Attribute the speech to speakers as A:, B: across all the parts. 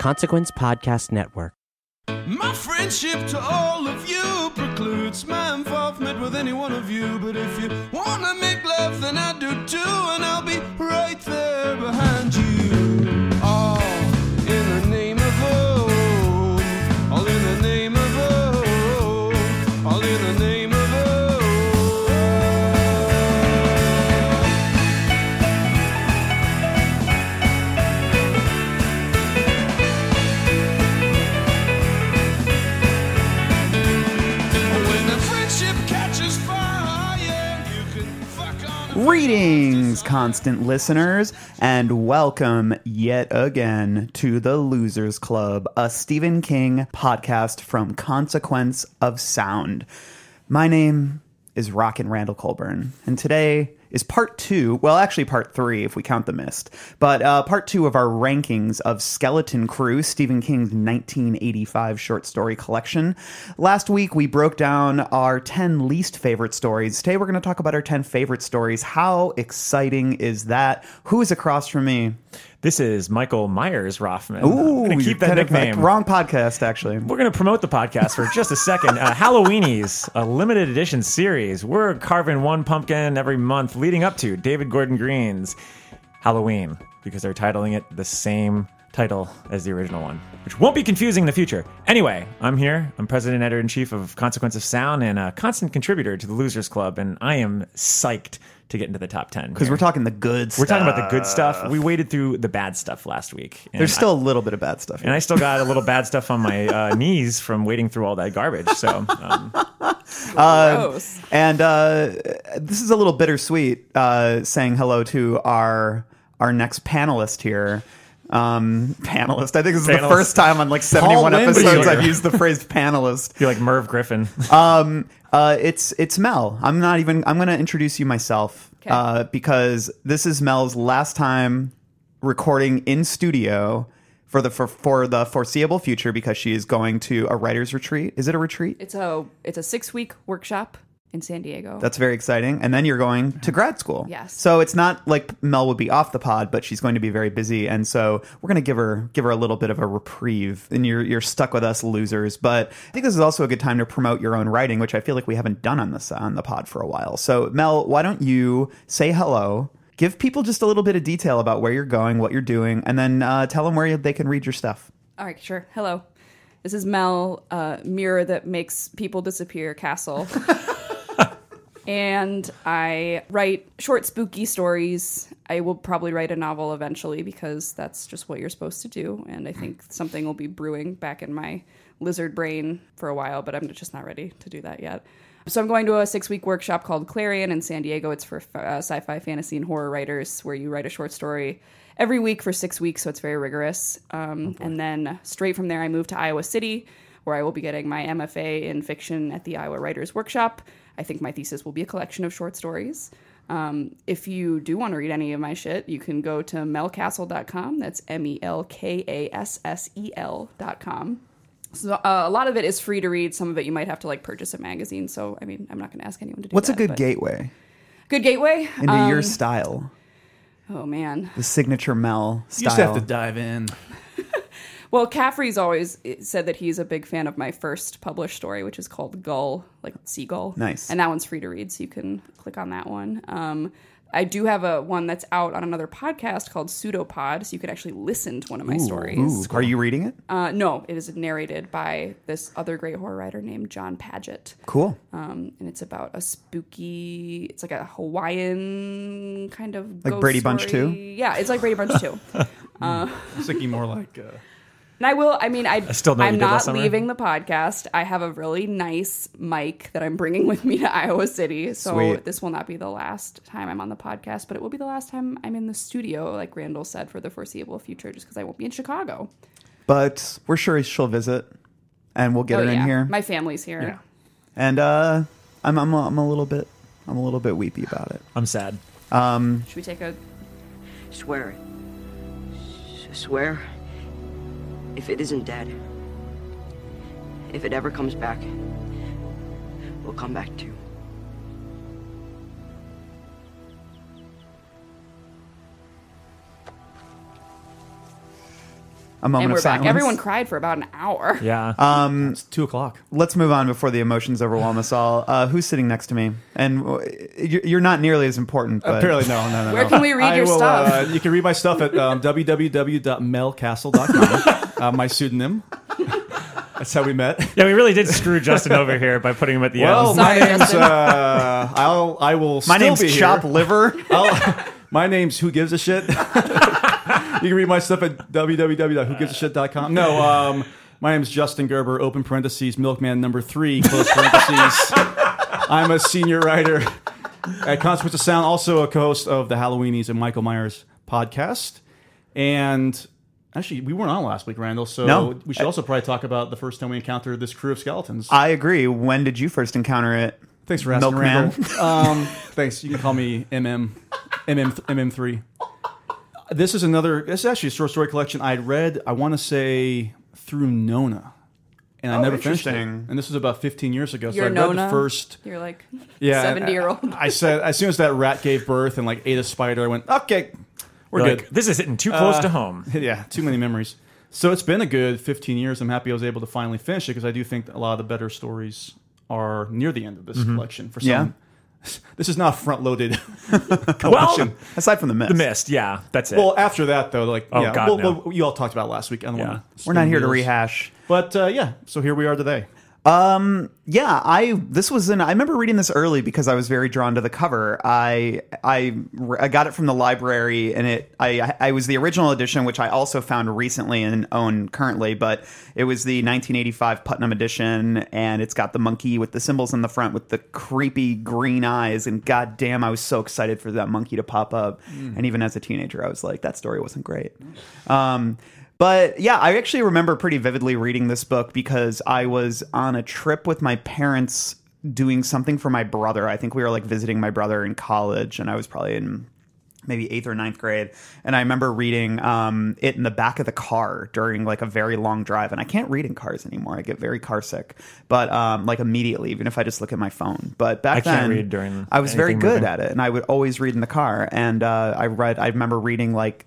A: Consequence Podcast Network.
B: My friendship to all of you precludes my involvement with any one of you. But if you wanna make love, then I do too, and I'll be right there behind you. All in the name of oh, all in the name of oh, all in the name of oh. When the friendship catches fire, you can fuck on. a-
C: Greetings, constant listeners, and welcome yet again to the Losers Club, a Stephen King podcast from Consequence of Sound. My name is Rockin' Randall Colburn, and today is part two, well, actually, part three if we count the mist, but uh, part two of our rankings of Skeleton Crew, Stephen King's 1985 short story collection. Last week, we broke down our 10 least favorite stories. Today, we're going to talk about our 10 favorite stories. How exciting is that? Who is across from me?
D: This is Michael Myers Rothman.
C: Ooh,
D: I'm gonna
C: you
D: keep that
C: kind of, like,
D: nickname.
C: wrong podcast, actually.
D: We're going to promote the podcast for just a second. Uh, Halloweenies, a limited edition series. We're carving one pumpkin every month leading up to David Gordon Green's Halloween because they're titling it the same title as the original one, which won't be confusing in the future. Anyway, I'm here. I'm president editor in chief of Consequence of Sound and a constant contributor to the Losers Club, and I am psyched to get into the top 10.
C: Because we're talking the good stuff.
D: we're talking about the good stuff. We waded through the bad stuff last week. and
C: There's
D: I-
C: still a little bit of bad stuff.
D: and
C: Here.
D: I still got a little bad stuff on my uh, knees from wading through all that garbage. So um,
E: Gross.
C: And uh, this is a little bittersweet uh, saying hello to our our next panelist here. Um, panelist. I think this is the
D: Panelist.
C: first time on like 71
D: Paul Lindbergh.
C: episodes I've used the phrase panelist.
D: you're like Merv Griffin.
C: Uh, it's it's Mel. I'm not even. I'm going to introduce you myself
E: Okay.
C: uh, because this is Mel's last time recording in studio for the for, for the foreseeable future because she is going to a writer's retreat. Is it a retreat?
E: It's a it's a six week workshop in San Diego.
C: That's very exciting. And then you're going to grad school.
E: Yes.
C: So it's not like Mel would be off the pod, but she's going to be very busy, and so we're going to give her give her a little bit of a reprieve. And you're you're stuck with us losers. But I think this is also a good time to promote your own writing, which I feel like we haven't done on this on the pod for a while. So Mel, why don't you say hello? Give people just a little bit of detail about where you're going, what you're doing, and then uh, tell them where you, they can read your stuff.
E: All right, sure. Hello. This is Mel, uh, mirror that makes people disappear castle. and I write short spooky stories. I will probably write a novel eventually because that's just what you're supposed to do and I think something will be brewing back in my lizard brain for a while, but I'm just not ready to do that yet. So I'm going to a six-week workshop called Clarion in San Diego. It's for uh, sci-fi, fantasy, and horror writers, where you write a short story every week for six weeks. So it's very rigorous. Um, and then straight from there, I move to Iowa City, where I will be getting my MFA in fiction at the Iowa Writers Workshop. I think my thesis will be a collection of short stories. Um, if you do want to read any of my shit, you can go to melcastle.com. That's M E L K A S S E L.com. So uh, a lot of it is free to read. Some of it you might have to like purchase a magazine. So I mean, I'm not going to ask anyone to do.
C: What's a
E: that,
C: good
E: but-
C: gateway
E: Good gateway.
C: into
E: Um,
C: your style,
E: oh man.
C: the signature Mel style?
F: You just have to dive in.
E: Well, Caffrey's always eh, said that he's a big fan of my first published story, which is called Gull, like Seagull.
C: Nice.
E: And that one's free to read, so you can click on that one. Um, I do have a one that's out on another podcast called Pseudopod, so you could actually listen to one of my stories.
C: Ooh, are you reading it?
E: Uh, no, it is narrated by this other great horror writer named John Paget.
C: Cool.
E: um, and it's about a spooky. It's like a Hawaiian kind of
C: Like
E: ghost
C: Brady Bunch
E: story.
C: 2?
E: Yeah, it's like Brady Bunch Two. and
F: I'm thinking more like uh,
E: I will. I mean, I,
D: still know you
E: I'm
D: did last
E: not
D: summer.
E: leaving the podcast. I have a really nice mic that I'm bringing with me to Iowa City, so
C: Sweet.
E: this will not be the last time I'm on the podcast, but it will be the last time I'm in the studio, like Randall said, for the foreseeable future, just because I won't be in Chicago.
C: but we're sure she'll visit and we'll get her in here
E: Oh, my family's here.
F: yeah.
C: and uh I'm, I'm a- I'm a little bit i'm a little bit weepy about it
D: I'm sad.
E: Should we take a?
G: Swear it. S- Swear. If it isn't dead, if it ever comes back, we'll come back too.
C: a moment
E: and we're
C: of silence.
E: back. Everyone cried for about an hour.
D: Yeah.
F: uh, It's two o'clock.
C: Let's move on before the emotions overwhelm us all. Uh, who's sitting next to me? And uh, you- you're not nearly as important. But
F: Apparently, no, no, no.
E: Where
F: no.
E: can we read
F: I
E: your
F: will,
E: stuff?
F: Uh, you can read my stuff at um, www.melcastle.com, uh, my pseudonym. That's how we met.
D: yeah, we really did screw Justin over here by putting him at the
F: Well,
D: end.
E: Sorry,
F: my name's
E: Justin.
F: uh, I'll I will.
C: my
F: still
C: name's
F: be here.
C: Chop Liver.
F: I'll, my name's Who Gives a Shit. you can read my stuff at www.whogivesashit.com. No, um, my name's Justin Gerber, open parentheses, milkman number three, close parentheses. I'm a senior writer at Consequence of Sound, also a co host of the Halloweenies and Michael Myers podcast. And actually, we weren't on last week, Randall, so
C: No.
F: we should also probably talk about the first time we encountered this crew of skeletons.
C: I agree. When did you first encounter it?
F: Thanks for asking,
C: Milkman.
F: Randall. Um, thanks. You can call me MM, MM, MM3. This is another. This is actually a short story collection I read. I want to say through Nona, and I never finished it.
C: interesting.
F: And this was about 15 years ago. So
E: Your
F: I read
E: Nona?
F: the first.
E: You're like
F: Yeah, and uh,
E: 70 year old.
F: I said as soon as that rat gave birth and like ate a spider, I went okay, we're
D: You're
F: good.
D: like, this is hitting too close
F: Uh,
D: to home.
F: yeah, too many memories. So it's been a good 15 years. I'm happy I was able to finally finish it because I do think a lot of the better stories are near the end of this
D: Mm-hmm.
F: collection. For some,
C: Yeah.
F: this is not front loaded.
D: Well,
C: Aside from the mist.
D: the mist. Yeah, that's it.
F: well, after that though, like
D: Oh,
F: yeah,
D: God,
F: well,
D: no.
F: well, you all talked about it last week. I don't
D: Yeah.
F: want
C: We're not here to rehash.
F: But uh, yeah, so here we are today.
C: yeah i this was an i remember reading this early because i was very drawn to the cover i i, I got it from the library and it I, I was the original edition which i also found recently and own currently but it was the 1985 putnam edition and it's got the monkey with the symbols in the front with the creepy green eyes and goddamn i was so excited for that monkey to pop up and even as a teenager i was like that story wasn't great um, but yeah, I actually remember pretty vividly reading this book because I was on a trip with my parents doing something for my brother. I think we were like visiting my brother in college, and I was probably in maybe eighth or ninth grade. And I remember reading um, it in the back of the car during like a very long drive. And I can't read in cars anymore. I get very car sick, but um, like immediately, even if I just look at my phone. But back
D: I can't
C: then,
D: read during
C: I was very
D: anything
C: good
D: moving.
C: at it, and I would always read in the car. And uh, I read. I remember reading like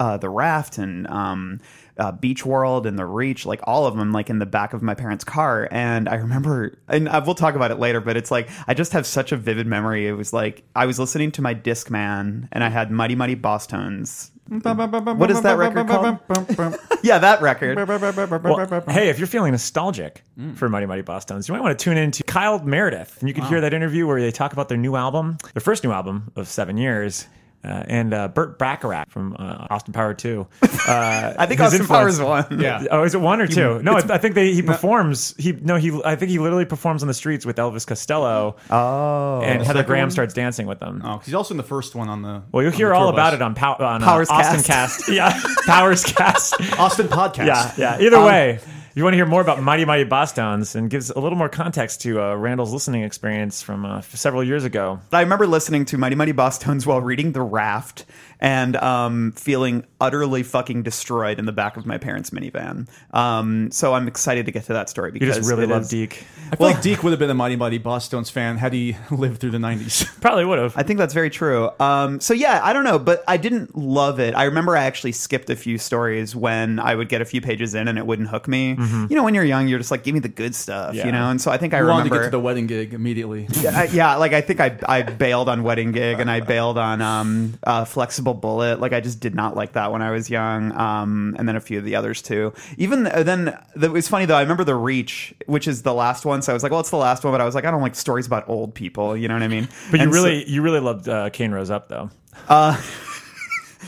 C: uh, the raft and um, uh, Beach World and the Reach, like all of them, like in the back of my parents' car. And I remember, and I, we'll talk about it later, but it's like I just have such a vivid memory. It was like I was listening to my Discman, and I had Mighty Mighty Boss Tones. What is that record called? Yeah, that record.
D: Well, hey, if you're feeling nostalgic for Mighty Mighty Boston's, you might want to tune in to Kyle Meredith, and you can hear that interview where they talk about their new album, their first new album of seven years. Uh, and uh, Burt Bacharach from uh, Austin Power 2. Uh,
C: I think
D: his
C: Austin
D: influence-
C: Powers one.
F: Yeah.
D: Oh, is it one or two? no, I, I think they, he performs. He no, he. I think he literally performs on the streets with Elvis Costello. Oh, and Heather Graham starts dancing with them.
F: Oh, 'cause he's also in the first one on the.
D: Well, you'll
F: on
D: hear
F: the tour
D: all about
F: bus.
D: it on, Pow- on uh,
C: Powers
D: Austin
C: Cast.
D: Cast. Yeah, Powers Cast.
F: Austin podcast.
D: Yeah, yeah. Either way, if you want to hear more about Mighty Mighty Boston's and gives a little more context to uh, Randall's listening experience from uh, several years ago.
C: I remember listening to Mighty Mighty Boss Tones while reading The Raft and um, feeling utterly fucking destroyed in the back of my parents' minivan. Um, so I'm excited to get to that story
D: You
C: because
D: just really
C: it
D: love
C: is-
D: Deke.
F: I feel like Deke would have been a mighty mighty Boston's fan had he lived through the '90s.
D: Probably would have.
C: I think that's very true. Um, so yeah, I don't know, but I didn't love it. I remember I actually skipped a few stories when I would get a few pages in and it wouldn't hook me. You know, when you're young, you're just like, give me the good stuff,
D: Yeah.
C: you know. And so I think I
F: I wanted to
C: remember
F: get to the wedding gig immediately.
C: I, yeah, like I think I I bailed on Wedding Gig and I bailed on um uh, Flexible Bullet. Like I just did not like that when I was young. Um, and then a few of the others too. Even th- uh, then, the, it was funny though. I remember the Reach, which is the last one. So I was like, well, it's the last one. But I was like, I don't like stories about old people. You know what I mean?
D: But you
C: And so-
D: really, you really loved uh, Kane Rose Up though.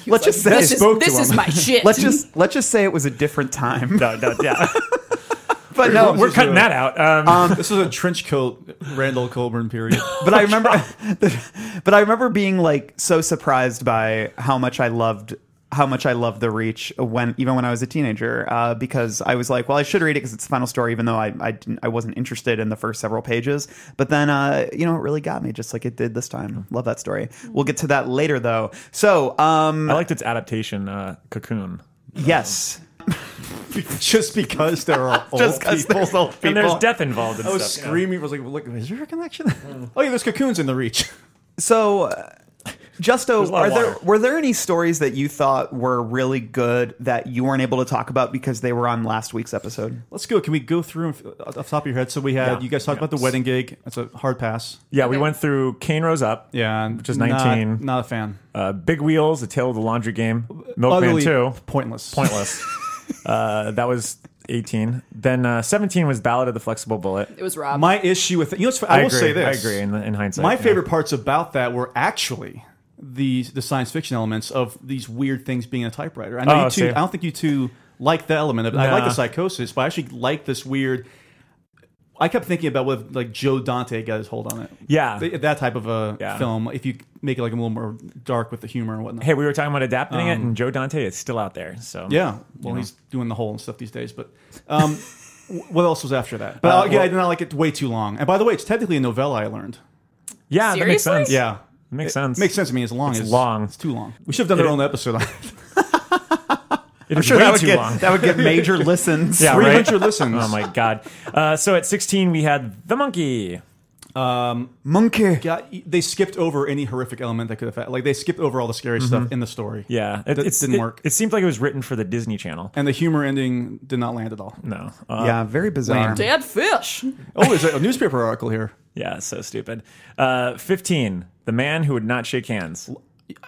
C: let's just say
E: this is, this is my shit.
C: let's just let's just say it was a different time.
D: No, no, yeah.
C: But no,
D: We're cutting that out. Um,
F: this was a trench coat Randall Colburn period.
C: but I remember, but I remember being like so surprised by how much I loved how much I loved the Reach when even when I was a teenager uh, because I was like, well, I should read it because it's the final story, even though I I, didn't, I wasn't interested in the first several pages. But then uh, you know it really got me, just like it did this time. Love that story. We'll get to that later though. So um,
D: I liked its adaptation, uh, Cocoon.
C: yes,
F: just because there are old
C: just because
F: people.
C: there's old people.
D: And there's death involved. And
F: I was
D: stuff, you know.
F: screaming. I was like, "Look, is there a connection?" oh yeah, there's cocoons in the reach.
C: so. uh, Justo,
D: a lot
C: are
D: of
C: there,
D: water.
C: were there any stories that you thought were really good that you weren't able to talk about because they were on last week's episode?
F: Let's go. Can we go through them f- off the top of your head? So we had
D: Yeah.
F: you guys talked about the wedding gig. That's a hard pass.
D: Yeah, we
E: Okay.
D: went through Kane Rose Up.
F: Yeah,
D: which is
F: not- Not,
D: 19.
F: a fan.
D: Uh, Big Wheels, The Tale of the Laundry Game. Milkman
F: Utterly
D: 2.
F: pointless.
D: Pointless. uh, that was 18. Then uh, 17 was Ballad of the Flexible Bullet.
E: It was Rob.
F: My issue with it, you know, what's- I, will
D: agree.
F: say this.
D: I agree. In, in hindsight,
F: My
D: yeah.
F: favorite parts about that were actually the the science fiction elements of these weird things being in a typewriter. I know
D: Oh,
F: you two.
D: see.
F: I don't think you two like the element of it. I like
D: Nah.
F: the psychosis, but I actually like this weird. I kept thinking about what if, like Joe Dante got his hold on it.
D: Yeah.
F: Th- that type of a
D: Yeah.
F: film. If you make it like a little more dark with the humor and whatnot.
D: Hey, we were talking about adapting it, and Joe Dante is still out there. So
F: Um, Yeah, well, he's doing the hole and stuff these days. But um, w- what else was after that? But uh, yeah, I did not like it way too long. And by the way, it's technically a novella. I learned.
D: yeah, that makes
E: Seriously?
D: sense.
F: Yeah,
D: makes
F: It
D: sense.
F: Makes sense. I mean, it's long.
D: It's
F: It's,
D: long.
F: It's too long. We should have done
D: It
F: their
D: is-
F: own episode. on it.
D: It is
C: Sure,
D: way
C: that would
D: too
C: get
D: long.
C: that would get major listens.
D: yeah,
F: Three
D: right?
F: hundred listens.
D: Oh my god! Uh, so at 16 we had the monkey.
C: Monkey.
F: God, they skipped over any horrific element that could have like they skipped over all the scary stuff in the story.
D: Yeah, it,
F: That
D: it's-
F: didn't
D: it-
F: work.
D: It seemed like it was written for the Disney Channel.
F: And the humor ending did not land at all.
D: No. Uh,
C: yeah, very bizarre.
E: Dead fish.
F: Oh, there's a, a newspaper article here.
D: yeah, so stupid. Uh, 15. The man who would not shake hands.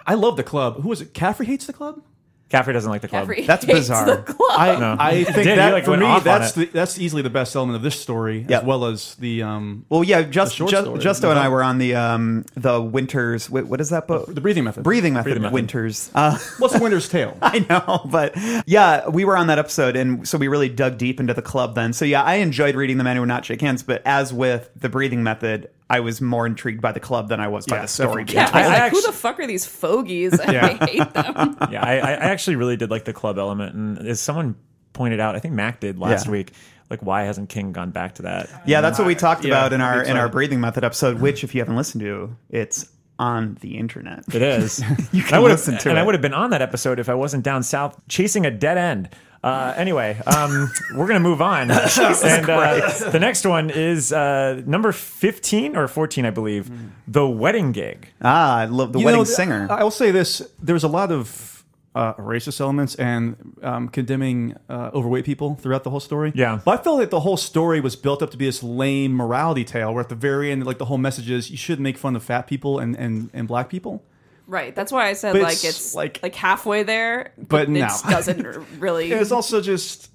F: I love the club. Who was it? Caffrey hates the club.
D: Caffrey doesn't like the club.
E: Every
C: That's
E: hates
C: bizarre.
E: The club.
F: I, I think
D: did. You,
F: that
D: like,
F: for
D: went
F: me
D: off on
F: that's the,
D: it.
F: that's easily the best element of this story
C: Yeah.
F: as well as the um
C: Well, yeah, just,
F: short
C: just
F: story.
C: Justo and I
F: No.
C: were on the um the Winters. What, what is that book?
F: the breathing method.
C: breathing method.
D: method.
C: Winters. Uh,
F: What's the winter's tale?
C: I know, but yeah, we were on that episode, and so we really dug deep into the club then. So yeah, I enjoyed reading the men who would not shake hands, but as with the breathing method, I was more intrigued by the club than I was by
F: Yeah,
C: the story.
F: definitely.
C: being
E: yeah, I, was
D: I
E: like,
D: actu-
E: who the fuck are these fogies? And I hate them.
D: yeah, I, I I actually really did like the club element, and as someone pointed out, I think Mac did last
C: Yeah.
D: week. Like, why hasn't King gone back to that?
C: Yeah, that's what we talked
F: Yeah,
C: about in
F: I'm
C: our in our
F: excited.
C: breathing method episode, which if you haven't listened to, it's on the internet.
D: It is. you
C: can listen to
D: and I
C: it.
D: would have been on that episode if I wasn't down south chasing a dead end. Uh, anyway, um, we're gonna move on, and uh, the next one is uh, number fifteen or fourteen, I believe. The wedding gig.
C: Ah, I love the
F: You
C: wedding
F: know,
C: singer.
F: I will say this: there's a lot of uh, racist elements and um, condemning uh, overweight people throughout the whole story.
D: Yeah.
F: but I felt like the whole story was built up to be this lame morality tale, where at the very end, like the whole message is you should make fun of fat people and and, and black people.
E: Right. That's why I said
F: But
E: like
F: it's,
E: it's,
F: like-
E: like halfway there,
F: But
E: it
F: no.
E: doesn't r- really.
F: It's also just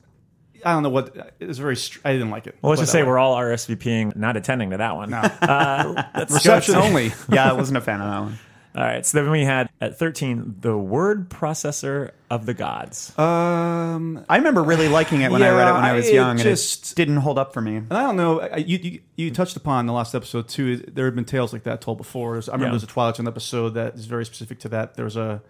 F: I don't know what it's very. Str- I didn't like it.
D: Well, let's just say
F: Whatever.
D: we're all RSVPing, not attending to that one. Uh, No.
F: reception only.
C: yeah, I wasn't a fan of that one.
D: All right. So then we had at thirteen the word processor of the gods.
F: Um,
C: I remember really liking it when I read it when I
F: Yeah,
C: was
F: I-
C: young, and
F: it
C: it
F: just-
C: just didn't hold up for me.
F: And I don't know. I- You, you you touched upon in the last episode too. is There have been tales like that told before. There's, I remember
D: Yeah.
F: there's a Twilight Zone episode that is very specific to that. There's a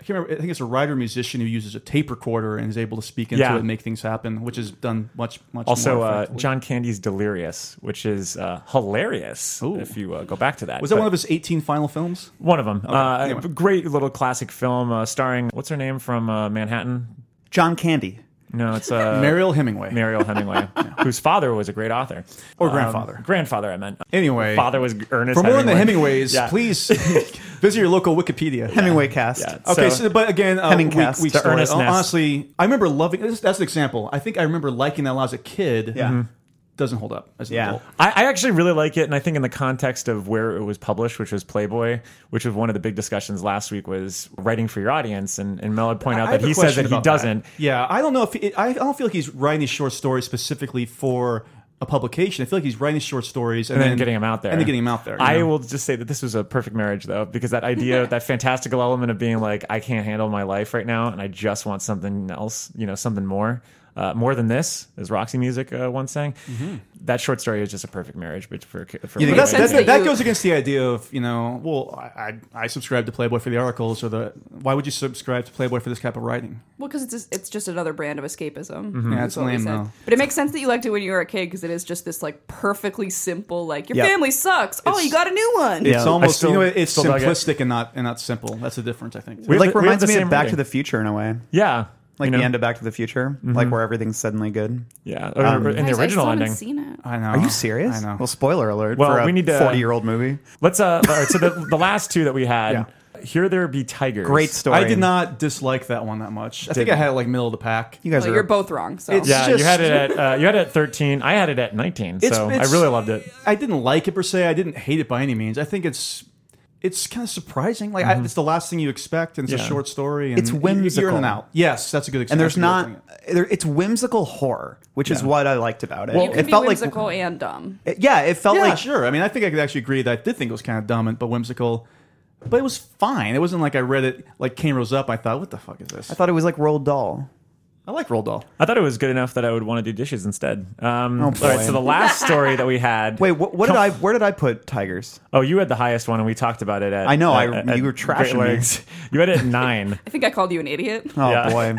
F: I can't remember. I think it's a writer musician who uses a tape recorder and is able to speak into
D: Yeah.
F: it and make things happen, which is done much much.
D: also,
F: more
D: uh,
F: effectively.
D: John Candy's Delirious, which is uh, hilarious. If you uh, go back to that,
F: was that
D: But-
F: one of his 18 final films?
D: One of them. uh,
F: anyway.
D: a Great little classic film uh, starring what's her name from uh, Manhattan?
C: John Candy.
D: No, it's uh,
F: Mariel Hemingway.
D: Mariel Hemingway, whose father was a great author
F: Or
D: Um,
F: grandfather.
D: grandfather, I meant.
F: anyway,
D: father was Ernest.
F: for more on the
D: Hemingway.
F: Hemingways,
D: Yeah.
F: please visit your local Wikipedia.
C: Hemingway cast.
D: Yeah, it's-
F: Okay,
D: So-
F: so, but again, uh,
C: Hemming
F: weak,
C: cast,
F: weak
D: the
F: story.
D: Ernest
F: Hon-
D: Ness.
F: Honestly, I remember loving. This, that's an example. I think I remember liking that when I was a kid.
D: Mm-hmm.
C: Yeah. Mhm.
F: doesn't hold up as an
C: Yeah.
F: adult.
D: I, I actually really like it, and I think in the context of where it was published, which was Playboy, which was one of the big discussions last week, was writing for your audience, and, and Mel had pointed out
F: I
D: that
F: have a
D: he says
F: question
D: that he
F: about that.
D: doesn't.
F: Yeah, I don't know if he, I don't feel like he's writing these short stories specifically for a publication. I feel like he's writing these short stories and,
D: and then getting him out there
F: and then getting him out there. you
D: I
F: know?
D: will just say that this was a perfect marriage though, because that idea, that fantastical element of being like, I can't handle my life right now, and I just want something else, you know, something more, uh, more than this, as Roxy Music uh, once sang.
F: Mm-hmm.
D: That short story is just a perfect marriage, but for for
C: You think
F: But
D: Playboy.
F: that,
E: Makes
F: that,
E: sense
F: that,
E: that you-
F: goes against the idea of you know, well, I, I I subscribe to Playboy for the articles or the why would you subscribe to Playboy for this type of writing?
E: Well, because it's just, it's just another brand of escapism. is
F: Yeah, it's
E: Mm-hmm. what we
F: lame,
E: said.
F: Mm-hmm. though.
E: But it makes sense that you liked it when you were a kid because it is just this like perfectly simple like your
C: Yep.
E: family sucks. oh,
F: It's-
E: you got a new one.
F: It's
C: Oh,
D: Yeah. I
F: almost
D: still-
F: you know it's
D: still dug it.
F: simplistic and not and not simple. That's the difference, I think.
D: We have
C: Like
D: the- we have
C: reminds
D: the
C: me
D: same
C: of Back to
D: reading.
C: the Future in a way.
D: yeah,
C: Like
D: You know? Mm-hmm. Oh,
C: the end of Back to the Future, like where everything's suddenly good.
D: yeah, or,
F: Um,
D: or in
E: Guys,
D: the original
E: I still
D: ending.
E: Haven't seen it.
F: I know.
C: Are you serious?
F: I know.
C: Well, spoiler alert
D: Well,
C: for a
D: we need to-
C: forty-year-old movie.
D: Let's uh, all right, so the, the last two that we had.
F: Yeah.
D: Here there be tigers.
C: Great story.
F: I did not dislike that one that much. I think I had it like middle of the pack.
C: You guys
E: Well,
C: are
E: you're both wrong. So
F: It's-
D: Yeah, you
F: Just-
D: had it at uh, you had it at 13. I had it at 19.
F: It's-
D: so
F: it's-
D: I really loved it.
F: I didn't like it per se. I didn't hate it by any means. I think it's it's kind of surprising. Like I, it's the last thing you expect, and it's
D: Yeah.
F: a short story. And
C: It's
F: y- y- You're in
C: whimsical.
F: and out. Yes, that's a good.
C: and there's
F: that's a good way of
C: not
F: putting it.
C: there, it's whimsical horror, which is what I liked about it.
E: you can
C: it
E: be
C: felt like
E: whimsical and dumb.
C: It- yeah, it felt
F: Yeah,
C: like
F: sure. I mean, I think I could actually agree that I did think it was kind of dumb and but whimsical, but it was fine. It wasn't like I read it like Kane rose up. I thought, what the fuck is this?
C: I thought it was like Roald Doll.
F: I like Roll Doll.
D: I thought it was good enough that I would want to do dishes instead. Um, all
C: Oh, boy.
D: right, so the last story that we had.
C: Wait, what, what did I? Where did I put tigers?
D: Oh, you had the highest one, and we talked about it at.
C: I know,
D: at-
C: I-
D: at- at
C: you were
D: Great
C: trashing me.
D: Lakes. You had it at nine.
E: I think I called you an idiot.
C: Oh
D: Yeah.
C: boy,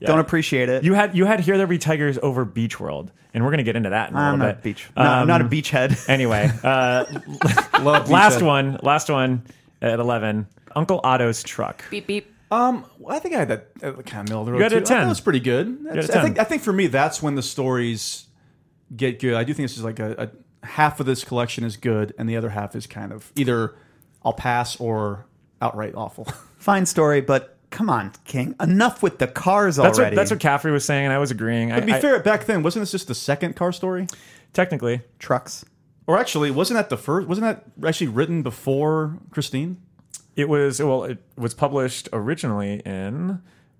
C: don't appreciate it.
D: you had you had here there be tigers over Beach World, and we're gonna get into that in a
C: I'm
D: little
C: not a
D: bit.
C: beach. No, I'm not a
D: Um,
C: beachhead.
D: Anyway, uh,
F: Love
D: last
F: Beachhead.
D: one, last one at eleven. Uncle Otto's truck.
E: Beep beep.
F: Um, well, I think I had that uh, kind of middle of the road.
D: had
F: too.
D: a
F: I thought
D: 10.
F: That was pretty good.
D: had a
F: I think
D: 10.
F: I think for me that's when the stories get good. I do think this is like a, a half of this collection is good, and the other half is kind of either I'll pass or outright awful.
C: Fine story, but come on, King. Enough with the cars
D: That's what
C: already.
D: that's what Caffrey was saying, and I was agreeing. I,
F: to be
D: I-
F: fair, back then wasn't this just the second car story?
D: technically,
C: trucks.
F: Or actually, wasn't that the first? Wasn't that actually written before Christine?
D: It was well. It was published originally in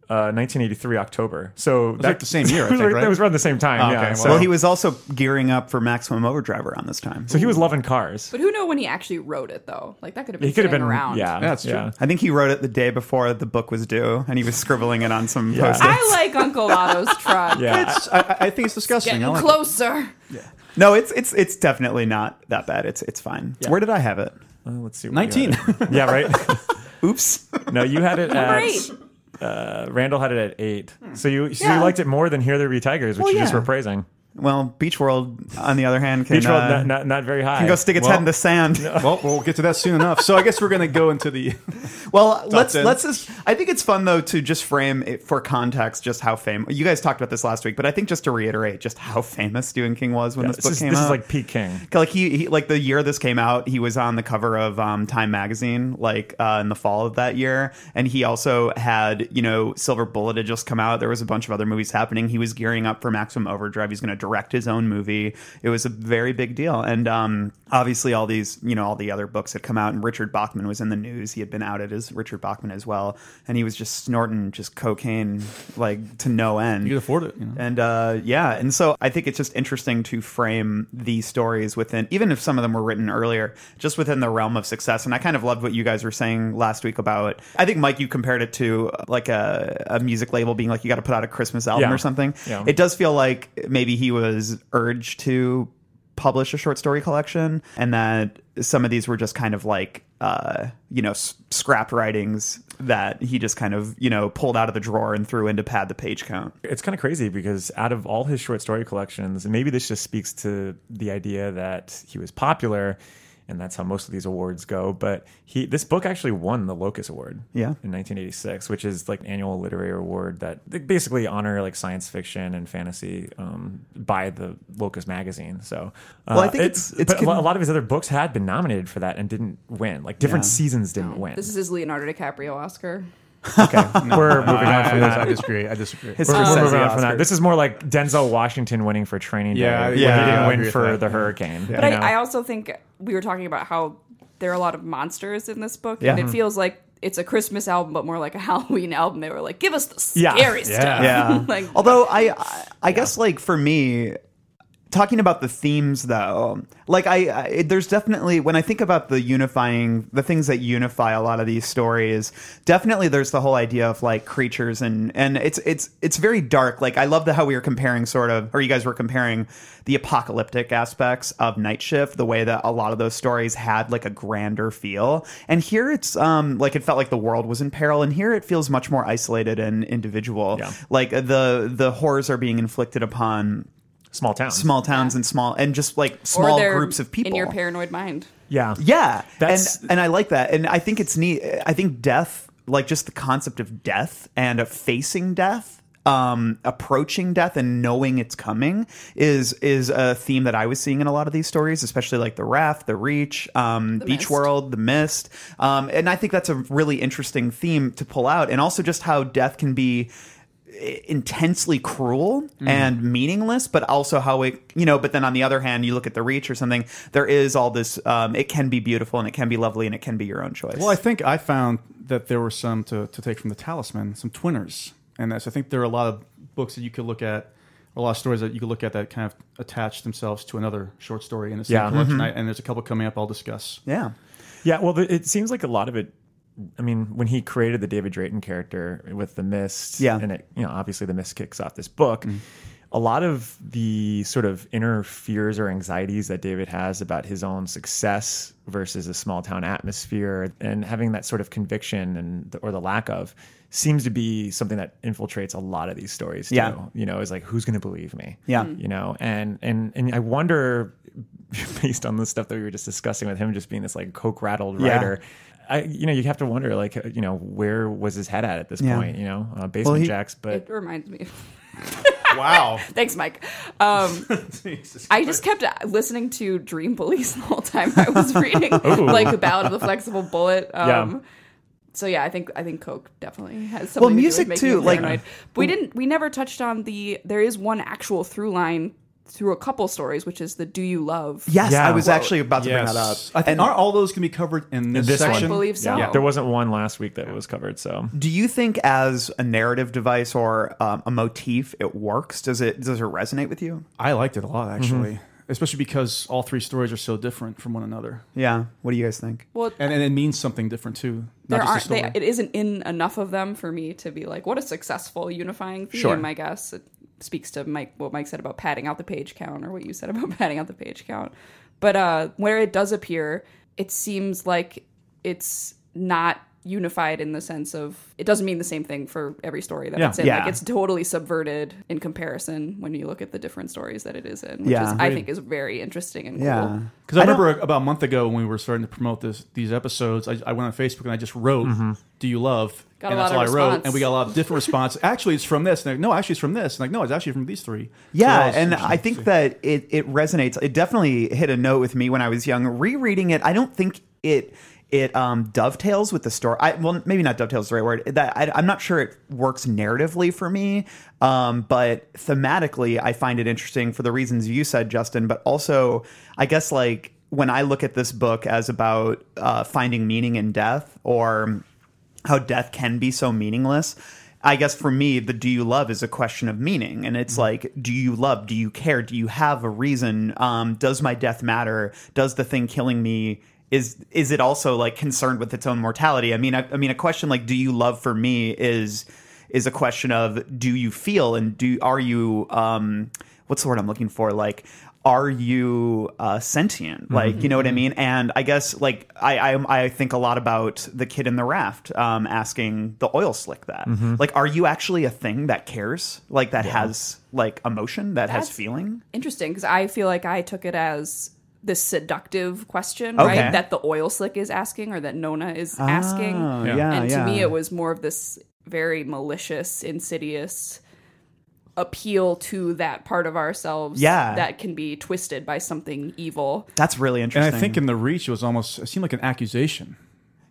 D: uh, 1983 October. So that's
F: like the same year, I
D: It was,
F: think,
D: right-
F: right?
D: it was around the same time.
F: Oh,
D: yeah.
F: okay, well-
D: so,
C: Well,
D: he
C: he
D: was,
C: was also gearing up for Maximum Overdrive around this time.
D: so he was loving cars.
E: But who know when he actually wrote it though? Like that could have been
D: He could have
E: sitting
D: been
E: around.
D: Yeah,
F: That's
D: yeah.
C: I think he wrote it the day before the book was due, and he was scribbling it on some post-its.
E: I like Uncle Otto's truck.
D: Yeah. uh,
F: It's, I- I, I think it's disgusting.
E: Getting
F: I like it.
E: closer.
C: No, it's it's it's definitely not that bad. It's it's fine. Where did I have it?
D: Uh, let's see. what you
F: 19.
D: had it. yeah. Right.
C: Oops.
D: No, you had it
E: Number
D: at.
E: eight.
D: Uh, Randall had it at eight. So you so
C: Yeah.
D: you liked it more than Here There Be Tigers, which
C: Well,
D: you just
C: yeah.
D: were praising.
C: Well, Beach World, on the other hand, can,
D: Beach World,
C: uh,
D: not, not not very high.
C: can go stick its head in the sand.
F: well, we'll get to that soon enough. So I guess we're going to go into the.
C: Well, let's
F: 10.
C: let's just. I think it's fun though to just frame it for context just how famous. You guys talked about this last week, but I think just to reiterate just how famous Stephen King was when this
D: this
C: book
D: is,
C: came
D: this
C: out.
D: is like Pete King.
C: like he, he like the year this came out he was on the cover of um, time magazine like uh, in the fall of that year and he also had you know silver bullet had just come out there was a bunch of other movies happening he was gearing up for maximum overdrive he's going to direct his own movie it was a very big deal and um, obviously all these you know all the other books had come out and richard bachman was in the news he had been outed as richard bachman as well and he was just snorting just cocaine like to no end
F: You could afford it, you
D: Mm-hmm.
F: know?
C: and uh, yeah, and so I think it's just interesting to frame these stories within, even if some of them were written earlier, just within the realm of success. And I kind of loved what you guys were saying last week about. I think Mike, you compared it to uh, like a, a music label being like, you got to put out a Christmas album
D: Yeah.
C: or something.
D: Yeah.
C: It does feel like maybe he was urged to publish a short story collection, and that some of these were just kind of like. Uh, you know, s- scrap writings that he just kind of, you know, pulled out of the drawer and threw in to pad the page count.
D: It's kind of crazy because out of all his short story collections, and maybe this just speaks to the idea that he was popular, and that's how most of these awards go. But he, this book actually won the Locus Award,
C: Yeah.
D: in 1986, which is like an annual literary award that they basically honor like science fiction and fantasy um, by the Locus magazine. So, uh,
C: Well, I think it's- it's
D: but a lo-
C: con-
D: a lot of his other books had been nominated for that and didn't win. Like different
C: Yeah.
D: seasons didn't win.
E: This is his Leonardo DiCaprio Oscar.
D: okay, we're moving on from that.
F: disagree. I disagree.
C: His
D: We're, we're
C: Scorsese
D: moving on from that.
C: Oscar.
D: This is more like Denzel Washington winning for Training
F: Yeah,
D: Day.
F: yeah,
D: when he
C: I
D: didn't
F: agree
D: win
F: with
D: for
F: that.
D: the Hurricane.
E: But
D: you know?
E: I, I also think we were talking about how there are a lot of monsters in this book, and
C: Yeah. Hmm.
E: it feels like it's a Christmas album, but more like a Halloween album. They were like, "Give us the
D: Yeah.
E: scary
D: Yeah.
E: stuff."
C: yeah.
E: like,
C: Although I, I, I guess like for me, talking about the themes though, like I, I, there's definitely when I think about the unifying, the things that unify a lot of these stories, definitely there's the whole idea of like creatures and and it's it's it's very dark. Like I love the how we were comparing sort of, or you guys were comparing the apocalyptic aspects of Night Shift, the way that a lot of those stories had like a grander feel, and here it's um like it felt like the world was in peril, and here it feels much more isolated and individual.
D: Yeah.
C: Like the the horrors are being inflicted upon
D: small town.
C: small towns and small and just like
E: or
C: small
E: they're
C: groups of people.
E: in your paranoid mind.
D: Yeah.
C: yeah,
D: That's-
C: and and I like that, and I think it's neat. I think death, like just the concept of death and of facing death. um, approaching death and knowing it's coming is is a theme that I was seeing in a lot of these stories, especially like the raft, the reach, um, beach
E: Mist.
C: world, the mist, um, and I think that's a really interesting theme to pull out, and also just how death can be eh, intensely cruel and meaningless, but also how it, you know, but then on the other hand, you look at the reach or something, there is all this, um, it can be beautiful and it can be lovely and it can be your own choice.
F: Well, I think I found that there were some to, to take from the Talisman, some twinners, and that's. I think there are a lot of books that you could look at, or a lot of stories that you could look at that kind of attach themselves to another short story in the same
D: Yeah. Mm-hmm.
F: collection. I, and there's a couple coming up. I'll discuss.
C: yeah.
D: Yeah, well, th- it seems like a lot of it. I mean, when he created the David Drayton character with the mist,
C: Yeah.
D: and it, you know, obviously the mist kicks off this book.
C: Mm.
D: A lot of the sort of inner fears or anxieties that David has about his own success versus a small town atmosphere, and having that sort of conviction and or the lack of, seems to be something that infiltrates a lot of these stories. Too.
C: Yeah.
D: you know, is like who's going to believe me?
C: Yeah.
D: you know, and and and I wonder, based on the stuff that we were just discussing with him, just being this like coke rattled
C: Yeah.
D: writer. I, you know, you have to wonder, like, uh, you know, where was his head at at this
C: Yeah.
D: point? You know, uh, basement
C: he-
D: jacks, but
E: It reminds me. of-
F: Wow.
E: Thanks, Mike. Um, I just kept listening to Dream Police the whole time I was reading,
C: Oh.
E: like the Ballad of the Flexible Bullet. Um,
D: Yeah.
E: So yeah, I think I think Coke definitely has something.
C: Well,
E: to do with
C: music
E: making
C: too,
E: me
C: like-
E: paranoid. but we didn't. We never touched on the. There is one actual through line through a couple stories, which is the "Do you love?"
C: Yes.
D: Yeah.
C: I was
D: Well,
C: actually about to bring that up.
F: I think
C: and
F: aren't all those can be covered in this,
D: this
E: I
F: section?
D: one.
E: believe so.
D: yeah, there wasn't one last week that was covered. So
C: do you think as a narrative device or um, a motif, it works? Does it, does it resonate with you?
F: I liked it a lot
D: Mm-hmm.
F: actually, especially because all three stories are so different from one another,
C: Yeah. What do you guys think?
E: Well,
F: and, and it means something different too.
E: there
F: not
E: aren't.
F: just the
E: They,
F: story.
E: it isn't in enough of them for me to be like, what a successful unifying theme.
C: Sure.
E: I guess it speaks to Mike what Mike said about padding out the page count, or what you said about padding out the page count. But uh, where it does appear, it seems like it's not unified in the sense of it doesn't mean the same thing for every story that
F: Yeah.
E: it's in.
C: Yeah.
E: Like it's totally subverted in comparison when you look at the different stories that it is in, which
C: Yeah.
E: is, I think is very interesting and
C: Yeah.
E: cool.
F: Because I,
C: don't-
F: remember about a month ago when we were starting to promote this, these episodes, I, I went on Facebook and I just wrote,
C: Mm-hmm.
F: "Do you love?"
E: Got
F: and
E: a
F: that's
E: lot of
F: all I wrote,
E: response.
F: and we got a lot of different responses. Actually, it's from this. And like, no, actually, it's from this. And like, no, it's actually from these three. So that
C: Yeah,
F: was
C: and
F: interesting
C: I
F: to see.
C: think that it it resonates. It definitely hit a note with me when I was young. Rereading it, I don't think it it um, dovetails with the story. I, well, maybe not dovetails is the right word. That I, I'm not sure it works narratively for me, um, but thematically, I find it interesting for the reasons you said, Justin. But also, I guess like when I look at this book as about uh, finding meaning in death or how death can be so meaningless. I guess for me, the do you love is a question of meaning. And it's like, do you love? Do you care? Do you have a reason? Um, does my death matter? Does the thing killing me? Is is it also like concerned with its own mortality? I mean, I, I mean, a question like, do you love for me is is a question of do you feel and do are you um what's the word I'm looking for like are you uh, sentient
F: Mm-hmm.
C: like you know what I mean and I guess like I, I I think a lot about the kid in the raft um asking the oil slick that
F: Mm-hmm.
C: like are you actually a thing that cares like that has like emotion that has
E: That's-
C: feeling
E: interesting because I feel like I took it as this seductive question,
C: Okay.
E: right? That the oil slick is asking or that Nona is asking.
C: Oh,
F: Yeah.
C: yeah
E: and to
C: yeah.
E: me, it was more of this very malicious, insidious appeal to that part of ourselves
C: Yeah.
E: that can be twisted by something evil.
C: that's really
F: and
C: interesting
F: I think in the reach, it was almost it seemed like an accusation.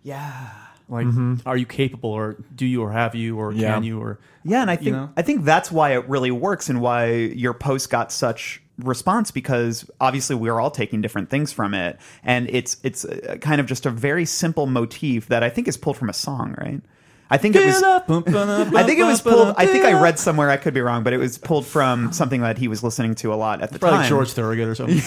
C: yeah
F: Like, are you capable, or do you, or have you, or
D: Yeah.
F: can you, or
C: Mm-hmm. Yeah, and I think
F: you know?
C: I think that's why it really works and why your post got such response because obviously we are all taking different things from it, and it's it's uh, kind of just a very simple motif that I think is pulled from a song, right? I think it was. I
F: I
C: think it was pulled. I think I read somewhere. I could be wrong, but it was pulled from something that he was listening to a lot at the
F: probably
C: time.
F: George Thorogood or something.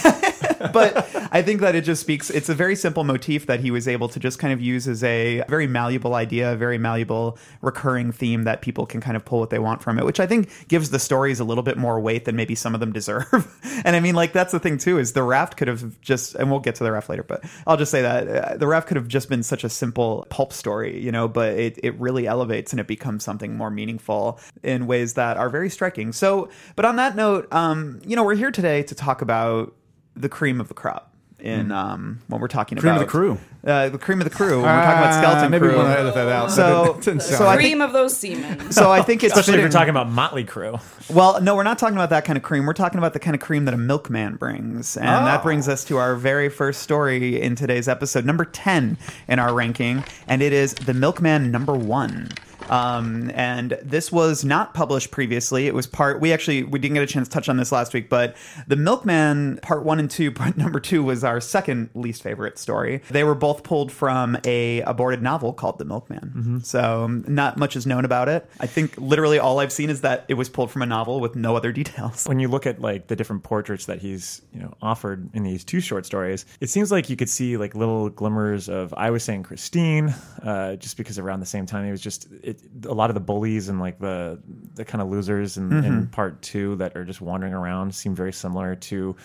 C: but I think that it just speaks. It's a very simple motif that he was able to just kind of use as a very malleable idea, a very malleable recurring theme that people can kind of pull what they want from it, which I think gives the stories a little bit more weight than maybe some of them deserve. and I mean, like that's the thing too is the raft could have just, and we'll get to the raft later, but I'll just say that uh, the raft could have just been such a simple pulp story, you know, but it it really elevates and it becomes something more meaningful in ways that are very striking. So, but on that note, um, you know, we're here today to talk about the cream of the crop in um, when we're talking
F: Mm. Cream of
C: about
F: the crew. Ah,
C: Uh, the cream of the crew. When we're talking about skeleton
F: maybe
C: crew.
F: we want to edit that out.
C: So-
F: That didn't
C: so
F: sound
C: I
F: right.
C: think-
E: Cream of those semen.
C: so I think it's
D: Especially if you're
C: fitting-
D: talking about Motley Crue.
C: Well, no, we're not talking about that kind of cream. We're talking about the kind of cream that a milkman brings. And
F: Oh.
C: that brings us to our very first story in today's episode, number 10 in our ranking. And it is The Milkman Number One. Um, and this was not published previously. It was part, we actually, we didn't get a chance to touch on this last week, but The Milkman part one and two, part number two was our second least favorite story. They were both pulled from a aborted novel called The Milkman.
D: Mm-hmm.
C: So um, not much is known about it. I think literally all I've seen is that it was pulled from a novel with no other details.
D: when you look at like the different portraits that he's you know offered in these two short stories it seems like you could see like little glimmers of i was saying christine uh, just because around the same time it was just it, a lot of the bullies and like the the kind of losers in,
F: Mm-hmm.
D: in part two that are just wandering around seem very similar to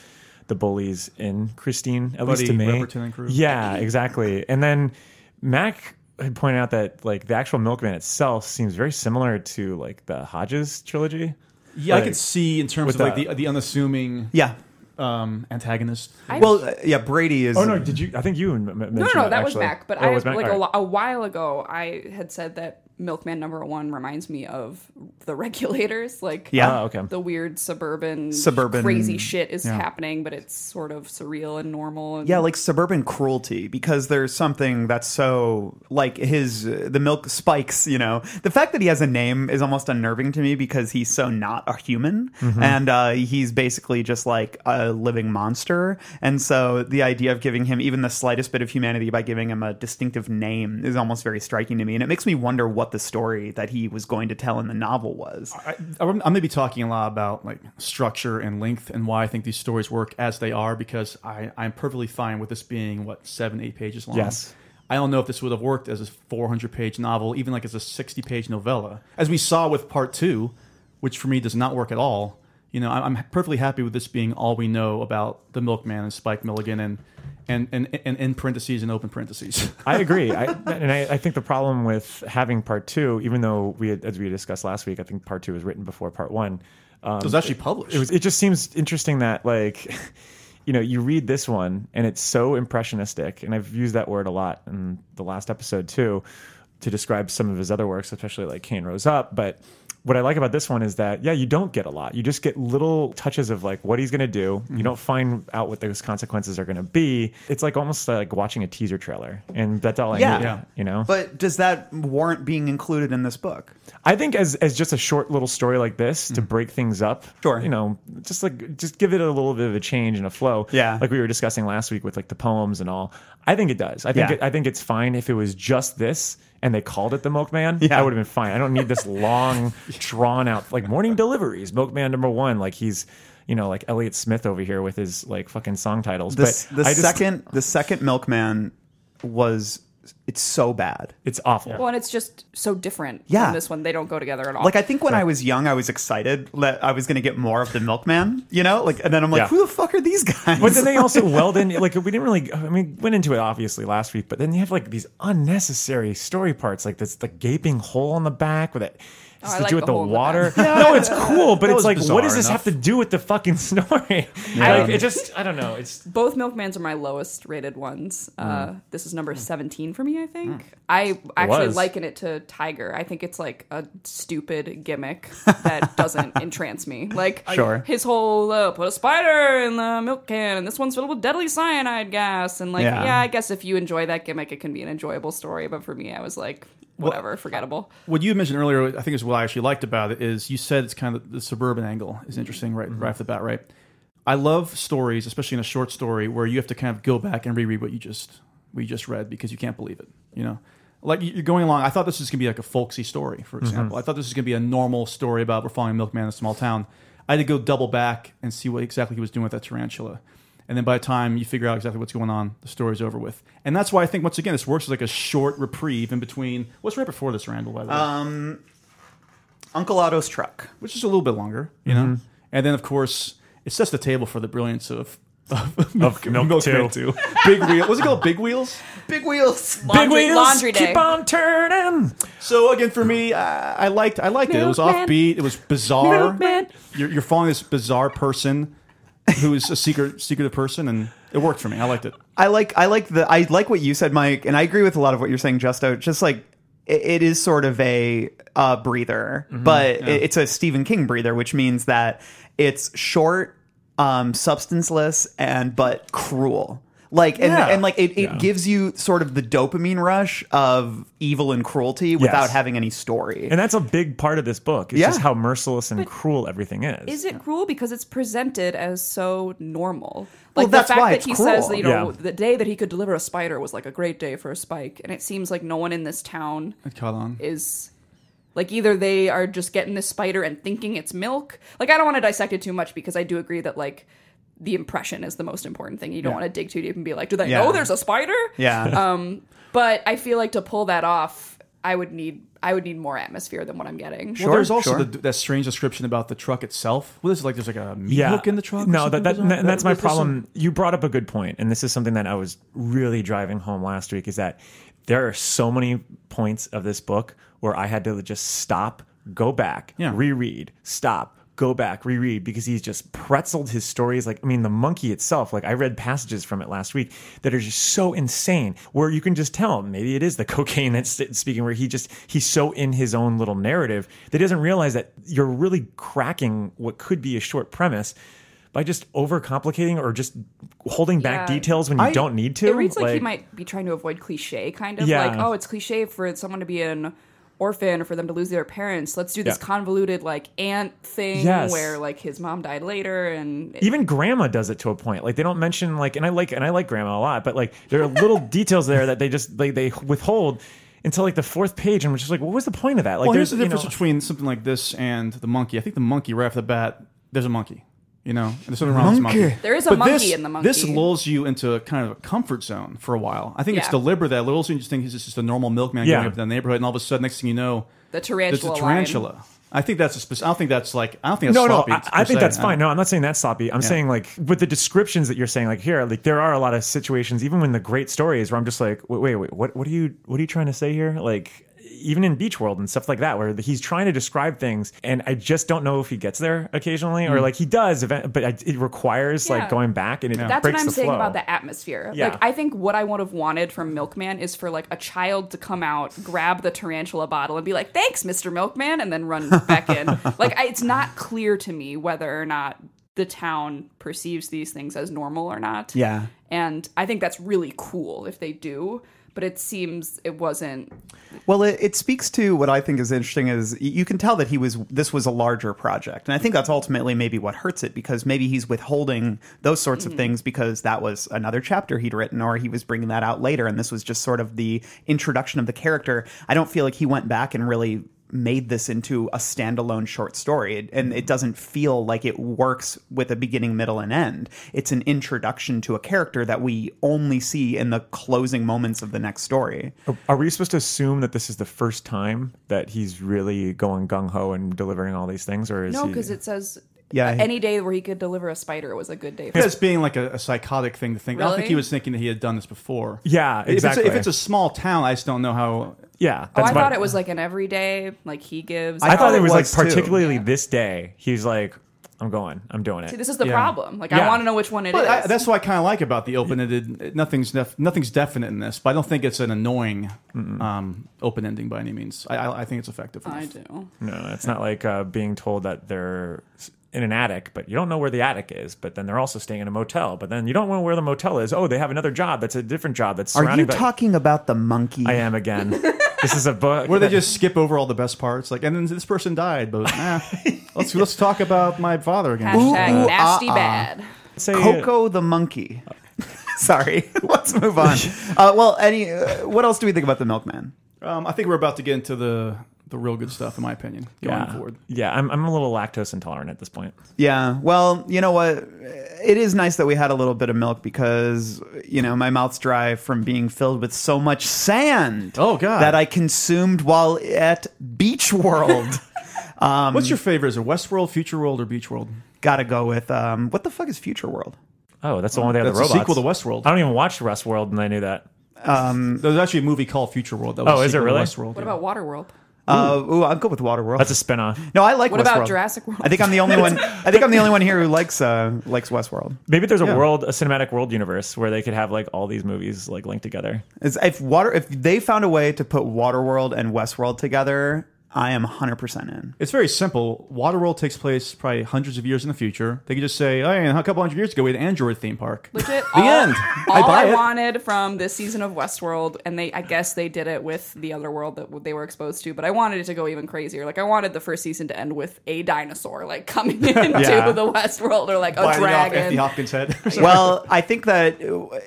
D: the bullies in christine at least to
F: Buddy
D: me
F: Ripperton and crew.
D: yeah exactly and then mac had pointed out that like the actual milkman itself seems very similar to like the hodges trilogy
F: yeah, I
D: like,
F: could see in terms
D: with
F: of like
D: the-
F: the, the unassuming
C: Yeah.
F: um, antagonist.
C: Well, uh, yeah, Brady is.
D: Oh no! Did you? I think you m- m- mentioned
E: No, no, no,
D: it,
E: that was
D: actually.
E: Mac. But
D: Oh, it
E: I
D: was Mac?
E: like a,
D: All right.
E: lo- a while ago, I had said that Milkman Number One reminds me of the Regulators, like
C: Yeah.
D: Oh, okay.
E: the weird suburban,
C: Suburban-
E: crazy shit is happening, but it's sort of surreal and normal. And
C: Yeah, like suburban cruelty because there's something that's so like his uh, the milk spikes, you know. The fact that he has a name is almost unnerving to me because he's so not a human and uh, he's basically just like a living monster. And so the idea of giving him even the slightest bit of humanity by giving him a distinctive name is almost very striking to me and it makes me wonder what the story that he was going to tell in the novel was.
F: I, I'm I'm maybe talking a lot about like structure and length and why I think these stories work as they are because I, I'm perfectly fine with this being what seven eight pages long.
D: Yes.
F: I don't know if this would have worked as a 400 page novel, even like as a 60 page novella, as we saw with part two, which for me does not work at all. You know, I- I'm perfectly happy with this being all we know about the Milkman and Spike Milligan and and and, and in parentheses and open parentheses.
D: I agree, I, and I, I think the problem with having part two, even though we, had, as we discussed last week, I think part two was written before part one. Um,
F: It was actually published.
D: it was. It just seems interesting that like, you know, you read this one and it's so impressionistic, and I've used that word a lot in the last episode too, to describe some of his other works, especially like Cain Rose Up. But what I like about this one is that yeah, you don't get a lot. You just get little touches of like what he's going to do.
C: Mm-hmm.
D: You don't find out what those consequences are going to be. It's like almost like watching a teaser trailer, and that's all I
C: Yeah.
D: need,
C: Yeah.
D: You know,
C: But does that warrant being included in this book?
D: I think as as just a short little story like this to break things up,
C: Mm. Sure.
D: you know, just like just give it a little bit of a change and a flow,
C: Yeah.
D: Like we were discussing last week with like the poems and all. I think it does. I think
C: Yeah.
D: it, I think it's fine if it was just this and they called it the Milkman.
C: Yeah.
D: I would have been fine. I don't need this long, drawn out like morning deliveries, Milkman number one. Like he's you know like Elliot Smith over here with his like fucking song titles.
C: The, s- the
D: but I just-
C: second the second milkman was it's so bad.
D: it's awful.
E: Well, and it's just so different.
C: Yeah.
E: from this one they don't go together at all.
C: Like I think when I was young, I was excited that I was going to get more of the milkman, you know. Like, and then I'm like,
D: Yeah.
C: who the fuck are these guys?
D: But then they also weld in like we didn't really. I mean, went into it obviously last week, but then you have like these unnecessary story parts, like this the gaping hole on the back with it. Has
E: Oh, I
D: to
E: like
D: do
E: the
D: with the,
E: hole in the
D: water. no, it's cool, but it's
F: was
D: like, what does
F: bizarre
D: this have
F: enough.
D: to do with the fucking story? Like, it just, I don't know. It's
E: both milkmans are my lowest rated ones uh, this is number 17 for me i think i actually
D: Hmm. was.
E: liken it to tiger i think it's like a stupid gimmick that doesn't entrance me like
C: Sure.
E: his whole uh, put a spider in the milk can and this one's filled with deadly cyanide gas and like
C: Yeah.
E: yeah, i guess if you enjoy that gimmick it can be an enjoyable story but for me i was like whatever forgettable
F: what you mentioned earlier, I think is what I actually liked about it is you said it's kind of the suburban angle is interesting right right off the bat, right? I love stories, especially in a short story, where you have to kind of go back and reread what you just we just read because you can't believe it. You know, like you- you're going along. I thought this was gonna be like a folksy story, for example. I thought this was gonna be a normal story about we're following a milkman in a small town. I had to go double back and see what exactly he was doing with that tarantula. And then by the time you figure out exactly what's going on, the story's over with. And that's why I think once again this works as like a short reprieve in between. What's right before this, Randall? By the way,
C: Uncle Otto's truck.
F: which is a little bit longer, you know.
D: Mm-hmm.
F: And then of course it sets the table for the brilliance of of,
D: Milk Two.
F: Two. Big wheel. What's it called? Big wheels.
C: Big wheels.
D: big
E: Laundry-
D: wheels
E: laundry day
D: keep on turning.
F: So again, for me, I, I liked I liked it. It was
E: Milkman.
F: offbeat. It was bizarre.
E: Milkman.
F: You're, you're following this bizarre person who is a secret secretive person, and It worked for me. I liked it.
C: I like I like the I like what you said, Mike, and I agree with a lot of what you're saying, Justo. Just like it, it is sort of a uh, breather, but it, it's a Stephen King breather, which means that it's short, um, substanceless, and but cruel. Like and,
F: Yeah.
C: and like it, it gives you sort of the dopamine rush of evil and cruelty without having any story.
D: And that's a big part of this book. It's
C: Yeah.
D: just how merciless and cruel everything is.
E: Is it cruel because it's presented as so normal?
C: Well,
E: Like
C: that's
E: the fact
C: why
E: that
C: it's
E: he
C: cruel.
E: says that you know
D: Yeah.
E: the day that he could deliver a spider was like a great day for a spike, and it seems like no one in this town
F: Caught on.
E: is like either they are just getting this spider and thinking it's milk. Like I don't want to dissect it too much because I do agree that like the impression is the most important thing. You don't want to dig too deep and be like, do they
C: Yeah.
E: know there's a spider?
C: yeah.
E: But I feel like to pull that off, I would need I would need more atmosphere than what I'm getting.
F: Well, there's also
C: sure.
F: the, that strange description about the truck itself. Well, there's like there's like a meat
D: yeah.
F: hook in the truck. or
D: No,
F: something
D: that, that,
F: bizarre?
D: and that's my
F: There's some-
D: problem. Um, You brought up a good point, and this is something that I was really driving home last week. Is that there are so many points of this book where I had to just stop, go back,
F: Yeah.
D: reread, stop. Go back, reread because he's just pretzeled his stories. Like, I mean, the monkey itself. Like, I read passages from it last week that are just so insane, where you can just tell maybe it is the cocaine that's speaking. Where he just he's so in his own little narrative that he doesn't realize that you're really cracking what could be a short premise by just overcomplicating or just holding back
E: Yeah.
D: details when you don't need to.
E: It reads like, he might be trying to avoid cliche, kind of
D: Yeah.
E: like, oh, it's cliche for someone to be an orphan or for them to lose their parents. Let's do this
D: Yeah.
E: convoluted like aunt thing
D: Yes.
E: where like his mom died later and
D: Even grandma does it to a point. Like they don't mention like, and I like and I like grandma a lot, but like there are little details there that they just they they withhold until like the fourth page, and we're just like, what was the point of that? Like
F: Well, here's the
D: there's
F: difference
D: you know,
F: between something like this and the monkey. I think the monkey right off the bat, there's a monkey. You know, and there's something wrong with this
C: Monkey.
F: monkey.
E: There is a
F: But
E: monkey
F: this,
E: in the
F: This
E: monkey.
F: lulls you into a kind of a comfort zone for a while. I think it's
E: Yeah.
F: deliberate that it lulls you into thinking he's just a normal milkman
D: Yeah.
F: going up in the neighborhood, and all of a sudden, next thing you know,
E: the
F: there's
E: tarantula.
F: a
E: line.
F: tarantula. I think that's a specific. I don't think that's like. I don't think
D: no,
F: that's sloppy.
D: no, I, I
F: per se.
D: think that's fine.
F: I-
D: No, I'm not saying that's sloppy. I'm saying like with the descriptions that you're saying, like here, like there are a lot of situations, even when the great story is, where I'm just like, wait, wait, wait, what, what are you, what are you trying to say here? Like even in Beach World and stuff like that, where he's trying to describe things, and I just don't know if he gets there occasionally, or like he does, event, but I, it requires
E: Yeah.
D: like going back and it
E: That's
D: breaks
E: what I'm
D: the
E: saying
D: flow.
E: about the atmosphere.
D: Yeah.
E: Like I think what I would have wanted from Milkman is for like a child to come out, grab the tarantula bottle and be like, "Thanks, Mr. Milkman," and then run back in. Like I, it's not clear to me whether or not the town perceives these things as normal or not.
C: Yeah.
E: And I think that's really cool if they do, but it seems it wasn't
C: Well, it, it speaks to what I think is interesting is y- you can tell that he was this was a larger project, and I think that's ultimately maybe what hurts it because maybe he's withholding those sorts of things because that was another chapter he'd written, or he was bringing that out later, and this was just sort of the introduction of the character. I don't feel like he went back and really made this into a standalone short story It- and it doesn't feel like it works with a beginning middle and end it's an introduction to a character that we only see in the closing moments of the next story
D: Are we supposed to assume that this is the first time that he's really going gung ho and delivering all these things, or is
E: No,
D: he-
E: because it says
C: Yeah,
E: uh,
C: he-
E: any day where he could deliver a spider was a good day. For
F: As being like a, a psychotic thing to think. I don't think
E: Really?
F: he was thinking that he had done this before.
D: Yeah, exactly.
F: If it's a, if it's a small town, I just don't know how.
D: yeah?
E: Oh,
D: that's
E: I
D: my-
E: thought it was like an everyday, like he gives.
D: I thought
C: Oh,
D: it
C: it
D: was like
C: was, too.
D: particularly this day. He's like, I'm going, I'm doing
E: See,
D: it.
E: this is the
F: Yeah.
E: problem. Like,
D: Yeah.
E: I want to know which one it is.
F: But I, that's what I kind of like about the open-ended. Nothing's def, nothing's definite in this, but I don't think it's an annoying um, open ending by any means. I, I, I think it's effective.
E: I
F: enough.
E: do.
D: No, it's not like uh, being told that they're s- in an attic, but you don't know where the attic is. But then they're also staying in a motel. But then you don't know where the motel is. Oh, they have another job. That's a different job. That's
C: Are you
D: surrounded by-
C: talking about the monkey?
D: I am again. this is a book.
F: Where they
D: that-
F: just skip over all the best parts, like, and then this person died, but nah, let's let's talk about my father again.
E: Hashtag
D: uh,
C: ooh,
E: nasty
C: ah, ah.
E: bad.
D: say
C: Coco the monkey. Sorry, let's move on. Uh, well, any uh, what else do we think about the milkman?
F: Um, I think we're about to get into the the real good stuff, in my opinion, going
D: Yeah,
F: forward.
D: yeah. I'm, I'm a little lactose intolerant at this point.
C: Yeah, well, you know what? It is nice that we had a little bit of milk because you know my mouth's dry from being filled with so much sand.
F: Oh, God.
C: that I consumed while at Beach World.
F: What's your favorite? Is it Westworld, Future World, or Beach World?
C: Um, Gotta go with um, what the fuck is Future World?
D: Oh, that's the one with the other
F: That's a
D: robots.
F: sequel to Westworld.
D: I don't even watch Westworld, and I knew that.
F: There's actually a movie called Future World. That was
D: Oh,
F: a
D: is it
F: sequel to
D: really?
F: Westworld.
E: What about Waterworld?
C: Uh, ooh, I'm good with Waterworld.
D: That's a spinoff.
C: no, I like.
E: What about
C: Westworld.
E: Jurassic World?
C: I think I'm the only one. I think I'm the only one here who likes uh, likes Westworld.
D: Maybe there's a
C: Yeah.
D: world, a cinematic world universe where they could have like all these movies like linked together.
C: It's- if water, if they found a way to put Waterworld and Westworld together, I am 100 percent in.
F: It's very simple. Waterworld takes place probably hundreds of years in the future. They could just say, "Hey, a couple hundred years ago, we had an Android theme park."
E: Legit.
F: The
E: all,
F: end.
E: All
F: I buy
E: I
F: it.
E: wanted from this season of Westworld, and they, I guess they did it with the other world that they were exposed to, but I wanted it to go even crazier. Like I wanted the first season to end with a dinosaur like coming into
C: Yeah.
E: the Westworld or like a
F: Biting off Anthony
E: dragon.
F: Hopkins' head.
C: Well, I think that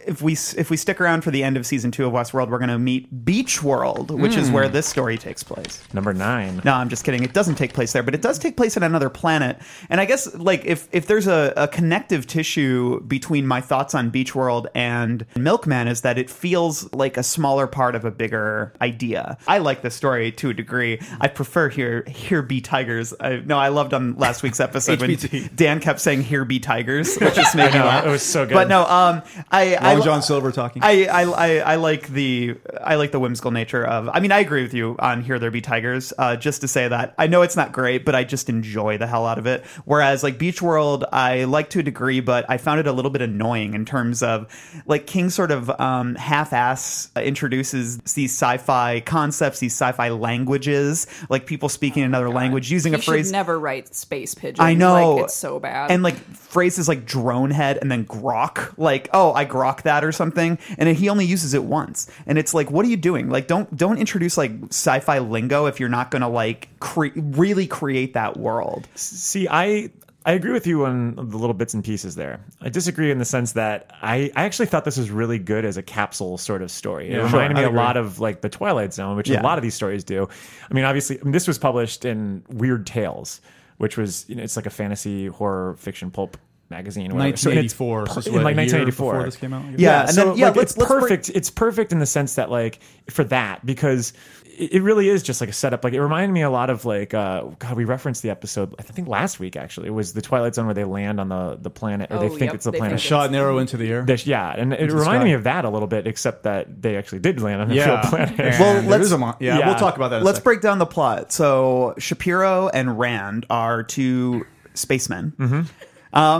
C: if we if we stick around for the end of season two of Westworld, we're going to meet Beach World, which is where this story takes place.
D: Number nine.
C: No, I'm just kidding. It doesn't take place there, but it does take place on another planet. And I guess like if if there's a, a connective tissue between my thoughts on Beach World and Milkman is that it feels like a smaller part of a bigger idea. I like this story to a degree. I prefer here here be tigers. I, no, I loved on last week's episode when
F: HBT.
C: Dan kept saying here be tigers, which just made me laugh.
D: it was so good.
C: But no, um, I I
F: Oh Long
C: li-
F: John Silver talking.
C: I, I, I, I like the I like the whimsical nature of. I mean, I agree with you on Here There Be Tigers. Uh, just to say that I know it's not great, but I just enjoy the hell out of it. Whereas like Beach World, I like to a degree, but I found it a little bit annoying in terms of like King sort of um, half-ass introduces these sci-fi concepts, these sci-fi languages, like people speaking another language, using
E: Oh You
C: a
E: should
C: phrase.
E: never write space pigeon.
C: I know
E: Like, it's so bad.
C: And like phrases like drone head and then grok, like oh I grok that or something, and he only uses it once. And it's like, what are you doing? Like don't don't introduce like sci-fi lingo if you're not gonna like cre- really create that world.
D: See, I I agree with you on the little bits and pieces there. I disagree in the sense that I, I actually thought this was really good as a capsule sort of story. it
F: Yeah, sure,
D: reminded
F: I
D: me a
F: agree.
D: lot of like the Twilight Zone, which
C: Yeah.
D: a lot of these stories do. I mean, obviously, I mean, this was published in Weird Tales, which was you know it's like a fantasy horror fiction pulp magazine. or whatever. So, and it's
F: 1984
D: per-
F: is
D: in,
F: what,
D: like
F: a year
D: 1984
F: before this came out, I guess?
C: Yeah,
D: yeah,
C: and
D: so
C: then- yeah,
D: like,
C: let's-
D: it's
C: let's bring-
D: perfect. it's perfect in the sense that like for that because it, it really is just like a setup. Like it reminded me a lot of like uh, God, we referenced the episode I think last week actually. It was the Twilight Zone where they land on the the planet or they
E: Oh,
D: think
E: yep,
D: it's the
E: they
D: planet.
E: think
F: Shot an arrow into the air.
D: Dish, yeah, and it
F: the
D: reminded
F: sky.
D: me of that a little bit, except that they actually did land on the real planet.
F: And
C: Well,
F: there
C: let's-
F: is a mon- yeah,
D: yeah.
F: we'll talk about that. In
C: Let's
F: a second.
C: break down the plot. So Shapiro and Rand are two spacemen.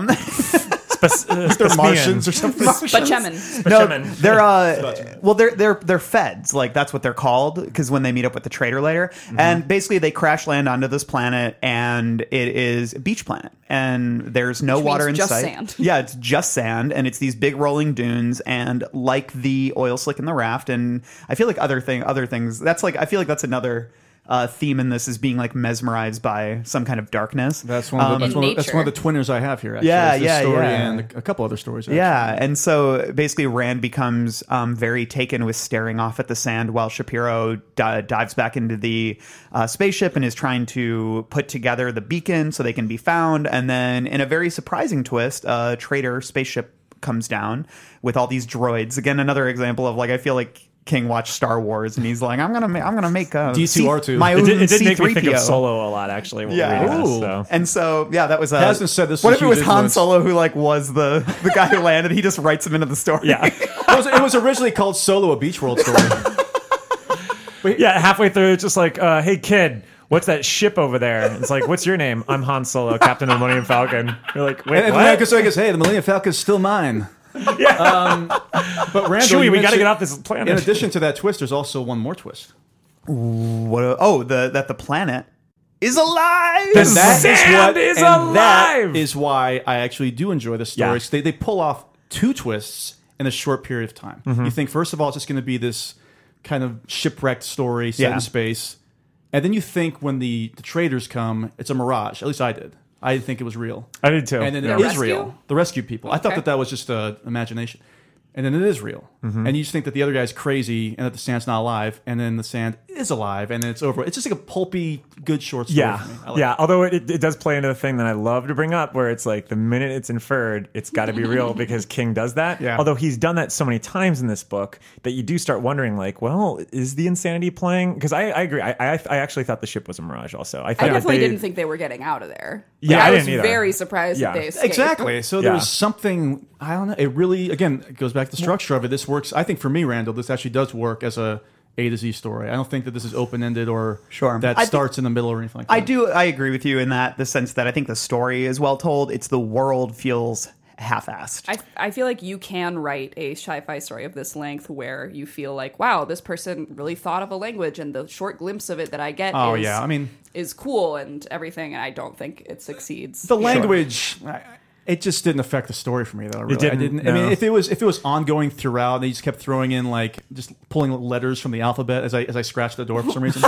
D: Spec- uh,
F: They're
D: Specimen.
F: Martians or something.
E: but Chemin.
C: No,
D: Specimen.
C: they're uh, well, they're they're they're feds. Like that's what they're called because when they meet up with the trader later,
F: Mm-hmm.
C: and basically they crash land onto this planet, and it is a beach planet, and there's no
E: Which
C: water in
E: means just
C: sight.
E: sand.
C: Yeah, it's just sand, and it's these big rolling dunes, and like the oil slick in the raft, and I feel like other thing, other things. That's like I feel like that's another. Uh, theme in this is being like mesmerized by some kind of darkness.
F: That's one. Of the,
C: Um,
F: that's, one of, the- that's one of the twinners I have here. Actually.
C: Yeah,
F: It's this
C: yeah,
F: story
C: yeah.
F: And a couple other stories. actually.
C: Yeah, and so basically, Rand becomes um, very taken with staring off at the sand while Shapiro di- dives back into the uh, spaceship and is trying to put together the beacon so they can be found. And then, in a very surprising twist, a traitor spaceship comes down with all these droids. Again, another example of like I feel like. King watched Star Wars and he's like, I'm gonna, ma- I'm gonna make a
F: D2R2.
C: My
D: It
C: own
D: did, it did make me think
C: C3PO.
D: of Solo a lot, actually. While
C: Yeah.
D: reading this,
F: Ooh.
D: so.
C: And so, yeah, that was. Uh,
F: Hasna said this
C: What
F: was
C: if it
F: huge
C: was Han
F: influence.
C: Solo who like was the the guy who landed? He just writes him into the story.
D: yeah.
F: it, was, it was originally called Solo: A Beach World Story.
D: Yeah, halfway through, it's just like, uh, hey, kid, what's that ship over there? It's like, what's your name? I'm Han Solo, Captain of the Millennium Falcon. You're like, wait,
F: And
D: what?
F: Atlantis, I guess, hey, the Millennium Falcon's still mine. Um,
D: Yeah.
F: But Randall,
D: Chewie,
F: you
D: we got to
F: mentioned-
D: get off this
F: In
D: planet.
F: addition to that twist, there's also one more twist.
C: What? A, oh, the that the planet is alive.
D: This is-
F: That is
D: Sand
F: what
D: is
F: and
D: alive!
F: That is why I actually do enjoy the
D: Yeah.
F: story. They, they pull off two twists in a short period of time.
D: Mm-hmm.
F: You think first of all it's just going to be this kind of shipwrecked story set
C: Yeah.
F: in space, and then you think when the the traders come, it's a mirage. At least I did. I didn't think it was real.
D: I did too.
F: And then
E: The
F: it is
E: rescue?
F: real. The rescue people. I thought
E: Okay.
F: that that was just uh, imagination. And then it is real.
D: Mm-hmm.
F: And you just think that the other guy's crazy and that the sand's not alive. And then the sand is alive and then it's over. It's just like a pulpy, good short story.
D: Yeah,
F: for me. I like
D: yeah.
F: it.
D: Although it, it, it does play into the thing that I love to bring up, where it's like the minute it's inferred, it's got to be real because King does that.
F: Yeah.
D: Although he's done that so many times in this book that you do start wondering, like, well, is the insanity playing? Because I, I agree. I, I, I actually thought the ship was a mirage. Also, I,
E: I
D: thought that
E: definitely
D: they-
E: didn't think they were getting out of there.
D: Yeah,
E: Like,
D: I
E: I, was
D: didn't either.
E: very surprised
D: Yeah.
E: that they escaped.
F: Exactly. So
D: Yeah.
F: there's something I don't know. It really again it goes back to the structure of it. This works. I think for me, Randall, this actually does work as a A to Z story. I don't think that this is open ended or
C: Sure.
F: that
C: I thi-
F: starts in the middle or anything like that.
C: I do. I agree with you in that the sense that I think the story is well told. It's the world feels half-assed.
E: I, I feel like you can write a sci-fi story of this length where you feel like, wow, this person really thought of a language, and the short glimpse of it that I get,
F: Oh
E: is,
F: yeah, I mean
E: is cool and everything, and I don't think it succeeds.
F: the language. I- I- It just didn't affect the story for me though. Really. I
D: didn't,
F: didn't. I
D: no.
F: mean, if it was if it was ongoing throughout, and they just kept throwing in like just pulling letters from the alphabet as I as I scratched the door for some reason.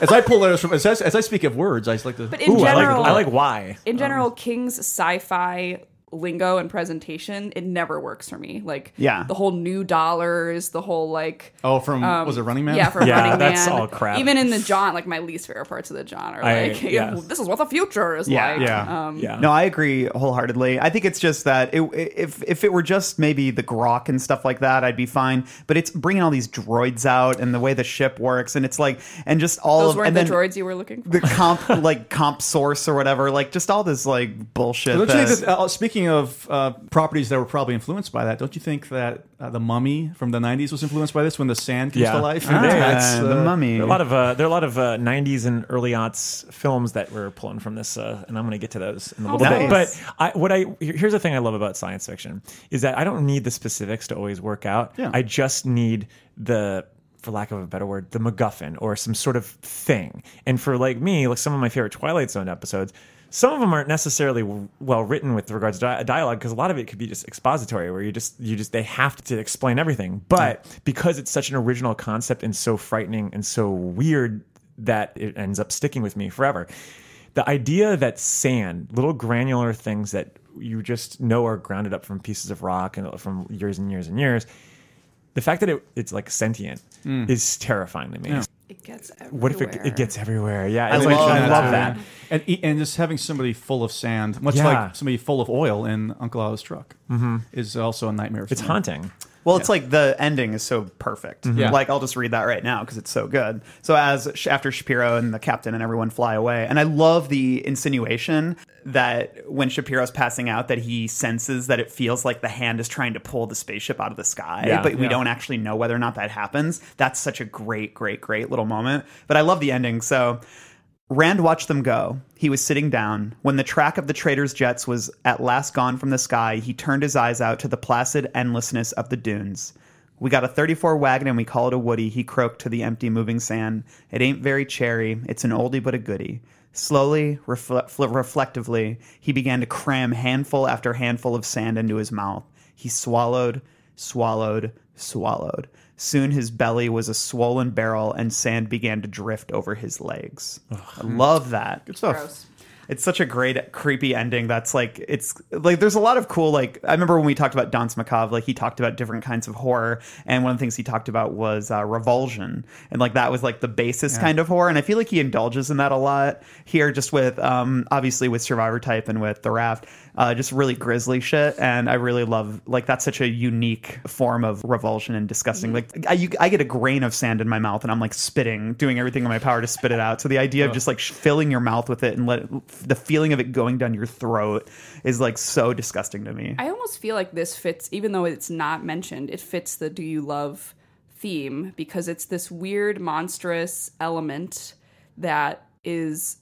F: As I pull letters from as I, as I speak of words, I just like to.
E: But in
D: Ooh,
E: general,
D: I like. I like why.
E: in general, King's sci-fi lingo and presentation, it never works for me. Like,
C: Yeah.
E: the whole new dollars, the whole like. um,
F: oh, from was it Running Man?
E: Yeah, from
D: Yeah,
E: Running
D: that's
E: Man.
D: all crap.
E: Even in the genre, like my least favorite parts of the genre,
D: I-
E: like
D: yeah.
E: this is what the future is
C: Yeah,
E: like.
F: yeah.
E: Um,
D: Yeah.
C: No, I agree wholeheartedly. I think it's just that it, if if it were just maybe the grok and stuff like that, I'd be fine. But it's bringing all these droids out and the way the ship works, and it's like and just all
E: those
C: of
E: weren't
C: and
E: the
C: then
E: droids you were looking for.
C: the comp like comp source or whatever, like just all this like bullshit.
F: Don't you
C: that-
F: think that, uh, speaking of uh, properties that were probably influenced by that, don't you think that uh, the Mummy from the '90s was influenced by this when the sand comes
D: Yeah.
F: to life?
D: Ah,
F: That's,
C: the
F: uh,
C: mummy.
D: There are a lot of uh, there are a lot of uh, '90s and early aughts films that we're pulling from this, uh, and I'm going to get to those in a little
C: nice.
D: bit. But I, what I here- here's the thing I love about science fiction is that I don't need the specifics to always work out.
F: Yeah.
D: I just need the for lack of a better word, the MacGuffin or some sort of thing. And for like me, like some of my favorite Twilight Zone episodes, some of them aren't necessarily w- well written with regards to di- dialogue because a lot of it could be just expository where you just you just they have to explain everything. But because it's such an original concept and so frightening and so weird that it ends up sticking with me forever. The idea that sand, little granular things that you just know are grounded up from pieces of rock and from years and years and years, the fact that it, it's like sentient
C: Hmm.
D: is terrifying to me.
E: It gets
D: What if it, it gets everywhere? Yeah, it's
C: I
D: like-
C: love
D: I
C: that.
D: love that.
F: And e- and just having somebody full of sand, much
D: Yeah. Mm-hmm.
F: like somebody full of oil in Uncle Otto's truck, is also a nightmare.
D: It's haunting.
C: Well, it's like the ending is so perfect.
F: Yeah.
C: Like I'll just read that right now because it's so good. So as Sh- after Shapiro and the captain and everyone fly away, and I love the insinuation that when Shapiro's passing out, that he senses that it feels like the hand is trying to pull the spaceship out of the sky,
D: Yeah.
C: but we
D: Yeah.
C: don't actually know whether or not that happens. That's such a great, great, great little moment. But I love the ending. So Rand watched them go. He was sitting down. When the track of the trader's jets was at last gone from the sky, he turned his eyes out to the placid endlessness of the dunes. We got a 34 wagon and we call it a woody, he croaked to the empty moving sand. It ain't very cherry. It's an oldie but a goodie. Slowly, refle- fl- reflectively, he began to cram handful after handful of sand into his mouth. He swallowed, swallowed, swallowed. Soon his belly was a swollen barrel and sand began to drift over his legs. I love that.
F: good stuff.
E: gross?
C: It's such a great creepy ending that's like it's like there's a lot of cool like I remember when we talked about Don Smakov like he talked about different kinds of horror and one of the things he talked about was uh, revulsion and like that was like the basis kind of horror and I feel like he indulges in that a lot here just with um obviously with Survivor type and with The Raft uh, just really grisly shit and I really love like that's such a unique form of revulsion and disgusting like I, you, I get a grain of sand in my mouth and I'm like spitting doing everything in my power to spit it out so the idea of just like sh- filling your mouth with it and let it- the feeling of it going down your throat is like so disgusting to me
E: I almost feel like this fits, even though it's not mentioned, it fits the "Do you love" theme because it's this weird, monstrous element that is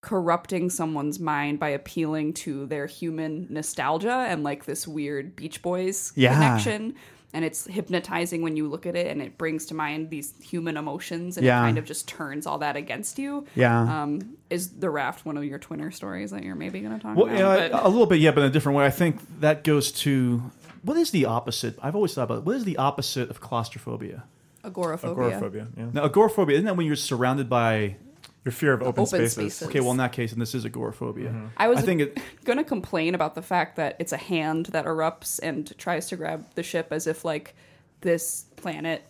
E: corrupting someone's mind by appealing to their human nostalgia and like this weird Beach Boys
C: Yeah.
E: connection. And it's hypnotizing when you look at it, and it brings to mind these human emotions, and
C: Yeah.
E: it kind of just turns all that against you.
C: Yeah.
E: Um, is the raft one of your twinner stories that you're maybe going to talk
F: Well,
E: about?
F: yeah,
E: But-
F: a little bit, yeah, but in a different way. I think that goes to what is the opposite? I've always thought about it. what is the opposite of claustrophobia.
E: agoraphobia.
D: Agoraphobia. Yeah.
F: Now, agoraphobia isn't that when you're surrounded by?
D: Your fear of open,
E: Open
D: spaces. Mm-hmm.
E: spaces.
F: Okay, well, in that case, and this is agoraphobia.
E: I was
F: I think it.
E: gonna complain about the fact that it's a hand that erupts and tries to grab the ship as if like this planet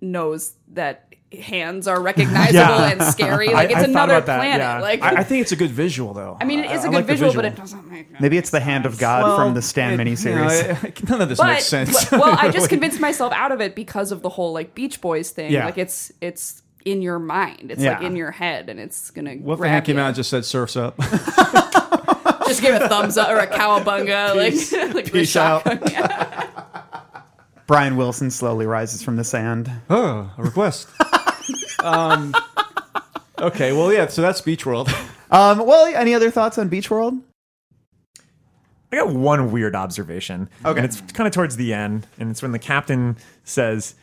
E: knows that hands are recognizable
D: Yeah.
E: and scary. Like it's
D: I thought
E: another
D: about that,
E: planet.
D: yeah.
E: Like
F: I,
E: I,
F: I think it's a good visual, though.
E: mean, it is a
F: I
E: good
F: like the
E: visual, but it doesn't make
C: maybe it's the hand of God
F: Well,
C: from the Stan
F: it-
C: miniseries
F: you know, it- none of this
E: But
F: makes sense.
E: well, I just
F: Really.
E: convinced myself out of it because of the whole like Beach Boys thing.
F: Yeah.
E: Like it's it's in your mind. It's like
C: Yeah.
E: in your head, and it's gonna.
F: What fan
E: grab
F: came
E: you.
F: out and just said "Surfs Up"?
E: Just give a thumbs up or a cowabunga. like like the
F: Peace out.
E: shotgun.
C: Brian Wilson slowly rises from the sand.
F: Oh, a request. um, okay, well, yeah, so that's Beach World.
C: Um, well, any other thoughts on Beach World?
D: I got one weird observation. Okay. And it's kind of towards the end, and it's when the captain says,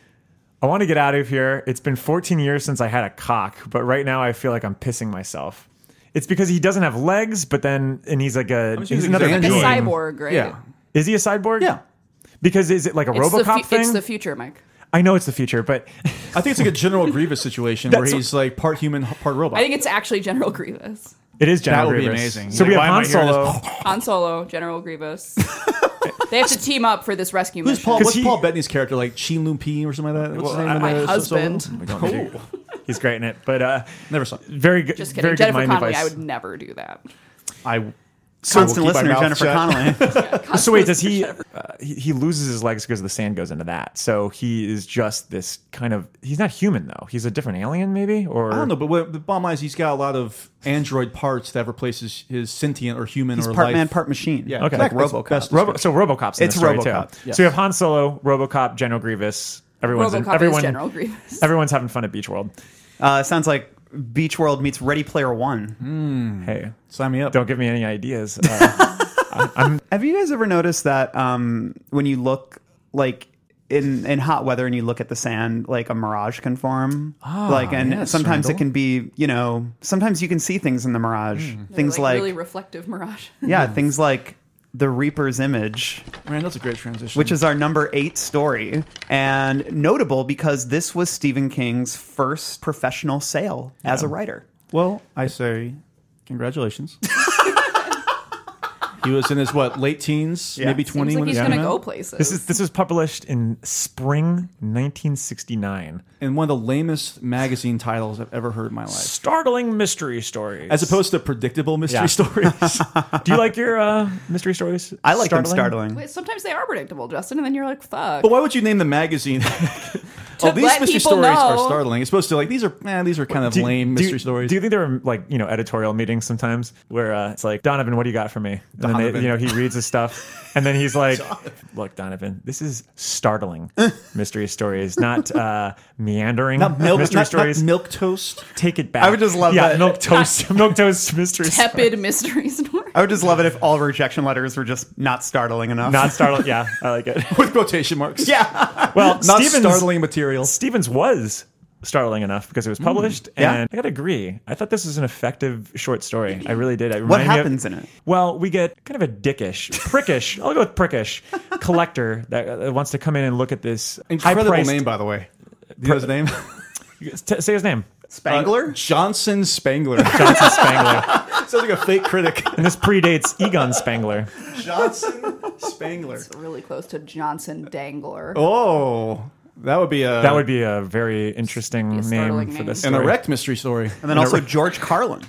D: I want to get out of here. It's been 14 years since I had a cock, but right now I feel like I'm pissing myself. It's because he doesn't have legs, but then, and he's like a,
F: just
D: he's
F: using
D: another
F: his
E: A
F: Enjoy.
D: being.
E: cyborg, right?
F: Yeah.
D: Is he a cyborg?
F: Yeah.
D: Because is it like a
E: It's the,
D: Robocop
E: fu-
D: thing?
E: it's the future, Mike.
D: I know it's the future, but
F: I think it's like a General Grievous situation where
D: That's-
F: he's like part human, part robot.
E: I think it's actually General Grievous.
D: it is General
F: would be
D: Grievous.
F: amazing.
D: So
F: Like,
D: we
F: why
D: have
F: am I
D: Han
F: hearing this?
D: Solo.
E: Han Solo, General Grievous. they have to team up for this rescue
F: Who's
E: mission.
F: Paul?
D: 'Cause
F: What's
D: he-
F: Paul Bettany's character like? Chin Lung Ping or something like that. What's
D: Well,
F: his name?
D: I-
F: in
D: my
F: the-
E: husband.
F: Solo?
D: Oh. He's great in it, but uh,
F: Never saw. it.
D: very good.
E: Just kidding.
D: Very good
E: Jennifer
D: mind
E: Connelly,
D: advice.
E: I would never do that.
F: I
C: Constant
F: keep my
C: listener
F: mouth
C: Jennifer
F: shut.
C: Connelly.
D: So wait, does he, uh, he? He loses his legs because the sand goes into that. So he is just this kind of. He's not human though. He's a different alien, maybe. Or
F: I don't know, but what, the bottom line is he's got a lot of android parts that replaces his sentient or human
C: He's
F: or
C: part
F: life.
C: man, part machine.
F: Yeah,
D: Okay.
F: okay. like
D: That's
F: RoboCop.
D: Robo, so RoboCop's in
C: It's
D: the story
C: RoboCop,
D: too.
F: yes.
D: So you have Han Solo, RoboCop, General Grievous. Everyone's in,
E: RoboCop
D: everyone.
E: is General Grievous.
D: Everyone's having fun at Beach World.
C: Uh, sounds like Beach World meets Ready Player One.
F: Mm-hmm.
D: Hey,
F: Sign me up.
D: don't give me any ideas. Uh,
C: Have you guys ever noticed that um, when you look like in in hot weather and you look at the sand, like a mirage can form? like, and
F: Ah, yes,
C: sometimes it
F: Randall.
C: can be, you know, sometimes you can see things in the mirage.
F: Mm.
C: Things
E: like,
C: like,
E: really reflective mirage.
C: yeah,
F: Hmm.
C: things like the Reaper's image,
F: Man, that's a great transition.
C: which is our number eight story, and notable because this was Stephen King's first professional sale as a writer.
F: well, I say, congratulations. he was in his what late teens,
C: Yeah.
F: maybe
E: Seems
F: twenty
E: like
F: when
E: he's
F: this
E: gonna
F: came out?
E: go places.
D: this is this was published in spring 1969.
F: and one of the lamest magazine titles I've ever heard in my life.
D: Startling mystery stories.
F: As opposed to predictable mystery
D: Yeah.
F: stories.
D: do you like your uh, mystery stories?
C: I like them startling.
E: Wait, Sometimes they are predictable, Justin, and then you're like, "Fuck."
F: but why would you name the magazine?
E: To
F: these
E: let
F: mystery
E: people
F: stories are
E: know-
F: startling. It's supposed to like these are man, these are kind of
D: Do you-
F: lame
D: do you-
F: mystery stories.
D: Do you think there were like you know editorial meetings sometimes where uh, it's like Donovan, what do you got for me? And then they,
F: Donovan.
D: you know he reads his stuff, and then he's like, "Look, Donovan, this is startling mystery stories, not uh, meandering
F: not milk,
D: mystery
F: not,
D: stories.
F: not milk toast.
D: Take it back.
C: would just love
D: yeah,
C: that.
D: milk toast, milk toast mystery stories.
E: tepid mystery story.
C: I would just love it if all rejection letters were just not startling enough.
D: Not startling. Yeah, I like it.
F: With quotation marks.
C: yeah.
D: Well,
F: Not
D: Stevens,
F: startling material.
D: Stevens was startling enough because it
F: Hmm.
D: was published,
C: yeah.
D: and I gotta agree. I thought this was an effective short story. I really did. It
C: What
D: reminded me of-
C: happens in it?
D: Well, we get kind of a dickish, prickish. I'll go with prickish collector that uh, wants to come in and look at this
F: Incredible
D: high-priced-
F: name, by the way. You know his name?
D: T- say his name,
C: Spangler?
F: Uh, Johnson Spangler.
D: Johnson Spangler,
F: Sounds like a fake critic.
D: and this predates Egon Spangler.
F: Johnson Spangler.
E: Really close to Johnson Dangler.
F: Oh, that would be a
D: That would be a very interesting
E: Be a
D: name,
E: startling
D: for this.
E: name.
F: an
D: story.
F: erect mystery story.
C: And then also George Carlin.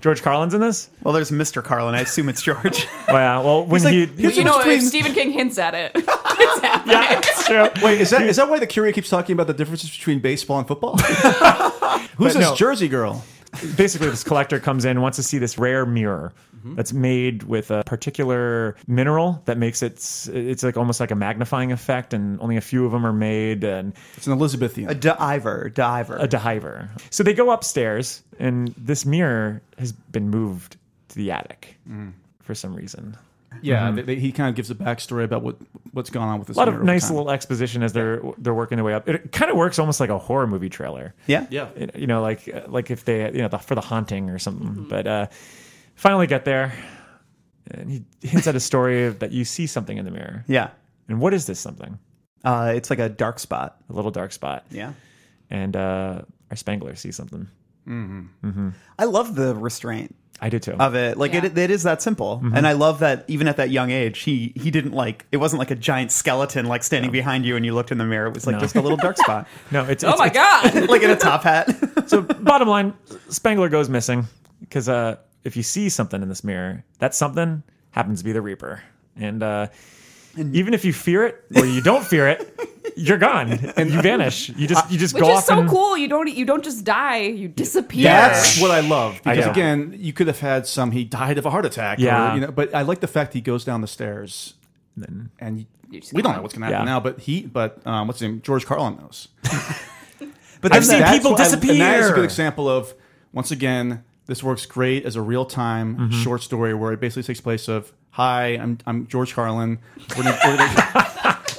D: George Carlin's in this.
C: Well, there's Mr. Carlin. I assume it's George.
D: Well, yeah, well, when
F: like,
D: he,
F: here's
E: you know,
F: between-
E: if Stephen King hints at it, it's happening.
D: yeah, it's true.
F: Wait, is that is that why the Curia keeps talking about the differences between baseball and football? Who's
D: But
F: this
D: no.
F: Jersey girl?
D: basically this collector comes in wants to see this rare mirror that's made with a particular mineral that makes it it's like almost like a magnifying effect and only a few of them are made and
F: It's an Elizabethan.
C: A diver. Diver.
D: a diver so they go upstairs and this mirror has been moved to the attic for some reason
F: yeah, they, they- he kind of gives a backstory about what what's gone on with this.
D: a Mm-hmm. lot of nice little exposition as they're they're working their way up it kind of works almost like a horror movie trailer
C: yeah.
F: Yeah,
D: you know- you know, like like if they you know the, for the haunting or something.
E: Mm-hmm.
D: But uh, finally get there, and he hints at a story of that you see something in the mirror.
C: Yeah.
D: And what is this something?
C: Uh, it's like a dark spot.
D: A little dark spot.
C: Yeah.
D: And uh, our Spangler sees something.
C: I love the restraint
D: I do too.
C: of it. Like it, it is that simple. And I love that even at that young age, he he didn't like it wasn't like a giant skeleton like standing behind you and you looked in the mirror. It was like just a little dark spot.
D: no, it's,
E: Oh
D: it's-
E: my
D: it's-
E: god!
C: like in a top hat.
D: So bottom line, Spangler goes missing because uh, if you see something in this mirror, that something happens to be the Reaper, and. Uh, even if you fear it or you don't fear it, you're gone. And you vanish. You just you just
E: Which
D: go
E: is
D: off
E: so
D: and-
E: cool. You don't you don't just die. You disappear.
F: That's what I love because
D: know.
F: again, you could have had some. He died of a heart attack. or,
D: Yeah.
F: you know. But I like the fact he goes down the stairs
D: Then
F: and we
E: just
F: don't
E: gonna-
F: know what's going to happen
D: Yeah.
F: now. But he, but um, what's his name? George Carlin knows.
D: but I've seen
F: That's
D: people
F: what I-
D: disappear.
F: and that is a good example of once again, this works great as a real time
D: Mm-hmm.
F: short story where it basically takes place of hi, I'm I'm George Carlin. We're gonna- we're gonna-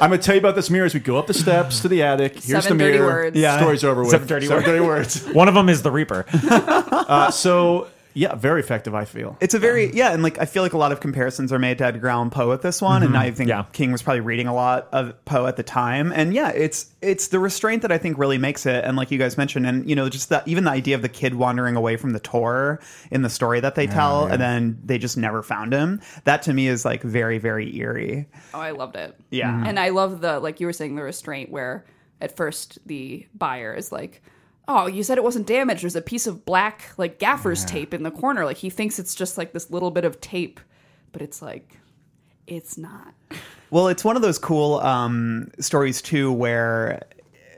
F: I'm gonna tell you about this mirror as we go up the steps to the attic. Here's
E: Seven
F: the
E: dirty
F: mirror.
E: words.
F: Yeah, story's over with.
D: Seven dirty
F: Seven dirty words.
D: One of them is the Reaper.
F: Uh, so yeah, very effective. I feel.
C: It's a very yeah, and like I feel like a lot of comparisons are made to Edgar Allan Poe with this one, and I think
D: Yeah.
C: King was probably reading a lot of Poe at the time, and yeah, it's it's the restraint that I think really makes it, and like you guys mentioned, and you know just that even the idea of the kid wandering away from the tour in the story that they tell, and then they just never found him. That to me is like very very eerie.
E: Oh, I loved it.
C: Yeah. Mhm.
E: And I love the, like you were saying, the restraint where at first the buyer is like, oh, you said it wasn't damaged. There's a piece of black, like, gaffer's tape in the corner. Like, he thinks it's just like this little bit of tape, but it's like, it's not.
C: Well, it's one of those cool um, stories too, where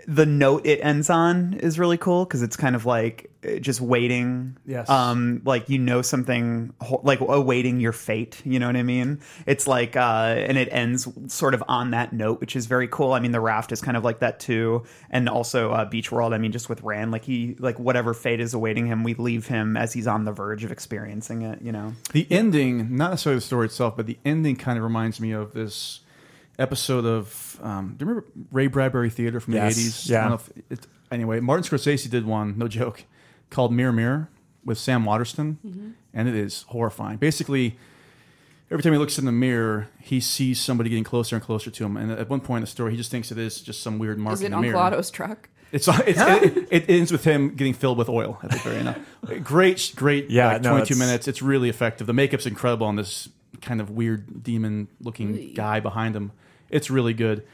C: the note it ends on is really cool because it's kind of like eh, just waiting.
F: Yes.
C: Um, like you know something ho- like awaiting your fate. You know what I mean? It's like, uh, and it ends sort of on that note, which is very cool. I mean, the raft is kind of like that too, and also uh, Beach World. I mean, just with Rand, like he, like whatever fate is awaiting him, we leave him as he's on the verge of experiencing it. You know?
F: The ending, not necessarily the story itself, but the ending kind of reminds me of this episode of. Um, do you remember Ray Bradbury Theater from
D: Yes,
F: the eighties?
D: yeah.
F: it, anyway, Martin Scorsese did one, no joke, called Mirror Mirror with Sam Waterston,
E: Mm-hmm.
F: and it is horrifying. Basically, every time he looks in the mirror, he sees somebody getting closer and closer to him, and at one point in the story, he just thinks it is just some weird mark
E: Is
F: in
E: it
F: the
E: Uncle
F: mirror.
E: Otto's truck?
F: It's, it's it, it ends with him getting filled with oil at the very end. Great, great.
D: Yeah,
F: like
D: no,
F: 22
D: it's-
F: minutes. It's really effective. The makeup's incredible on this kind of weird demon-looking guy behind him. It's really good.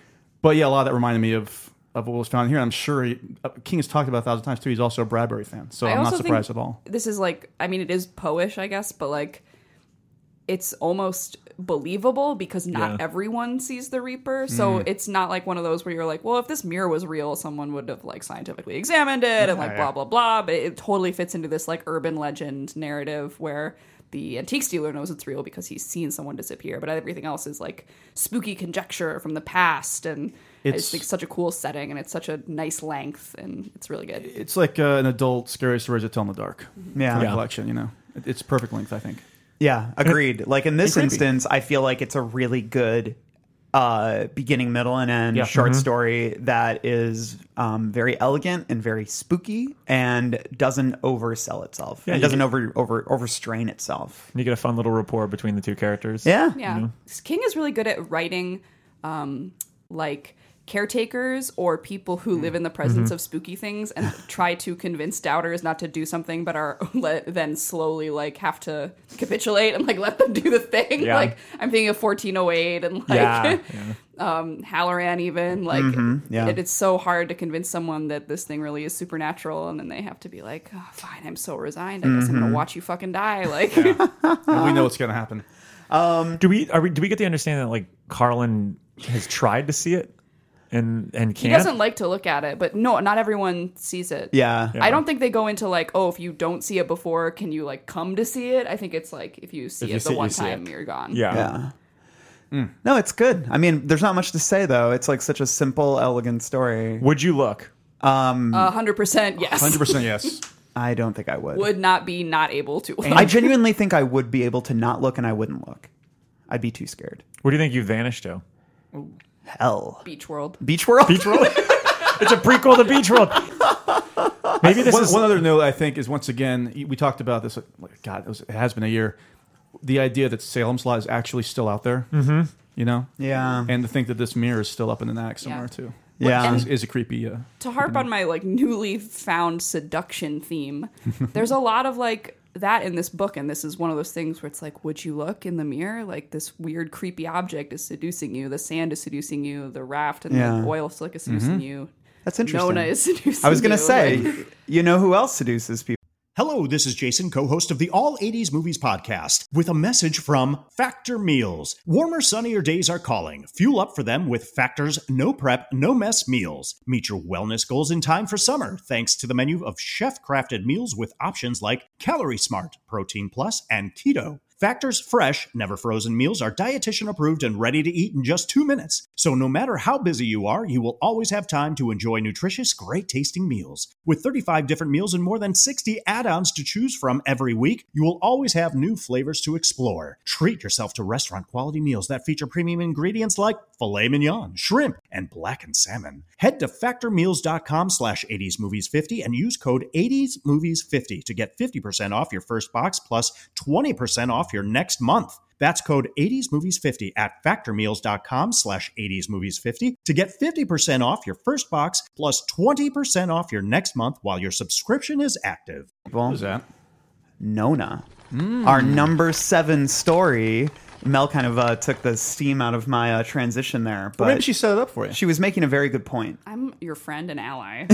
F: But yeah, a lot of that reminded me of of what was found here. I'm sure he, uh, King has talked about it a thousand times too. He's also a Bradbury fan, so
E: I
F: I'm not
E: also think
F: surprised at all.
E: This is like, I mean, it is Poe-ish, I guess, but like, it's almost believable because not
D: Yeah.
E: everyone sees the Reaper. So it's not like one of those where you're like, well, if this mirror was real, someone would have like scientifically examined it and like blah, blah, blah. But it totally fits into this like urban legend narrative where the antique dealer knows it's real because he's seen someone disappear, but everything else is like spooky conjecture from the past. And it's,
F: It's-
E: like such a cool setting and it's such a nice length and it's really good.
F: It's like uh, an adult scary stories to tell in the dark
C: Yeah.
F: kind of collection. You know, It- it's perfect length. I think.
C: Yeah, agreed. Like in this
F: creepy.
C: instance, I feel like it's a really good uh, beginning, middle, and end
F: Yeah. Mm-hmm.
C: short story that is um, very elegant and very spooky and doesn't oversell itself and
D: you
C: doesn't
D: get-
C: over over overstrain itself.
D: You get a fun little rapport between the two characters.
C: Yeah.
E: Yeah. King is really good at writing um, like caretakers or people
D: Mm-hmm.
E: who live in the presence of spooky things and try to convince doubters not to do something but are let, then slowly like have to capitulate and like let them do the thing.
D: Yeah.
E: Like I'm thinking of 1408 and like
D: Yeah, Mm-hmm.
E: um Halloran even like
C: yeah.
E: it, it's so hard to convince someone that this thing really is supernatural and then they have to be like, oh, "Fine, I'm so resigned. I guess I'm going
D: Mm-hmm.
E: to watch you fucking die." Like
F: And we know what's going to happen.
D: Do we are we do we get the understanding that like Carlin has tried to see it and and
E: He
D: can't?
E: doesn't like to look at it, but no, not everyone sees it.
C: Yeah.
E: I don't think they go into like, oh, if you don't see it before, can you like come to see it? I think it's like if you see
D: If
E: it
D: you
E: the
D: see it,
E: one
D: you see
E: time,
D: it.
E: you're gone.
D: Yeah.
C: Yeah. No, it's good. I mean, there's not much to say though. It's like such a simple, elegant story.
D: Would you look?
E: a hundred percent. Yes,
F: Hundred percent, yes.
C: I don't think I would.
E: would not be not able to.
C: I genuinely think I would be able to not look, and I wouldn't look. I'd be too scared.
D: Where do you think you vanished to?
C: Hell,
E: Beach World.
C: Beach World.
D: Beach World. it's a prequel to Beach World. Maybe this
F: one,
D: is
F: one other note I think is once again we talked about this. Like, God, it, was, it has been a year. The idea that Salem's Lot is actually still out there, mm-hmm. you know,
C: Yeah.
F: and to think that this mirror is still up in an attic somewhere
E: Yeah.
F: too,
C: Yeah.
F: is, is a creepy. Uh,
E: To harp on my like newly found seduction theme, there's a lot of like that in this book, and this is one of those things where it's like, would you look in the mirror? Like this weird, creepy object is seducing you. The sand is seducing you. The raft and
C: Yeah.
E: the oil slick is seducing you.
C: That's interesting.
E: Nona is seducing.
C: I was gonna
E: you.
C: say,
E: Like-
C: you know who else seduces people?
H: Hello, this is Jason, co host of the All 80s Movies Podcast, with a message from Factor Meals. Warmer, sunnier days are calling. Fuel up for them with Factor's no prep, no mess meals. Meet your wellness goals in time for summer thanks to the menu of chef crafted meals with options like Calorie Smart, Protein Plus, and Keto. Factor's fresh, never frozen meals are dietitian approved and ready to eat in just two minutes. So no matter how busy you are, you will always have time to enjoy nutritious, great tasting meals. With 35 different meals and more than 60 add ons to choose from every week, you will always have new flavors to explore. Treat yourself to restaurant quality meals that feature premium ingredients like filet mignon, shrimp, and blackened salmon. Head to factormeals.com slash 80smovies50 and use code 80smovies50 to get 50% off your first box plus 20% off your next month. That's code 80smovies50 at factormeals.com slash 80smovies50 to get 50% off your first box plus 20% off your next month while your subscription is active.
C: Well,
F: that?
C: Nona.
F: Hmm.
C: Our number seven story. Mel kind of uh, took the steam out of my uh, transition there, but
F: Well, maybe she set it up for you.
C: she was making a very good point.
E: I'm your friend and ally.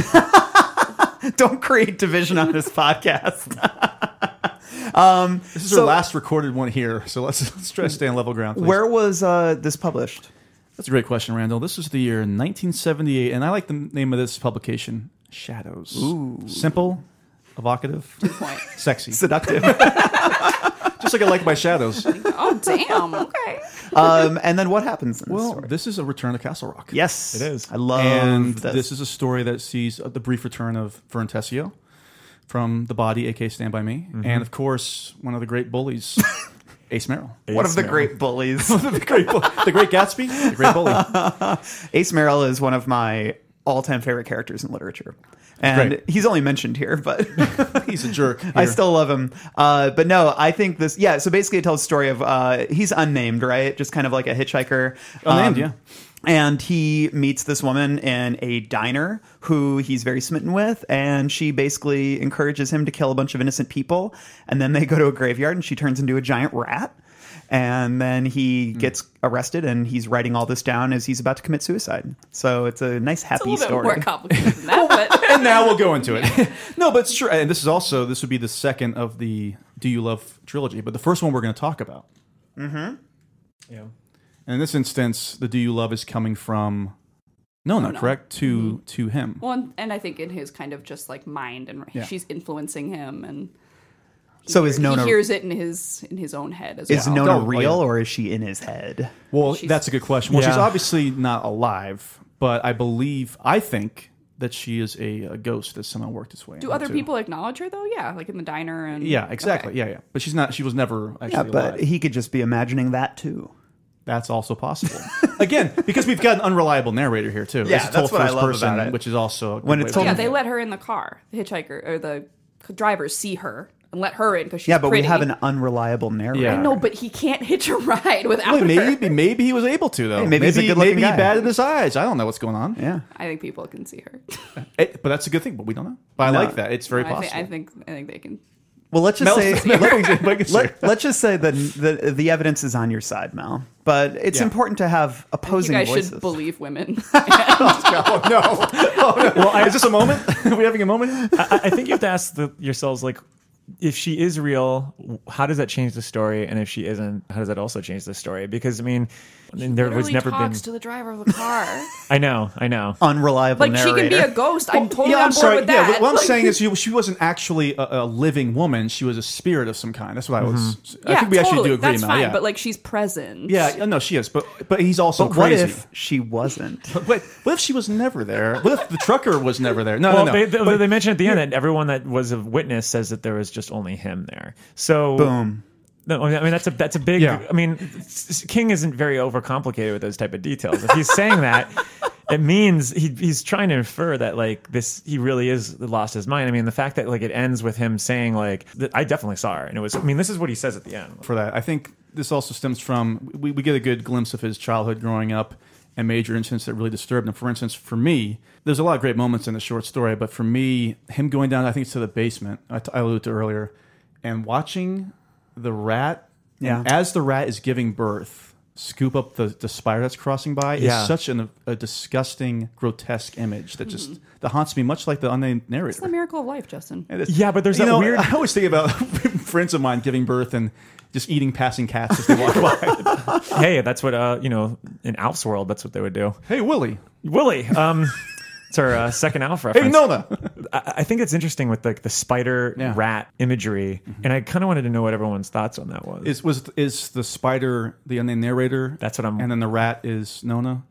C: Don't create division on this podcast.
F: This is
C: So-
F: her last recorded one here, so let's let's try to stay on level ground. please.
C: Where was uh, this published?
F: That's a great question, Randall. This is the year 1978, and I like the name of this publication, Shadows. Ooh. Simple, evocative,
E: Point.
F: sexy.
C: Seductive.
F: Just like I like my shadows.
E: Oh damn. Okay.
C: um, and then what happens in this
F: Well,
C: story?
F: this is a return to Castle Rock.
C: Yes,
D: It is.
C: I love
F: and
C: this.
F: this. is a story that sees uh, the brief return of Vern Tessio from the body, aka Stand By Me, and of course one of the great bullies, Ace Merrill.
C: one of the
D: Yes,
C: great bullies.
F: the great, bull- the great Gatsby, the great bully.
C: Ace Merrill is one of my all-time favorite characters in literature, and
F: Great.
C: he's only mentioned here, but
F: He's a jerk.
C: I
F: here.
C: still love him. Uh, but no, I think this. Yeah, so basically, it tells the story of uh, he's unnamed, right? Just kind of like a hitchhiker. Um,
F: Unnamed, yeah.
C: And he meets this woman in a diner who he's very smitten with, and she basically encourages him to kill a bunch of innocent people. And then they go to a graveyard, and she turns into a giant rat. And then he
F: Hmm.
C: gets arrested, and he's writing all this down as he's about to commit suicide. So it's a nice,
E: It's a
C: happy
E: little bit
C: story.
E: more complicated than that, but
F: and now we'll go into it. no, but sure. And this is also this would be the second of the Do You Love trilogy, but the first one we're going to talk about.
C: Mm-hmm.
D: Yeah.
F: And in this instance, the Do You Love is coming from Nona, Mm-hmm. correct? To to him.
E: well, and, and I think in his kind of just like mind, and she's influencing him, and he
C: So is
E: hear-
C: Nona-
E: he hears it in his in his own head as
C: Is
E: well.
C: Nona
F: Oh, oh,
C: real,
F: yeah.
C: or is she in his head?
F: Well,
E: She's-
F: that's a good question. Well, she's
D: Yeah.
F: obviously not alive, but I believe, I think that she is a, a ghost that somehow worked its way.
E: Do other
F: into-
E: people acknowledge her though? Yeah, like in the diner and
F: Yeah, exactly. Yeah, yeah. But she's not. She was never actually
C: Yeah, Uh, but
F: alive.
C: he could just be imagining that too.
F: That's also possible. Again, because we've got an unreliable narrator here too.
C: Yeah,
F: It's told
C: that's what I
F: first
C: love
F: person,
C: about it.
F: Which is also a good
C: When
F: way
C: it's
F: of
C: told-
E: Yeah,
F: doing
E: they
F: it.
E: let her in the car. The hitchhiker or the driver see her and let her in because she's
C: Yeah, but
E: pretty.
C: we have an unreliable narrator.
F: Yeah.
E: no, but he can't hitch a ride without
F: Well,
E: her.
F: maybe maybe he was able to though.
C: Hey, maybe he's a good-looking
F: maybe
C: guy.
F: he batted his eyes. I don't know what's going on.
C: Yeah.
E: I think people can see her.
F: It- but that's a good thing. But we don't know. But I like that. It's very
E: I,
F: possible.
E: thi- I think I think they can.
C: Well, let's just
F: Mel's-
C: say
F: Mel's- Mel's-
C: let, us just say that the the evidence is on your side, Mel. But it's
F: Yeah.
C: important to have
E: You
C: opposing
E: guys
C: voices.
E: should believe women.
F: oh no! Oh, no. is this a moment? Are we having a moment?
D: I, I think you have to ask the, yourselves like if she is real w- how does that change the story and if she isn't how does that also change the story because i mean I mean, there was
E: Literally
D: never been
E: talks to the driver of the car.
D: i know i know
C: Unreliable
E: like
C: narrator.
E: she can be a ghost. I'm totally
F: yeah,
E: on
F: I'm
E: board
F: sorry.
E: with
F: yeah,
E: that.
F: but what I'm
E: Like,
F: saying is, she, she wasn't actually a, a living woman. She was a spirit of some kind. That's what I was. I
E: yeah,
F: think we actually
E: totally.
F: do agree,
E: That's
F: Mel.
E: fine,
F: yeah.
E: but like she's present.
F: yeah, no, she is. But but he's also
C: but what
F: crazy.
C: if she wasn't?
F: Wait, what if she was never there? What if the trucker was never there? No,
D: well
F: no,
D: they,
F: no.
D: they, they mentioned at the end that everyone that was a witness says that there was just only him there so
C: Boom.
D: No, I mean I mean, that's a that's a big.
F: Yeah.
D: I mean, S- S- King isn't very overcomplicated with those type of details. If he's saying that, it means he, he's trying to infer that like this, he really is lost his mind. I mean, the fact that like it ends with him saying like that I definitely saw her, and it was. I mean, this is what he says at the end.
F: for that. I think this also stems from we, we get a good glimpse of his childhood growing up and major incidents that really disturbed him. For instance, for me, there's a lot of great moments in the short story, but for me, him going down, I think it's to the basement, I, t- I alluded to earlier, and watching the rat,
C: Yeah.
F: and as the rat is giving birth, scoop up the, the spider that's crossing by
D: Yeah.
F: is such an, a disgusting, grotesque image that just that haunts me, much like the unnamed narrator.
E: It's the miracle of life, Justin.
D: Yeah, but there's
F: You
D: that
F: know,
D: weird.
F: I always think about friends of mine giving birth and just eating passing cats as they walk by.
D: hey, that's what uh you know in Alf's world, that's what they would do.
F: hey, Willie.
D: Willie, um, It's our uh, second Alf reference.
F: Hey, Nona.
D: I, I think it's interesting with like the spider
F: Yeah. Mm-hmm.
D: rat imagery, and I kind of wanted to know what everyone's thoughts on that was.
F: Is was is the spider the unnamed narrator?
D: That's what I'm-
F: And then the rat is Nona.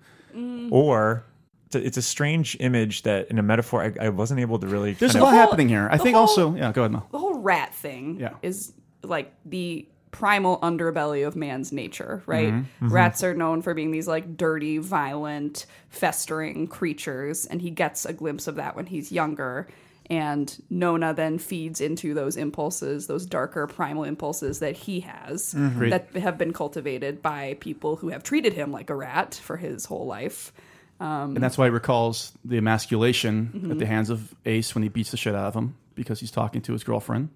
D: or it's a, it's a strange image that in a metaphor I, I wasn't able to really.
F: There's a
D: kind
F: lot
D: of-
F: happening here. I
E: the
F: think
E: whole-
F: also. Yeah, go
D: Mm-hmm.
F: ahead, Mel.
E: the whole rat thing
F: Yeah.
E: is like the primal underbelly of man's nature, right? Rats are known for being these like dirty, violent, festering creatures, and he gets a glimpse of that when he's younger. And Nona then feeds into those impulses, those darker primal impulses that he has that have been cultivated by people who have treated him like a rat for his whole life.
F: And that's why he recalls the emasculation
D: Mm-hmm.
F: at the hands of Ace when he beats the shit out of him because he's talking to his girlfriend.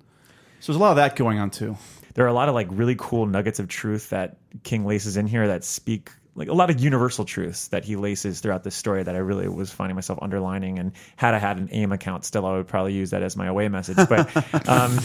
F: So there's a lot of that going on too.
D: there are a lot of like really cool nuggets of truth that King laces in here that speak like a lot of universal truths that he laces throughout this story that I really was finding myself underlining. And had I had an AIM account still, I would probably use that as my away message. But, um,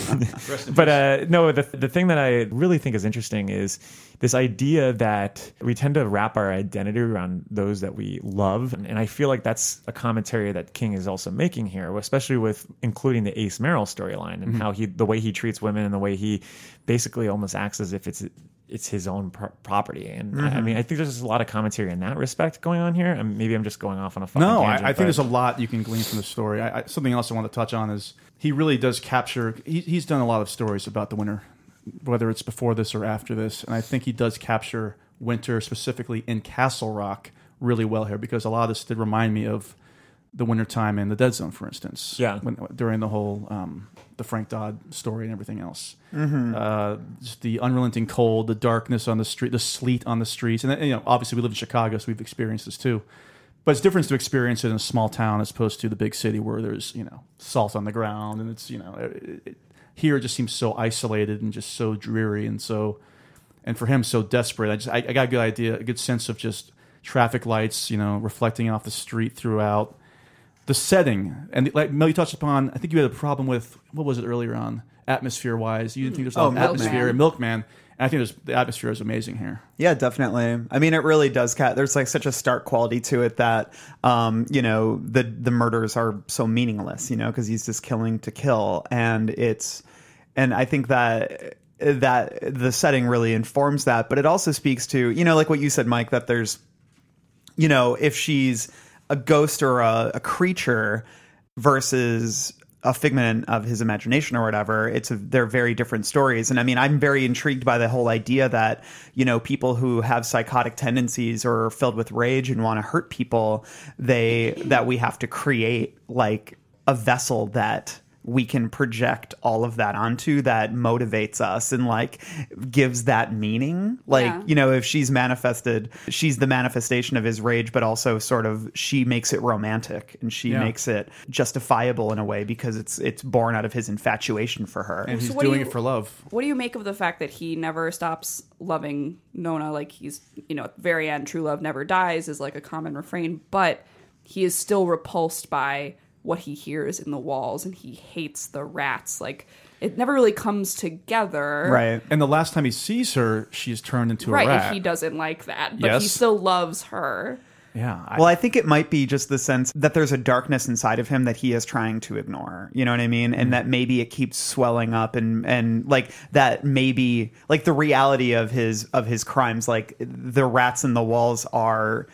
D: but uh, no, the, the thing that I really think is interesting is this idea that we tend to wrap our identity around those that we love. And, and I feel like that's a commentary that King is also making here, especially with including the Ace Merrill storyline
F: Mm-hmm.
D: and how he, the way he treats women and the way he basically almost acts as if it's it's his own pro- property. And
F: Mm-hmm.
D: I, I mean, I think there's just a lot of commentary in that respect going on here. And maybe I'm just going off on a fucking
F: No, I, I
D: tangent,
F: think
D: but-
F: there's a lot you can glean from the story. I, I, something else I want to touch on is he really does capture. He, he's done a lot of stories about the winter, whether it's before this or after this, and I think he does capture winter specifically in Castle Rock really well here because a lot of this did remind me of the winter time in the Dead Zone, for instance.
D: Yeah.
F: when, during the whole um, the Frank Dodd story and everything else. Uh, just the unrelenting cold, the darkness on the street, the sleet on the streets, and you know, obviously we live in Chicago, so we've experienced this too. But it's different to experience it in a small town as opposed to the big city where there's you know salt on the ground and it's you know it, it, here it just seems so isolated and just so dreary and so and for him so desperate. I just I, I got a good idea, a good sense of just traffic lights, you know, reflecting off the street throughout the setting and like Mel, you touched upon. I think you had a problem with what was it earlier on atmosphere wise. You didn't think there's a lot of
C: Milkman.
F: atmosphere in Milkman, and I think there's, the atmosphere is amazing here.
C: Yeah, definitely. I mean, it really does. Cat. There's like such a stark quality to it that, um, you know, the the murders are so meaningless. You know, because he's just killing to kill, and it's, and I think that that the setting really informs that. But it also speaks to you know, like what you said, Mike, that there's you know, if she's a ghost or a, a creature versus a figment of his imagination or whatever, it's a, they're very different stories. And I mean, I'm very intrigued by the whole idea that you know people who have psychotic tendencies or are filled with rage and want to hurt people, they that we have to create like a vessel that we can project all of that onto that motivates us and like gives that meaning like
E: Yeah.
C: you know if she's manifested she's the manifestation of his rage but also sort of she makes it romantic and she
F: Yeah.
C: makes it justifiable in a way because it's it's born out of his infatuation for her
F: And he's
E: what do
F: doing
E: you-
F: it for love.
E: What do you make of the fact that he never stops loving Nona? Like he's, you know, at the very end, true love never dies is like a common refrain, but he is still repulsed by what he hears in the walls and he hates the rats. Like it never really comes together.
C: right
F: And the last time he sees her, she's turned into
E: Right.
F: a rat.
E: And he doesn't like that, but he
F: Yes.
E: still loves her.
F: Yeah. I-
C: well i think it might be just the sense that there's a darkness inside of him that he is trying to ignore you know what i mean
F: Mm-hmm.
C: and that maybe it keeps swelling up and and like that maybe like the reality of his of his crimes like the rats in the walls are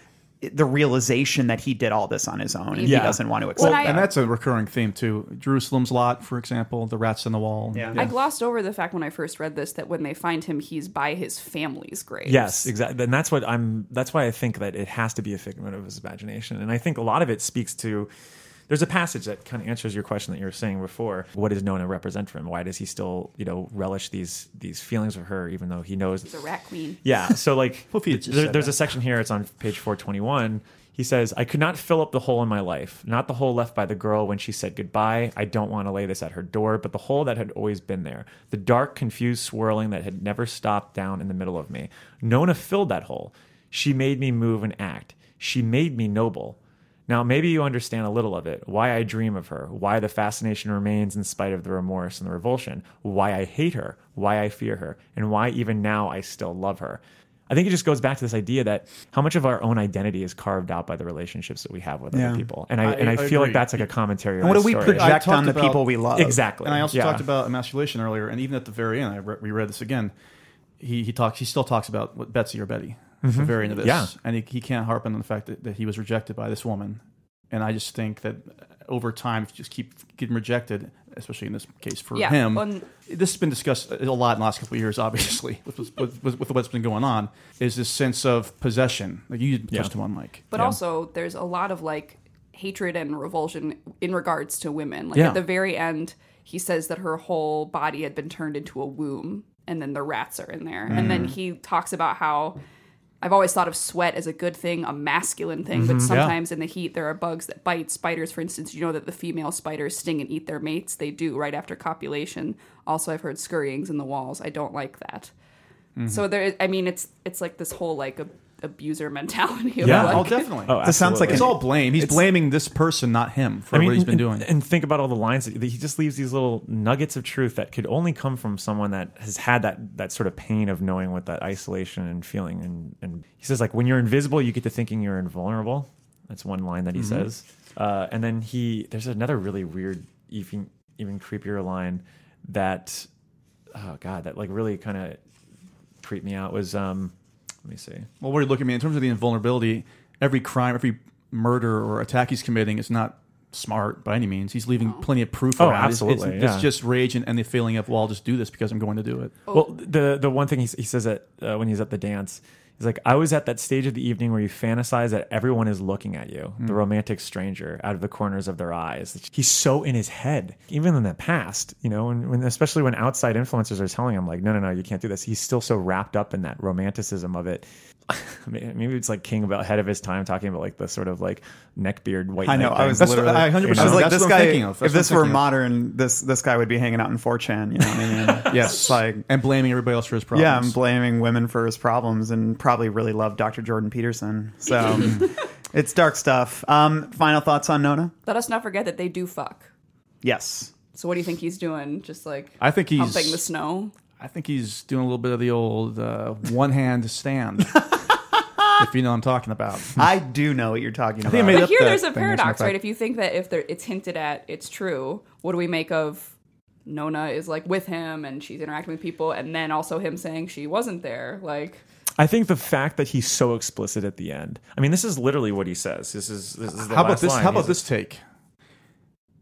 C: the realization that he did all this on his own and he
D: Yeah.
C: doesn't want to accept
E: I-
F: and that's a recurring theme too. Jerusalem's Lot, for example, the rats in the wall. Yeah.
E: I glossed over the fact when I first read this that when they find him, he's by his family's grave.
D: Yes, exactly. And that's what I'm that's why I think that it has to be a figment of his imagination. And I think a lot of it speaks to there's a passage that kind of answers your question that you were saying before. What does Nona represent for him? Why does he still, you know, relish these these feelings of her even though he knows
E: The rat queen.
D: yeah. So like,
F: Well, if he had just
D: there-
F: said
D: there's
F: that.
D: a section here. It's on page 421. He says, "I could not fill up the hole in my life, not the hole left by the girl when she said goodbye. I don't want to lay this at her door, but the hole that had always been there, the dark, confused swirling that had never stopped down in the middle of me. Nona filled that hole. She made me move and act. She made me noble." Now, maybe you understand a little of it why I dream of her, why the fascination remains in spite of the remorse and the revulsion, why I hate her, why I fear her, and why even now I still love her. I I think it just goes back to this idea that how much of our own identity is carved out by the relationships that we have with
F: Yeah.
D: other people, and I,
F: I-
D: and I,
F: I
D: feel
F: agree.
D: like that's like a commentary. on
C: what do we
D: story.
F: I
C: project
F: talked
C: on the
F: about-
C: people we love?
D: exactly?
F: And I also
D: Yeah.
F: talked about emasculation earlier, and even at the very end, I re- reread this again. He, he talks. He still talks about what Betsy or Betty at the very end of this,
D: Mm-hmm. Yeah.
F: and he, he can't harp on the fact that, that he was rejected by this woman. And I just think that uh, over time, if you just keep getting rejected, especially in this case for
E: Yeah,
F: him,
E: on-
F: this has been discussed a lot in the last couple of years, obviously, with, with, with, with what's been going on. Is this sense of possession? Like you touched
D: Yeah.
F: him on, Mike.
E: But also, there's a lot of like hatred and revulsion in regards to women. Like
F: Yeah.
E: at the very end, he says that her whole body had been turned into a womb, and then the rats are in there. And
D: Mm.
E: then he talks about how I've always thought of sweat as a good thing, a masculine thing, but
D: Mm-hmm.
E: sometimes in the heat, there are bugs that bite. Spiders, for instance, you know that the female spiders sting and eat their mates. They do right after copulation. Also, I've heard scurryings in the walls. I don't like that.
D: Mm-hmm.
E: So there, is, I mean, it's it's like this whole like ab abuser mentality. Of
D: Yeah.
E: like,
F: oh, definitely.
D: Oh,
C: This sounds like
D: absolutely.
F: it's
C: an-
F: all blame. He's blaming this person, not him, for what he's been
D: and-
F: doing.
D: And think about all the lines that that he just leaves these little nuggets of truth that could only come from someone that has had that that sort of pain of knowing what that isolation and feeling and and he says like when you're invisible you get to thinking you're invulnerable. That's one line that he
F: Mm-hmm.
D: says. Uh, and then he there's another really weird even even creepier line that oh god that like really kind of creeped me out was um let me see.
F: Well, what are you looking at me in terms of the invulnerability? Every crime, every murder or attack he's committing is not smart by any means. He's leaving plenty of proof.
D: Oh,
F: around. It's-
D: absolutely,
F: It's, it's
D: yeah.
F: just rage and, and the feeling of, well, I'll just do this because I'm going to do it.
D: Well, the the one thing he, s- he says that uh, when he's at the dance, he's like, "I was at that stage of the evening where you fantasize that everyone is looking at you, the romantic stranger, out of the corners of their eyes." He's so in his head, even in the past, you know, and when especially when outside influencers are telling him like, "No, no, no, you can't do this," he's still so wrapped up in that romanticism of it. Maybe it's like King about ahead of his time, talking about like the sort of like neckbeard white.
C: I know.
D: knight
C: I
D: thing.
C: was
F: That's what-
C: literally.
F: I 100%
C: I was like,
F: that's
C: this
F: what I'm
C: guy.
F: thinking of. That's
C: If
F: what
C: this
F: I'm
C: were
F: thinking of.
C: modern, this this guy would be hanging out in 4chan. You know what I mean?
F: Yes.
C: like-
F: and blaming everybody else for his problems.
C: Yeah, I'm blaming women for his problems and probably really love Dr. Jordan Peterson. So it's dark stuff. Um, final thoughts on Nona?
E: Let us not forget that they do fuck.
C: Yes.
E: So what do you think he's doing? Just like
F: I think he's-
E: humping the snow.
F: I think he's doing a little bit of the old uh, one hand stand, if you know what I'm talking about.
C: I do know what you're talking about.
F: I made
E: But
F: up
E: here,
F: that
E: there's a
F: thing or
E: paradox,
F: something.
E: right? If you think that if there, it's hinted at, it's true. What do we make of Nona is like with him and she's interacting with people, and then also him saying she wasn't there? Like,
D: I think the fact that he's so explicit at the end. I mean, this is literally what he says. This is this is the
F: How about
D: last
F: this?
D: line.
F: How
D: He's
F: about
D: like-
F: this take?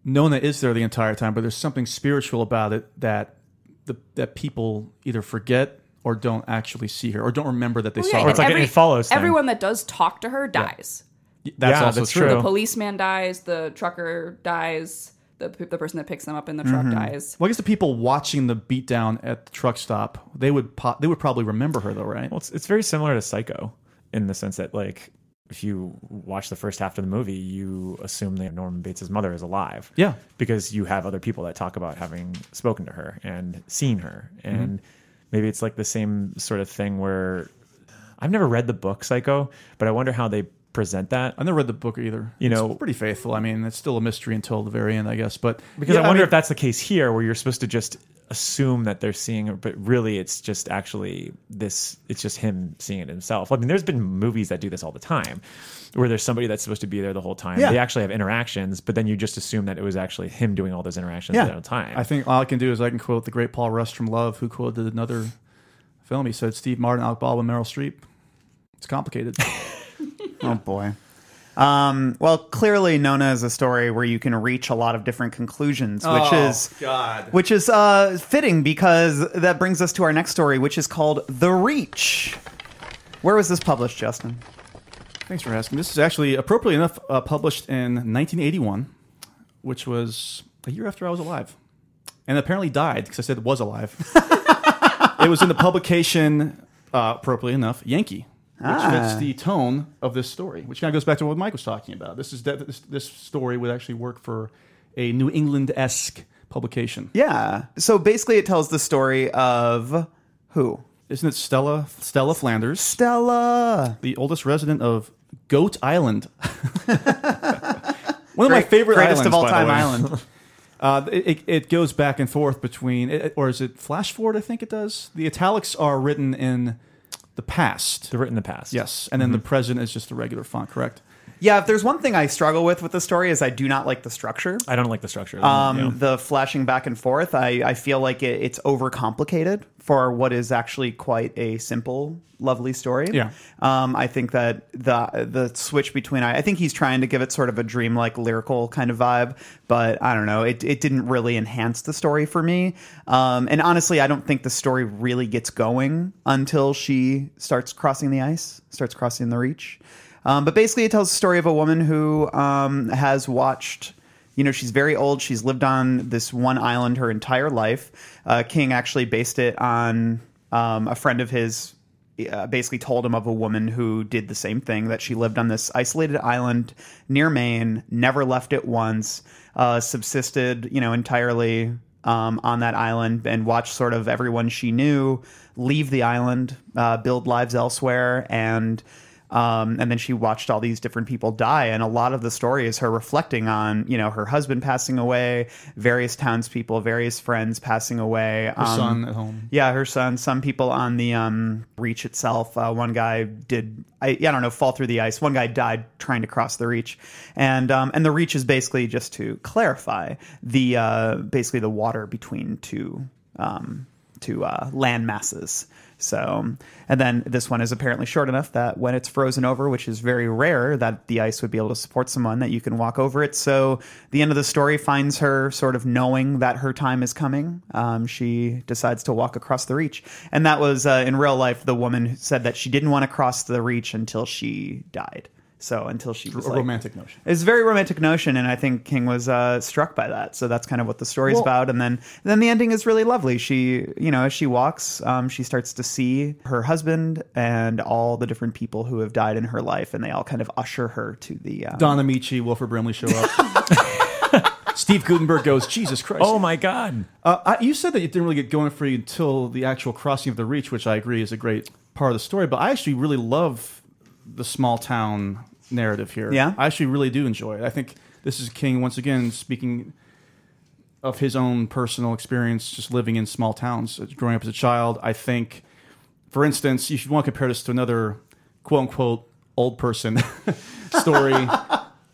F: Nona is there the entire time, but there's something spiritual about it that the that people either forget or don't actually see her or don't remember that they saw
E: yeah,
F: her.
D: it's like an
E: every-
D: It Follows thing.
E: everyone that does talk to her dies.
F: that's
D: Yeah,
F: also
D: that's
F: true.
D: true.
E: The policeman dies. The trucker dies. The p- the person that picks them up in the truck
F: Mm-hmm.
E: dies.
F: Well, I guess the people watching the beatdown at the truck stop, they would po- they would probably remember her though, right?
D: Well, it's, it's very similar to Psycho in the sense that, like, if you watch the first half of the movie, you assume that Norman Bates' mother is alive.
F: Yeah.
D: Because you have other people that talk about having spoken to her and seen her. And maybe it's like the same sort of thing where I've never read the book Psycho, but I wonder how they present that.
F: I never read the book either.
D: You
F: It's
D: know-
F: pretty faithful. I mean, it's still a mystery until the very end, I guess. But
D: Because
F: Yeah,
D: I wonder
F: mean-
D: if that's the case here where you're supposed to just assume that they're seeing her, but really it's just actually this, it's just him seeing it himself. I mean, there's been movies that do this all the time where there's somebody that's supposed to be there the whole time.
F: Yeah.
D: They actually have interactions, but then you just assume that it was actually him doing all those interactions at the time.
F: I think all I can do is I can quote the great Paul Rust from Love, who quoted another film. He said, "Steve Martin, Alec Baldwin, Meryl Streep. It's complicated."
C: Oh boy. Um, well, clearly, Nona is a story where you can reach a lot of different conclusions, which
F: Oh,
C: is which is uh, fitting because that brings us to our next story, which is called "The Reach." Where was this published, Justin?
F: Thanks for asking. This is actually appropriately enough uh, published in 1981, which was a year after I was alive, and apparently died because I said was alive. it was in the publication, uh, appropriately enough, Yankee, which fits the tone of this story, which kind of goes back to what Mike was talking about. This is that this, this story would actually work for a New England esque publication.
C: Yeah. So basically, it tells the story of who
F: Isn't it Stella Stella Flanders,
C: Stella.
F: the oldest resident of Goat Island? One of my
C: Great-
F: favorite
C: greatest
F: islands,
C: of all
F: by the
C: time
F: way.
C: island.
F: Uh, it, it- it goes back and forth between, it- or is it flash forward? I think it does. The italics are written in the the Mhm. past.
D: They were written in the past.
F: yes, and then the present is just the regular font, correct?
C: Yeah, if there's one thing I struggle with with the story is I do not like the structure.
D: I don't like the structure.
C: Um, The flashing back and forth, I, I feel like it, it's overcomplicated for what is actually quite a simple, lovely story.
F: Yeah.
C: Um, I think that the the switch between I, I think he's trying to give it sort of a dreamlike lyrical kind of vibe, but I don't know. It it didn't really enhance the story for me. Um, and honestly, I don't think the story really gets going until she starts crossing the ice, starts crossing the reach. Um, but basically, it tells the story of a woman who um, has watched you know, she's very old. She's lived on this one island her entire life. Uh, King actually based it on um, a friend of his. Uh, basically told him of a woman who did the same thing that she lived on this isolated island near Maine, never left it once, uh, subsisted, you know, entirely um, on that island and watched sort of everyone she knew leave the island, uh, build lives elsewhere, and um, and then she watched all these different people die and a lot of the story is her reflecting on you know her husband passing away various townspeople various friends passing away um,
F: Son at home.
C: yeah her son some people on the um, reach itself uh, one guy did I, I don't know fall through the ice one guy died trying to cross the reach and um, and the reach is basically just to clarify the uh, basically the water between two um, to uh, land masses. So, and then this one is apparently short enough that when it's frozen over, which is very rare, that the ice would be able to support someone that you can walk over it. So, the end of the story finds her sort of knowing that her time is coming. Um, she decides to walk across the reach, and that was uh, in real life. The woman who said that she didn't want to cross the reach until she died. So, until she was
F: A
C: like-
F: romantic notion.
C: it's a very romantic notion, and I think King was uh, struck by that. So that's kind of what the story's
F: Well-
C: about. And then, then the ending is really lovely. She, you know, as she walks, um, she starts to see her husband and all the different people who have died in her life, and they all kind of usher her to the. Um,
F: Don Amici, Wilford Brimley show up. Steve Gutenberg goes, Jesus Christ.
D: Oh my God.
F: Uh, I, you said that it didn't really get going for you until the actual crossing of the Reach, which I agree is a great part of the story. But I actually really love the small town narrative here.
C: Yeah?
F: I actually really do enjoy it. I think this is King once again speaking of his own personal experience, just living in small towns, uh, growing up as a child. I think, for instance, if you want to compare this to another quote unquote old person story.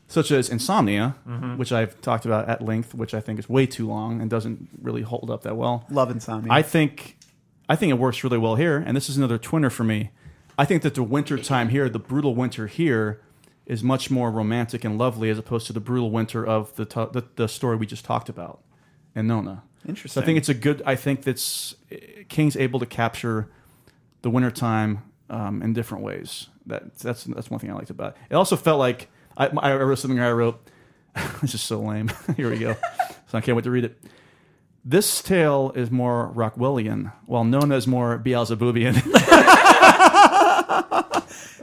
F: Such as insomnia, which I've talked about at length, which I think is way too long and doesn't really hold up that well.
C: Love Insomnia.
F: I think I think it works really well here, and this is another twinner for me. I think that the winter time here, the brutal winter here, is much more romantic and lovely as opposed to the brutal winter of the to- the, the story we just talked about in Nona. So
C: Interesting.
F: I think it's a good. I think that's King's able to capture the winter time um, in different ways. That that's that's one thing I liked about it. It also felt like I, I wrote something. I wrote this is so lame. here we go. so I can't wait to read it. This tale is more Rockwellian, while Nona is more Beelzebubian.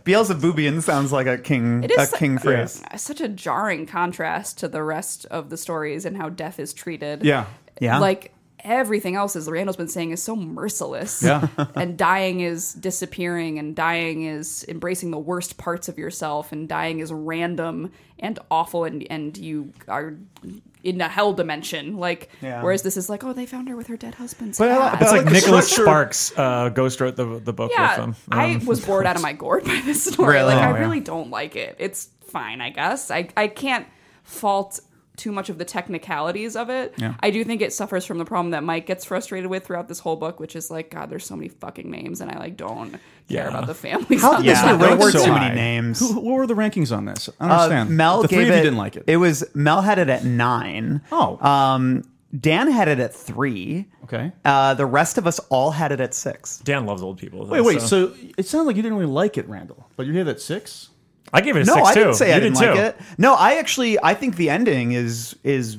C: Beelzebubian sounds like a king,
E: It is
C: a king
E: su-
C: phrase.
E: such a jarring contrast to the rest of the stories and how death is treated.
F: yeah.
C: Yeah.
E: Like everything else, as Randall's been saying, is so merciless.
F: Yeah.
E: and dying is disappearing, and dying is embracing the worst parts of yourself, and dying is random and awful, and, and you are in a hell dimension. Like,
C: Yeah.
E: whereas this is like, oh, they found her with her dead husband.
C: I like-
E: Sad.
C: but
D: It's
C: I like
D: like,
C: the
D: Nicholas
C: structure.
D: Sparks uh, ghost wrote the, the book
E: yeah,
D: with them.
E: I
D: Um,
E: was bored out of my gourd by this story.
C: Really?
E: Like,
C: Oh,
E: I
C: yeah.
E: really don't like it. It's fine, I guess. I, I can't fault too much of the technicalities of it.
F: Yeah.
E: I do think it suffers from the problem that Mike gets frustrated with throughout this whole book, which is like, God, there's so many fucking names, and I like don't
D: Yeah.
E: care about the families.
F: How
E: on
F: did this
E: this
C: Yeah,
F: get
C: there
F: ranked
C: were
F: so
C: too many
F: high?
C: names.
F: Who, what were the rankings on this? I don't
C: Uh,
F: understand.
C: Mel
F: the
C: gave
F: three of
C: it.
F: you didn't like it.
C: It was Mel had it at nine.
F: Oh.
C: Um, Dan had it at three.
F: okay.
C: Uh, the rest of us all had it at six.
D: Dan loves old people.
F: Wait, wait. So, it sounds like you didn't really like it, Randall. But you gave it six.
D: I gave it a
C: No,
D: six
C: I
D: too.
C: didn't say
D: you
C: I didn't
D: did
C: like
D: too.
C: it. No, I actually I think the ending is is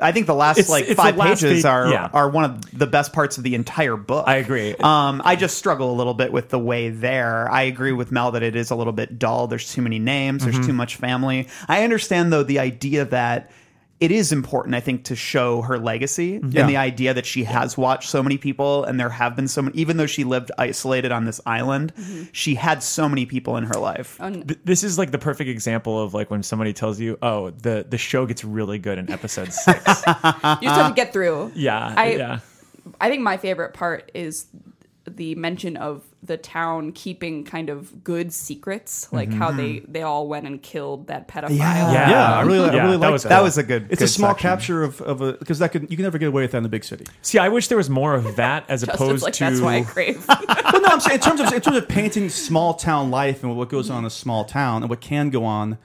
C: I think the last
D: It's-
C: like
D: it's the
C: five
D: last
C: pages
D: pa-
C: are
D: yeah.
C: are one of the best parts of the entire book.
D: I agree.
C: Um, I just struggle a little bit with the way there. I agree with Mel that it is a little bit dull. There's too many names.
D: Mm-hmm.
C: There's too much family. I understand though the idea that. It is important, I think, to show her legacy
F: Yeah.
C: and the idea that she has watched so many people, and there have been so many. Even though she lived isolated on this island, she had so many people in her life.
D: Th- This is like the perfect example of like when somebody tells you, "Oh, the the show gets really good in episode six.
E: You just have to get through.
D: yeah,
E: I-
D: yeah.
E: I think my favorite part is the mention of the town keeping kind of good secrets, like how they they all went and killed that pedophile.
D: Yeah.
F: Yeah, I really, I
D: Yeah,
F: really
D: that
F: like
D: was
F: that.
D: cool.
C: That was a good-
F: It's a
C: good
F: small
C: section.
F: capture of, of a because that could you can never get away with that in the big city.
D: See, I wish there was more of that as
E: Justin's
D: opposed
E: like
D: to
E: that's why I crave.
F: well, no, I'm saying in terms of in terms of painting small town life and what goes on in a small town and what can go on.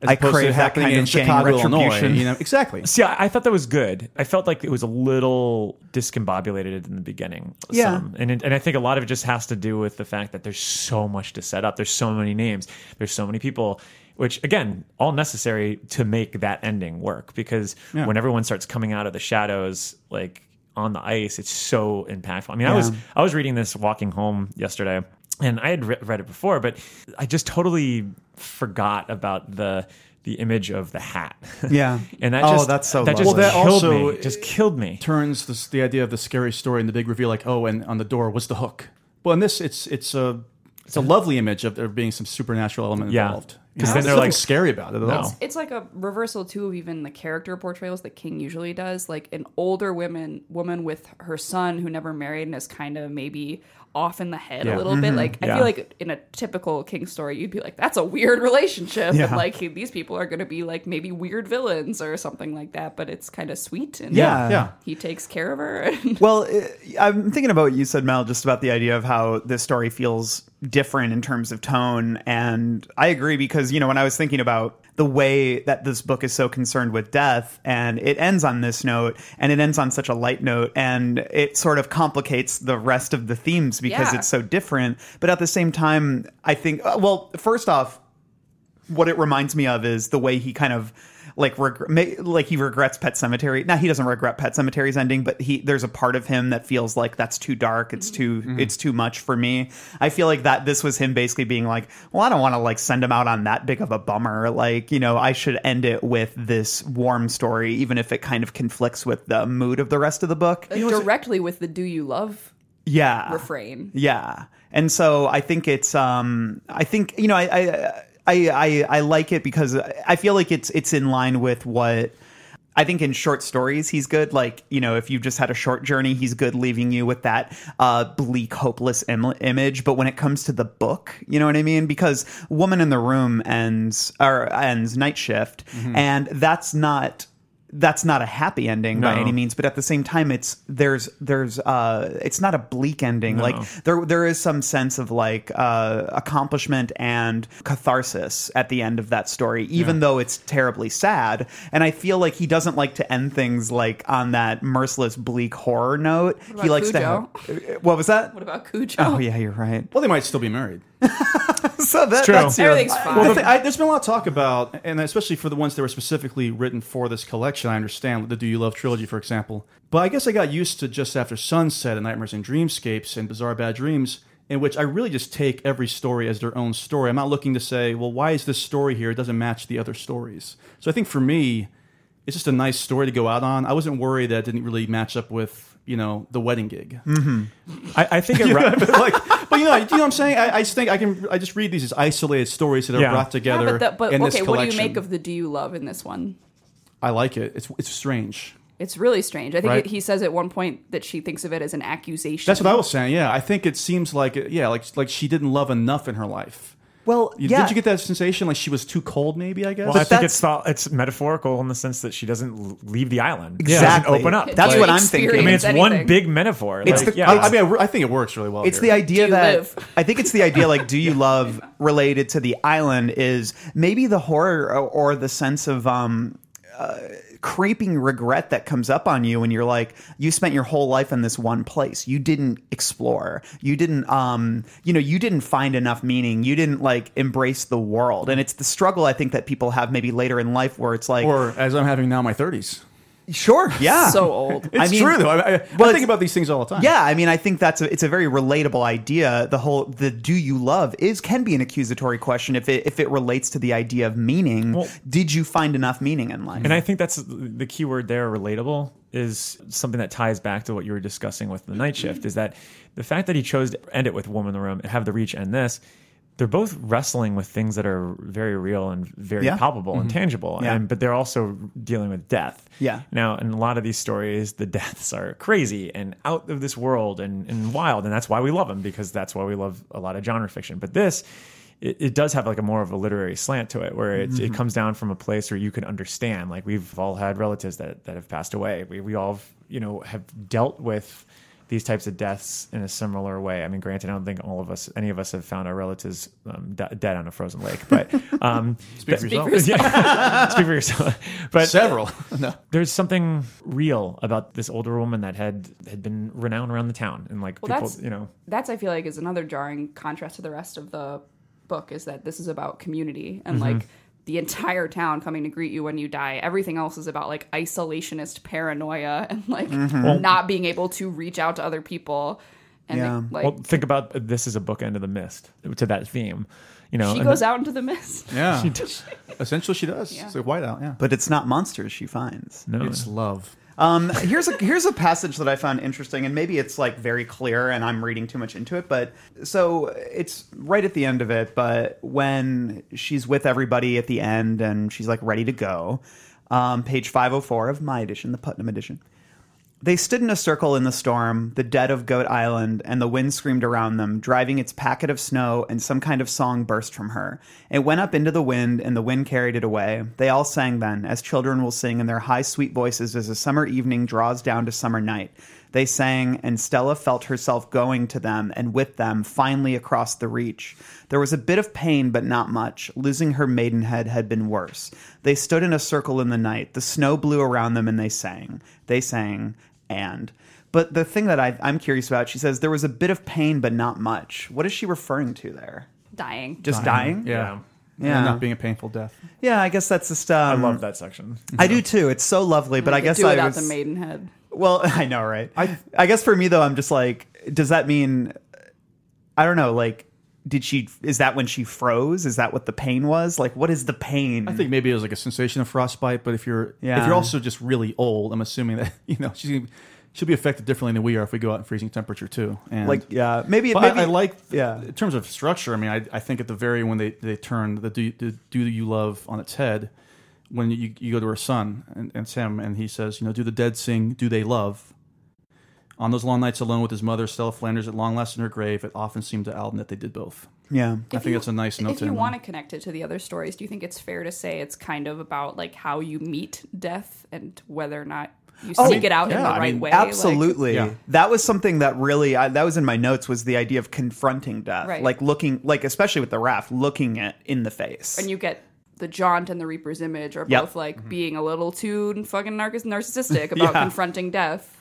F: As
C: I
F: opposed to
C: crave that
F: happening
C: kind
F: in
C: of gang
F: Chicago, Illinois.
C: retribution.
F: You know exactly.
D: See, I, I thought that was good. I felt like it was a little discombobulated in the beginning.
C: Yeah.
D: and it, and I think a lot of it just has to do with the fact that there's so much to set up. There's so many names. There's so many people. Which again, all necessary to make that ending work. Because when everyone starts coming out of the shadows, like on the ice, it's so impactful. I mean, I was I was reading this walking home yesterday, and I had re- read it before, but I just totally forgot about the the image of the hat.
C: Yeah.
D: and that
C: Oh,
D: just
C: that's so
D: that just
C: lovely.
F: Well, that
D: killed me.
F: also-
D: It Just killed me.
F: turns this, the idea of the scary story and the big reveal, like oh, and on the door was the hook. Well, in this, it's it's a it's a lovely image of there being some supernatural element
D: Yeah.
F: involved.
D: 'Cause then
F: There's
D: they're
F: nothing
D: like-
F: scary about it at all.
E: it's like a reversal too of even the character portrayals that King usually does. Like an older woman woman with her son who never married and is kind of maybe off in the head
D: Yeah.
E: a little bit. Like I
D: Yeah.
E: feel like in a typical King story, you'd be like, "That's a weird relationship," and like he- these people are going to be like maybe weird villains or something like that. But it's kind of sweet and
C: Yeah.
F: Yeah.
E: he takes care of her. And
C: Well, i- I'm thinking about what you said, Mel, just about the idea of how this story feels different in terms of tone. And I agree because, you know, when I was thinking about the way that this book is so concerned with death and it ends on this note and it ends on such a light note and it sort of complicates the rest of the themes because
E: Yeah.
C: it's so different. But at the same time, I think, uh, well, first off, what it reminds me of is the way he kind of like reg- ma- like he regrets Pet Cemetery. Now he doesn't regret Pet Cemetery's ending, but he there's a part of him that feels like that's too dark. It's too it's too much for me. I feel like that this was him basically being like, well, I don't want to like send him out on that big of a bummer. Like you know, I should end it with this warm story, even if it kind of conflicts with the mood of the rest of the book.
E: like, directly with the "Do you love?"
F: Ah.
C: Yeah,
E: Uh, refrain.
C: yeah. And so I think it's um I think you know I I I I, I like it because I feel like it's it's in line with what I think in short stories he's good. Like you know, if you've just had a short journey, he's good, leaving you with that uh, bleak, hopeless Im- image. But when it comes to the book, you know what I mean? Because Woman in the Room ends or ends Night Shift, and that's not that's not a happy ending by
D: No.
C: any means. But at the same time, it's there's there's uh, it's not a bleak ending. Like there there is some sense of like uh, accomplishment and catharsis at the end of that story, even though it's terribly sad. And I feel like he doesn't like to end things like on that merciless, bleak horror note. He
E: about
C: likes
E: Cujo?
C: to. Have, uh, what was that?
E: What about Cujo?
C: oh yeah, you're right.
F: Well, they might still be married.
C: So that,
D: true.
C: that's your-
E: Everything's fine.
F: Well, the, I, there's been a lot of talk about, and especially for the ones that were specifically written for this collection. I understand the "Do You Love" trilogy, for example. But I guess I got used to just after sunset and nightmares and dreamscapes and bizarre bad dreams, in which I really just take every story as their own story. I'm not looking to say, well, why is this story here? It doesn't match the other stories. So I think for me, it's just a nice story to go out on. I wasn't worried that it didn't really match up with you know the wedding gig.
D: I, I think it. ra-
F: but like, but you know, you know what I'm saying. I, I just think I can. I just read these as isolated stories that are
D: Yeah.
F: brought
E: Yeah,
F: together
E: but the, but
F: in this
E: okay,
F: collection.
E: what do you make of the "Do you love" in this one?
F: I like it. It's it's strange.
E: It's really strange. I think
F: Right.
E: it, he says at one point that she thinks of it as an accusation.
F: That's what I was saying. Yeah, I think it seems like it- yeah, like like she didn't love enough in her life.
C: well,
F: You-
C: yeah.
F: Did you get that sensation like she was too cold? Maybe I guess.
D: Well, I think
C: that's-
D: it's thought, it's metaphorical in the sense that she doesn't l- leave the island. She doesn't
C: Exactly.
D: open up.
C: That's
E: Like-
C: what I'm thinking.
D: I mean, it's one
E: anything.
D: big metaphor.
C: It's
D: like,
C: the-
D: yeah,
F: I, I mean, I, re- I think it works really well.
C: It's
F: here.
C: the idea
E: you
C: that
E: live?
C: I think it's the idea like do you love related to the island is maybe the horror or, or the sense of um uh, creeping regret that comes up on you when you're like you spent your whole life in this one place you didn't explore you didn't um you know you didn't find enough meaning you didn't like embrace the world and it's the struggle I think that people have maybe later in life where it's like
F: or as I'm having now, my 30s.
C: sure yeah
E: so old.
F: It's
C: I mean-
F: true though. I, I,
C: Well,
F: I
C: it's-
F: think about these things all the time.
C: Yeah, I mean, I think that's a, it's a very relatable idea. The whole the do you love is can be an accusatory question if it if it relates to the idea of meaning. did you find enough meaning in life?
D: And I think that's the key word there, relatable, is something that ties back to what you were discussing with the night shift, is that the fact that he chose to end it with Woman in the Room and have the reach end this they're both wrestling with things that are very real and very
C: Yeah.
D: palpable and
F: Mm-hmm.
D: tangible,
C: Yeah.
D: and but they're also dealing with death.
C: Yeah.
D: Now, in a lot of these stories, the deaths are crazy and out of this world and, and wild, and that's why we love them because that's why we love a lot of genre fiction. But this, it, it does have like a more of a literary slant to it, where it,
F: Mm-hmm.
D: it comes down from a place where you can understand. Like we've all had relatives that that have passed away. We we all you know have dealt with these types of deaths in a similar way. I mean, granted, I don't think all of us, any of us, have found our relatives um, de- dead on a frozen lake, but um,
F: Speak for
D: that-
F: yourself.
D: yeah, speak for yourself. But
F: Several. no.
D: there's something real about this older woman that had had been renowned around the town and like
E: Well,
D: people
E: that's-
D: you know
E: that's I feel like is another jarring contrast to the rest of the book is that this is about community and like the entire town coming to greet you when you die. Everything else is about like isolationist paranoia and like not being able to reach out to other people. And
C: Yeah.
E: like
D: well think about this is a bookend of the mist to that theme you know
E: she
D: and
E: goes out into the mist.
F: Yeah. Essentially, she does. It's a whiteout. Yeah.
C: But it's not monsters she finds.
D: no,
F: It's love.
C: Um, here's a here's a passage that I found interesting, and maybe it's like very clear, and I'm reading too much into it. But so it's right at the end of it. But when she's with everybody at the end, and she's like ready to go, um, page 504 of my edition, the Putnam edition. They stood in a circle in the storm, the dead of Goat Island, and the wind screamed around them, driving its packet of snow, and some kind of song burst from her. It went up into the wind, and the wind carried it away. They all sang then, as children will sing in their high, sweet voices as a summer evening draws down to summer night. They sang, and Stella felt herself going to them and with them, finally across the reach. There was a bit of pain, but not much. Losing her maidenhead had been worse. They stood in a circle in the night. The snow blew around them, and they sang. They sang and. But the thing that I, I'm curious about, she says there was a bit of pain, but not much. What is she referring to there?
E: Dying.
C: Just dying?
F: Yeah.
C: Yeah.
F: And not being a painful death.
C: Yeah, I guess that's just. Um,
D: i love that section
C: I do too. It's so lovely, but I
E: Could
C: guess
E: do
C: I
E: without
C: was.
E: the maidenhead.
C: Well, I know, right? I, I guess for me though, I'm just like, does that mean? I don't know. Like, did she? Is that when she froze? Is that what the pain was? Like, what is the pain?
F: I think maybe it was like a sensation of frostbite, but if you're
C: Yeah.
F: if you're also just really old, I'm assuming that you know she's gonna, she'll be affected differently than we are if we go out in freezing temperature too. And
C: Like, yeah, maybe.
F: But
C: maybe
F: I, I like
C: Yeah.
F: in terms of structure. I mean, I, I think at the very when they they turn the do, the do you love on its head when you, you go to her son and, and Sam and he says you know do the dead sing do they love. On those long nights alone with his mother, Stella Flanders, at long last in her grave, it often seemed to Alden that they did both.
C: Yeah.
F: I think that's a nice note
E: If
F: to
E: you
F: end
E: want
F: on.
E: to connect it to the other stories, do you think it's fair to say it's kind of about like how you meet death and whether or not you
C: Oh,
E: seek it out in
F: yeah,
E: the
F: I
E: right
F: mean,
E: way? like-
C: Absolutely.
F: Yeah.
C: That was something that really I, that was in my notes was the idea of confronting death,
E: Right.
C: like looking, like especially with the raft, looking it in the face.
E: and you get the jaunt and the Reaper's image are
C: Yep. Mm-hmm.
E: both like being a little too fucking narc- narcissistic about
C: Yeah.
E: confronting death.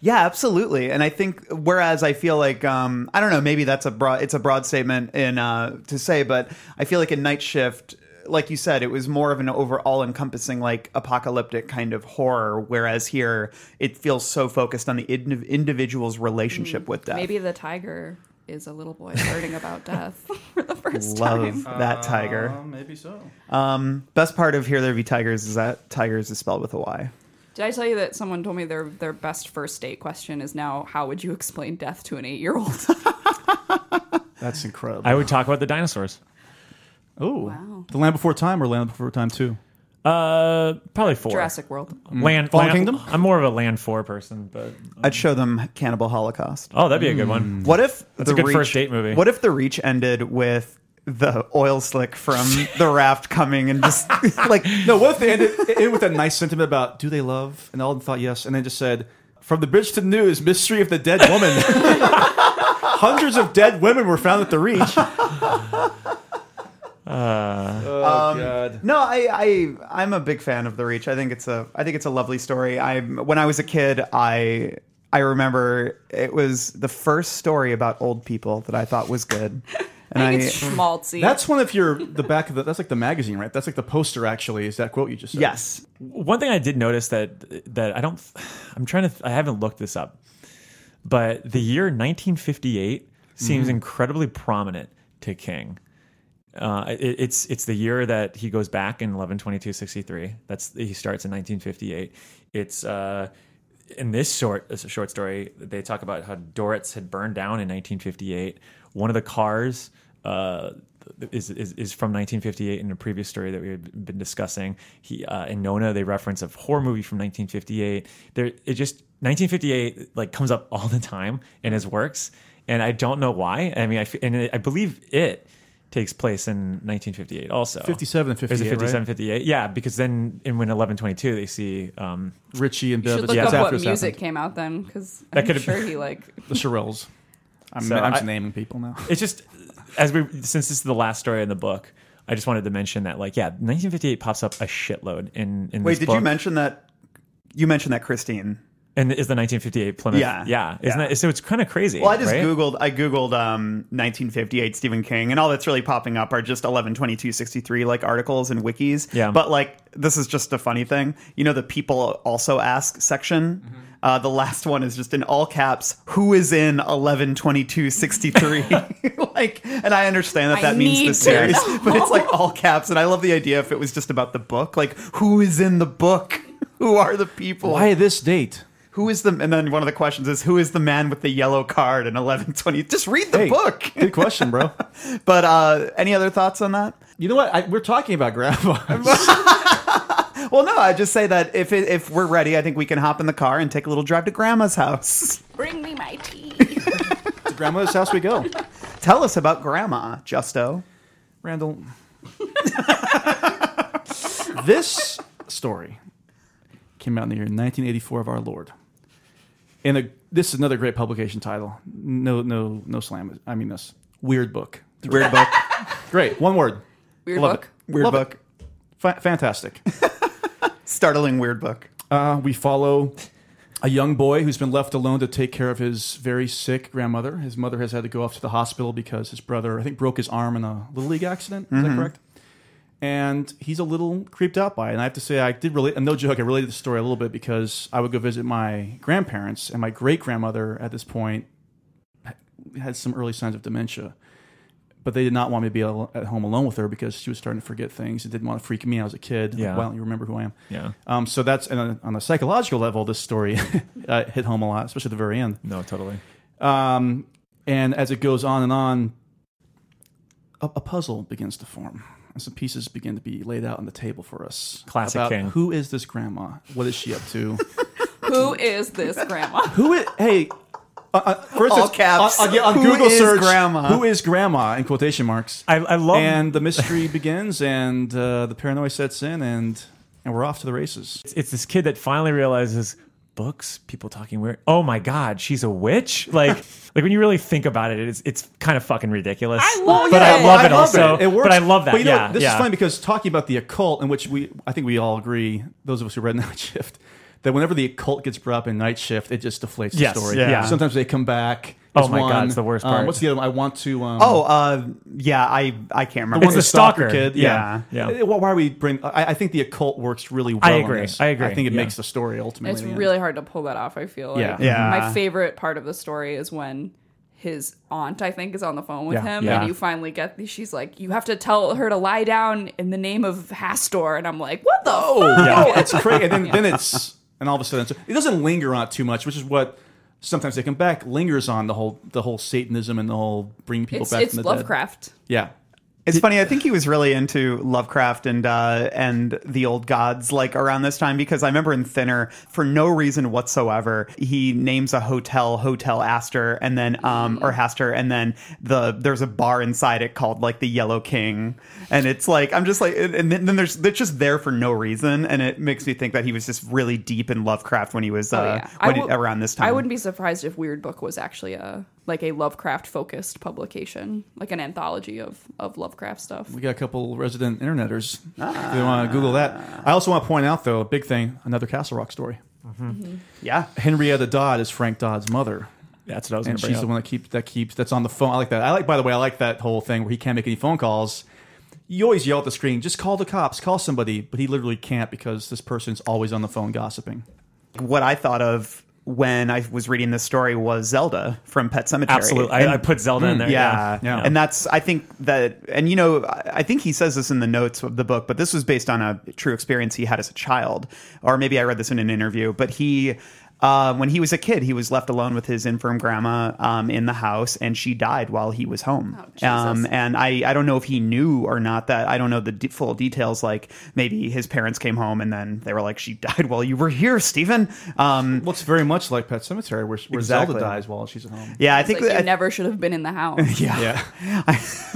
C: Yeah, absolutely. And I think whereas I feel like um, I don't know, maybe that's a broad it's a broad statement in uh, to say, but I feel like in Night Shift, like you said, it was more of an overall encompassing like apocalyptic kind of horror. Whereas here, it feels so focused on the indiv- individual's relationship with death.
E: Mm, Maybe the tiger is a little boy learning about death for the first
C: love
E: time.
C: that tiger.
F: maybe so.
C: Best part of Here There Be Tigers is that tigers is spelled with a Y.
E: Did I tell you that someone told me their their best first date question is now how would you explain death to an eight year old?
F: That's incredible.
D: i would talk about the dinosaurs
F: Oh,
E: Wow.
F: The Land Before Time or Land Before Time Two?
D: uh probably four
E: Jurassic World.
D: land
F: Fallen
D: land-
F: Kingdom?
D: i'm more of a land four person but
C: I'd show them Cannibal Holocaust.
D: oh that'd be a good
F: Hmm.
D: one
C: What if
D: That's a good
C: reach,
D: first date movie.
C: What if the reach ended with the oil slick from the raft coming and just like
F: No, what if they ended it with a nice sentiment about do they love? And Alden thought yes, and then just said, "From the bridge to the news, mystery of the dead woman." Hundreds of dead women were found at the reach. oh God!
C: No, I, I I'm a big fan of The Reach. I think it's a I think it's a lovely story. I when I was a kid, I I remember it was the first story about old people that I thought was good. And
E: I
C: I,
E: think it's schmaltzy.
F: That's one of your the back of the. That's like the magazine, right? That's like the poster. Actually, is that quote you just said?
C: yes,
D: one thing I did notice that that I don't I'm trying to I haven't looked this up, but the year 1958 seems incredibly prominent to King. Uh, it, it's it's the year that he goes back in 112263. That's he starts in 1958. It's uh, in this short this short story they talk about how Dorritz had burned down in 1958. One of the cars. Uh, is, is is from 1958 in a previous story that we had been discussing. He uh, in Nona they reference a horror movie from 1958. There it just 1958 like comes up all the time in his works, and I don't know why. I mean, I f- and I believe it takes place in 1958 also
F: 57 and
D: There's a
F: 58, right?
D: 57 58 yeah because then in when 1122 they see um
F: Richie and
E: You
F: Bev.
E: should
F: it's
E: look
F: after
E: up what
F: it's
E: music
F: happened.
E: came out then, because
D: That
E: I'm
D: could've-
E: sure he like.
F: The Shirelles. I'm,
D: So
F: I'm just
D: I-
F: naming people now.
D: it's just as we since this is the last story in the book i just wanted to mention that like yeah 1958 pops up a shitload in in
C: Wait,
D: this
C: did
D: book.
C: you mention that? You mentioned that Christine.
D: and is the 1958 plymouth
C: Yeah.
D: yeah isn't
C: Yeah.
D: that so it's kind of crazy
C: Well, I just
D: right?
C: googled. I googled um, 1958 Stephen King, and all that's really popping up are just 11, 22, 63 like articles and wikis.
D: Yeah.
C: But like, this is just a funny thing. You know, the people also ask section.
E: Mm-hmm.
C: Uh, the last one is just in all caps. Who is in 11, 22, 63? like, and I understand that
E: I
C: that means
E: need
C: the
E: to
C: series,
E: know.
C: but it's like all caps. And I love the idea if it was just about the book. Like, who is in the book? Who are the people?
F: Why this date?
C: Who is the and then one of the questions is who is the man with the yellow card in eleven twenty? Just read the
F: Hey,
C: book.
F: Good question, bro.
C: but uh, any other thoughts on that?
F: you know what? I, we're talking about grandpa.
C: Well, no, I just say that if it, if we're ready, I think we can hop in the car and take a little drive to Grandma's house.
E: Bring me my tea.
F: to grandma's house we go.
C: Tell us about Grandma Justo.
F: Randall. this story came out in the year 1984 of our Lord. And a, this is another great publication title. No, no, no slam. I mean this weird book.
C: Weird book.
F: Great, one word.
E: Weird
F: Love
E: book.
F: it.
C: Weird
F: Love
C: book.
F: it. Fa- fantastic.
C: Startling weird book.
F: Uh, we follow a young boy who's been left alone to take care of his very sick grandmother. His mother has had to go off to the hospital because his brother, I think, broke his arm in a little league accident. Is
D: Mm-hmm.
F: that correct? And he's a little creeped out by it. And I have to say, I did relate, and no joke, I related the story a little bit because I would go visit my grandparents, and my great grandmother at this point had some early signs of dementia. But they did not want me to be al- at home alone with her because she was starting to forget things and didn't want to freak me out as a kid.
D: Yeah.
F: Like, why don't you remember who I am?
D: Yeah.
F: Um, so that's and on, on a psychological level, this story uh, hit home a lot, especially at the very end.
D: no totally
F: Um, and as it goes on and on, a, a puzzle begins to form, and some pieces begin to be laid out on the table for us.
D: Classic
F: about
D: King.
F: Who is this grandma? What is she up to?
E: Who is this grandma?
F: who is? Hey, uh, uh, first
C: All
F: it's-
C: caps.
F: On, on- yeah, on
C: Who
F: Google
C: is
F: search,
C: grandma?
F: Who is grandma? In quotation marks.
D: i, I love
F: and the mystery begins, and uh, the paranoia sets in, and and we're off to the races.
D: it's, it's this kid that finally realizes books people talking weird oh my god she's a witch like like when you really think about it it's it's kind of fucking ridiculous
E: I love
D: but i
E: it.
D: love
E: I
D: it also but i love that
F: But you know
D: yeah
F: what? this
D: yeah.
F: is funny because talking about the occult, in which we, I think we all agree, those of us who read Night Shift, that whenever the occult gets brought up in Night Shift, it just deflates
D: Yes,
F: the story.
D: yeah.
F: Sometimes they come back.
D: Oh
F: It's
D: my God,
F: one.
D: it's the worst
F: Um,
D: part.
F: what's the other one? I want to. Um,
C: Oh, uh, yeah, I I can't remember.
F: the
D: It's
F: one with
D: the stalker.
F: kid.
D: Yeah, yeah.
F: Eh, well, Why we bring? I, I think the occult works really well.
D: I
F: on
D: agree,
F: this.
D: I agree,
F: I think it
D: yeah.
F: makes the story ultimately.
E: It's
F: in the end.
E: really hard to pull that off. I feel like
F: Yeah.
C: Yeah.
E: my favorite part of the story is when his aunt, I think, is on the phone
D: Yeah.
E: with him,
D: Yeah.
E: and you finally get the, she's like, "You have to tell her to lie down in the name of Hastor," and I'm like, "What the? fuck?
F: Oh, it's crazy. And then, then it's and all of a sudden it's- it doesn't linger on it too much, which is what sometimes they come back lingers on the whole the whole Satanism and the whole bringing people
E: It's,
F: back
E: it's
F: from the
E: Lovecraft."
F: dead. Yeah.
C: It's funny. I think he was really into Lovecraft and uh, and the old gods like around this time because I remember in Thinner for no reason whatsoever he names a hotel Hotel Astor and then um or Astor and then the there's a bar inside it called like the Yellow King and it's like I'm just like and and then then there's they're just there for no reason and it makes me think that he was just really deep in Lovecraft when he was uh,
E: Oh, yeah. I
C: when he-
E: wou-
C: around this time.
E: I wouldn't be surprised if Weird Book was actually a like a Lovecraft focused publication, like an anthology of of Lovecraft stuff.
F: We got a couple resident interneters. If you
E: Ah.
F: want to Google that. I also want to point out though, a big thing, another Castle Rock story.
C: yeah.
F: Henrietta Dodd is Frank Dodd's mother.
D: that's what i was
F: And
D: gonna
F: she's
D: bring
F: the
D: up.
F: one that keeps that keeps that's on the phone. I like that. I like by the way, I like that whole thing where he can't make any phone calls. You always yell at the screen, just call the cops, call somebody, but he literally can't because this person's always on the phone gossiping.
C: What I thought of. When I was reading this story, was Zelda from Pet Cemetery.
D: absolutely I, I
C: And-
D: put zelda in there
C: yeah.
F: yeah.
C: And that's, I think that, and you know, I I think he says this in the notes of the book, but this was based on a true experience he had as a child. Or maybe I read this in an interview, but he. Uh, when he was a kid, he was left alone with his infirm grandma um, in the house, and she died while he was home.
E: Oh, Jesus.
C: um, and I, I don't know if he knew or not that. I don't know the de- full details. Like maybe his parents came home and then they were like, "She died while you were here, Stephen." Um,
F: Looks very much like Pet Cemetery, where, where
C: Exactly.
F: Zelda dies while she's at home.
C: yeah, I
E: It's
C: think
E: like
C: that-
E: you never should have been in the house.
C: yeah.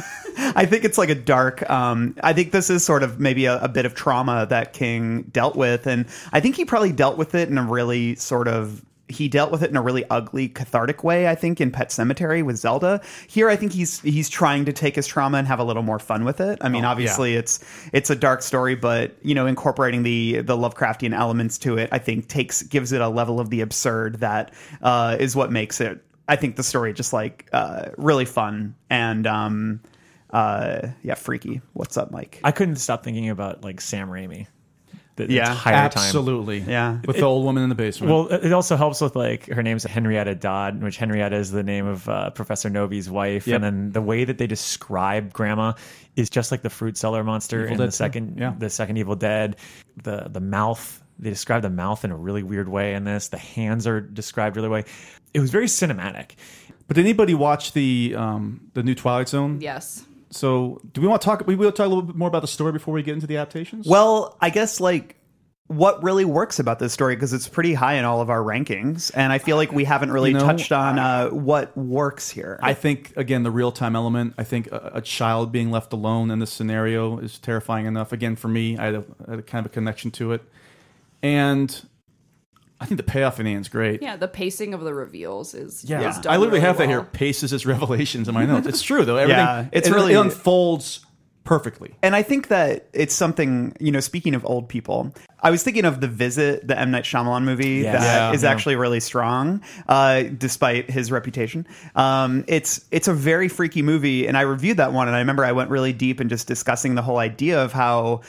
C: I think it's like a dark. Um, I think this is sort of maybe a, a bit of trauma that King dealt with, and I think he probably dealt with it in a really sort of. He dealt with it in a really ugly, cathartic way. I think in Pet Cemetery with Zelda. Here, I think he's he's trying to take his trauma and have a little more fun with it. I mean, obviously, it's it's a dark story, but you know, incorporating the the Lovecraftian elements to it, I think takes gives it a level of the absurd that uh, is what makes it. I think the story just like uh, really fun and um, uh yeah freaky what's up mike
D: I couldn't stop thinking about like Sam Raimi. The, the
C: Yeah,
D: entire time.
F: Absolutely.
C: Yeah.
F: With the old woman in the basement.
D: Well, it also helps with like her name's Henrietta Dodd, which Henrietta is the name of uh, Professor Novi's wife,
F: Yep.
D: and then the way that they describe Grandma is just like the fruit cellar monster in
F: Dead
D: the
F: too.
D: second,
F: Yeah.
D: the second Evil Dead. The the mouth they describe the mouth in a really weird way in this. The hands are described really way. It was very cinematic.
F: but did anybody watch the um, the new Twilight Zone?
E: Yes.
F: So do we want to talk? We will talk a little bit more about the story before we get into the adaptations.
C: well i guess like what really works about this story because it's pretty high in all of our rankings and i feel like we haven't really
F: You know,
C: touched on uh, what works here
F: I think again the real time element. I think a, a child being left alone in this scenario is terrifying enough. Again, for me, I had a, I had a kind of a connection to it, and I think the payoff in the end is great.
E: Yeah, the pacing of the reveals is
F: Yeah.
E: is done
F: I literally
E: really
F: have that
E: well.
F: here. Paces its revelations in my notes. It's true though. Everything.
C: Yeah, it's
F: it,
C: really-
F: it unfolds perfectly.
C: and I think that it's something, you know, speaking of old people, I was thinking of The Visit, the M. Night Shyamalan movie that
D: Yes.
C: is
D: Yeah. Yeah.
C: actually really strong, uh, despite his reputation. Um, it's it's a very freaky movie, and I reviewed that one, and I remember I went really deep and just discussing the whole idea of how,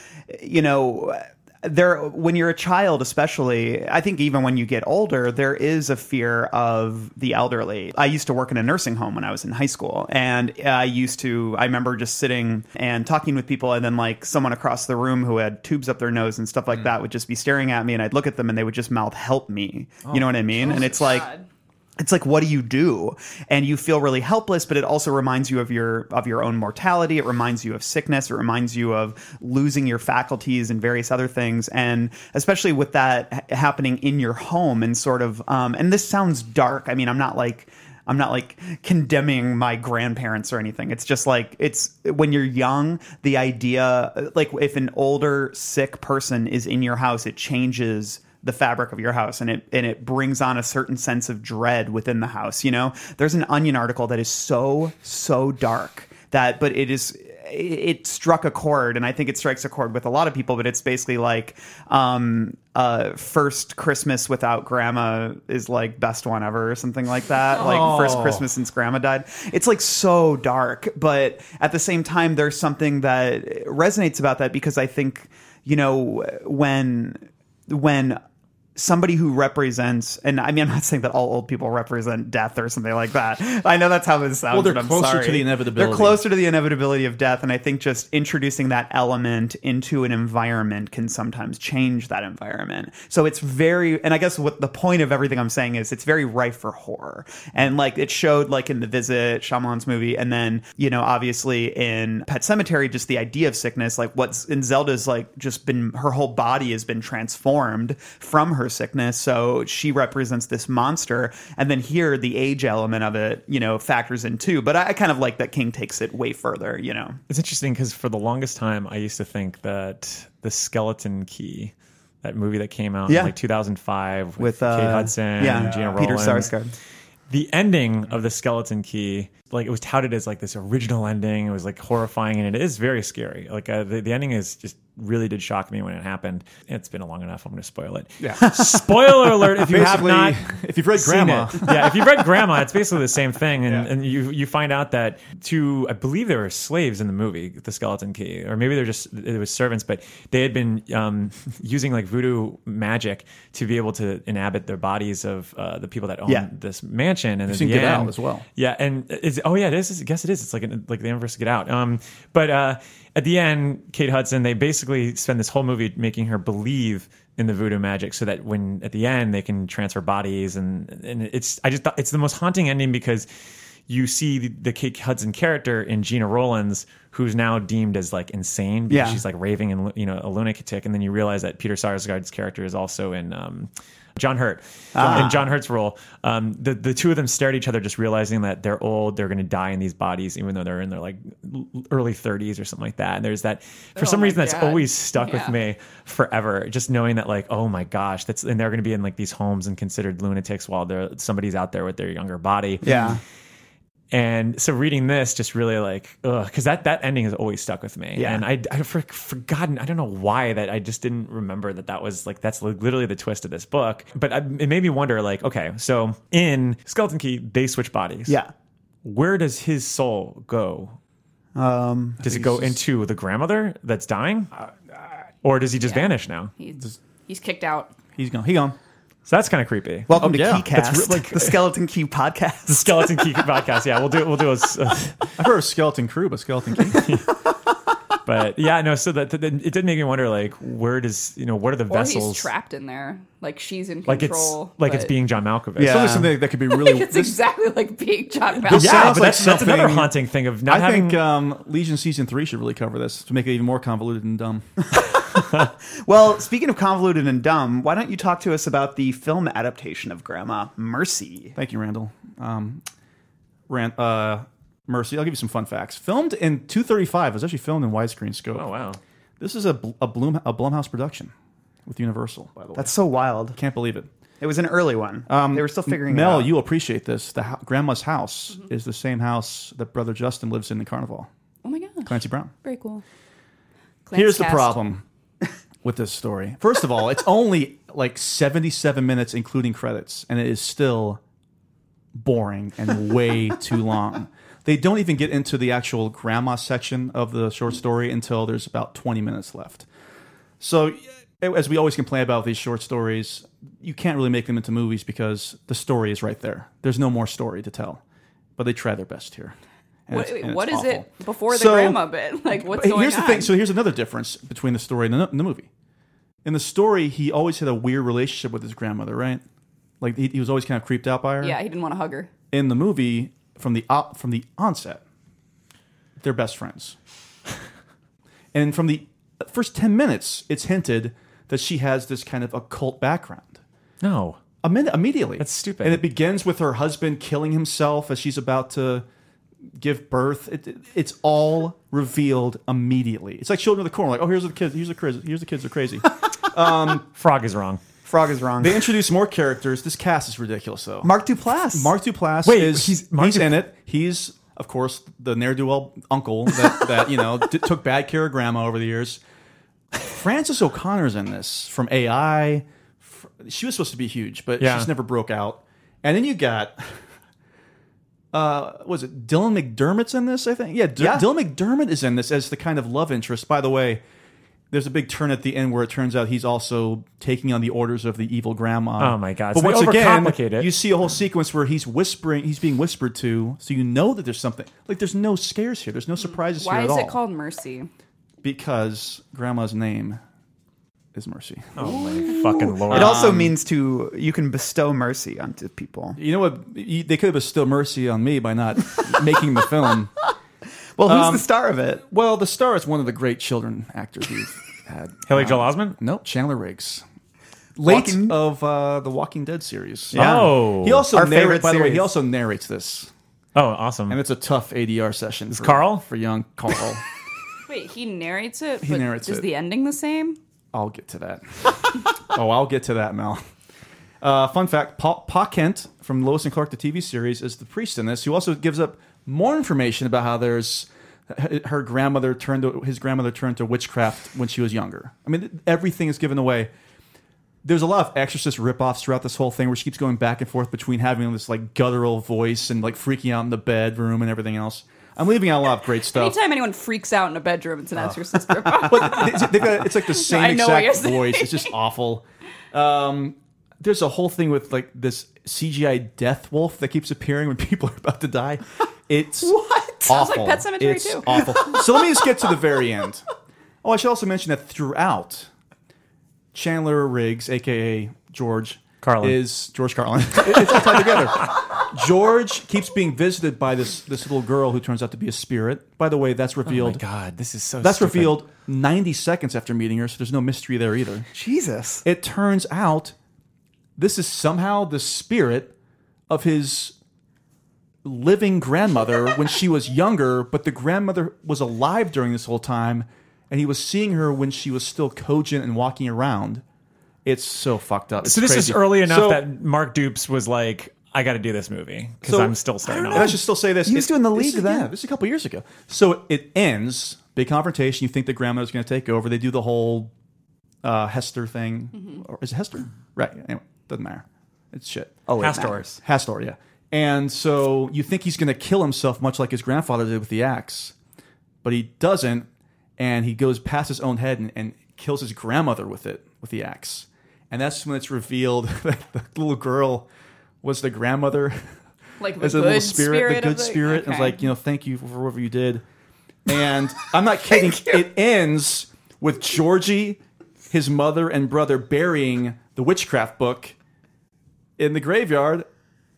C: you know, there when you're a child especially i think even when you get older there is a fear of the elderly i used to work in a nursing home when i was in high school and i used to i remember just sitting and talking with people and then like someone across the room who had tubes up their nose and stuff like that would just be staring at me and i'd look at them and they would just mouth help me you know what i mean and it's like
E: God.
C: it's like what do you do and you feel really helpless but it also reminds you of your of your own mortality it reminds you of sickness it reminds you of losing your faculties and various other things and especially with that ha- happening in your home and sort of um, and this sounds dark i mean i'm not like I'm not like condemning my grandparents or anything. It's just like it's when you're young, the idea like if an older sick person is in your house, it changes the fabric of your house and it and it brings on a certain sense of dread within the house, you know? There's an Onion article that is so so dark that but it is it- it struck a chord and i think it strikes a chord with a lot of people but it's basically like um uh first christmas without grandma is like best one ever or something like that like
F: Oh.
C: first christmas since grandma died it's like so dark but at the same time there's something that resonates about that because i think you know when when somebody who represents and i mean i'm not saying that all old people represent death or something like that i know that's how this sounds
F: Well, they're
C: but I'm
F: closer to
C: sorry.
F: the inevitability.
C: they're closer to the inevitability of death and i think just introducing that element into an environment can sometimes change that environment so it's very and i guess what the point of everything i'm saying is it's very rife for horror and like it showed like in the visit Shyamalan's movie and then you know obviously in pet cemetery just the idea of sickness like what's in zelda's like just been her whole body has been transformed from her sickness so she represents this monster and then here the age element of it you know factors in too but i, I kind of like that king takes it way further you know
D: It's interesting because for the longest time, I used to think that the Skeleton Key, that movie that came out
C: Yeah.
D: in like 2005 with,
C: with
D: Kate
C: uh,
D: Hudson,
C: yeah,
D: Gina
C: Peter
D: Rowland,
C: Sarsgaard.
D: the ending of the skeleton key like it was touted as like this original ending it was like horrifying and it is very scary like uh, the, the ending is just really did shock me when it happened it's been long enough i'm gonna spoil it yeah spoiler alert if you have
F: Basically,
D: not
F: if you've read
D: seen
F: Grandma.
D: it. yeah if you've read grandma it's basically the same thing and, and you you find out that two i believe there were slaves in the movie the skeleton key or maybe they're just it was servants but they had been um, using like voodoo magic to be able to inhabit their bodies of uh, the people that own
C: Yeah.
D: this mansion and
F: You've
D: in
F: seen
D: the
F: Get
D: end-
F: Out as well.
D: yeah, and is oh yeah, it is. I guess it is. It's like an, like the inverse of Get Out. Um, but uh, at the end, Kate Hudson, they basically basically spend this whole movie making her believe in the voodoo magic, so that when at the end they can transfer bodies, and and it's I just thought it's the most haunting ending because you see the, the Kate Hudson character in Gina Rollins, who's now deemed as like insane because
C: Yeah.
D: she's like raving and you know a lunatic, and then you realize that Peter Sarsgaard's character is also in. Um, John Hurt
C: Ah.
D: in John Hurt's role, um, the the two of them stare at each other, just realizing that they're old, they're going to die in these bodies, even though they're in their like l- early 30s or something like that. And there's that for some
E: Oh my
D: reason that's
E: God.
D: always stuck with
E: Yeah.
D: me forever. Just knowing that like oh my gosh, that's and they're going to be in like these homes and considered lunatics while they're somebody's out there with their younger body.
C: Yeah.
D: And so reading this just really like, because that, that ending has always stuck with me.
C: Yeah.
D: And I, I've for, forgotten, I don't know why that I just didn't remember that that was like, that's li- literally the twist of this book. But I, it made me wonder like, okay, so in Skeleton Key, they switch bodies.
C: Yeah.
D: Where does his soul go? Um, does it go into the grandmother that's dying?
C: Uh,
D: or does he just vanish now?
E: He's, he's kicked out.
F: He's gone. He gone.
D: So that's kind of creepy.
C: Welcome to
F: yeah.
C: Keycast,
D: Oh, That's re- like-
C: the Skeleton Key podcast.
D: Skeleton Key podcast. Yeah, we'll do we'll do a, s- a
F: I've heard of skeleton crew, but skeleton key.
D: but yeah, no. So that, that it did make me wonder, like, where does you know what are the
E: Or
D: vessels?
E: he's trapped in there. Like she's in
D: like it's
E: control.
D: like it's
E: but-
D: being John Malkovich.
C: Yeah.
F: Something something that could be really.
E: It's
F: this-
E: exactly like being John
F: this
E: Malkovich.
D: yeah,
F: sounds
D: but
F: like
D: that's, that's another
F: something-
D: haunting thing of not
F: I
D: having.
F: think um, Legion season three should really cover this to make it even more convoluted and dumb.
C: Well, speaking of convoluted and dumb, why don't you talk to us about the film adaptation of Grandma Mercy?
F: Thank you, Randall. Um, Rand, uh, Mercy, I'll give you some fun facts. Filmed in 235, it was actually filmed in widescreen scope.
D: oh wow,
F: This is a, Bl- a, Bloom, a Blumhouse production with Universal, by the way.
C: That's so wild.
F: Can't believe it.
C: It was an early one. Um, they were still figuring it
F: Mel,
C: out.
F: you'll appreciate this. The ho- grandma's house is the same house that brother Justin lives in in Carnival.
E: Oh my gosh.
F: Clancy Brown.
E: Very cool.
F: Here's the
E: Clancycast.
F: problem with this story. First of all, it's only like 77 minutes, including credits, and it is still boring and way too long. They don't even get into the actual grandma section of the short story until there's about 20 minutes left. So, as we always complain about these short stories, you can't really make them into movies because the story is right there. There's no more story to tell. But they try their best here. And
E: What,
F: it's- and it's
E: what is it
F: awful.
E: before the
F: So-
E: grandma bit? Like what's
F: Hey,
E: going
F: here's
E: on?
F: the thing. So here's another difference between the story and the, and the movie. In the story, he always had a weird relationship with his grandmother, right? Like he, he was always kind of creeped out by her.
E: yeah, he didn't want to hug her.
F: In the movie, from the op, from the onset, they're best friends. and from the first ten minutes, it's hinted that she has this kind of occult background.
D: no,
F: A minute immediately.
D: That's stupid.
F: And it begins with her husband killing himself as she's about to give birth. It, it- it's all revealed immediately. It's like Children of the Corn. Like, oh, here's the kids. Here's the kids. Here's the kids are crazy.
D: Frog is wrong.
C: Frog is wrong.
F: they introduce more characters. This cast is ridiculous, though.
C: Mark Duplass.
F: Mark Duplass
D: Wait,
F: is
D: he's-
F: he's,
D: Mark Dup-
F: in it. He's of course the ne'er do well uncle that, that you know d- took bad care of grandma over the years. Frances O'Connor's in this from AI. Fr- She was supposed to be huge, but
D: Yeah.
F: she's never broke out. And then you got. Uh, was it Dylan McDermott's in this? I think yeah, D-
C: Yeah.
F: Dylan McDermott is in this as the kind of love interest. By the way, there's a big turn at the end where it turns out he's also taking on the orders of the evil grandma.
D: Oh my God.
F: But
D: So they
F: once again,
D: overcomplicate it.
F: you see a whole sequence where he's whispering, he's being whispered to, so you know that there's something. Like there's no scares here. There's no surprises
E: Why
F: here
E: is
F: at all.
E: it called mercy?
F: Because grandma's name is Mercy.
D: Oh my fucking lord.
C: it
F: um,
C: also means to you can bestow mercy onto people.
F: You know what? You- They could have bestowed mercy on me by not making the film.
C: Well, who's
F: Um,
C: the star of it?
F: Well, the star is one of the great children actors we've had. Uh,
D: Haley Joel Osment.
F: Nope, Chandler Riggs. Late
C: Walking-
F: of uh, the Walking Dead series.
D: Oh.
F: he also
C: Our
F: narrates.
C: favorite
F: By the way, he
C: series.
F: also narrates this,
D: Oh, awesome.
F: and it's a tough ADR session. It's
D: Carl?
F: for young Carl.
E: Wait, he narrates it. He
F: narrates
E: is
F: it.
E: the ending the same?
F: I'll get to that. oh, I'll get to that, Mel. Uh, fun fact: Paul, Pa Kent from Lois and Clark, the TV series, is the priest in this, who also gives up more information about how there's her grandmother turned to his grandmother turned to witchcraft when she was younger. I mean, everything is given away. There's a lot of Exorcist ripoffs throughout this whole thing, where she keeps going back and forth between having this like guttural voice and like freaking out in the bedroom and everything else. I'm leaving out a lot of great stuff.
E: Anytime anyone freaks out in a bedroom,
F: Oh.
E: it's an exorcist. ripoff.
F: but they- they've got, it's like the same
E: I know what
F: exact
E: you're
F: voice. It's just awful. Um, there's a whole thing with like this CGI death wolf that keeps appearing when people are about to die. It's
C: What?
F: awful.
E: Sounds like Pet Sematary
F: it's
E: too.
F: Awful. So let me just get to the very end. Oh, I should also mention that throughout, Chandler Riggs, aka George
D: Carlin.
F: is George Carlin. it's all tied together. George keeps being visited by this this little girl who turns out to be a spirit. By the way, that's
D: Oh my
F: revealed.
D: God, this is so.
F: that's
D: stupid.
F: revealed 90 seconds after meeting her, so there's no mystery there either.
C: Jesus.
F: It turns out this is somehow the spirit of his living grandmother when she was younger, but the grandmother was alive during this whole time, and he was seeing her when she was still cogent and walking around. It's so fucked up. It's
D: So this
F: crazy.
D: is early enough
F: So-
D: that Mark Dupes was like, "I got to do this movie because
F: So-
D: I'm still starting
F: And I
D: off."
F: should still say this.
C: He was doing The
F: this
C: League
F: is-
C: then.
F: Yeah, this is a couple years ago. So it, it ends, big confrontation. You think the grandmother's going to take over. They do the whole uh, Hester thing. Or is it Hester? Right. Anyway, doesn't matter. It's shit. Oh,
D: Half stories.
F: Hastor, yeah. And so you think he's going to kill himself, much like his grandfather did with the axe, but he doesn't, and he goes past his own head and, and kills his grandmother with it, with the axe. And that's when it's revealed that the little girl was the grandmother
E: Like the
F: as a
E: good
F: little spirit,
E: spirit
F: the
E: of
F: good
E: the-
F: spirit. I was
E: okay.
F: like, you know, thank you for whatever you did. And I'm not kidding. it ends with Georgie, his mother, and brother burying the witchcraft book in the graveyard.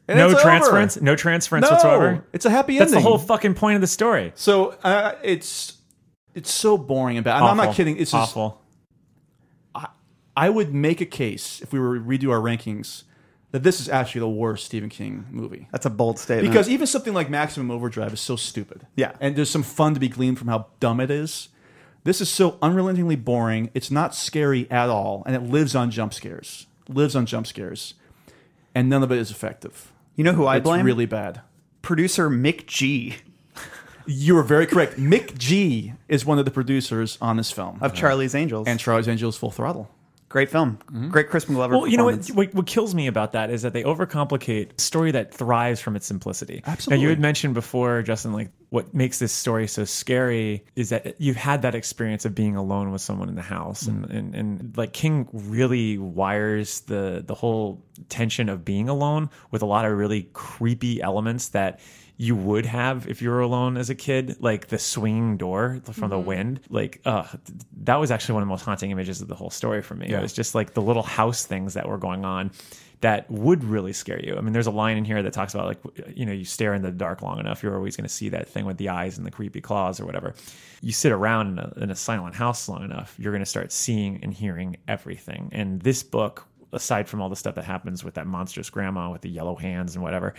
F: and
D: no
F: it's over.
D: transference. No transference
F: No,
D: whatsoever.
F: It's a happy
D: That's the
F: ending.
D: whole fucking point of the story.
F: So uh, it's it's so boring and bad. And I'm not
D: Awful.
F: kidding. It's just,
D: awful.
F: I would make a case if we were to redo our rankings that this is actually the worst Stephen King movie.
C: That's a bold statement.
F: Because even something like Maximum Overdrive is so stupid.
C: Yeah.
F: And there's some fun to be gleaned from how dumb it is. This is so unrelentingly boring. It's not scary at all. And it lives on jump scares. Lives on jump scares. And none of it is effective.
C: you know who I
F: it's
C: blame?
F: really bad.
C: producer Mick G
F: You are very correct. Mick G is one of the producers on this film.
C: of Charlie's Angels.
F: Uh, and Mm-hmm. Charlie's Angels Full Throttle.
C: Great film. Great Crispin Glover.
D: Well, you know what,
C: performance.
D: what? What kills me about that is that they overcomplicate a story that thrives from its simplicity. Now,
F: Absolutely.
D: you had mentioned before, Justin, like what makes this story so scary is that you've had that experience of being alone with someone in the house, and, and and like King really wires the the whole tension of being alone with a lot of really creepy elements that you would have if you were alone as a kid, like the swinging door from the wind. Like, uh, that was actually one of the most haunting images of the whole story for me. It was just like the little house things that were going on that would really scare you. I mean, there's a line in here that talks about like, you know, you stare in the dark long enough, you're always going to see that thing with the eyes and the creepy claws or whatever. You sit around in a, in a silent house long enough, you're going to start seeing and hearing everything. And this book, aside from all the stuff that happens with that monstrous grandma with the yellow hands and whatever,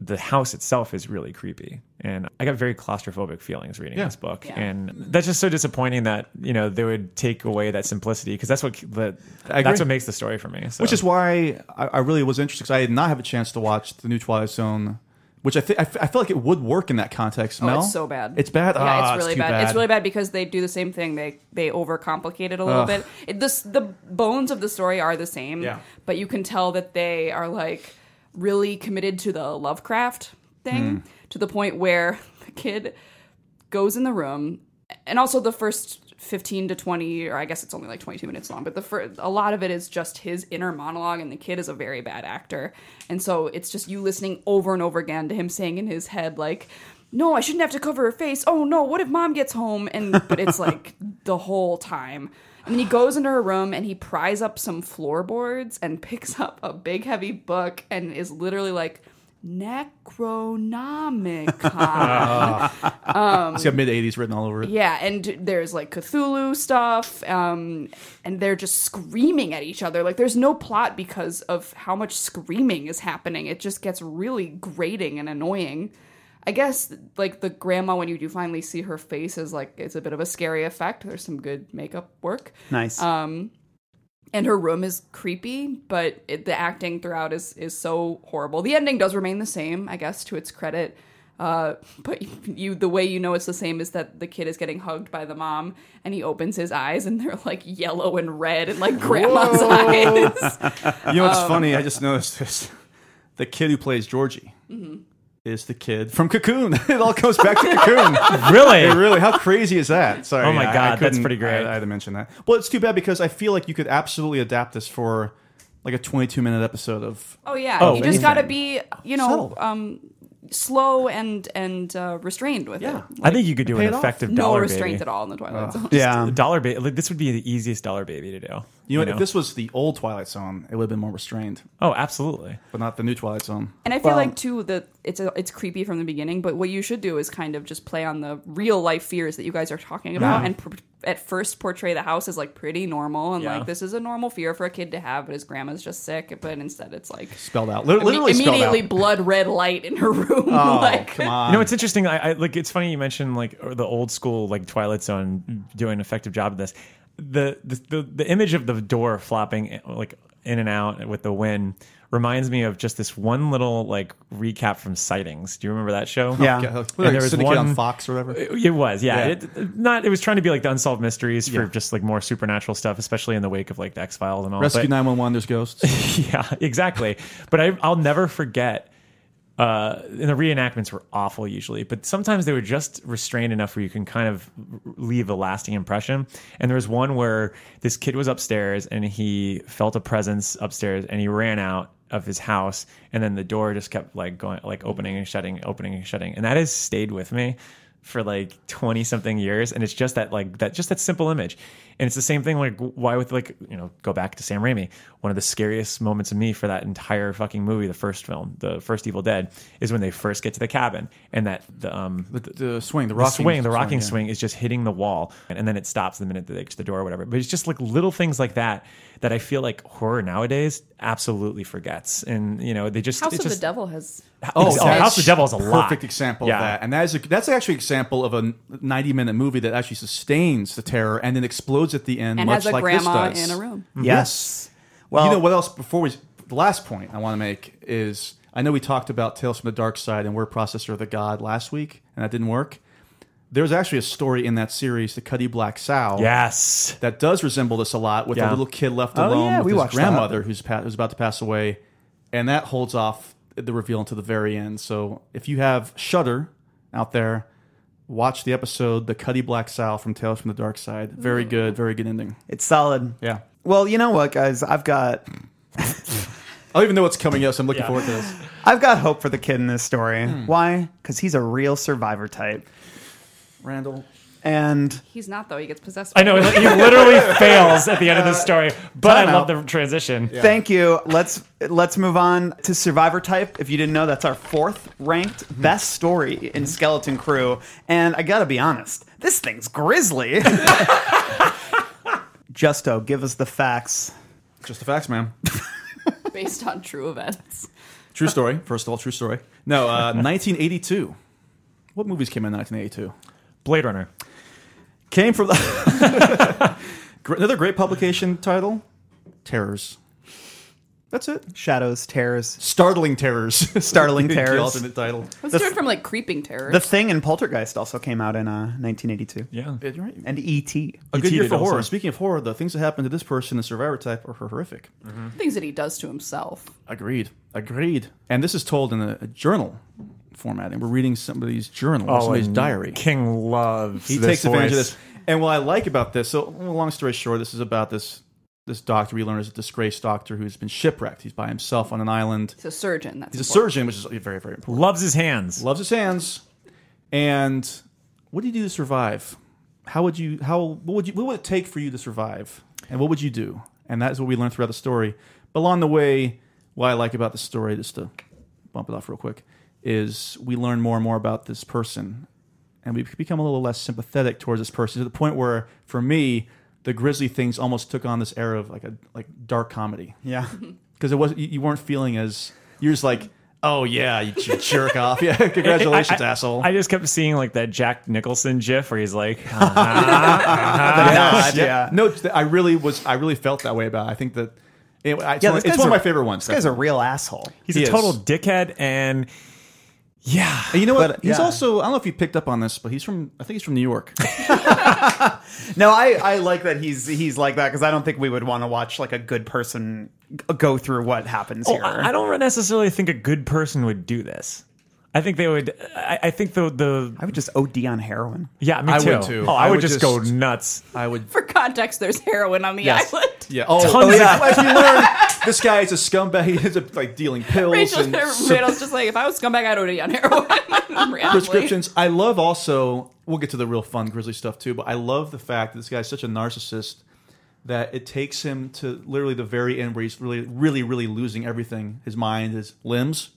D: the house itself is really creepy and i got very claustrophobic feelings reading this book and that's just so disappointing that you know they would take away that simplicity because that's what the,
F: I
D: that's
F: agree.
D: what makes the story for me so.
F: Which is why I, I really was interested because I did not have a chance to watch the new Twilight Zone, which I think I feel like it would work in that context.
E: Oh,
F: Mel?
E: it's so bad.
F: It's bad.
E: Yeah,
F: Ah,
E: it's really
F: too
E: bad. It's really bad because they do the same thing. They they overcomplicate it a little bit. It, this the bones of the story are the same.
F: Yeah.
E: But you can tell that they are like really committed to the Lovecraft thing
F: Hmm.
E: to the point where the kid goes in the room and also the first 15 to 20 or i guess it's only like 22 minutes long but the fir- a lot of it is just his inner monologue and the kid is a very bad actor and so it's just you listening over and over again to him saying in his head like no i shouldn't have to cover her face oh no what if mom gets home and but it's like the whole time and then he goes into her room and he pries up some floorboards and picks up a big heavy book and is literally like necronomicon
F: It's got mid '80s written all over it.
E: yeah, and there's like Cthulhu stuff, um, and they're just screaming at each other. Like there's no plot because of how much screaming is happening. It just gets really grating and annoying. I guess like the grandma when you do finally see her face is like it's a bit of a scary effect. There's some good makeup work
C: nice.
F: Um,
E: and her room is creepy, but it, the acting throughout is is so horrible. The ending does remain the same, I guess, to its credit. Uh, but you, the way you know it's the same is that the kid is getting hugged by the mom, and he opens his eyes, and they're like yellow and red, and like grandma's eyes.
F: You know what's
E: Um,
F: funny? I just noticed this. The kid who plays Georgie
E: Mm-hmm.
F: is the kid from Cocoon. it all goes back to Cocoon.
D: really
F: Hey, really? How crazy is that? Sorry.
D: Oh my
F: I- I
D: God, that's
F: couldn't-
D: pretty great.
F: I, I had to mention that. Well, it's too bad because I feel like you could absolutely adapt this for like a 22 minute episode of
E: oh yeah,
D: Oh,
E: you just gotta
F: anything.
E: be, you
F: Subtle.
E: know, um, slow and and uh, restrained with
F: Yeah.
E: it.
D: I think you could do
F: pay
D: an
F: it off.
D: effective
E: No
D: dollar
E: restraint
D: baby.
E: at all in the Twilight Zone.
C: yeah.
D: A dollar baby. Like, this would be the easiest dollar baby to do.
F: You know, what, if this was the old Twilight Zone, it would have been more restrained,
D: Oh, absolutely.
F: but not the um, new Twilight Zone.
E: And I feel like too that it's a, it's creepy from the beginning, but what you should do is kind of just play on the real life fears that you guys are talking about, and pr- at first portray the house as like pretty normal and
D: Yeah.
E: like this is a normal fear for a kid to have, but his grandma's just sick. But instead, it's like
F: Spelled out, Lit- literally spelled out.
E: immediately blood red light in her room.
F: Oh,
E: like,
F: come on.
D: You know, it's interesting. I, I like. It's funny you mentioned like or the old school like Twilight Zone doing an effective job of this. The the the, the image of the door flopping eh, like in and out with the wind reminds me of just this one little like recap from Sightings. Do you remember that show?
C: Yeah.
F: Yeah, like,
D: And there was
F: syndicate on
D: one-
F: Fox or whatever.
D: It was, yeah.
F: Yeah.
D: It, not it was trying to be like the unsolved mysteries for just like more supernatural stuff, especially in the wake of like the X Files and all.
F: Rescue
D: But-
F: nine one one. There's ghosts.
D: yeah, exactly. But I, I'll never forget. Uh, and the reenactments were awful usually, but sometimes they were just restrained enough where you can kind of leave a lasting impression. And there was one where this kid was upstairs and he felt a presence upstairs and he ran out of his house and then the door just kept like going, like opening and shutting, opening and shutting. And that has stayed with me for like 20 something years and it's just that like that just that simple image and it's the same thing like why with like you know go back to sam raimi one of the scariest moments of me for that entire fucking movie the first film the first evil dead is when they first get to the cabin and that the um
F: The, the swing, the
D: the
F: rocking
D: swing, the rocking
F: yeah.
D: swing is just hitting the wall, and, and then it stops the minute that they reach the door or whatever. But it's just like little things like that that I feel like horror nowadays absolutely forgets, and you know they just
E: House
D: it's
E: of
D: just,
E: the Devil has
D: Oh,
F: that's
D: House of the Devil is a
F: perfect
D: lot.
F: example
D: Yeah.
F: of that, and that is a, that's actually an example of a ninety-minute movie that actually sustains the terror and then explodes at the end,
E: and
F: much
E: has a
F: like
E: grandma
F: this does.
E: in a room.
C: Yes. Well,
F: you know what else? Before we, the last point I want to make is I know we talked about Tales from the Dark Side and Word Processor of the God last week, and that didn't work. There's actually a story in that series, The Cuddy Black Sow,
D: yes,
F: that does resemble this a lot, with a
D: Yeah.
F: little kid left
C: Oh,
F: alone
C: yeah,
F: with
C: we
F: his
C: watched
F: grandmother who's pa- who's about to pass away, and that holds off the reveal until the very end. So if you have Shudder out there. Watch the episode "The Cuddy Black Sow" from Tales from the Dark Side. Very good, very good ending.
C: it's solid.
F: Yeah,
C: Well, you know what, guys? I've got
F: I don't Oh, even know what's coming up, so I'm looking forward to this.
C: I've got hope for the kid in this story.
F: Hmm.
C: Why? Because he's a real survivor type.
F: Randall,
C: And
E: He's not though; he gets possessed.
D: I know he literally fails at the end of
F: Uh,
D: the story, but I
C: time
D: love
C: out.
D: the transition.
C: Thank you. Let's let's move on to Survivor Type. If you didn't know, that's our fourth ranked
D: Mm-hmm.
C: best story in Skeleton Crew. And I gotta be honest, this thing's grisly. Justo, give us the facts.
F: Just the facts, ma'am.
E: based on true events.
F: True story. First of all, true story. No, uh, 1982. What movies came out in 1982?
D: Blade Runner.
F: Came from Gr- another great publication title, Terrors. That's it.
C: Shadows, terrors.
F: Startling Terrors.
C: Startling
F: The
C: Terrors.
F: alternate title.
E: Let's turn from like creeping terror.
C: The Thing and Poltergeist also came out in uh, 1982.
D: Yeah. E
F: You're right.
C: And E.T.
F: A good year
D: did
F: for
D: also.
F: horror. Speaking of horror, the things that happen to this person in Survivor Type are horrific.
E: things that he does to himself.
F: Agreed. Agreed. And this is told in a, a journal format, and we're reading somebody's journal, or
D: Oh,
F: somebody's
D: and
F: diary.
D: King loves.
F: he
D: this
F: takes advantage of
D: voice.
F: this. And what I like about this, so well, long story short, this is about this this doctor we learn is a disgraced doctor who's been shipwrecked. He's by himself on an island.
E: He's a surgeon. That's
F: He's a
E: important.
F: surgeon, which is very very important.
D: Loves his hands.
F: Loves his hands. And what do you do to survive? How would you how what would you what would it take for you to survive? And what would you do? And that's what we learn throughout the story. But along the way, what I like about the story, just to bump it off real quick, is we learn more and more about this person and we become a little less sympathetic towards this person to the point where, for me, the grisly things almost took on this era of like a like dark comedy
C: Yeah.
F: because it was you you weren't feeling as you're just like, oh yeah, you, you jerk off, yeah,
D: I-
F: congratulations,
D: I-
F: asshole.
D: I just kept seeing like that Jack Nicholson gif where he's like, "Uh-huh."
C: God,
F: Yeah.
C: yeah.
F: no, th- I really was, I really felt that way about. it. I think that anyway, I, it's,
C: Yeah,
F: one,
C: this
F: it's
C: guy's
F: one of
C: a-
F: my favorite ones.
C: This guy's a real asshole.
D: he's
F: He
D: a
F: is.
D: total dickhead, and yeah,
F: And you know what?
C: But,
F: He's
C: yeah.
F: also I don't know if you picked up on this, but he's from I think he's from New York.
C: No, I, I like that he's he's like that because I don't think we would want to watch like a good person g- go through what happens
D: Oh,
C: here.
D: I I don't necessarily think a good person would do this. I think they would. I, I think the the
C: I would just OD on heroin.
D: yeah. Me
F: I
D: too.
F: would too.
D: Oh, I,
F: I
D: would
F: would
D: just, go
F: just-
D: nuts.
F: I would.
E: For context, there's heroin on the
F: Yes.
E: island.
F: Yeah. Oh,
D: Tons
F: oh,
D: of-
F: yeah. As we learned, this guy is a scumbag. He ends up like dealing pills
E: Rachel,
F: and
E: Rachel's just like, if I was scumbag, I'd already on heroin. Randomly.
F: prescriptions. I love also. We'll get to the real fun grizzly stuff too, but I love the fact that this guy's such a narcissist that it takes him to literally the very end where he's really, really, really losing everything: his mind, his limbs.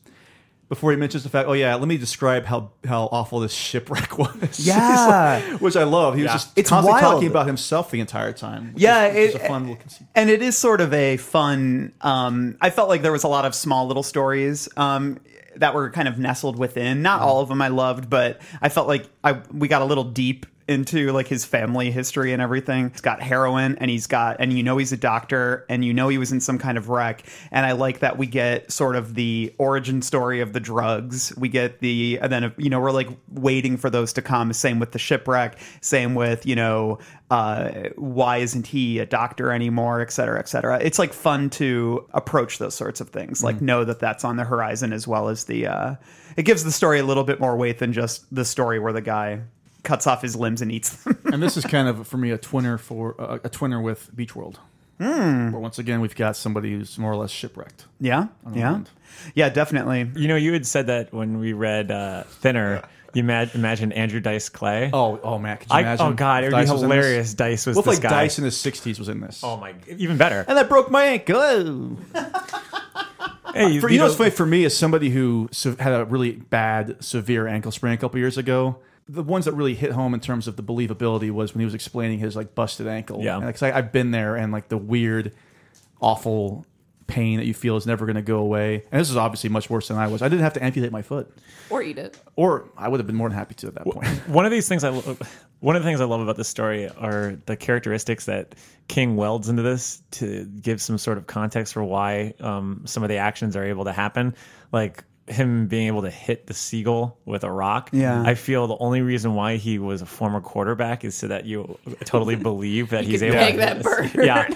F: Before he mentions the fact, oh yeah, let me describe how how awful this shipwreck was.
C: Yeah.
F: He's like- which I love. He was just
C: It's
F: constantly
C: wild.
F: talking about himself the entire time. which
C: Yeah,
F: is, which is
C: it-
F: a fun little conceit.
C: and it is sort of a fun um i felt like there was a lot of small little stories um that were kind of nestled within not all of them i loved but i felt like i we got a little deep into like his family history and everything he's got heroin and he's got and you know he's a doctor and you know he was in some kind of wreck and i like that we get sort of the origin story of the drugs we get the and then you know we're like waiting for those to come same with the shipwreck same with you know uh, why isn't he a doctor anymore, et cetera, et cetera. It's like fun to approach those sorts of things, like know that that's on the horizon as well as the. Uh, it gives the story a little bit more weight than just the story where the guy cuts off his limbs and eats them.
F: and this is kind of for me a twinner for uh, a twinner with Beach World.
C: Hmm.
F: Where once again we've got somebody who's more or less shipwrecked.
C: yeah, yeah, yeah, definitely.
D: You know, you had said that when we read uh, Thinner. You ma- imagine Andrew Dice Clay.
F: Oh, oh man, could you
D: I,
F: imagine?
D: oh god, it would be
F: Dice was in this?
D: hilarious. Dice was
F: What if,
D: this
F: like
D: guy.
F: Dice in the '60s was in this?
D: oh my, even better.
F: and that broke my ankle.
D: Hey,
F: For, you know what's funny for me is somebody who se- had a really bad, severe ankle sprain a couple years ago. The ones that really hit home in terms of the believability was when he was explaining his like busted ankle.
D: Yeah.
F: and, like, 'cause I, I've been there, and like the weird, awful pain that you feel is never going to go away. And this is obviously much worse than I was. I didn't have to amputate my foot,
E: Or eat it.
F: or I would have been more than happy to at that point.
D: one of these things I lo- one of the things I love about this story are the characteristics that King welds into this to give some sort of context for why um, some of the actions are able to happen, like him being able to hit the seagull with a rock.
C: Yeah.
D: I feel the only reason why he was a former quarterback is so that you totally believe that he's
E: could
D: able
E: peg
D: to
E: that bird.
D: Yeah,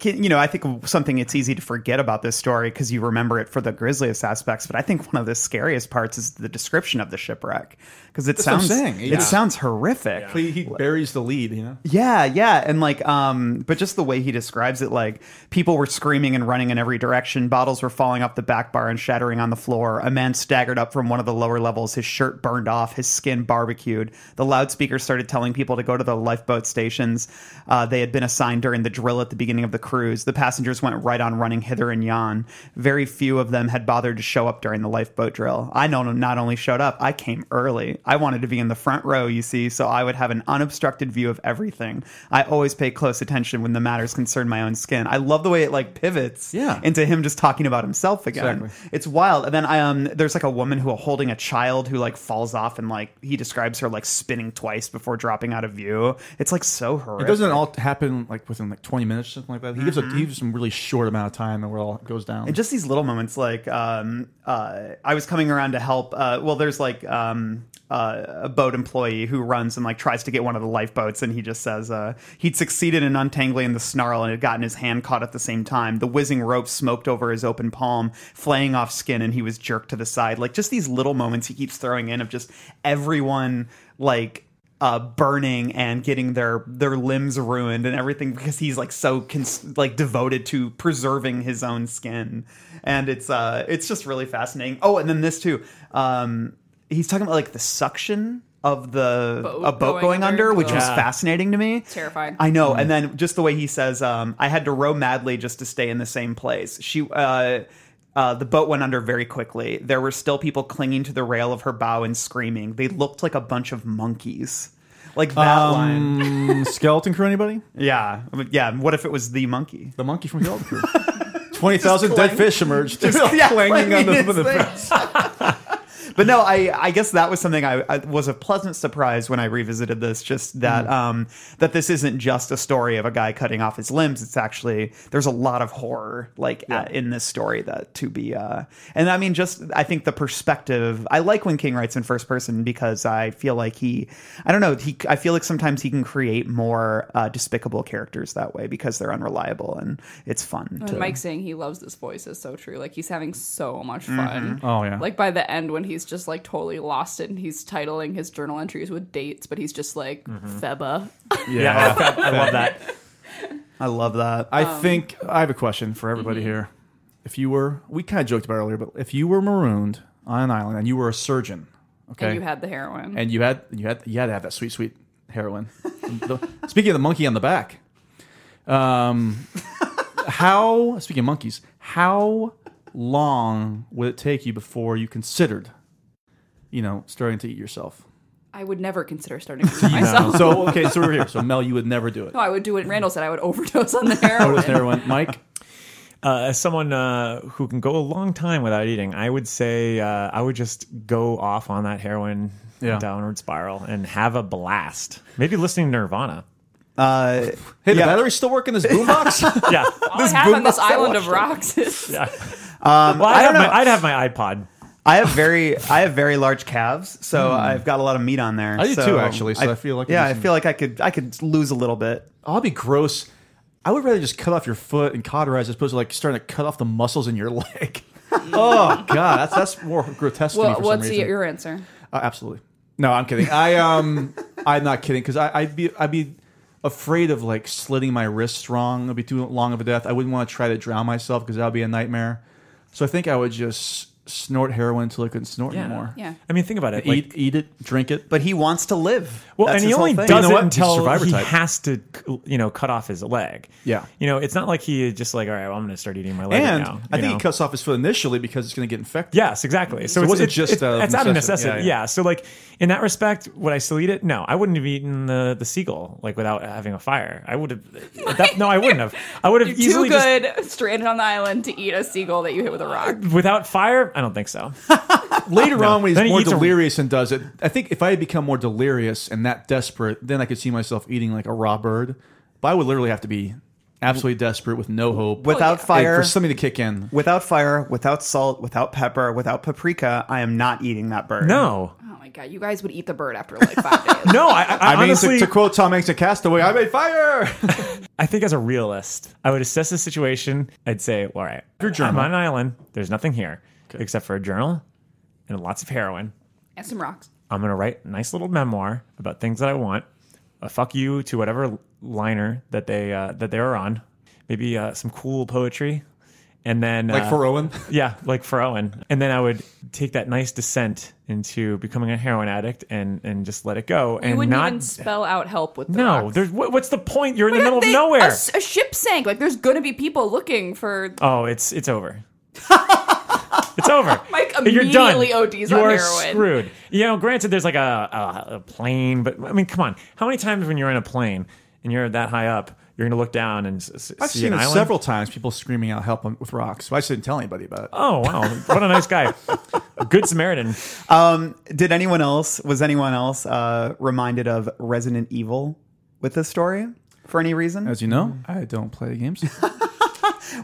C: Can, you know, I think something it's easy to forget about this story because you remember it for the grisliest aspects, but I think one of the scariest parts is the description of the shipwreck because it
F: what I'm
C: sounds
F: saying, yeah.
C: it sounds horrific.
F: he, he buries the lead, you know.
C: Yeah, yeah, and like, um, but just the way he describes it, like people were screaming and running in every direction. Bottles were falling off the back bar and shattering on the floor. A man staggered up from one of the lower levels, his shirt burned off, his skin barbecued. The loudspeaker started telling people to go to the lifeboat stations uh, they had been assigned during the drill at the beginning of the cruise. The passengers went right on running hither and yon. Very few of them had bothered to show up during the lifeboat drill. I know not only showed up, I came early. I wanted to be in the front row, you see, so I would have an unobstructed view of everything. I always pay close attention when the matters concern my own skin. I love the way it like pivots
F: Yeah.
C: into him just talking about himself again.
F: Exactly.
C: It's wild. And then I, um, there's like a woman who holding a child who like falls off and like he describes her like spinning twice before dropping out of view. It's like so horrific.
F: It doesn't all happen like within like 20 minutes, something like that. He gives a he gives some really short amount of time, and where it all goes down.
C: And just these little moments, like um, uh, I was coming around to help. Uh, well, there's like um, uh, a boat employee who runs and like tries to get one of the lifeboats, and he just says uh, he'd succeeded in untangling the snarl and had gotten his hand caught at the same time. The whizzing rope smoked over his open palm, flaying off skin, and he was jerked to the side. Like just these little moments he keeps throwing in of just everyone like uh, burning and getting their their limbs ruined and everything because he's like so cons- like devoted to preserving his own skin and it's uh it's just really fascinating oh and then this too um he's talking about like the suction of the
E: Boat
C: a boat
E: going
C: going, under,
E: under.
C: which was
D: Yeah.
C: fascinating to me
E: Terrifying.
C: i know and then just the way he says um i had to row madly just to stay in the same place she uh uh, the boat went under very quickly. There were still people clinging to the rail of her bow and screaming. They looked like a bunch of monkeys. Like that line.
F: Um, skeleton crew, anybody?
C: Yeah. I mean, Yeah. What if it was the monkey?
F: The monkey from Skeleton Crew. 20,000 dead
C: clang-
F: fish emerged.
C: Yeah,
F: clanging on the,
C: his
F: on the
C: thing. but no, I, I guess that was something I, I was a pleasant surprise when I revisited this. Just that
F: Mm.
C: um, that this isn't just a story of a guy cutting off his limbs. It's actually there's a lot of horror like at, in this story that to be. Uh, and I mean, just I think the perspective. I like when King writes in first person because I feel like he, I don't know, he. I feel like sometimes he can create more uh, despicable characters that way because they're unreliable and it's fun.
E: And
C: to,
E: Mike saying he loves this voice is so true. Like he's having so much fun.
F: Oh, yeah.
E: Like by the end when he's just like totally lost it and he's titling his journal entries with dates, but he's just like
F: Mm-hmm.
E: Feba.
D: Yeah, I, I love that.
C: I love that.
F: I
E: Um,
F: think I have a question for everybody
E: mm-hmm.
F: here. If you were, we kind of joked about it earlier, but if you were marooned on an island and you were a surgeon, okay,
E: And you had the heroin.
F: and you had you had you had to have that sweet sweet heroin. The- speaking of the monkey on the back, um, how speaking of monkeys, how long would it take you before you considered, you know, starting to eat yourself?
E: I would never consider starting to kill myself.
F: So okay, so we're here. So Mel, you would never do it.
E: No, I would do what Randall said. I would overdose on the
F: Notice
E: heroin.
F: heroin, Mike.
D: Uh, as someone uh, who can go a long time without eating, I would say uh, I would just go off on that heroin
F: Yeah.
D: downward spiral and have a blast. Maybe listening to Nirvana.
C: Uh,
F: Hey, the
C: Yeah.
F: battery's still working. This boombox.
D: Yeah.
E: All I have on this island of rocks is
F: Um,
D: well, I'd,
C: I
D: have
C: don't
D: my,
C: know.
D: I'd have my iPod.
C: I have very I have very large calves, so I've got a lot of meat on there.
F: Hmm. I do
C: so
F: too, actually, so I feel like I
C: yeah,
F: do
C: I
F: some-
C: feel like I could I could lose a little bit.
F: I'll be gross. I would rather just cut off your foot and cauterize as opposed to like starting to cut off the muscles in your leg. oh god, that's that's more grotesque to me
E: well,
F: for
E: what's
F: some
E: the-
F: reason.
E: your answer?
F: Uh, absolutely. No, I'm kidding. I um, I'm not kidding because I'd be I'd be afraid of like slitting my wrists wrong. It'd be too long of a death. I wouldn't want to try to drown myself because that would be a nightmare. So I think I would just snort heroin until I couldn't snort anymore.
E: Yeah.
D: I mean, think about it.
F: Eat eat it, drink it.
C: But he wants to live.
D: Well,
C: That's
D: and he
C: his whole
D: only
C: thing.
D: does
F: You know
D: it
F: what? He's a
D: until
F: survivor
D: he
F: type.
D: has to, you know, cut off his leg.
F: Yeah.
D: You know, it's not like he just like, all right, well, I'm going to start eating my leg
F: and
D: now. you
F: I think
D: know?
F: he cuts off his foot initially because it's going to get infected.
D: Yes, exactly. So,
F: it
D: it's,
F: wasn't
D: it's-
F: just
D: it's,
F: out of
D: it's out of
F: necessity.
D: necessity.
F: Yeah,
D: Yeah,
F: yeah.
D: So like in that respect, would I still eat it? No, I wouldn't have eaten the the seagull like without having a fire. I would have. That, no, I wouldn't have. I would have
E: You're
D: easily
E: too good stranded on the island to eat a seagull that you hit with a rock.
D: just without fire. I don't think so.
F: Later on, when
D: Then
F: he's
D: he
F: more
D: eats a-
F: delirious and does it, I think if I had become more delirious and that desperate, then I could see myself eating like a raw bird. But I would literally have to be absolutely desperate with no hope,
C: without
E: yeah.
F: and
C: fire,
F: for something to kick in.
C: without fire, without salt, without pepper, without paprika, I am not eating that bird.
D: No,
E: Oh my god, you guys would eat the bird after like five days.
D: no. I, I,
F: I mean,
D: honestly,
F: to, to quote Tom Hanks in Castaway, "I made fire."
D: I think as a realist, I would assess the situation. I'd say, all right,
F: Your journal.
D: I'm on an island. There's nothing here except for a journal and lots of heroin.
E: and some rocks.
D: I'm gonna write a nice little memoir about things that I want. A fuck you to whatever liner that they uh, that they are on. Maybe uh, some cool poetry, and then
F: like
D: uh,
F: for Owen,
D: yeah, like for Owen. And then I would take that nice descent into becoming a heroin addict and and just let it go
E: You
D: and
E: wouldn't
D: not.
E: even spell out help with the
D: no,
E: rocks.
D: there's what, what's the point? You're in the
E: Yeah,
D: middle
E: they-
D: of nowhere.
E: A, s- a ship sank. Like there's gonna be people looking for.
D: oh, it's it's over. it's over.
E: Mike
D: You're done.
E: immediately ODs
D: you
E: on
D: are
E: heroin.
D: screwed. You know, granted, there's like a, a, a plane, but I mean, come on. How many times when you're in a plane and you're that high up, you're going to look down and s- s-
F: I've
D: see
F: seen
D: an
F: it
D: island?
F: several times. People screaming out help on- with rocks. So I just didn't tell anybody about it.
D: Oh, wow. What a nice guy. A good Samaritan.
C: Did anyone else? Was anyone else uh, reminded of Resident Evil with this story for any reason?
F: As you know, I don't play games.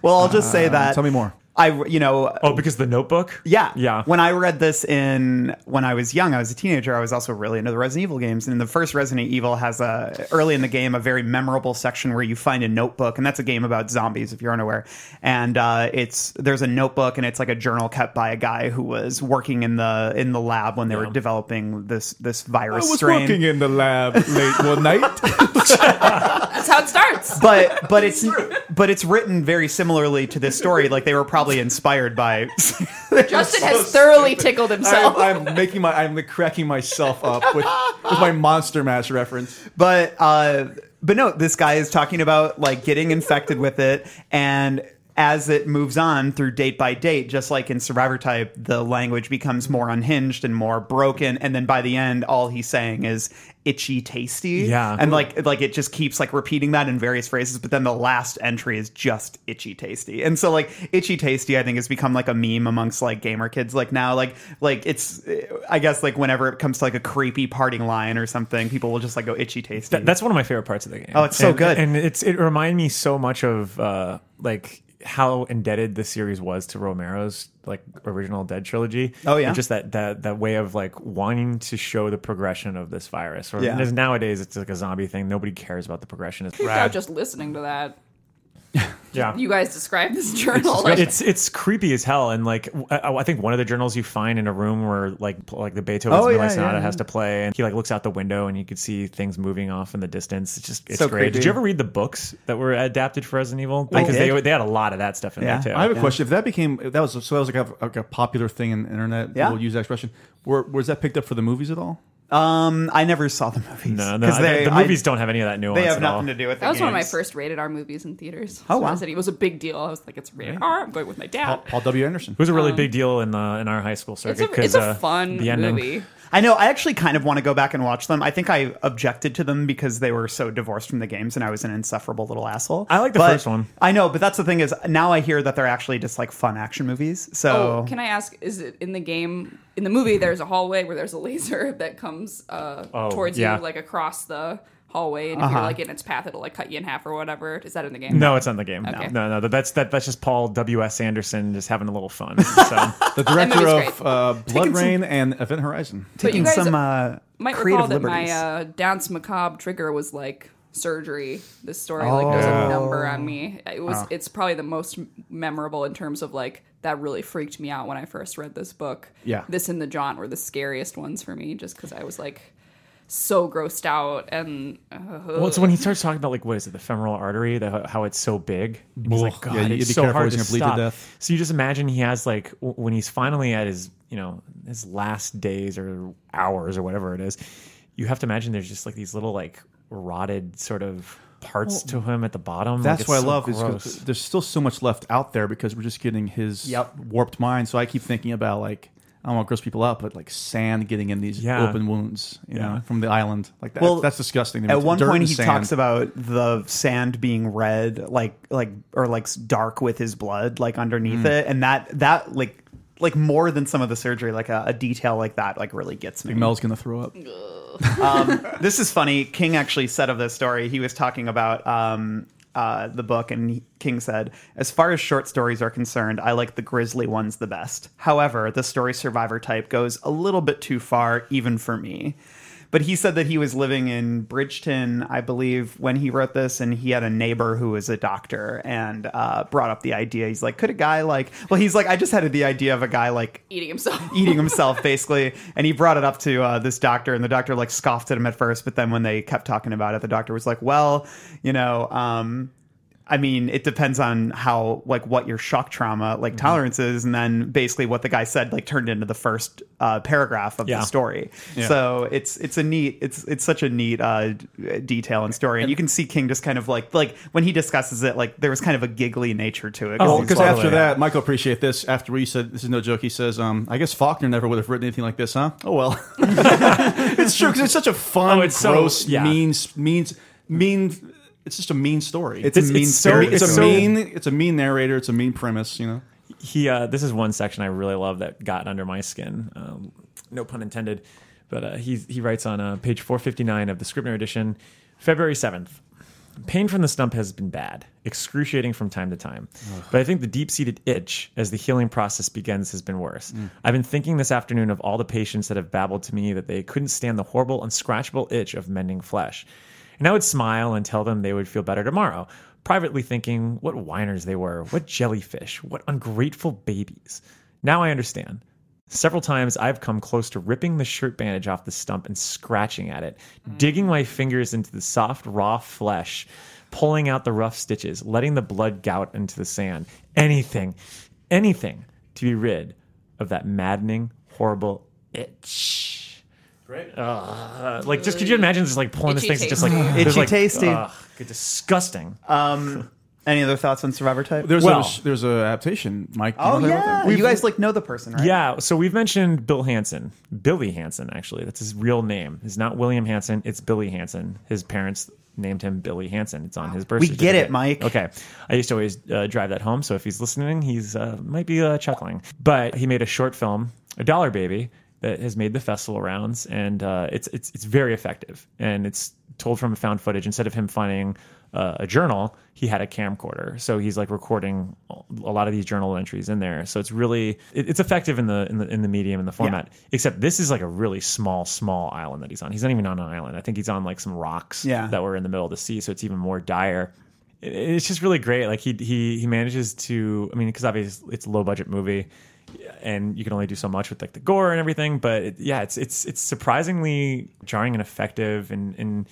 C: Well, I'll just say that.
F: tell me more.
C: I you know
D: Oh, because the notebook?
C: Yeah.
D: Yeah.
C: When I read this in when I was young, I was a teenager, I was also really into the Resident Evil games. And the first Resident Evil has a early in the game a very memorable section where you find a notebook, and that's a game about zombies, if you're unaware. And uh, it's there's a notebook and it's like a journal kept by a guy who was working in the in the lab when they were developing this this virus strain.
F: in the lab late one night.
E: That's how it starts.
C: but but it's but it's written very similarly to this story. Like they were probably inspired by
E: Justin has thoroughly tickled himself.
F: I'm, I'm making my I'm like cracking myself up with, with my Monster Mash reference.
C: but uh but no this guy is talking about like getting infected with it and as it moves on through date by date just like in survivor type the language becomes more unhinged and more broken and then by the end all he's saying is itchy tasty
D: Yeah.
C: and like like it just keeps like repeating that in various phrases but then the last entry is just itchy tasty and so like itchy tasty i think has become like a meme amongst like gamer kids like now like like it's eh, i guess like whenever it comes to like a creepy parting line or something people will just like go itchy tasty
D: Th- that's one of my favorite parts of the game.
C: Oh, it's so
D: And-
C: good.
D: and it's it reminded me so much of uh, like how indebted the series was to Romero's like original Dead trilogy.
C: Oh, yeah.
D: And just that that that way of like wanting to show the progression of this virus. Or,
C: Yeah.
D: Because nowadays it's like a zombie thing. Nobody cares about the progression. It's
E: Without just listening to that.
D: Yeah.
E: you guys described this journal. like,
D: It's it's creepy as hell, and like w- I, I think one of the journals you find in a room where like pl- like the Beethoven
C: Oh, yeah,
D: Sonata
C: yeah.
D: has to play, and he like looks out the window and you could see things moving off in the distance. It's just it's
C: So
D: great. Did
C: creepy.
D: you ever read the books that were adapted for Resident Evil? Because
C: did.
D: they they had a lot of that stuff in
C: Yeah.
D: there too.
F: I have a question. If that became if that was so that was like a, like a popular thing in the internet,
C: Yeah.
F: we'll use that expression. Were, was that picked up for the movies at all?
C: Um, I never saw the movies.
D: no, no,
C: 'Cause
D: I-
C: they-
D: the
C: I-
D: movies don't have any of that nuance.
C: They have
D: at all.
C: nothing to do with
E: that was one of my
C: games.
E: first rated R movies in theaters.
C: Oh,
E: So
C: wow.
E: I said it was a big deal. I was like, it's rated R. I'm going with my dad.
F: Paul, Paul W. Anderson.
D: It was a
C: um,
D: really big deal in the in our high school
E: it's
D: circuit.
E: a,
D: 'cause,
E: it's a
D: uh,
E: fun
D: the ending.
E: movie.
C: I know. I actually kind of want to go back and watch them. I think I objected to them because they were so divorced from the games, and I was an insufferable little asshole.
D: I like the
C: But-
D: first one.
C: I know, but that's the thing is now I hear that they're actually just like fun action movies. So
E: Oh, can I ask? Is it in the game? In the movie, there's a hallway where there's a laser that comes uh,
D: Oh,
E: towards
D: yeah.
E: you, like across the hallway, and if you're like in its path, it'll like cut you in half or whatever. Is that in the game?
D: No, it's not in the game.
E: Okay.
D: No, no, no. That's that. That's just Paul W. S. Anderson just having a little fun. So
F: The director
E: movie's
F: of
E: great.
F: uh, Blood
C: some-
F: Rain and Event Horizon.
E: But you guys
C: some uh,
E: might recall
C: creative
E: that
C: liberties.
E: my uh, dance macabre trigger was like surgery. This story like there's
D: Oh.
E: a number on me. It was it's probably the most m- memorable in terms of like that really freaked me out when I first read this book.
F: Yeah.
E: this and the jaunt were the scariest ones for me, just because I was like so grossed out and uh,
D: Well, it's when he starts talking about like what is it, the femoral artery, the, how it's so big. And He's like,
F: Ugh.
D: God,
F: Yeah, you'd
D: it's
F: be
D: so
F: careful,
D: hard
F: he's
D: to
F: gonna bleed to
D: stop.
F: death.
D: So you just imagine he has like w- when he's finally at his, you know, his last days or hours or whatever it is. You have to imagine there's just like these little like rotted sort of parts to him at the bottom. Like,
F: That's
D: it's
F: why
D: so
F: I love is 'cause
D: gross.
F: there's still so much left out there because we're just getting his
C: Yep.
F: warped mind. So I keep thinking about like I don't want to gross people out, but like sand getting in these
D: Yeah.
F: open wounds, you
D: Yeah.
F: know, from the island. Like that,
C: Well,
F: that's disgusting. to me.
C: At
F: It's
C: one
F: dirt
C: point,
F: and
C: he
F: sand.
C: talks about the sand being red, like like or like s- dark with his blood, like underneath
D: Hmm.
C: it, and that that like like more than some of the surgery, like a, a detail like that, like really gets me.
F: Mel's gonna throw up.
C: this is funny. King actually said of this story, he was talking about um, uh, the book, and he- King said, as far as short stories are concerned, I like the grisly ones the best. However, the story survivor type goes a little bit too far, even for me. But he said that he was living in Bridgeton, I believe, when he wrote this, and he had a neighbor who was a doctor and uh, brought up the idea. He's like, could a guy like, well, he's like, I just had the idea of a guy like
E: eating himself.
C: eating himself basically and he brought it up to uh, this doctor and the doctor like scoffed at him at first but then when they kept talking about it the doctor was like well you know um I mean, it depends on how, like, what your shock trauma, like,
D: Mm-hmm.
C: tolerance is. And then basically what the guy said, like, turned into the first uh, paragraph of
D: Yeah.
C: the story. So it's, it's a neat, it's, it's such a neat uh, d- detail and story. And you can see King just kind of like, like, when he discusses it, like, there was kind of a giggly nature to it.
D: Oh,
C: he's
F: Because
D: Totally,
F: after
D: yeah.
F: that, Michael appreciate this. After we said this is no joke, he says, um, "I guess Faulkner never would have written anything like this, huh?" Oh well, it's true because it's such a fun,
D: Oh, it's so-
F: gross,
D: yeah.
F: mean, mean, mean. It's just a mean story.
C: It's a
D: It's-
C: mean
D: it's so-
C: spirit.
F: it's a
D: so-
F: mean. It's a mean narrator. It's a mean premise. You know.
D: he uh, this is one section I really love that got under my skin. Um, no pun intended. But uh, he he writes on uh, page 459 of the Scribner edition, February 7th. Pain from the stump has been bad, excruciating from time to time. But I think the deep seated itch as the healing process begins has been worse. I've been thinking this afternoon of all the patients that have babbled to me that they couldn't stand the horrible, unscratchable itch of mending flesh. And I would smile and tell them they would feel better tomorrow, privately thinking what whiners they were, what jellyfish, what ungrateful babies. Now I understand. Several times I've come close to ripping the shirt bandage off the stump and scratching at it, digging my fingers into the soft, raw flesh, pulling out the rough stitches, letting the blood gout into the sand. Anything, anything to be rid of that maddening, horrible itch. Right. like, just could you imagine just like pulling
E: Itchy
D: this thing? Just like
E: tasty.
D: there's,
C: Itchy
D: like,
C: tasty. Uh,
D: ugh, disgusting.
C: Any other thoughts on Survivor Type?
F: There's
D: Well-
F: a there's a adaptation, Mike. You
C: Oh
F: know about
C: yeah,
F: that?
C: you guys like know the person, right?
D: Yeah, so we've mentioned Bill Hansen, Billy Hansen. Actually, that's his real name. It's not William Hansen. It's Billy Hansen. His parents named him Billy Hansen. It's on his birth.
C: We get it,
D: certificate.
C: Mike.
D: Okay, I used to always uh, drive that home. So if he's listening, he's uh, might be uh, chuckling. But he made a short film, a dollar baby, that has made the festival rounds, and uh, it's it's it's very effective. And it's told from found footage. Instead of him finding uh, a journal, he had a camcorder. So he's like recording a lot of these journal entries in there. So it's really it, it's effective in the in the in the medium and the format. Except this is like a really small small island that he's on. He's not even on an island. I think he's on like some rocks
C: Yeah.
D: that were in the middle of the sea. So it's even more dire it- it's just really great. Like he he he manages to. I mean, because obviously it's a low budget movie, and you can only do so much with like the gore and everything. But it, yeah, it's it's it's surprisingly jarring and effective. And and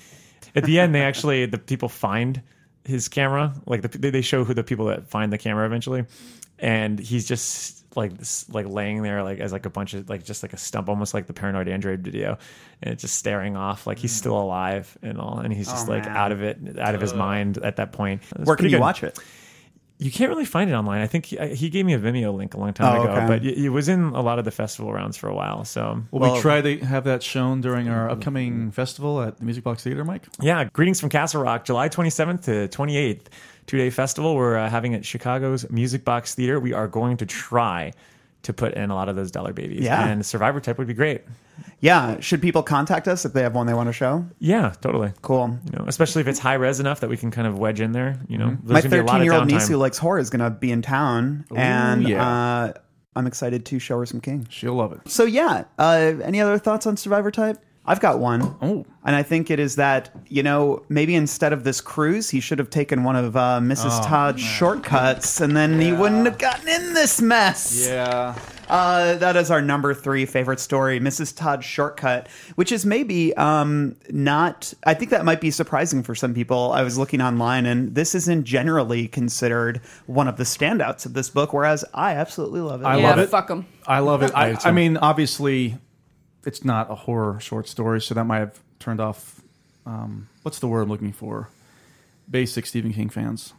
D: at the end, they actually the people find his camera. Like the, they- they show who the people that find the camera eventually, and he's just like s- like laying there like as like a bunch of like just like a stump almost like the paranoid android video and it's just staring off like he's still alive and all and he's just
C: Mm. Oh,
D: like
C: man.
D: out of it out of his mind at that point It's
C: Where can
D: pretty
C: you
D: good.
C: watch it?
D: You can't really find it online. I think he, I- he gave me a Vimeo link a long time
C: Oh,
D: ago,
C: okay.
D: but it, it was in a lot of the festival rounds for a while. So
F: Will we try to have that shown during our upcoming festival at the Music Box Theater, Mike?
D: yeah, greetings from Castle Rock, July 27th to 28th, two day festival we're uh, having at Chicago's Music Box Theater. We are going to try to put in a lot of those dollar babies,
C: Yeah.
D: and Survivor type would be great.
C: Yeah. Should people contact us if they have one they want to show?
D: Yeah, totally.
C: Cool.
D: You know, especially if it's high res enough that we can kind of wedge in there. You know,
C: Mm-hmm. My
D: there's gonna be a lot
C: 13
D: of
C: year old
D: downtime.
C: niece who likes horror is going to be in town, and
F: yeah.
C: uh, I'm excited to show her some King.
F: She'll love it.
C: So yeah, uh, any other thoughts on Survivor type? I've got one.
F: Oh.
C: and I think it is that you know maybe instead of this cruise, he should have taken one of uh, Mrs.
F: Oh,
C: Todd's shortcuts, and then he wouldn't have gotten in this mess.
F: Yeah.
C: Uh, that is our number three favorite story, Mrs. Todd's Shortcut, which is maybe um, not, I think that might be surprising for some people. I was looking online, and this isn't generally considered one of the standouts of this book, whereas I absolutely love it.
F: I
E: yeah,
F: love it.
E: fuck them.
F: I love it. I, I mean, obviously, it's not a horror short story, so that might have turned off. Um, what's the word I'm looking for? Basic Stephen King fans.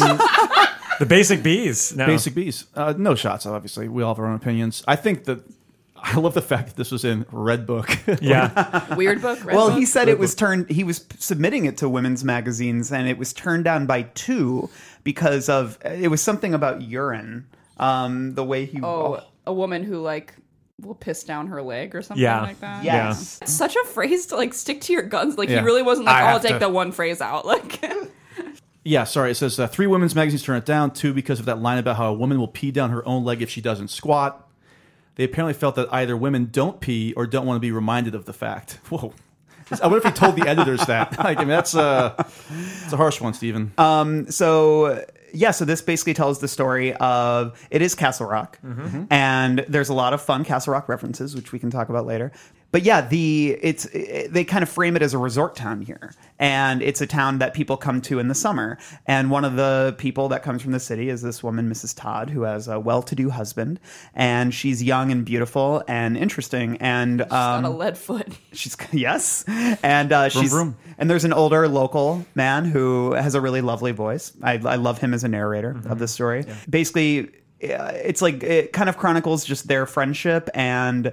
D: the basic bees. No.
F: Basic bees. Uh, no shots, obviously. We all have our own opinions. I think that I love the fact that this was in Red Book.
D: yeah,
E: Weird book. Red
C: well,
E: book.
C: he said it was turned. He was submitting it to women's magazines, and it was turned down by two because of it was something about urine. Um, the way he.
E: oh, a woman who like will piss down her leg or something
D: Yeah.
E: like that.
C: yes.
E: It's such a phrase to like stick to your guns. Like
F: Yeah.
E: he really wasn't like,
F: I
E: oh, I'll
F: have
E: take
F: to-
E: the one phrase out. Like
F: yeah, sorry. It says uh, three women's magazines turn it down, two because of that line about how a woman will pee down her own leg if she doesn't squat. They apparently felt that either women don't pee or don't want to be reminded of the fact. Whoa. I wonder if he told the editors that. Like, I mean, that's uh, it's a harsh one, Stephen.
C: so yeah, so this basically tells the story of it is Castle Rock, and there's a lot of fun Castle Rock references, which we can talk about later. But yeah, the it's it, they kind of frame it as a resort town here, and it's a town that people come to in the summer. And one of the people that comes from the city is this woman, Mrs. Todd, who has a well-to-do husband, and she's young and beautiful and interesting. And um,
E: on a lead foot.
C: She's yes, and uh, she's
F: vroom.
C: and there's an older local man who has a really lovely voice. I, I love him as a narrator
F: Mm-hmm.
C: of this story. Basically, uh, it's like it kind of chronicles just their friendship and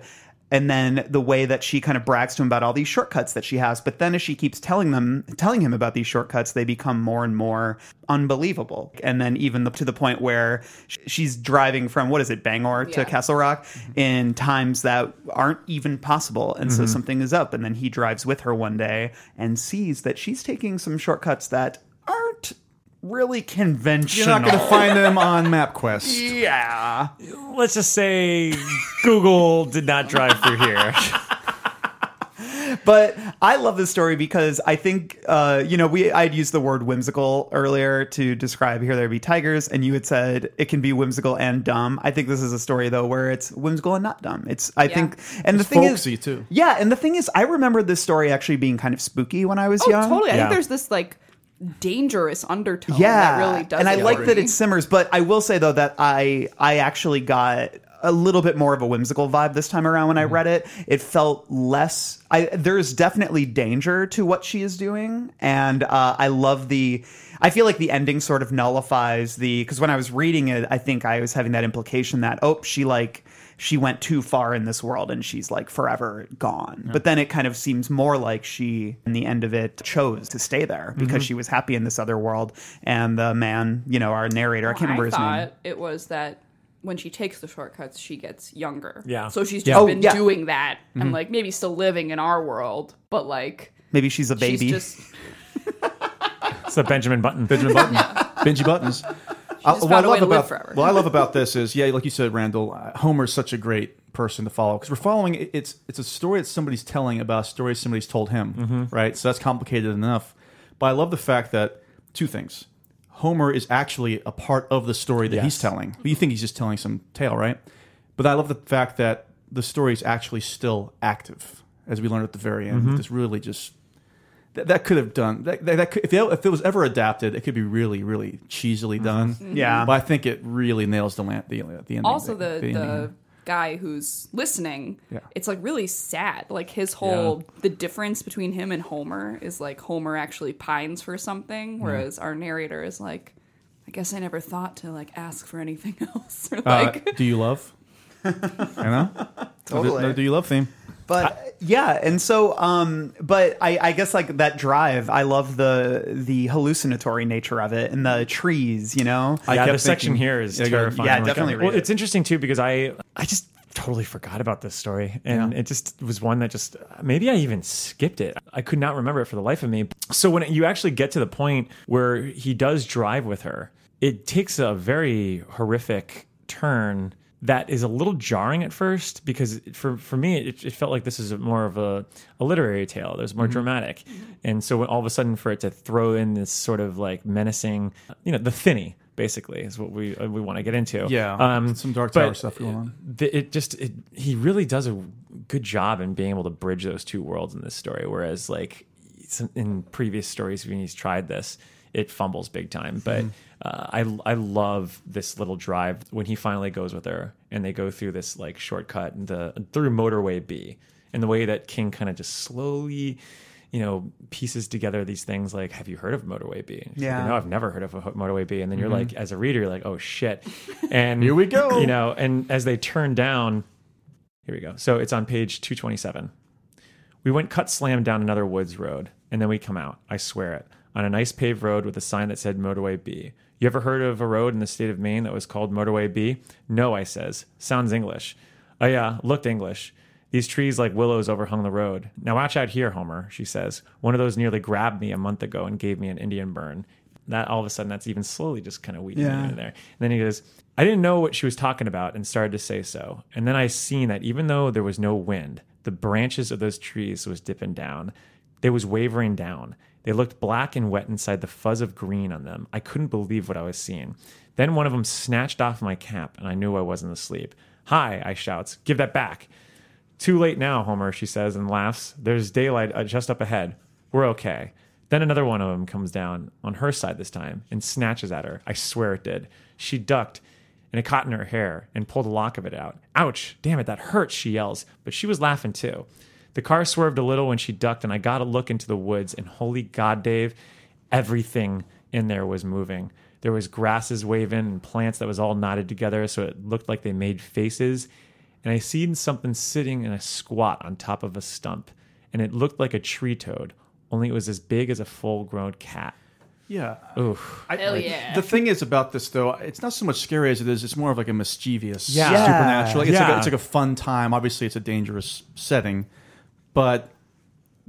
C: and then the way that she kind of brags to him about all these shortcuts that she has. But then as she keeps telling them telling him about these shortcuts, they become more and more unbelievable. And then even the, to the point where sh- she's driving from what is it Bangor to
E: Yeah.
C: Castle. Castle Rock in times that aren't even possible. And so something is up. And then he drives with her one day and sees that she's taking some shortcuts that aren't really
F: You're
C: conventional.
F: not going to find them on MapQuest.
C: yeah.
D: let's just say Google did not drive through here.
C: But I love this story because I think, uh, you know, we I'd used the word whimsical earlier to describe Here There Be Tigers, and you had said it can be whimsical and dumb. I think this is a story though where it's whimsical and not dumb. It's I
E: Yeah.
C: think, and the thing
F: folksy,
C: is,
F: too.
C: Yeah, and the thing is, I remember this story actually being kind of spooky when I was
E: Oh,
C: young.
E: totally. I
D: Yeah.
E: think there's this like dangerous undertone.
C: Yeah,
E: that really does.
C: and I
E: it
C: like
E: for
C: that
E: me.
C: it simmers. But I will say though that I I actually got a little bit more of a whimsical vibe this time around when
E: Mm-hmm.
C: I read it. It felt less. I there's definitely danger to what she is doing, and uh, I love the. I feel like the ending sort of nullifies the because when I was reading it, I think I was having that implication that oh she like she went too far in this world and she's like forever gone. But then it kind of seems more like she, in the end of it, chose to stay there because
D: Mm-hmm.
C: she was happy in this other world. And the man, you know, our narrator, I can't remember
E: Oh, I
C: his
E: thought
C: name.
E: it was that when she takes the shortcuts, she gets younger.
D: Yeah.
E: So she's
D: Yeah.
E: just
C: Oh,
E: been
C: yeah.
E: doing that
F: Mm-hmm.
E: and like maybe still living in our world, but like
C: Maybe she's a baby.
E: she's just she's
D: So Benjamin Button.
F: Benjamin Button. Benji Buttons. Uh,
E: just found a way to live forever.
F: What I love about this is, yeah, like you said, Randall, uh, Homer's such a great person to follow because we're following it- it's it's a story that somebody's telling about a story somebody's told him, right? So that's complicated enough. But I love the fact that two things. Homer is actually a part of the story that
D: Yes.
F: he's telling. You think he's just telling some tale, right? But I love the fact that the story is actually still active, as we learned at the very end. This really just that, that could have done that. that, that could, if, it, if it was ever adapted, it could be really, really cheesily done.
C: Yeah.
F: but I think it really nails the land, the, the ending.
E: Mm-hmm. also the the,
F: ending.
E: guy who's listening
F: Yeah.
E: it's like really sad like his whole the difference between him and homer is like homer actually pines for something whereas our narrator is like i guess i never thought to like ask for anything else or
F: Uh,
E: like
F: do you love? I know.
C: Totally.
F: The, the do you love theme?
C: but yeah and so um but i i guess like that drive i love the the hallucinatory nature of it and the trees you know
D: yeah,
F: kept
D: the section
F: thinking-
D: here is
F: Yeah, go-
D: terrifying.
C: yeah,
D: Like,
C: definitely read
D: Well,
C: it.
D: it's interesting too because I I just totally forgot about this story, and it just was one that just maybe I even skipped it. I could not remember it for the life of me. So when you actually get to the point where he does drive with her, it takes a very horrific turn. That is a little jarring at first because for, for me it, it felt like this is a- more of a, a literary tale. There's more dramatic, and so when, all of a sudden for it to throw in this sort of like menacing, you know, the thinny basically is what we uh, we want to get into. um,
F: some Dark
D: but
F: Tower stuff going on.
D: th- it just it, he really does a good job in being able to bridge those two worlds in this story. Whereas like some, in previous stories when he's tried this, it fumbles big time. But uh, I I love this little drive when he finally goes with her and they go through this like shortcut and the through motorway B and the way that King kind of just slowly. You know, pieces together these things like, have you heard of Motorway B? And she's like,
C: Yeah.
D: no, I've never heard of a ho- Motorway B. And then you're like, as a reader, you're like, oh shit. And
F: Here we go.
D: You know, and as they turn down, here we go. So it's on page 227. We went cut slam down another woods road, and then we come out, I swear it, on a nice paved road with a sign that said Motorway B. You ever heard of a road in the state of Maine that was called Motorway B? No, I says. Sounds English. Oh, yeah, looked English. These trees like willows overhung the road. Now watch out here, Homer, she says. One of those nearly grabbed me a month ago and gave me an Indian burn. That all of a sudden, that's even slowly just kind of weakening
C: Yeah.
D: in there. And then he goes, I didn't know what she was talking about and started to say so. And then I seen that even though there was no wind, the branches of those trees was dipping down. They was wavering down. They looked black and wet inside the fuzz of green on them. I couldn't believe what I was seeing. Then one of them snatched off my cap and I knew I wasn't asleep. Hi, I shouts, give that back. Too late now, Homer, she says and laughs. There's daylight uh, just up ahead. We're okay. Then another one of them comes down on her side this time and snatches at her. I swear it did. She ducked and it caught in her hair and pulled a lock of it out. Ouch, damn it, that hurts, she yells, but she was laughing too. The car swerved a little when she ducked, and I got a look into the woods, and holy God, Dave, everything in there was moving. There was grasses waving and plants that was all knotted together, so it looked like they made faces and I seen something sitting in a squat on top of a stump, and it looked like a tree toad, only it was as big as a full grown cat.
F: Yeah.
D: Oof.
F: I,
E: Hell
F: like,
E: yeah.
F: The thing is about this though, it's not so much scary as it is. It's more of like a mischievous,
D: Yeah.
C: Yeah.
F: supernatural. Like, it's, like a,
D: Yeah.
F: it's like a fun time. Obviously, it's a dangerous setting, but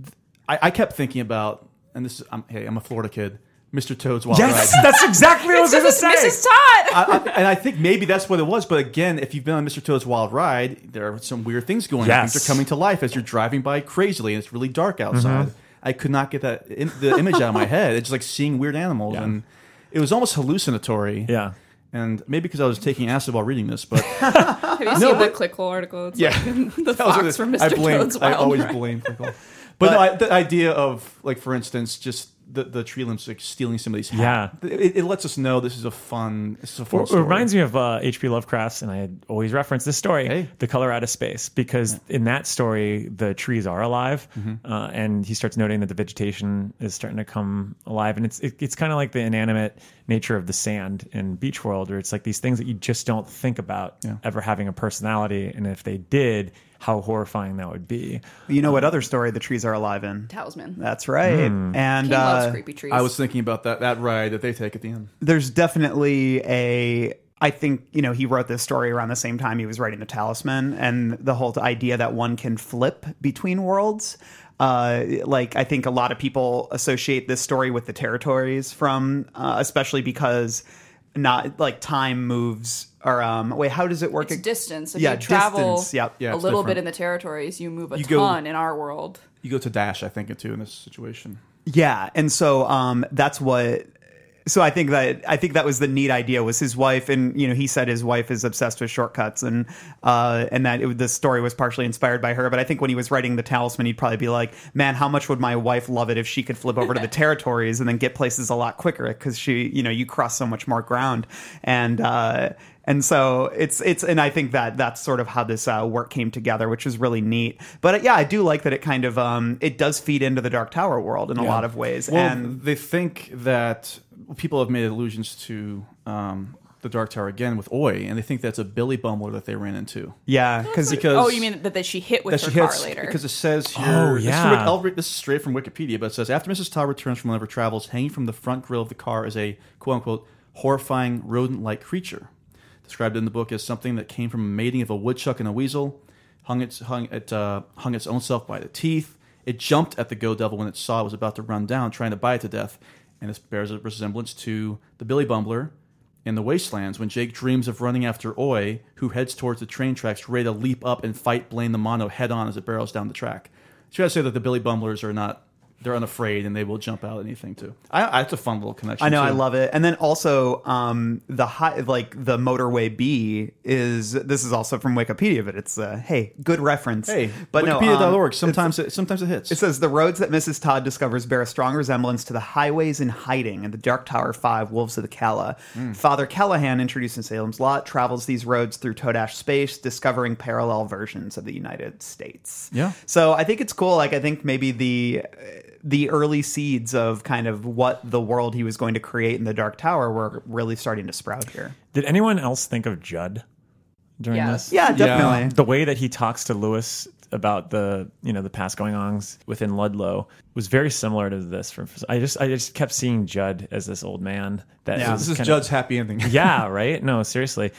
F: th- I, I kept thinking about, and this is, I'm, hey, I'm a Florida kid, Mr. Toad's Wild Ride.
D: that's exactly what I was
E: Mrs. Mrs. Todd!
F: I, I, and I think maybe that's what it was. But again, if you've been on Mr. Toad's Wild Ride, there are some weird things going on.
D: Yes.
F: Things are coming to life as you're driving by crazily, and it's really dark outside.
D: Mm-hmm.
F: I could not get that in, the image out of my head. It's like seeing weird animals,
D: Yeah.
F: and it was almost hallucinatory.
D: Yeah.
F: And maybe because I was taking acid while reading this, but
E: Have you seen the clickhole article? It's
F: Uh, Yeah.
E: like the
F: That was what
E: fox
F: it-
E: from Mr.
F: I blame,
E: Toad's
F: I
E: Wild
F: always
E: Ride.
F: blame Finkel. But, no, I, the idea of like, for instance, just the, the tree limbs like stealing somebody's hat. Yeah, it, it lets us know this is a fun. This is a fun.
D: It
F: story.
D: reminds me of uh, H.P. Lovecraft's, and I always reference this story,
F: Hey.
D: The Color Out of Space, because in that story, the trees are alive,
F: Mm-hmm.
D: uh, and he starts noting that the vegetation is starting to come alive. And it's it, it's kind of like the inanimate nature of the sand in Beach World, where it's like these things that you just don't think about ever having a personality. And if they did, how horrifying that would be.
C: you know what other story the trees are alive in
E: Talisman.
C: that's right
D: Hmm.
C: and
E: he loves
C: uh,
E: creepy trees.
F: I was thinking about that that ride that they take at the end.
C: there's definitely a I think you know he wrote this story around the same time he was writing the Talisman and the whole idea that one can flip between worlds. Uh, like I think a lot of people associate this story with the territories from, uh, especially because not like time moves or um wait how does it work?
E: It's distance. If
C: yeah,
E: you travel
C: distance. Yep.
F: Yeah,
E: a
F: it's
E: little
F: different.
E: bit in the territories, you move a
F: You go-
E: ton in our world.
F: You go to Dash, I think, too, in this situation.
C: Yeah, and so um, that's what so I think that I think that was the neat idea was his wife, and you know he said his wife is obsessed with shortcuts, and uh, and that it, the story was partially inspired by her. But I think when he was writing the Talisman, he'd probably be like, "Man, how much would my wife love it if she could flip over to the territories and then get places a lot quicker because she, you know, you cross so much more ground." And uh, and so it's it's and I think that that's sort of how this uh, work came together, which is really neat. But uh, yeah, I do like that it kind of um, it does feed into the Dark Tower world in a lot of ways.
F: Well,
C: and
F: they think that people have made allusions to um, the Dark Tower again with Oi, and they think that's a Billy Bumler that they ran into.
C: yeah, because
F: Because
E: oh, you mean that, that she hit with
F: that
E: her
F: she
E: car
F: hits
E: later?
F: because it says here.
D: Oh,
F: this is
D: yeah.
F: what I'll read- This is straight from Wikipedia, but it says after Mrs. Todd returns from whenever travels, hanging from the front grill of the car is a quote unquote horrifying rodent-like creature, described in the book as something that came from a mating of a woodchuck and a weasel, hung its hung it uh, hung its own self by the teeth. It jumped at the go devil when it saw it was about to run down, trying to bite it to death, and this bears a resemblance to the Billy Bumbler. In the wastelands, when Jake dreams of running after Oi, who heads towards the train tracks, ready to leap up and fight Blaine the Mono head on as it barrels down the track. Should I say that the Billy Bumblers are not? They're unafraid and they will jump out at anything too. I, I, it's a fun little connection.
C: I know I
F: too.
C: love it. And then also um, the high, like the motorway B is this is also from Wikipedia, but it's uh, hey, good reference.
F: Hey,
C: but no, um,
F: Wikipedia.org. sometimes it sometimes it hits.
C: It says the roads that Mrs. Todd discovers bear a strong resemblance to the highways in hiding in the Dark Tower Five Wolves of the Cala.
F: Hmm.
C: Father Callahan, introduced in Salem's Lot, travels these roads through Toadash space, discovering parallel versions of the United States.
F: Yeah.
C: So I think it's cool. Like I think maybe the the early seeds of kind of what the world he was going to create in the Dark Tower were really starting to sprout here.
D: Did anyone else think of Judd during
E: Yes.
D: this?
C: Yeah, definitely.
D: the way that he talks to Lewis about the you know the past going ons within Ludlow was very similar to this. From I just I just kept seeing Judd as this old man. That
C: Yeah.
D: was
F: this is
D: kinda-
F: Judd's happy ending.
D: Yeah, right. No, seriously.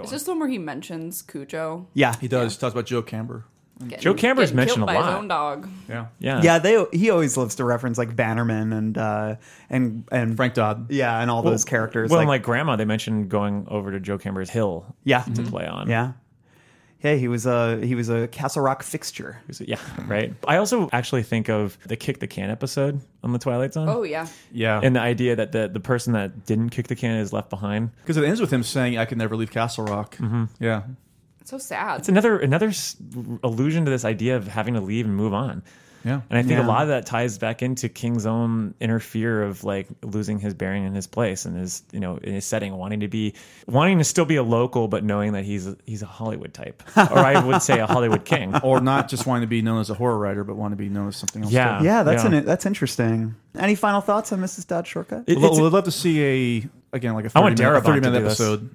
E: Is this the one where he mentions Cujo?
C: Yeah.
F: he does. Talks about Joe Camber.
E: Getting-
D: Joe Camber's
E: getting
D: mentioned
E: killed
D: a
E: by
D: lot.
E: His own dog.
F: Yeah.
D: Yeah,
C: Yeah, they he always loves to reference like Bannerman and uh and and
F: Frank Dodd.
C: Yeah, and all those characters.
D: Well,
C: like,
D: like, like Grandma, they mentioned going over to Joe Camber's Hill.
C: Yeah. Mm-hmm.
D: to play on.
C: yeah, hey, he was a he was a Castle Rock fixture.
D: So, yeah, right. I also actually think of the kick the can episode on the Twilight Zone.
E: Oh yeah.
F: Yeah.
D: and the idea that the, the person that didn't kick the can is left behind.
F: because it ends with him saying, "I could never leave Castle Rock."
C: Mm-hmm.
F: Yeah.
E: It's so sad.
D: It's another another s- allusion to this idea of having to leave and move on.
F: Yeah.
D: And I think
C: Yeah.
D: a lot of that ties back into King's own inner fear of like losing his bearing in his place and his you know in his setting, wanting to be wanting to still be a local, but knowing that he's he's a Hollywood type, or I would say a Hollywood king.
F: or not just wanting to be known as a horror writer, but wanting to be known as something else.
D: Yeah.
F: too.
C: Yeah, that's
D: Yeah.
C: an, that's interesting. Any final thoughts on Mrs. Dodd shortcut?
D: It-
F: We'd lo-
D: it's-
F: we'd love to see a again like a
D: I
F: thirty
D: want
F: minute, a
D: Darabont
F: 30
D: to
F: minute
D: do this.
F: episode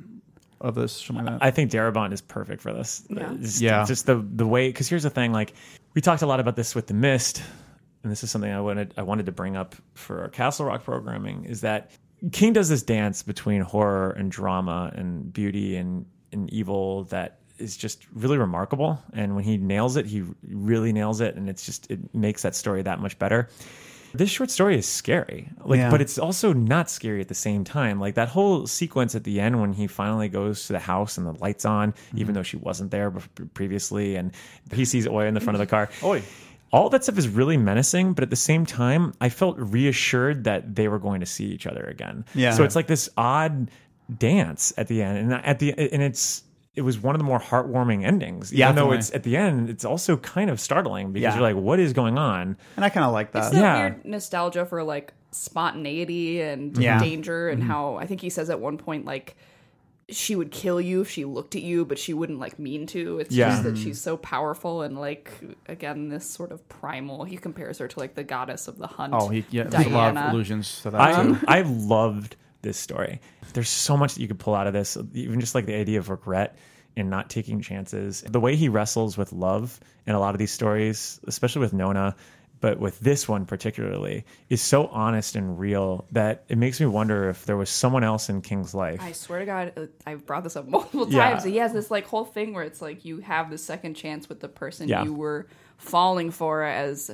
F: of this. Something like that.
D: I think Darabont is perfect for this. Uh,
E: Yeah.
D: Just,
F: Yeah.
D: Just the the way because here's the thing like we talked a lot about this with the mist, and this is something I wanted I wanted to bring up for our Castle Rock programming is that King does this dance between horror and drama and beauty and and evil that is just really remarkable. And when he nails it, he really nails it, and it's just it makes that story that much better this short story is scary like
C: Yeah.
D: but it's also not scary at the same time like that whole sequence at the end when he finally goes to the house and the lights on
C: Mm-hmm.
D: even though she wasn't there bef- previously and he sees oi in the front of the car
F: Oi.
D: all that stuff is really menacing but at the same time i felt reassured that they were going to see each other again
C: Yeah.
D: so it's like this odd dance at the end and at the and it's it was one of the more heartwarming endings even
C: Yeah,
D: though
C: definitely.
D: it's at the end it's also kind of startling because
C: Yeah.
D: you're like what is going on
C: And I kind of like
E: It's
C: that.
E: that
D: Yeah.
E: weird nostalgia for like spontaneity and
C: Yeah.
E: danger and how I think he says at one point like she would kill you if she looked at you, but she wouldn't like mean to. It's
D: Yeah.
E: just that she's so powerful and like again this sort of primal. He compares her to like the goddess of the hunt.
F: Oh, he, yeah, there's a
E: Diana.
F: lot of allusions to that too.
D: I, I loved this story. There's so much that you could pull out of this, even just like the idea of regret and not taking chances. The way he wrestles with love in a lot of these stories, especially with Nona, but with this one particularly, is so honest and real that it makes me wonder if there was someone else in King's life.
E: I swear to God, uh, I've brought this up multiple
D: Yeah.
E: times. He has this like whole thing where it's like you have the second chance with the person
D: Yeah.
E: you were falling for as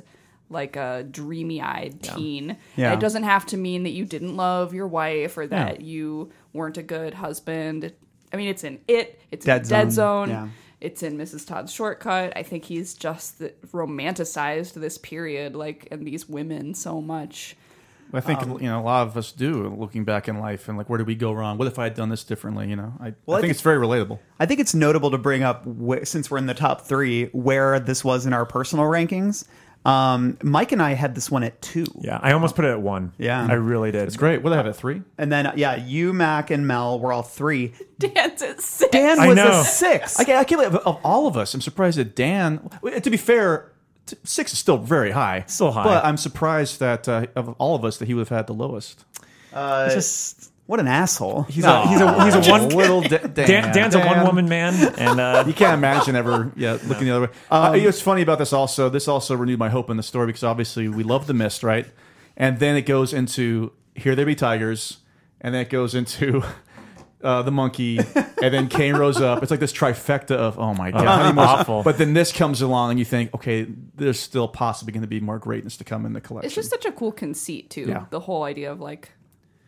E: like a dreamy-eyed teen.
C: Yeah.
E: And It doesn't have to mean that you didn't love your wife or that you weren't a good husband. I mean, it's in it. It's
C: Dead
E: in Dead
C: Zone,
E: Zone.
C: yeah.
E: It's in Mrs. Todd's Shortcut. I think he's just the, romanticized this period, like, and these women so much
F: I think you know a lot of us do looking back in life and like where did we go wrong? What if I had done this differently? You know, I, I
C: I
F: think
C: think-
F: it's very relatable.
C: I think it's notable to bring up wh- since we're in the top three where this was in our personal rankings. Um, Mike and I had this one at two,
D: Yeah, I almost put it at one.
C: Yeah.
D: I really did.
F: It's great. What did I have at three?
C: and then yeah, you, Mac, and Mel were all three.
E: Dan's at six.
C: Dan
D: I
C: was
D: know.
C: a six.
F: I, can't- I can't believe of all of us. I'm surprised that Dan. To be fair, t- six is still very high.
D: Still high.
F: But I'm surprised that uh, of all of us that he would have had the lowest.
D: It's just
C: what an asshole!
D: he's a he's a he's a one
F: little da-
D: Dan, Dan's a one woman man, and uh,
F: You can't imagine ever yeah, looking the other way.
C: Um,
F: uh, it was funny about this also. This also renewed my hope in the story because obviously we love the mist, right? And then it goes into Here There Be Tigers, and then it goes into uh, the monkey, and then Kane rose up. It's like this trifecta of oh my
C: Uh-huh.
F: god, how many more-
D: awful.
F: But then this comes along, and you think, okay, there's still possibly going to be more greatness to come in the collection.
E: It's just such a cool conceit too.
F: Yeah.
E: The whole idea of like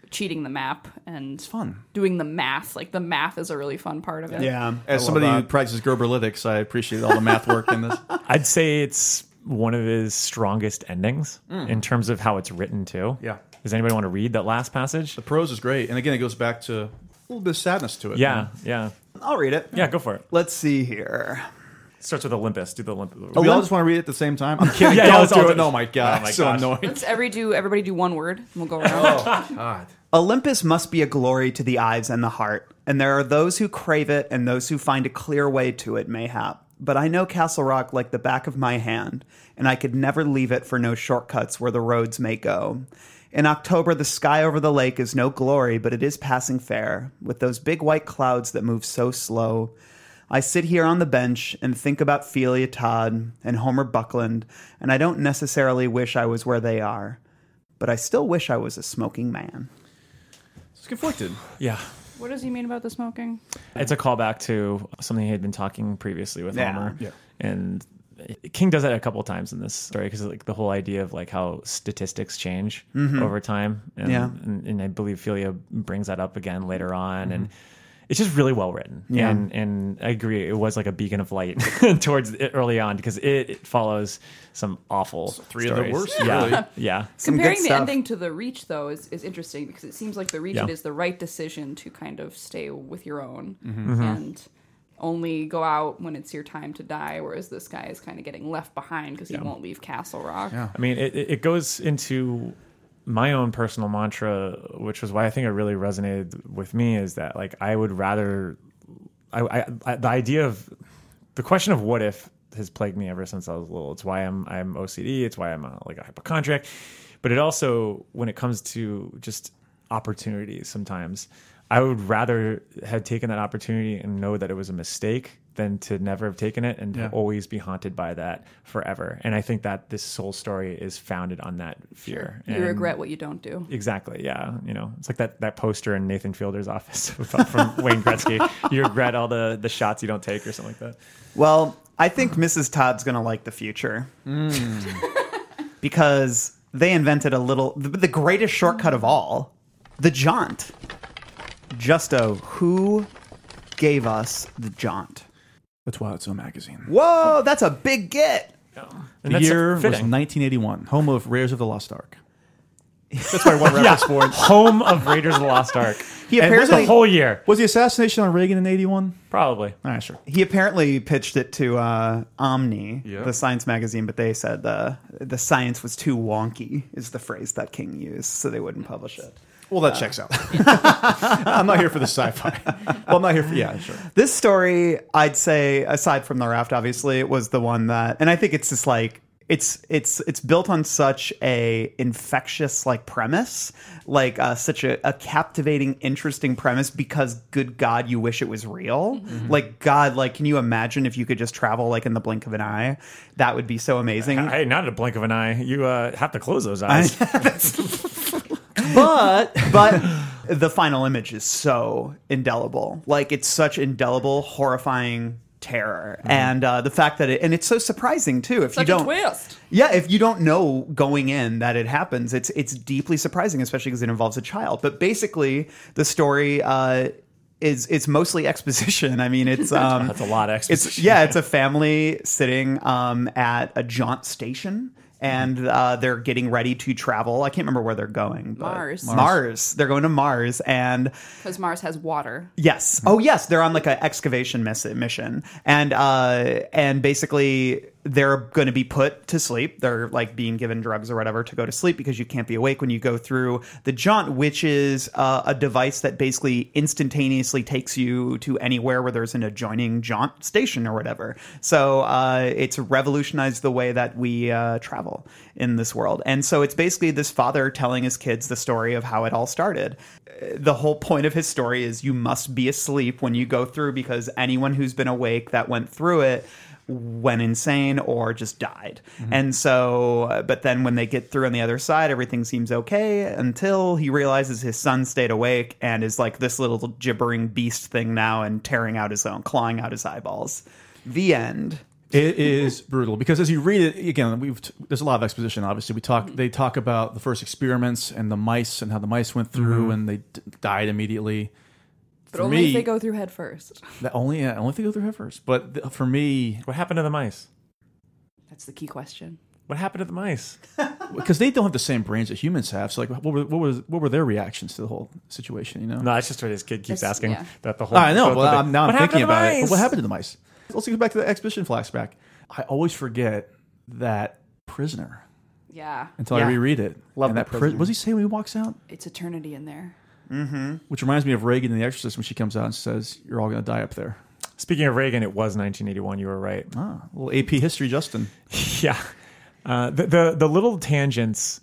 E: cheating the map and
F: it's fun.
E: doing the math. Like the math is a really fun part of it.
C: Yeah, I
F: As
C: love
F: somebody who
C: that.
F: practices Gerberlytics, I appreciate all the math work in this.
D: I'd say it's one of his strongest endings in terms of how it's written too.
F: Yeah.
D: Does anybody want to read that last passage?
F: The prose is great, and again, it goes back to a little bit of sadness to it.
D: Yeah, yeah,
C: I'll read it.
D: yeah. Go for it.
C: Let's see here.
D: Starts with Olympus. Do the Olympus.
F: Do we all just want to read it at the same time? I'm kidding.
D: Yeah, yeah,
F: Oh, don't
D: let's all
F: do
D: do
F: it.
D: it.
F: Oh my god,
D: Oh my
F: so
D: gosh.
F: annoying.
E: Let's every do everybody do one word and we'll go around.
C: Olympus must be a glory to the eyes and the heart, and there are those who crave it and those who find a clear way to it, mayhap. But I know Castle Rock like the back of my hand, and I could never leave it for no shortcuts where the roads may go. In October, the sky over the lake is no glory, but it is passing fair, with those big white clouds that move so slow. I sit here on the bench and think about Felia Todd and Homer Buckland, and I don't necessarily wish I was where they are, but I still wish I was a smoking man.
F: It's conflicted.
D: Yeah.
E: what does he mean about the smoking?
D: It's a callback to something he had been talking previously with
C: Yeah.
D: Homer.
F: Yeah.
D: And King does that a couple times in this story because like the whole idea of like how statistics change over time. And,
C: Mm-hmm. Yeah.
D: And, and I believe Philia brings that up again later on. And it's just really well written.
C: Mm-hmm. Yeah.
D: And, and I agree. It was like a beacon of light towards it early on because it, it follows some awful
F: three of the
D: stories.
F: worst,
D: Yeah.
F: really.
D: Yeah.
E: Comparing
C: good
E: the
C: stuff.
E: ending to the reach though is, is interesting because it seems like the reach
D: Yeah.
E: it is the right decision to kind of stay with your own and only go out when it's your time to die, whereas this guy is kind of getting left behind because he won't leave Castle Rock.
D: I mean, it, it it goes into my own personal mantra, which was why I think it really resonated with me is that like I would rather, I, I, I the idea of the question of what if has plagued me ever since I was little. It's why I'm I'm OCD. It's why I'm a, like a hypochondriac. But it also, when it comes to just opportunities, sometimes I would rather have taken that opportunity and know that it was a mistake than to never have taken it and to always be haunted by that forever. And I think that this soul story is founded on that fear.
E: You
D: And-
E: regret what you don't do.
D: Exactly. Yeah. You know, it's like that, that poster in Nathan Fielder's office from Wayne Gretzky. You regret all the, the shots you don't take or something like that.
C: Well, I think Mrs. Todd's going to like the future because they invented a little, the, the greatest shortcut of all, the jaunt. Justo, who gave us the jaunt?
F: The Twilight Zone magazine.
C: Whoa, that's a big get.
D: And
F: the
D: that's
F: year was
D: fitting.
F: 1981, home of Rares of the Lost Ark. That's my one reference for it.
D: home of Raiders of the Lost Ark.
C: He
D: And was
C: apparently-
D: the whole year,
F: Was the assassination on Reagan in 81?
D: probably.
F: All right, sure.
C: He apparently pitched it to uh, Omni,
F: Yeah.
C: the science magazine, but they said uh, the science was too wonky, is the phrase that King used, so they wouldn't publish it.
F: Well, that checks out. I'm not here for the sci-fi. Well, I'm not here for yeah, sure.
C: This story, I'd say, aside from the raft, obviously, it was the one that, and I think it's just like it's it's it's built on such a infectious like premise, like uh, such a, a captivating, interesting premise. Because good God, you wish it was real. Like God, like can you imagine if you could just travel like in the blink of an eye? That would be so amazing.
D: Hey, not at a blink of an eye. You uh, have to close those eyes.
C: but but the final image is so indelible like it's such indelible horrifying terror and uh, the fact that it and it's so surprising too if
E: Such
C: you
E: a
C: don't
E: twist.
C: yeah if you don't know going in that it happens it's it's deeply surprising especially because it involves a child but basically the story uh is it's mostly exposition. I mean, it's um,
D: That's a lot of
C: It's
D: exposition.
C: yeah, it's a family sitting um, at a jaunt station, and uh, they're getting ready to travel. I can't remember where they're going. But
E: Mars.
C: Mars. They're going to Mars, and
E: because Mars has water.
C: Yes. Oh, yes. They're on like an excavation miss- mission, and uh, and basically they're going to be put to sleep. They're like being given drugs or whatever to go to sleep because you can't be awake when you go through the jaunt, which is uh, a device that basically instantaneously takes you to anywhere where there's an adjoining jaunt station or whatever. So uh, it's revolutionized the way that we uh, travel in this world, and so it's basically this father telling his kids the story of how it all started the whole point of his story is you must be asleep when you go through because anyone who's been awake that went through it went insane or just died.
F: Mm-hmm.
C: And so, uh, but then when they get through on the other side, everything seems okay until he realizes his son stayed awake and is like this little gibbering beast thing now and tearing out his own, clawing out his eyeballs. The end.
F: It is brutal because as you read it again, we've there's a lot of exposition. Obviously, we talk they talk about the first experiments and the mice and how the mice went through and they d- died immediately.
E: But
F: For
E: only
F: me,
E: if they go through head first.
F: that only yeah, only if they go through heifers. But th- for me,
D: What happened to the mice?
E: That's the key question.
D: What happened to the mice?
F: because they don't have the same brains that humans have, so like what were what was what were their reactions to the whole situation? You know,
D: No, that's just what his kid keeps
E: That's-
D: asking.
E: yeah.
D: That the whole.
F: I know.
D: the-
F: Well,
D: the-
F: I'm, now
D: what
F: I'm
D: happened to
F: thinking
D: the
F: about it.
D: mice?
F: What happened to the mice? Let's go back to the exhibition flashback. I always forget that prisoner
E: Yeah,
F: until
C: Yeah.
F: I reread it.
C: Love
F: and
C: that
F: that pri-
C: prisoner.
F: What does he say when he walks out?
E: it's eternity in there.
F: Which reminds me of Reagan in The Exorcist when she comes out and says, "You're all going to die up there."
D: Speaking of Reagan, it was 1981. You were right.
F: Ah, a little AP history, Justin.
D: yeah. Uh, the, the the little tangents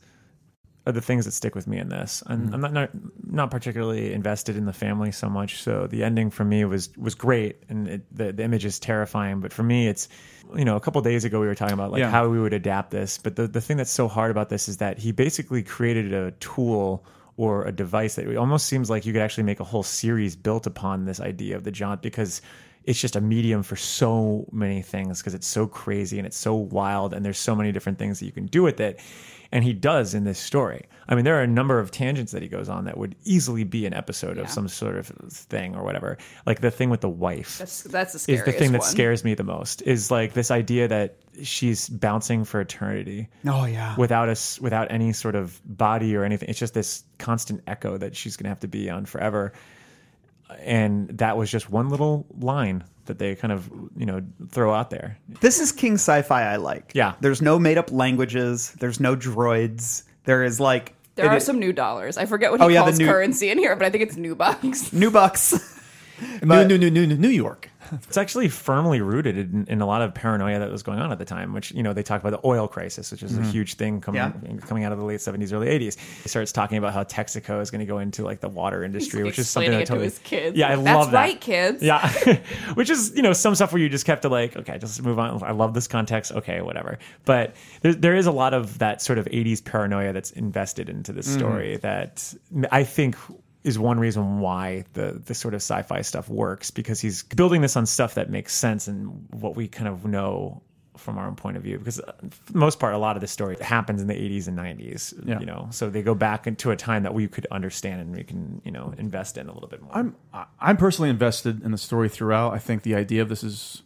D: are the things that stick with me in this. I'm, I'm not, not not particularly invested in the family so much. So the ending for me was was great, and it, the the image is terrifying. But for me, it's you know a couple days ago we were talking about like
F: Yeah.
D: how we would adapt this. But the the thing that's so hard about this is that he basically created a tool. Or a device that it almost seems like you could actually make a whole series built upon this idea of the jaunt because it's just a medium for so many things because it's so crazy and it's so wild and there's so many different things that you can do with it and he does in this story i mean there are a number of tangents that he goes on that would easily be an episode of some sort of thing or whatever like the thing with the wife
E: That's that's the
D: is
E: scariest
D: the thing that
E: one.
D: scares me the most is like this idea that she's bouncing for eternity
C: Oh, yeah.
D: without us without any sort of body or anything it's just this constant echo that she's going to have to be on forever and that was just one little line that they kind of you know throw out there
C: This is King sci fi I like.
D: Yeah.
C: There's no made up languages, there's no droids. There is like.
E: There
C: it
E: are
C: is-
E: some new dollars. I forget what
C: Oh,
E: he
C: yeah, the
E: calls
C: new-
E: currency in here, but I think it's new bucks.
C: new bucks.
D: Uh,
F: New, new, new, new, new York.
D: it's actually firmly rooted in, in a lot of paranoia that was going on at the time which you know they talk about the oil crisis which is
E: Mm-hmm.
D: a huge thing coming
C: Yeah.
D: coming out of the late 70s early 80s he starts talking about how texaco is going to go into like the water industry which is something
E: Explaining
D: that
E: it to
D: totally
E: his kids.
D: yeah i
E: That's
D: love that
E: right, kids.
D: yeah which is you know some stuff where you just have to like okay just move on i love this context okay whatever but there, there is a lot of that sort of 80s paranoia that's invested into this story that i think is one reason why the the sort of sci-fi stuff works because he's building this on stuff that makes sense and what we kind of know from our own point of view because uh, for the most part a lot of this story happens in the 80s and 90s
F: Yeah.
D: you know so they go back into a time that we could understand and we can you know invest in a little bit more
F: I'm I- I'm personally invested in the story throughout. I think the idea of this is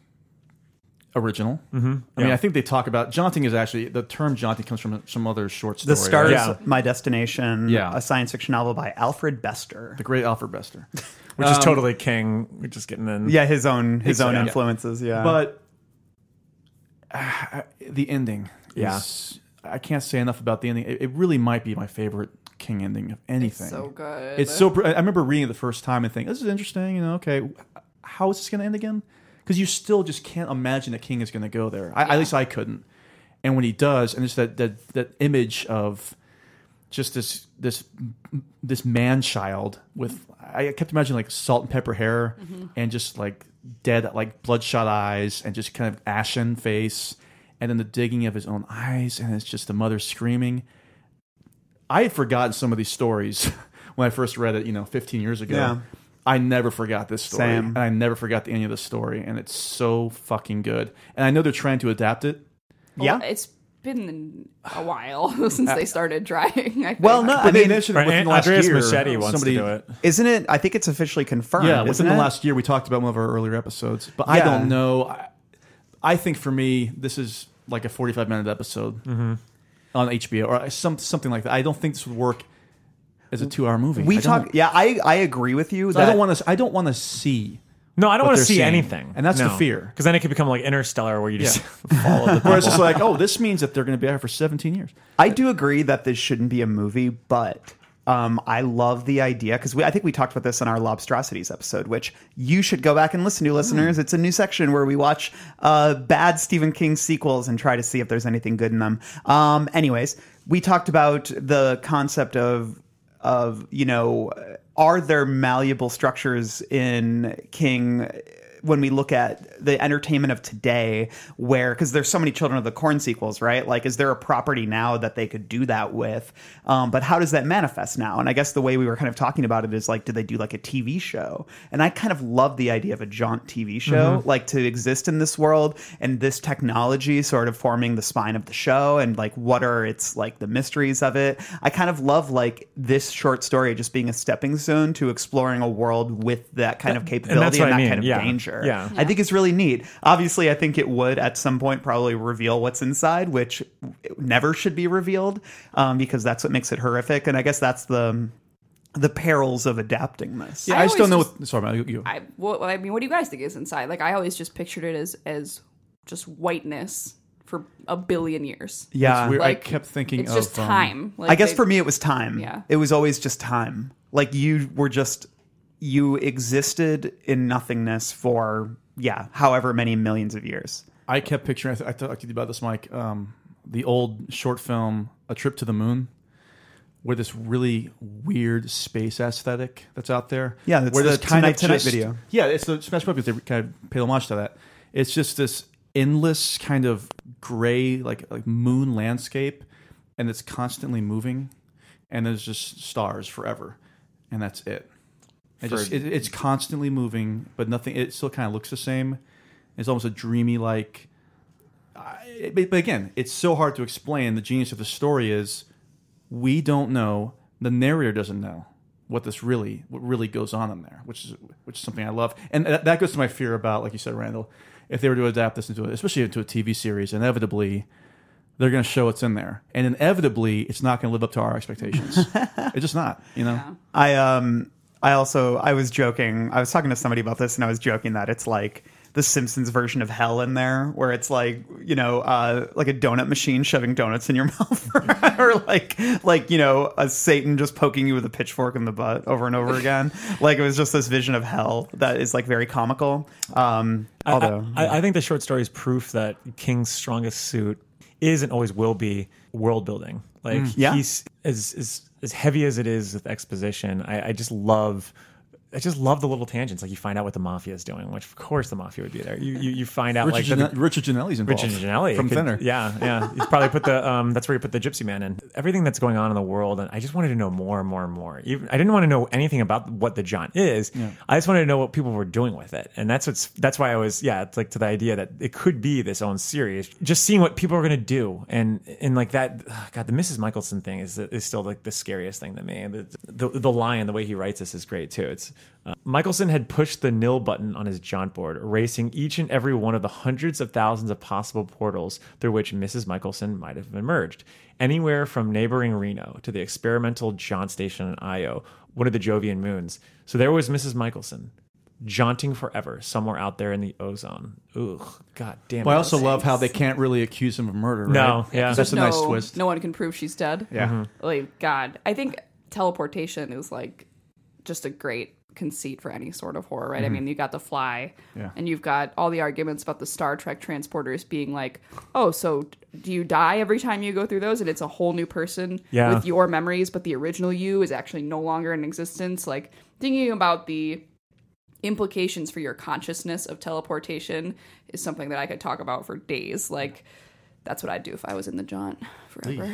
F: original. Mm-hmm. I mean, I think they talk about jaunting is actually the term jaunting comes from some other short story.
C: The Stars,
F: right?
D: Yeah.
C: My Destination,
F: Yeah.
C: a science fiction novel by Alfred Bester.
F: the great Alfred Bester.
D: which
F: Um,
D: is totally king. We're just getting in.
C: Yeah, his own his own
F: Exactly.
C: influences. Yeah,
F: but ah, the ending,
D: Yeah.
F: is- I can't say enough about the ending. It, it really might be my favorite King ending of anything.
E: so good.
F: It's so. br- I I remember reading it the first time and thinking, "This is interesting." You know, okay, how is this going to end again? Because you still just can't imagine that King is going to go there. I, At least I couldn't. And when he does, and it's that that that image of just this this this man child with I kept imagining like salt and pepper hair and just like dead like bloodshot eyes and just kind of ashen face and then the digging of his own eyes and it's just the mother screaming. I had forgotten some of these stories when I first read it, you know, 15 years ago.
C: Yeah.
F: I never forgot this story,
C: Same.
F: and I never forgot the end of the story, and it's so fucking good. And I know they're trying to adapt it.
C: yeah.
E: It's been a while since they started trying. I
C: well,
E: think.
C: no, I
F: they
C: mean,
F: mentioned
D: Right,
F: within
D: and
F: the last
D: Andreas
F: year,
D: Machete wants
F: somebody-
D: to do it.
C: isn't it? I think it's officially confirmed.
F: Yeah,
C: isn't
F: within the
C: it?
F: last year, we talked about one of our earlier episodes, but I
C: Yeah. Mm-hmm.
F: don't know. I, I think for me, this is like a forty-five minute episode. on HBO or some something like that. I don't think this would work as a two-hour movie.
C: We
F: I
C: talk.
F: don't-
C: Yeah, I I agree with you.
F: I
C: that-
F: don't want to. I don't want to see.
D: No, I don't
F: what
D: want to
F: they're
D: see
F: seeing.
D: anything.
F: And that's the fear.
D: Because then it could become like Interstellar where you just
F: Yeah.
D: follow the
F: Where it's just like, oh, this means that they're going to be out for 17 years.
C: I do agree that this shouldn't be a movie, but um, I love the idea because I think we talked about this in our Lobstrosities episode, which you should go back and listen to, listeners. It's a new section where we watch uh, bad Stephen King sequels and try to see if there's anything good in them. Um, anyways, we talked about the concept of of you know are there malleable structures in King when we look at the entertainment of today where because there's so many children of the corn sequels right like is there a property now that they could do that with um, but how does that manifest now and i guess the way we were kind of talking about it is like did they do like a tv show and i kind of love the idea of a jaunt tv show
D: Mm-hmm.
C: like to exist in this world and this technology sort of forming the spine of the show and like what are its like the mysteries of it i kind of love like this short story just being a stepping stone to exploring a world with that kind of capability and,
D: that's what I
C: that
D: mean,
C: kind of
D: yeah.
C: danger
D: Yeah.
C: I think it's really neat. Obviously, I think it would at some point probably reveal what's inside, which never should be revealed um, because that's what makes it horrific. And I guess that's the the perils of adapting this.
E: I
F: I, just don't know.
E: always
F: What, sorry, Matt, you- you.
E: I, well, I mean, what do you guys think is inside? Like, I always just pictured it as as just whiteness for a billion years.
C: yeah,
F: It's weird.
E: Like,
F: I kept thinking
E: it's
F: of
E: just
F: um,
E: time. Like,
C: I guess
E: they-
C: for me it was time.
E: Yeah.
C: it was always just time. Like you were just you existed in nothingness for yeah, however many millions of years.
F: I kept picturing. I, th- I talked to you about this, Mike. Um, the old short film, "A Trip to the Moon," where this really weird space aesthetic that's out there.
C: Yeah, that's
F: where
C: the
F: this
C: Tonight Tonight video.
F: Yeah, it's the Smash Puppets. They kind of pay homage to that. It's just this endless kind of gray, like like moon landscape, and it's constantly moving, and there's just stars forever, and that's it. It just, it, it's constantly moving, but nothing. It still kind of looks the same. It's almost a dreamy like. I, but but again, it's so hard to explain. The genius of the story is we don't know. The narrator doesn't know what this really what really goes on in there, which is which is something I love. And that, that goes to my fear about, like you said, Randall, if they were to adapt this into, a, especially into a TV series, inevitably they're going to show what's in there, and inevitably it's not going to live up to our expectations. it's just not, you know.
C: I um I also I was joking. I was talking to somebody about this and I was joking that it's like the Simpsons version of hell in there where it's like, you know, uh, like a donut machine shoving donuts in your mouth or like like, you know, a Satan just poking you with a pitchfork in the butt over and over again. like it was just this vision of hell that is like very comical. Um although
D: I, I, I think the short story is proof that King's strongest suit is and always will be world building. Like
F: Mm,
C: yeah.
D: he's as, as as heavy as it is with exposition. I, I just love. I just love the little tangents. Like you find out what the mafia is doing, which of course the mafia would be there. You you, you find out
F: Richard,
D: like that
F: Gene- Richard Genelli's involved.
D: Richard Ginelli
F: from
D: could-
F: Thinner.
D: Yeah, yeah. He's probably put the um. That's where he put the Gypsy Man in. Everything that's going on in the world, and I just wanted to know more and more and more. Even I didn't want to know anything about what the John is. I just wanted to know what people were doing with it, and that's what's that's why I was yeah. It's like to the idea that it could be this own series. Just seeing what people are going to do, and and like that. ugh, God, the Mrs. Michelson thing is is still like the scariest thing to me. The the, the lion, the way he writes this is great too. It's uh, Michelson had pushed the nil button on his jaunt board, erasing each and every one of the hundreds of thousands of possible portals through which Mrs. Michelson might have emerged. Anywhere from neighboring Reno to the experimental jaunt station in Io, one of the Jovian moons. So there was Mrs. Michelson, jaunting forever somewhere out there in the ozone. Ugh, god damn
F: But I
D: it.
F: also love how they can't really accuse him of murder.
D: No,
F: right?
D: yeah.
F: that's a
E: no,
F: nice twist.
E: No one can prove she's dead.
F: Yeah.
E: Like, God, I think teleportation is like just a great conceit for any sort of horror, right? I mean, you got the fly,
F: Yeah.
E: and you've got all the arguments about the Star Trek transporters being like, oh, so do you die every time you go through those? And it's a whole new person
D: Yeah.
E: with your memories, but the original you is actually no longer in existence. Like, thinking about the implications for your consciousness of teleportation is something that I could talk about for days. Like, that's what I'd do if I was in the jaunt forever.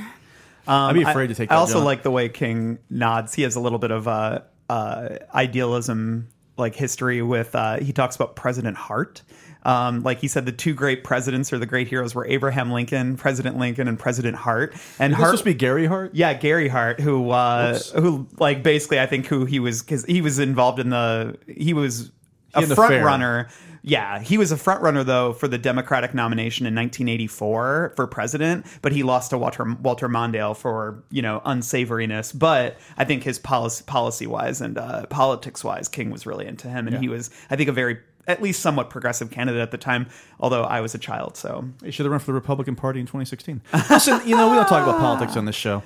F: I'd be afraid to take. That
C: Um, I also
F: jaunt.
C: like the way King nods. He has a little bit of uh, uh, idealism, like history with. Uh, he talks about President Hart. Um, like he said, the two great presidents or the great heroes were Abraham Lincoln, President Lincoln, and President Hart. And
F: This
C: Hart
F: supposed to be Gary Hart.
C: yeah, Gary Hart, who uh, who like basically I think who he was because he was involved in the he was a
F: and the
C: front
F: fair.
C: runner. Yeah, he was a front runner though for the Democratic nomination in 1984 for president, but he lost to Walter Walter Mondale for you know unsavoriness. But I think his policy policy wise and uh, politics wise, King was really into him, and he was I think a very at least somewhat progressive candidate at the time. Although I was a child, so
F: He should have run for the Republican Party in 2016. Listen, you know, we don't talk about politics on this show.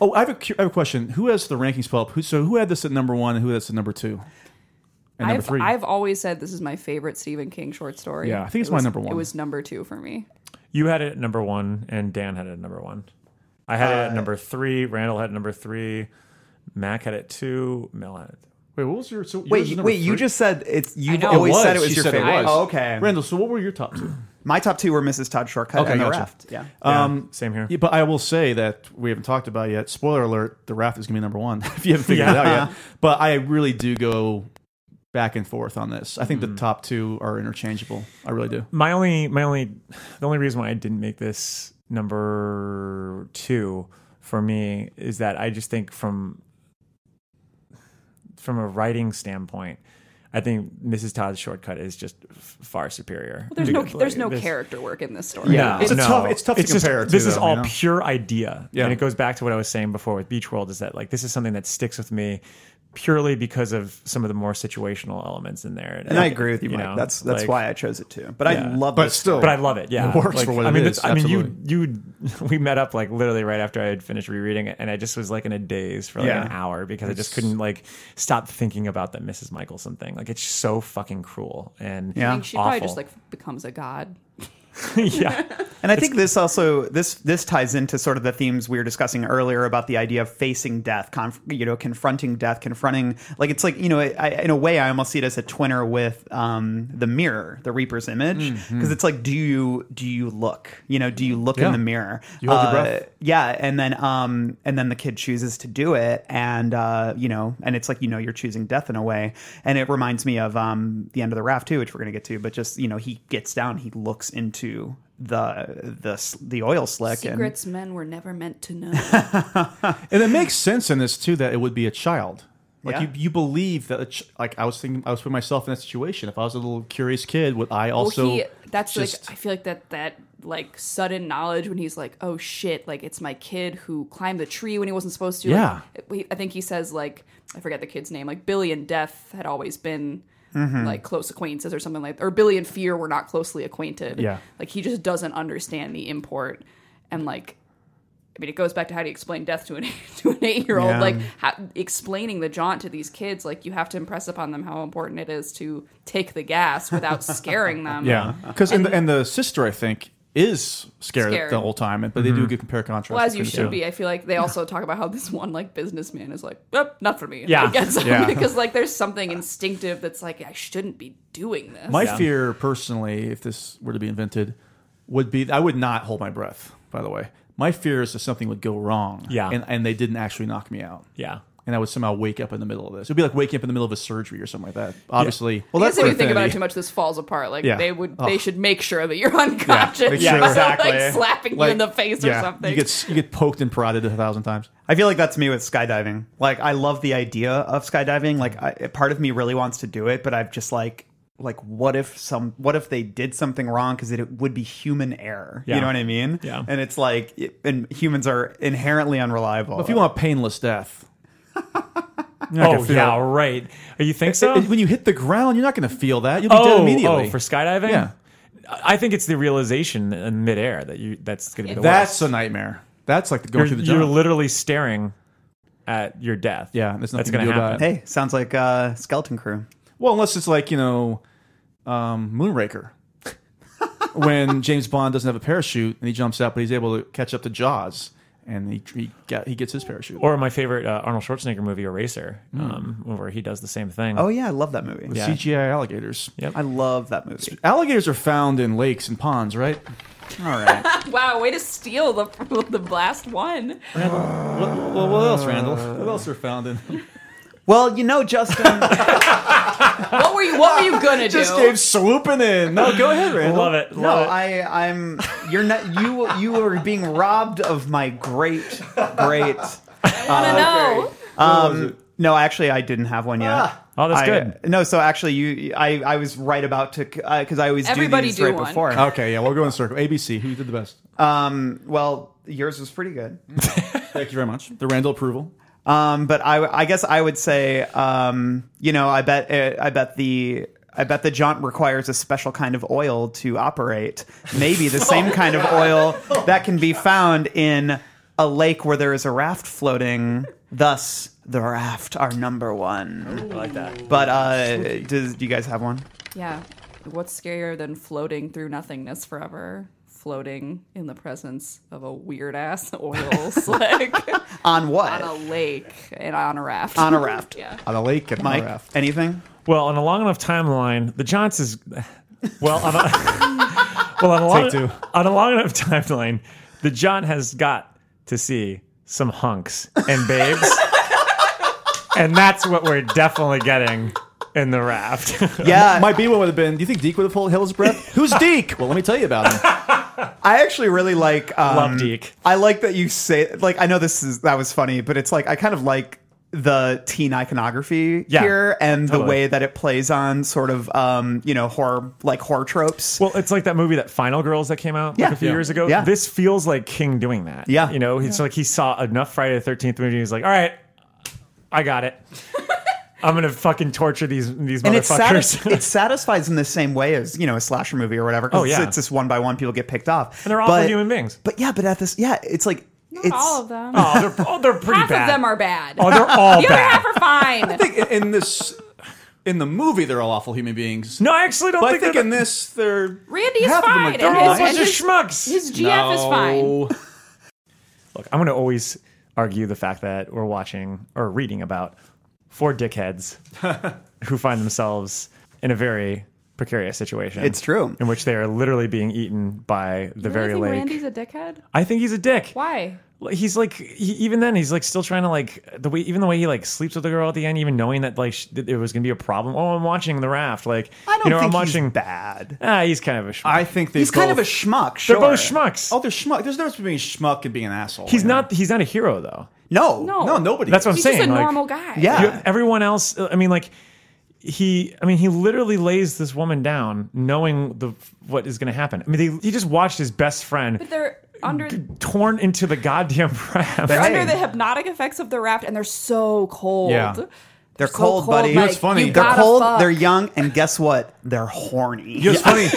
F: Oh, I have a, cu- I have a question. Who has the rankings pull up? Who, so who had this at number one and who had this at number two? And number
E: I've,
F: three.
E: I've always said this is my favorite Stephen King short story.
F: Yeah, I think it's
E: It
F: my
E: was-
F: number one.
E: It was number two for me.
D: You had it at number one, and Dan had it at number one. I had it at number three. Randall had it at number three. Mac had it two. Mel had it.
F: wait, what was your. So yours
C: wait,
F: is
C: you-
F: number
C: wait, you
F: three?
C: just said it's you
E: I know.
C: always
E: It
C: said it was
F: She
C: your
F: said it
C: favorite.
F: was.
C: Oh, okay,
F: Randall, so what were your top two?
C: my top two were Mrs. Todd Shortcut
F: Okay,
C: and the
F: gotcha.
C: raft. Yeah.
F: Um,
D: Same here.
F: Yeah, but I will say that we haven't talked about it yet. Spoiler alert: the raft is going to be number one if you haven't figured it out yet. But I really do go back and forth on this. I think
E: Hmm.
F: the top two are interchangeable. I really do.
D: my only my only the only reason why I didn't make this number two for me is that I just think from from a writing standpoint, I think Mrs. Todd's shortcut is just f- far superior.
E: There's no
D: Like,
E: there's no
D: this-
E: character work in this story.
D: Yeah,
F: It's a tough- it's tough to compare it to,
D: This is
F: though,
D: all
F: you know?
D: pure idea,
F: Yeah.
D: and it goes back to what I was saying before with Beach World. Is that like this is something that sticks with me purely because of some of the more situational elements in there.
C: And I agree with you, Mike.
D: know,
C: that's that's
D: like-
C: why I chose it too. But I
D: Yeah.
C: love,
F: But
C: this
F: still,
D: but I love it. Yeah,
F: It works
D: Like,
F: for what
D: I
F: it
D: mean,
F: is,
D: that's- I mean, you
F: absolutely.
D: you we met up like literally right after I had finished rereading it, and I just was like in a daze for like
F: Yeah.
D: an hour because I just couldn't like stop thinking about that Mrs. Michelson thing. Like it's so fucking cruel and
E: I
C: Yeah.
E: mean, she probably
D: awful.
E: just like becomes a god.
D: yeah,
C: And I think this also this this ties into sort of the themes we were discussing earlier about the idea of facing death, conf- you know, confronting death, confronting like it's like you know, I, I- in a way, I almost see it as a twinner with um, the mirror, the Reaper's image, because it's like, do you do you look, you know, do you look
F: Mm-hmm. Yeah.
C: in the mirror? Uh,
F: You hold your breath.
C: yeah, and then um, and then the kid chooses to do it, and uh, you know, and it's like you know, you're choosing death in a way, and it reminds me of um, the end of the raft too, which we're gonna get to, but just you know, he gets down, he looks into the the s- the oil slick
E: Secrets men were never meant to know.
F: And it makes sense in this too that it would be a child. Like
C: Yeah.
F: you, you believe that. A ch- like I was thinking, I was putting myself in that situation. If I was a little curious kid, would I also?
E: well, he, that's
F: just-
E: like I feel like that that like sudden knowledge when he's like, oh shit, like it's my kid who climbed the tree when he wasn't supposed to.
F: Yeah.
E: Like, we- I think he says like I forget the kid's name. Like Billy and Death had always been.
F: Mm-hmm.
E: Like close acquaintances or something like, or Billy and Fear were not closely acquainted.
F: Yeah.
E: like he just doesn't understand the import, and like, I mean, it goes back to how do you explain death to an to an eight year old?
F: Yeah.
E: Like how, explaining the jaunt to these kids, like you have to impress upon them how important it is to take the gas without scaring them.
F: yeah, because and, the and the sister I think is
E: Scared.
F: scared,
E: Mm-hmm.
F: the whole time, but they do get compare contrast.
E: Well, as you
F: between the
E: should
F: two.
E: be. I feel like they also talk about how this one like businessman is like, oh, not for me.
D: Yeah.
E: I guess.
F: Yeah.
E: because like there's something instinctive that's like I shouldn't be doing this.
F: My fear, personally, if this were to be invented, would be I would not hold my breath. By the way, my fear is that something would go wrong.
D: Yeah.
F: and, and they didn't actually knock me out.
D: yeah.
F: And I would somehow wake up in the middle of this. It'd be like waking up in the middle of a surgery or something like that. Obviously, well,
E: I guess if
F: where
E: you think about it
F: Infinity-
E: too much, this falls apart. Like
F: Yeah.
E: they would,
F: Oh.
E: they should make sure that you're unconscious.
F: Yeah,
E: instead of,
C: exactly.
E: Like slapping you in the face
F: yeah,
E: or something.
F: You get s- you get poked and prodded a thousand times.
C: I feel like that's me with skydiving. Like I love the idea of skydiving. Like I, a part of me really wants to do it, but I've just like like what if some what if they did something wrong because it, would be human error.
D: Yeah.
C: You know what I mean?
D: Yeah.
C: And it's like it- and humans are inherently unreliable.
F: If you want a painless death,
D: Oh yeah, right. Oh, You think so?
F: and when you hit the ground, you're not going to feel that. You'll be dead immediately.
D: Oh, for skydiving?
F: Yeah.
D: I I think it's the realization in midair that you that's going to be the
F: That's a
D: worst.
F: nightmare. That's like the going
D: You're,
F: through the
D: you're
F: jungle.
D: literally staring at your death.
F: Yeah, there's
D: that's
F: nothing
D: going
F: to
D: to
F: do about
D: happen.
C: hey, sounds like uh, skeleton crew.
F: Well, unless it's like you know, um, Moonraker, when James Bond doesn't have a parachute and he jumps out, but he's able to catch up to Jaws, and he he, got, he gets his parachute.
D: Or my favorite uh, Arnold Schwarzenegger movie, Eraser,
F: Mm.
D: um, where he does the same thing.
C: Oh yeah, I love that movie.
D: Yeah.
F: CGI alligators.
D: Yep.
C: I love that movie.
F: Alligators are found in lakes and ponds, right?
C: All right.
E: wow, way to steal the the last one.
F: What, what, what else, Randall? What else are found in?
C: well, you know, Justin.
E: What were you? What were you gonna do?
F: Just gave swooping in. No, go ahead, Randall.
D: love it.
C: No,
D: Love it.
C: I, I'm. You're not. You, you are being robbed of my great, great.
E: I don't know.
C: Um, No, actually, I didn't have one yet.
D: Oh, that's
C: I-
D: good.
C: No, so actually, you, I, I was right about to because I always do
E: Everybody
C: these
E: do
C: right
E: one.
C: before.
F: Okay, yeah, we'll go in a circle. ABC, who did the best?
C: Well, yours was pretty good,
F: Thank you very much. The Randall approval.
C: um, but I, I guess I would say, um, you know, I bet, uh, I bet the. I bet the jaunt requires a special kind of oil to operate. Maybe the same kind of oil that can be found in a lake where there is a raft floating. Thus, the raft, our number one.
D: I like that.
C: But uh, does, do you guys have one?
E: Yeah. What's scarier than floating through nothingness forever? Floating in the presence of a weird ass oil slick
C: On what?
E: on a lake and on a raft.
C: on a raft.
E: yeah.
F: On a lake and
C: Mike, anything?
D: Well, on a long enough timeline, the Johns is well on a well on a long,
F: Take two.
D: on a long enough timeline, the John has got to see some hunks and babes, and that's what we're definitely getting in the raft.
C: Yeah,
F: My B one would have been. Do you think Deke would have pulled held his breath? Who's Deke? Well, let me tell you about him.
C: I actually really like. Um,
D: Love Deke.
C: I like that you say. Like, I know this is that was funny, but it's like I kind of like the teen iconography
D: Yeah,
C: here and the
D: totally.
C: way that it plays on sort of um you know horror like horror tropes.
D: Well, it's like that movie that Final Girls that came out like
C: Yeah.
D: a few
C: Yeah.
D: years ago.
C: Yeah.
D: This feels like King doing that.
C: Yeah.
D: You know, it's like he saw enough Friday the thirteenth movie and he's like, All right, I got it. I'm gonna fucking torture these these
C: and it,
D: motherfuckers.
C: satis- it satisfies in the same way as you know a slasher movie or whatever. 'cause
D: Oh, yeah.
C: it's, it's just one by one people get picked off,
D: and they're awful
C: but,
D: human beings.
C: But yeah, but at this, yeah, it's like it's
E: All of them.
D: Oh, they're, oh, they're pretty
E: half
D: bad.
E: of them are bad.
D: Oh, they're all
E: the other half
D: bad.
E: are fine.
F: In- in this, in the movie, they're all awful human beings.
D: No, I actually don't
F: but I
D: think,
F: think
D: they're
F: in this, they're
E: Randy is
F: half of them
E: fine.
F: Are
E: and
D: they're all a
E: his,
D: bunch
E: and
D: of
E: his,
D: schmucks.
E: his GF is fine.
F: No.
D: Look, I'm going to always argue the fact that we're watching or reading about four dickheads who find themselves in a very precarious situation.
C: It's true.
D: In which they are literally being eaten by the very
E: think
D: lake.
E: Randy's a dickhead?
D: I think he's a dick.
E: Why?
D: He's like he, even then he's like still trying to like the way even the way he like sleeps with the girl at the end even knowing that like sh- that it was going to be a problem. Oh, I'm watching the raft. Like
C: I don't
D: you know,
C: think
D: I'm watching
C: he's bad.
D: Ah, he's kind of a schmuck.
F: I think they
C: He's kind of
F: both-
C: a schmuck.
D: They're
C: Sure.
D: both schmucks.
F: Oh, they're schmuck. There's no difference between schmuck and being an asshole.
D: He's
F: you know?
D: not. He's not a hero though.
C: No,
E: No.
F: No, nobody.
D: That's what I'm
E: He's
D: saying.
E: just a
D: like,
E: normal guy.
C: Yeah.
D: you- everyone else. I mean, like he. I mean, he literally lays this woman down, knowing the what is going to happen. I mean, they, he just watched his best friend
E: But they're under
D: torn into the goddamn raft.
E: they're under
C: Right.
E: the hypnotic effects of the raft and they're so cold.
F: Yeah.
C: They're
E: So
C: cold, buddy.
E: like,
F: It's funny.
E: you
C: They're
E: gotta
C: cold.
E: fuck.
C: They're young, and guess what? They're horny.
F: You know, it's funny.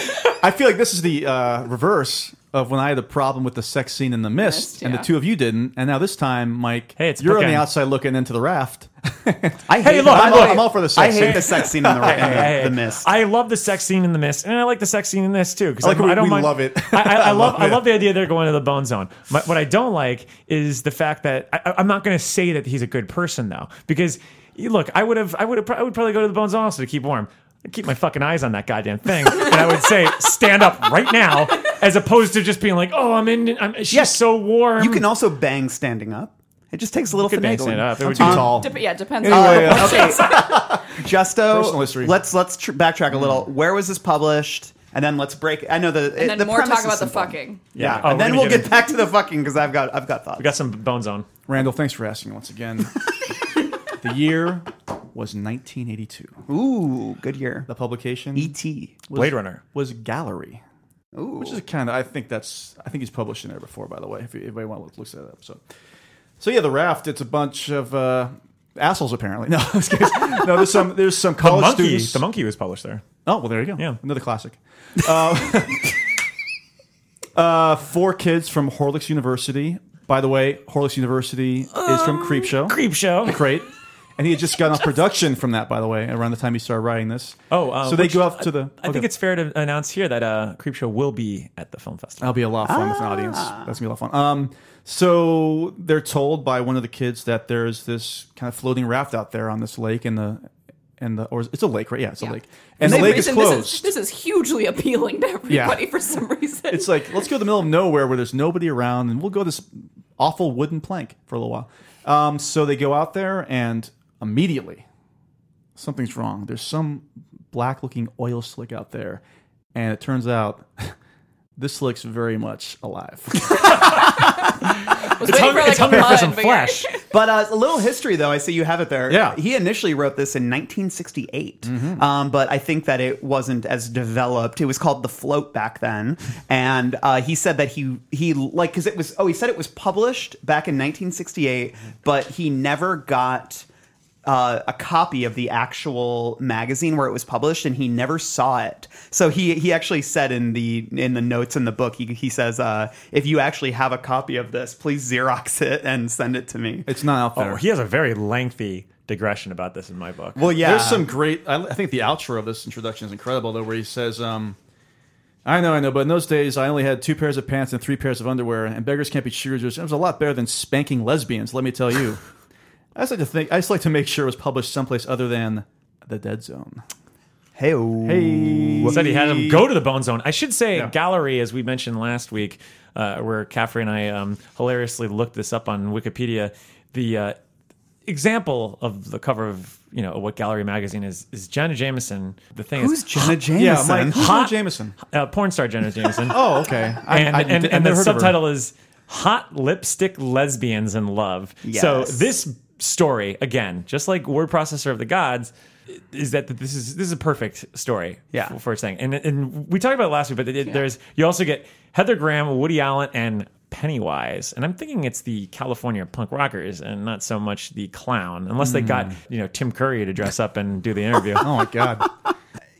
F: I feel like this is the uh, reverse of when I had a problem with the sex scene in The Mist,
E: Mist,
F: and the
E: yeah.
F: two of you didn't, and now this time, Mike,
D: Hey, it's
F: you're on
D: bookend.
F: the outside looking into the raft.
C: I
D: Hey,
C: hate,
D: look,
F: I'm
C: all-
F: all- I'm all for the sex
C: I hate
F: scene.
C: the sex scene in the, in
D: Hey, hey,
C: the,
D: hey.
C: the mist.
D: I love the sex scene in the mist, and I like the sex scene in this too. Because
F: I like how we-
D: don't
F: we
D: mind-
F: love it.
D: I, I, I love.
F: love
D: I
F: it.
D: love the idea they're going to the bone zone. My, what I don't like is the fact that I, I'm not going to say that he's a good person though, because you- look, I would have. I would have. I would probably go to the bone zone also to keep warm. I'd keep my fucking eyes on that goddamn thing, and I would say, "Stand up right now," as opposed to just being like, "Oh, I'm in. I'm, she's
C: Yes.
D: so warm."
C: you can also bang standing up. It just takes a little
D: Hmm. could bang
C: finagling.
D: standing up. It
C: I'm
D: would
C: too
D: be-
C: tall.
E: Dep- yeah, it depends
F: Anyway,
E: on
F: uh,
C: Justo,
F: Personal history.
C: let's let's tr- backtrack a little.
D: Hmm.
C: Where was this published? And then let's break. I know the
E: and then
C: the
E: more
C: premise
E: talk
C: is
E: about the
C: simple.
E: fucking.
C: Yeah,
D: Oh, we're
C: and then
D: gonna
C: we'll
D: get
C: get
D: in-
C: back to the fucking because I've got I've got thoughts.
D: We got some bone zone.
F: Randall, thanks for asking once again. the year was 1982.
C: Ooh, good year. E
F: The publication
D: E
C: E.T.
F: was,
D: Blade Runner.
F: was Gallery. Which is kind of, I think that's, I think he's published in there before, by the way, if anybody want to look, looks that up. So, so yeah, The Raft, it's a bunch of uh, assholes, apparently. No, I'm just kidding. no, there's some, there's some
D: The
F: college
D: monkey.
F: students.
D: The monkey was published there.
F: Oh well, there you go.
D: Yeah.
F: another classic. Uh, uh, four kids from Horlicks University. By the way, Horlicks University is from Creepshow.
D: Um, Creep show.
F: Great. And he had just gotten off production from that, by the way, around the time he started writing this.
D: Oh, uh,
F: so they
D: which-
F: go off to the.
D: I think
F: okay.
D: it's fair to announce here that uh, Creepshow will be at the film festival.
F: That'll be a lot of fun with an audience. That's gonna be a lot of fun. Um, so they're told by one of the kids that there's this kind of floating raft out there on this lake, and the and the or it's a lake, right? Yeah, it's a
E: Yeah.
F: lake, and the
E: Same
F: lake is
E: reason
F: closed.
E: This is, this is hugely appealing to everybody
F: Yeah.
E: for some reason.
F: it's like let's go to the middle of nowhere where there's nobody around and we'll go this awful wooden plank for a little while um, so they go out there and immediately something's wrong there's some black looking oil slick out there and it turns out this slick's very much alive
E: I was waiting for like a
D: hungry for
E: mud,
D: some
E: but you're-
D: flesh.
C: But uh, a little history, though. I see you have it there.
F: Yeah.
C: He initially wrote this in 1968, um, but I think that it wasn't as developed. It was called The Float back then. And uh, he said that he, he like, because it was, oh, he said it was published back in 1968, but he never got uh, a copy of the actual magazine where it was published, and he never saw it. So he he actually said in the in the notes in the book, he he says, uh, "If you actually have a copy of this, please Xerox it and send it to me."
F: It's not out there.
D: Oh, he has a very lengthy digression about this in my book.
C: well, yeah,
F: There's some great. I, I think the outro of this introduction is incredible, though, where he says, um, "I know, I know, but in those days, I only had two pairs of pants and three pairs of underwear, and beggars can't be choosers. It was a lot better than spanking lesbians. Let me tell you." I just like to think. I just like to make sure it was published someplace other than the Dead Zone.
C: hey,
D: Said he had him go to the Bone Zone. I should say
F: Yeah.
D: gallery, as we mentioned last week, uh, where Caffrey and I um, hilariously looked this up on Wikipedia. The uh, example of the cover of you know what gallery magazine is is Jenna Jameson. The thing
C: who's
D: is
C: Jenna
F: Yeah,
C: Jameson?
F: Mike. Who's
D: Hot-
F: Mel Jameson?
D: uh, porn star Jenna Jameson.
F: Oh, okay. I,
D: and,
F: I-
D: and,
F: I
D: and the
F: never heard of her.
D: subtitle is Hot Lipstick Lesbians in Love. So
C: Yes.
D: this story, again, just like Word Processor of the Gods, is that this is this is a perfect story
C: Yeah.
D: for, for its thing. And and we talked about it last week, but it, there's you also get Heather Graham, Woody Allen, and Pennywise. And I'm thinking it's the California punk rockers and not so much the clown, unless they got, you know, Tim Curry to dress up and do the interview.
F: Hmm. Oh my god.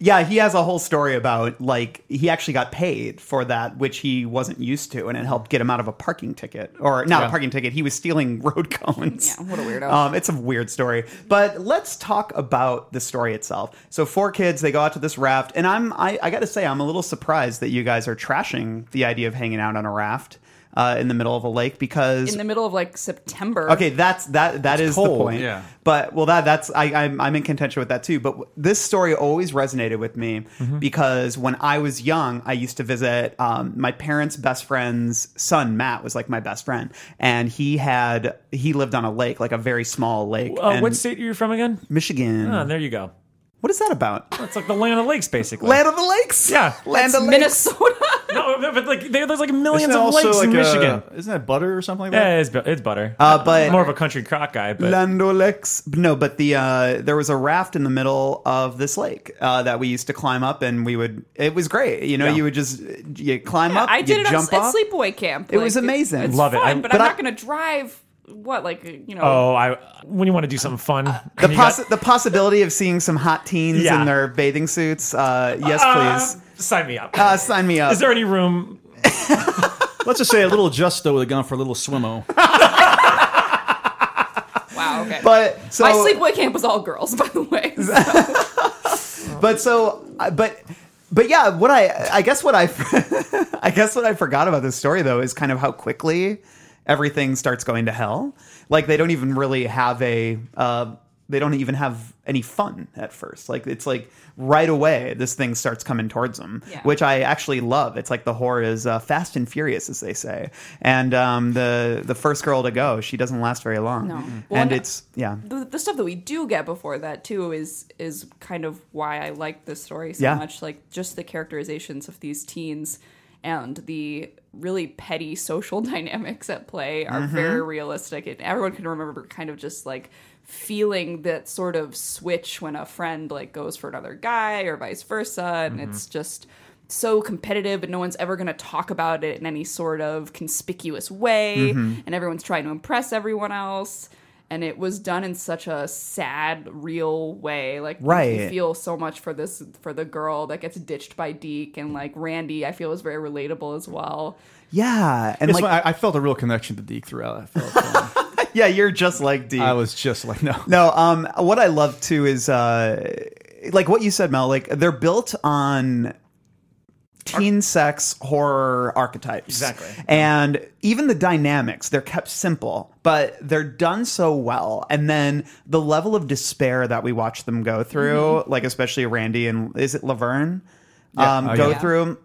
C: Yeah, he has a whole story about like he actually got paid for that, which he wasn't used to, and it helped get him out of a parking ticket or not a
F: Yeah.
C: parking ticket. He was stealing road cones.
E: Yeah, what a weirdo.
C: Um, it's a weird story, but let's talk about the story itself. So, four kids they go out to this raft, and I'm I, I got to say I'm a little surprised that you guys are trashing the idea of hanging out on a raft uh, in the middle of a lake because
E: in the middle of like September.
C: Okay, that's that. That is the
F: cold,
C: point.
F: yeah.
C: But well, that that's I, I'm I'm in contention with that too. But w- this story always resonated with me because when I was young, I used to visit um, my parents' best friend's son. Matt was like my best friend, and he had he lived on a lake, like a very small lake.
D: Uh,
C: and
D: what state are you from again?
C: Michigan.
D: Oh, there you go.
C: what is that about?
D: It's like the land of lakes, basically.
C: Land of the Lakes.
D: Yeah.
C: Land of the Lakes.
E: Minnesota.
D: No, no, but like there- there's like
F: Isn't
D: millions
F: that
D: of
F: also
D: lakes in
F: like a-
D: Michigan.
F: isn't that butter or something like that?
D: yeah, it's, bu- it's butter.
C: Uh, but-
D: more of a country crock guy. But
C: Landolex. No, but the uh, there was a raft in the middle of this lake uh, that we used to climb up, and we would. It was great. You know, you would just you climb up.
E: I did
C: Oh, you
E: it
C: jump
E: at, at
C: off.
E: sleepaway camp.
C: It was amazing.
E: it's
D: Love it.
E: fun,
D: I-
E: but,
C: but
E: I'm
C: I-
E: not going to drive. What like you know?
D: oh, I when you want to do something fun,
C: The, possi- the possibility of seeing some hot teens
D: Yeah.
C: in their bathing suits. Uh, yes, please.
D: sign me up.
C: Uh, sign me up.
D: Is there any room?
F: Let's just say a little Justo would have gone for a little swimmo.
E: wow. Okay.
C: but uh, so
E: my sleepaway camp was all girls, by the way.
C: but so I- but but yeah what i i guess what i i guess what i forgot about this story though is kind of how quickly everything starts going to hell like they don't even really have a uh, they don't even have any fun at first like it's like right away this thing starts coming towards them
E: Yeah.
C: which i actually love it's like the horror is uh, fast and furious as they say and um, the the first girl to go she doesn't last very long Mm-hmm.
E: No. Well,
C: and
E: and-
C: it's yeah
E: the, the stuff that we do get before that too is is kind of why I like this story so
C: Yeah.
E: much. Like just the characterizations of these teens and the really petty social dynamics at play are very realistic, and everyone can remember kind of just like feeling that sort of switch when a friend like goes for another guy or vice versa, and it's just so competitive and no one's ever going to talk about it in any sort of conspicuous way and everyone's trying to impress everyone else and it was done in such a sad real way like
C: Right.
E: you feel so much for this for the girl that gets ditched by Deke and like Randy I feel is very relatable as well
C: yeah and
F: It's
C: like
F: why I, I felt a real connection to Deke throughout. I, felt, um,
C: yeah you're just like d
F: I was just like, no.
C: No, um, what I love too is uh, like what you said, Mel. Like they're built on teen sex horror archetypes,
D: Exactly.
C: And even the dynamics, they're kept simple, but they're done so well. And then the level of despair that we watch them go through,
F: Mm-hmm.
C: like especially Randy and is it Laverne, um,
F: Oh,
C: go
F: yeah.
C: through,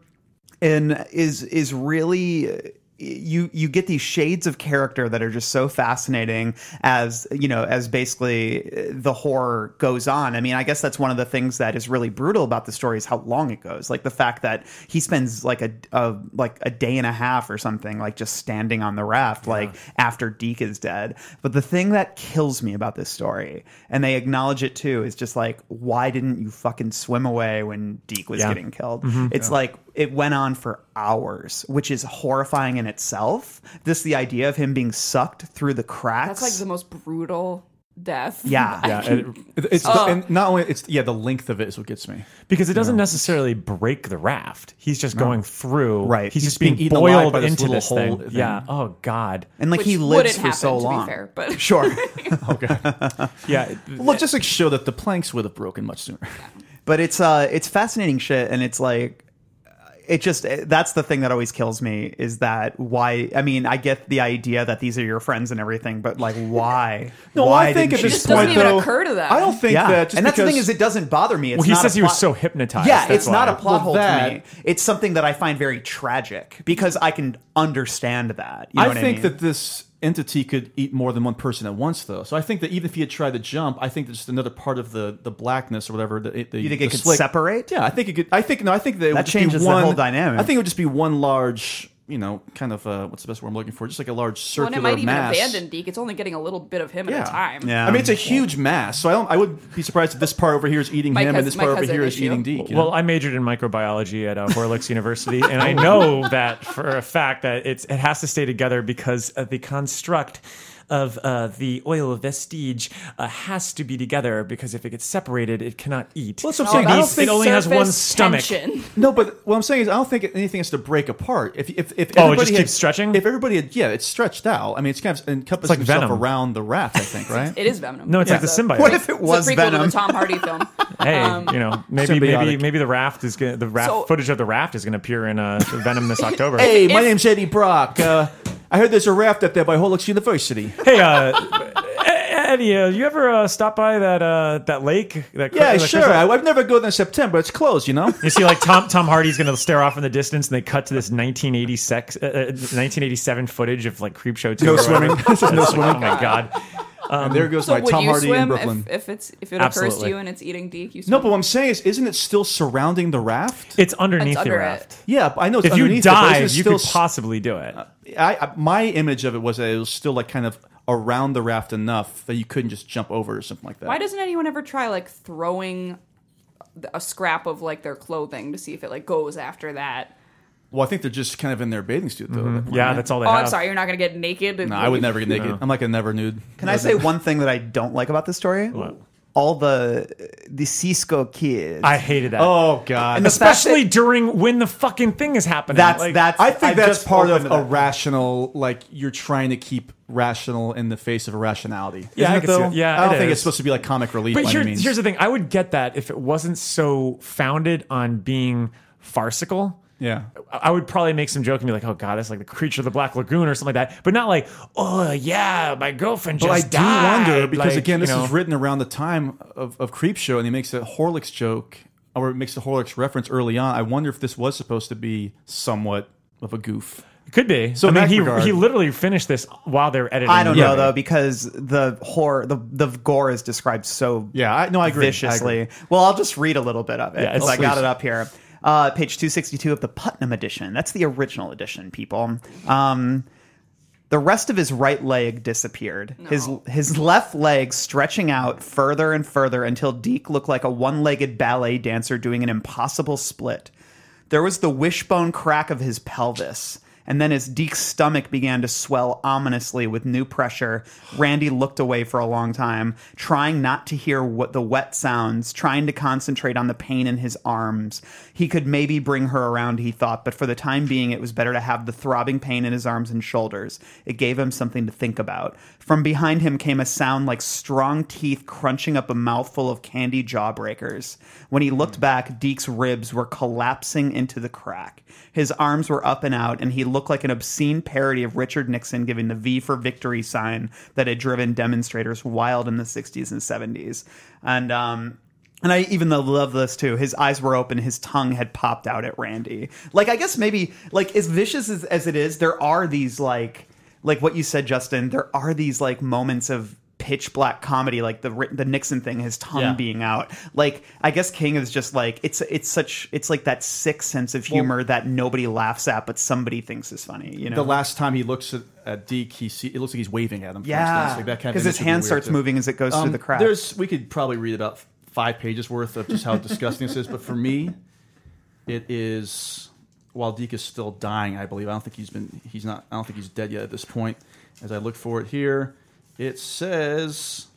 C: and is is really you you get these shades of character that are just so fascinating as you know as basically uh, the horror goes on i mean i guess that's one of the things that is really brutal about the story is how long it goes like the fact that he spends like a, a like a day and a half or something like just standing on the raft like after deke is dead but the thing that kills me about this story and they acknowledge it too is just like why didn't you fucking swim away when deke was
D: Yeah.
C: getting killed it's like it went on for hours, which is horrifying in itself. This the idea of him being sucked through the cracks.
E: That's like the most brutal death.
C: yeah.
D: Yeah, it-
F: It's
E: Oh.
F: the, and not only it's yeah the length of it is what gets me.
D: because it doesn't necessarily break the raft. He's just going through.
C: Right.
D: He's,
F: He's
D: just being,
F: being eaten alive
D: boiled
F: by this
D: into
F: little
D: this
F: hole
D: thing.
F: thing.
D: Yeah. Oh God.
C: And like
E: Which
C: he
E: wouldn't
C: lives for
E: happen,
C: so
E: to be
C: long.
E: fair, but-
C: Sure.
D: Yeah.
F: Well, just to show that the planks would have broken much sooner.
C: but it's uh it's fascinating shit and it's like it just that's the thing that always kills me is that why I mean I get the idea that these are your friends and everything but like why why
F: I think
C: didn't
F: at
C: you
F: this
E: It doesn't
F: point
E: even
F: though,
E: occur to them.
F: I don't think
C: yeah
F: that. Just
C: and that's the
F: because-
C: thing is it doesn't bother me it's
D: Well, he
C: not a
D: says he was
C: plot-
D: so hypnotized.
C: Yeah,
D: that's
C: it's not
D: why.
C: a plot
F: Well,
C: hole
F: that-
C: to me. It's something that I find very tragic because I can understand that. You know
F: I
C: what
F: think
C: I mean?
F: that this entity could eat more than one person at once, though. So I think that even if he had tried to jump, I think that just another part of the the blackness or whatever. The, the,
C: you think
F: the
C: it could
F: slick-
C: separate?
F: Yeah, I think it could. I think no. I think that, it would just be
C: changes the
F: one,
C: whole dynamic.
F: I think it would just be one large, you know, kind of uh, what's the best word I'm looking for? Just like a large
E: Well,
F: circular
E: and it might even
F: mass.
E: abandon Deke. It's only getting a little bit of him
F: Yeah.
E: at a time.
C: Yeah.
F: I mean, it's a huge mass, so I don't. I would be surprised if this part over here is eating
E: My
F: him,
E: cousin-
F: and this
E: my
F: part over
E: cousin
F: here is
E: issue.
F: eating Deke. you know?
D: Well, I majored in microbiology at uh, Horlicks University, and I know that for a fact that it's, it has to stay together because of the construct of uh, the oil vestige uh, has to be together because if it gets separated, it cannot eat.
F: Well, that's what I'm
E: Oh,
F: saying. I
E: that's
F: don't think
D: it only has
E: surface
D: one stomach.
E: tension.
F: No, but what I'm saying is, I don't think anything is to break apart. If if if
D: Oh, it
F: everybody
D: just
F: had-
D: keeps stretching?
F: If everybody had, yeah, it's stretched out. I mean, it's kind of encompassing
D: It's like
F: itself
D: Venom.
F: around the raft. I think, right?
E: It is Venom.
D: no, it's like the
E: a-
D: symbiote.
C: what if it
E: It's
C: was
E: a prequel to
C: Venom?
E: the Tom Hardy film.
D: hey, you know, maybe maybe
F: symbiotic.
D: maybe the raft is gonna, the raft
E: Um, So-
D: footage of the raft is going to appear in uh, Venom this October.
F: hey, my
E: If-
F: name's Eddie Brock. Uh, I heard there's a raft up there by Holux University.
D: Hey, uh, Eddie, uh, you ever uh, stop by that uh, that lake? That cr-
F: Yeah,
D: that
F: sure.
D: crystal-
F: I, I've never go there in September. It's closed, you know.
D: You see, like Tom Tom Hardy's going to stare off in the distance, and they cut to this 1986, uh, uh, 1987 footage of like Creep Show Two.
F: No
D: or whatever.
F: swimming. This is
D: It's
F: no
D: like,
F: swimming.
D: Oh my god!
F: and there goes
E: So
F: my
E: would
F: Tom
E: you
F: Hardy
E: swim
F: in Brooklyn.
E: If, if it's if it occurs
D: Absolutely.
E: to you and it's eating Deke? You swim.
F: no, but what I'm saying is, isn't it still surrounding the raft?
D: It's underneath
E: It's
D: the
E: under
D: raft.
E: it.
F: yeah, I know. It's
D: If you
F: underneath it, but isn't
D: dive,
F: it
D: you
F: still
D: could
F: s- Uh,
D: possibly do it.
F: I, I my image of it was that it was still like kind of around the raft enough that you couldn't just jump over or something like that.
E: Why doesn't anyone ever try like throwing th- a scrap of like their clothing to see if it like goes after that?
F: Well, I think they're just kind of in their bathing suit, though. at that point,
D: Mm-hmm. yeah,
F: right?
D: that's all they
E: Oh,
D: have.
E: I'm sorry, you're not gonna get naked.
F: No, I would never get naked. I'm like a never nude.
C: Can I say one thing that I don't like about this story? All the the Cisco kids.
D: I hated that.
F: Oh God!
C: And the fact
D: especially
C: that-
D: during when the fucking thing is happening.
C: that's
D: Like,
C: that's.
F: I think
C: I've
F: that's
C: just
F: part of
C: opened it
F: a
C: up.
F: rational. Like you're trying to keep rational in the face of irrationality.
D: Yeah, I
F: Isn't it,
D: can see
F: though?
D: it. Yeah,
F: I don't
D: it
F: think
D: is.
F: it's supposed to be like comic relief.
D: But
F: by
D: here-
F: any means.
D: here's the thing: I would get that if it wasn't so founded on being farcical.
F: yeah.
D: I I would probably make some joke and be like, "Oh God, that's like the creature of the Black Lagoon or something like that," but not like, "Oh yeah, my girlfriend
F: But I
D: just
F: do
D: died."
F: wonder because
D: Like,
F: again,
D: you
F: this
D: know.
F: is written around the time of, of Creep Show, and he makes a Horlicks joke or makes a Horlicks reference early on. I wonder if this was supposed to be somewhat of a goof.
D: could be.
F: So
D: I
F: in
D: mean,
F: that
D: he
F: regard-
D: he literally finished this while they're editing.
C: I don't
D: the
C: know
D: movie.
C: though because the horror, the the gore is described so
F: Yeah, I, no, I agree. I agree.
C: viciously. Well, I'll just read a little bit of it
D: Yeah,
C: because I
D: please.
C: got it up here. Uh, page 262 of the Putnam edition. That's the original edition, people. Um, the rest of his right leg disappeared. His his left leg stretching out further and further until Deke looked like a one-legged ballet dancer doing an impossible split. There was the wishbone crack of his pelvis. And then as Deke's stomach began to swell ominously with new pressure, Randy looked away for a long time, trying not to hear what the wet sounds, trying to concentrate on the pain in his arms. He could maybe bring her around, he thought, but for the time being it was better to have the throbbing pain in his arms and shoulders. It gave him something to think about. From behind him came a sound like strong teeth crunching up a mouthful of candy jawbreakers. When he looked back, Deke's ribs were collapsing into the crack. His arms were up and out, and he looked like an obscene parody of Richard Nixon giving the V for victory sign that had driven demonstrators wild in the 60s and 70s. And um, And I even though love this too, his eyes were open, his tongue had popped out at Randy. Like I guess maybe like as vicious as, as it is, there are these like like what you said, Justin, there are these like moments of pitch black comedy, like the Ri- the Nixon thing, his tongue
F: Yeah.
C: being out. Like I guess King is just like it's it's such it's like that sick sense of humor that nobody laughs at but somebody thinks is funny, you know.
F: The last time he looks at, at Deke, he see, it looks like he's waving at him. for
C: yeah,
F: instance. like that kind of
C: because his
F: image would be
C: hand
F: weird,
C: starts
F: too.
C: moving as it goes through
F: Um,
C: the crowd.
F: There's we could probably read about f- five pages worth of just how disgusting this is, but for me, it is while Deke is still dying, I believe. I don't think he's been he's not I don't think he's dead yet at this point. As I look for it here, it says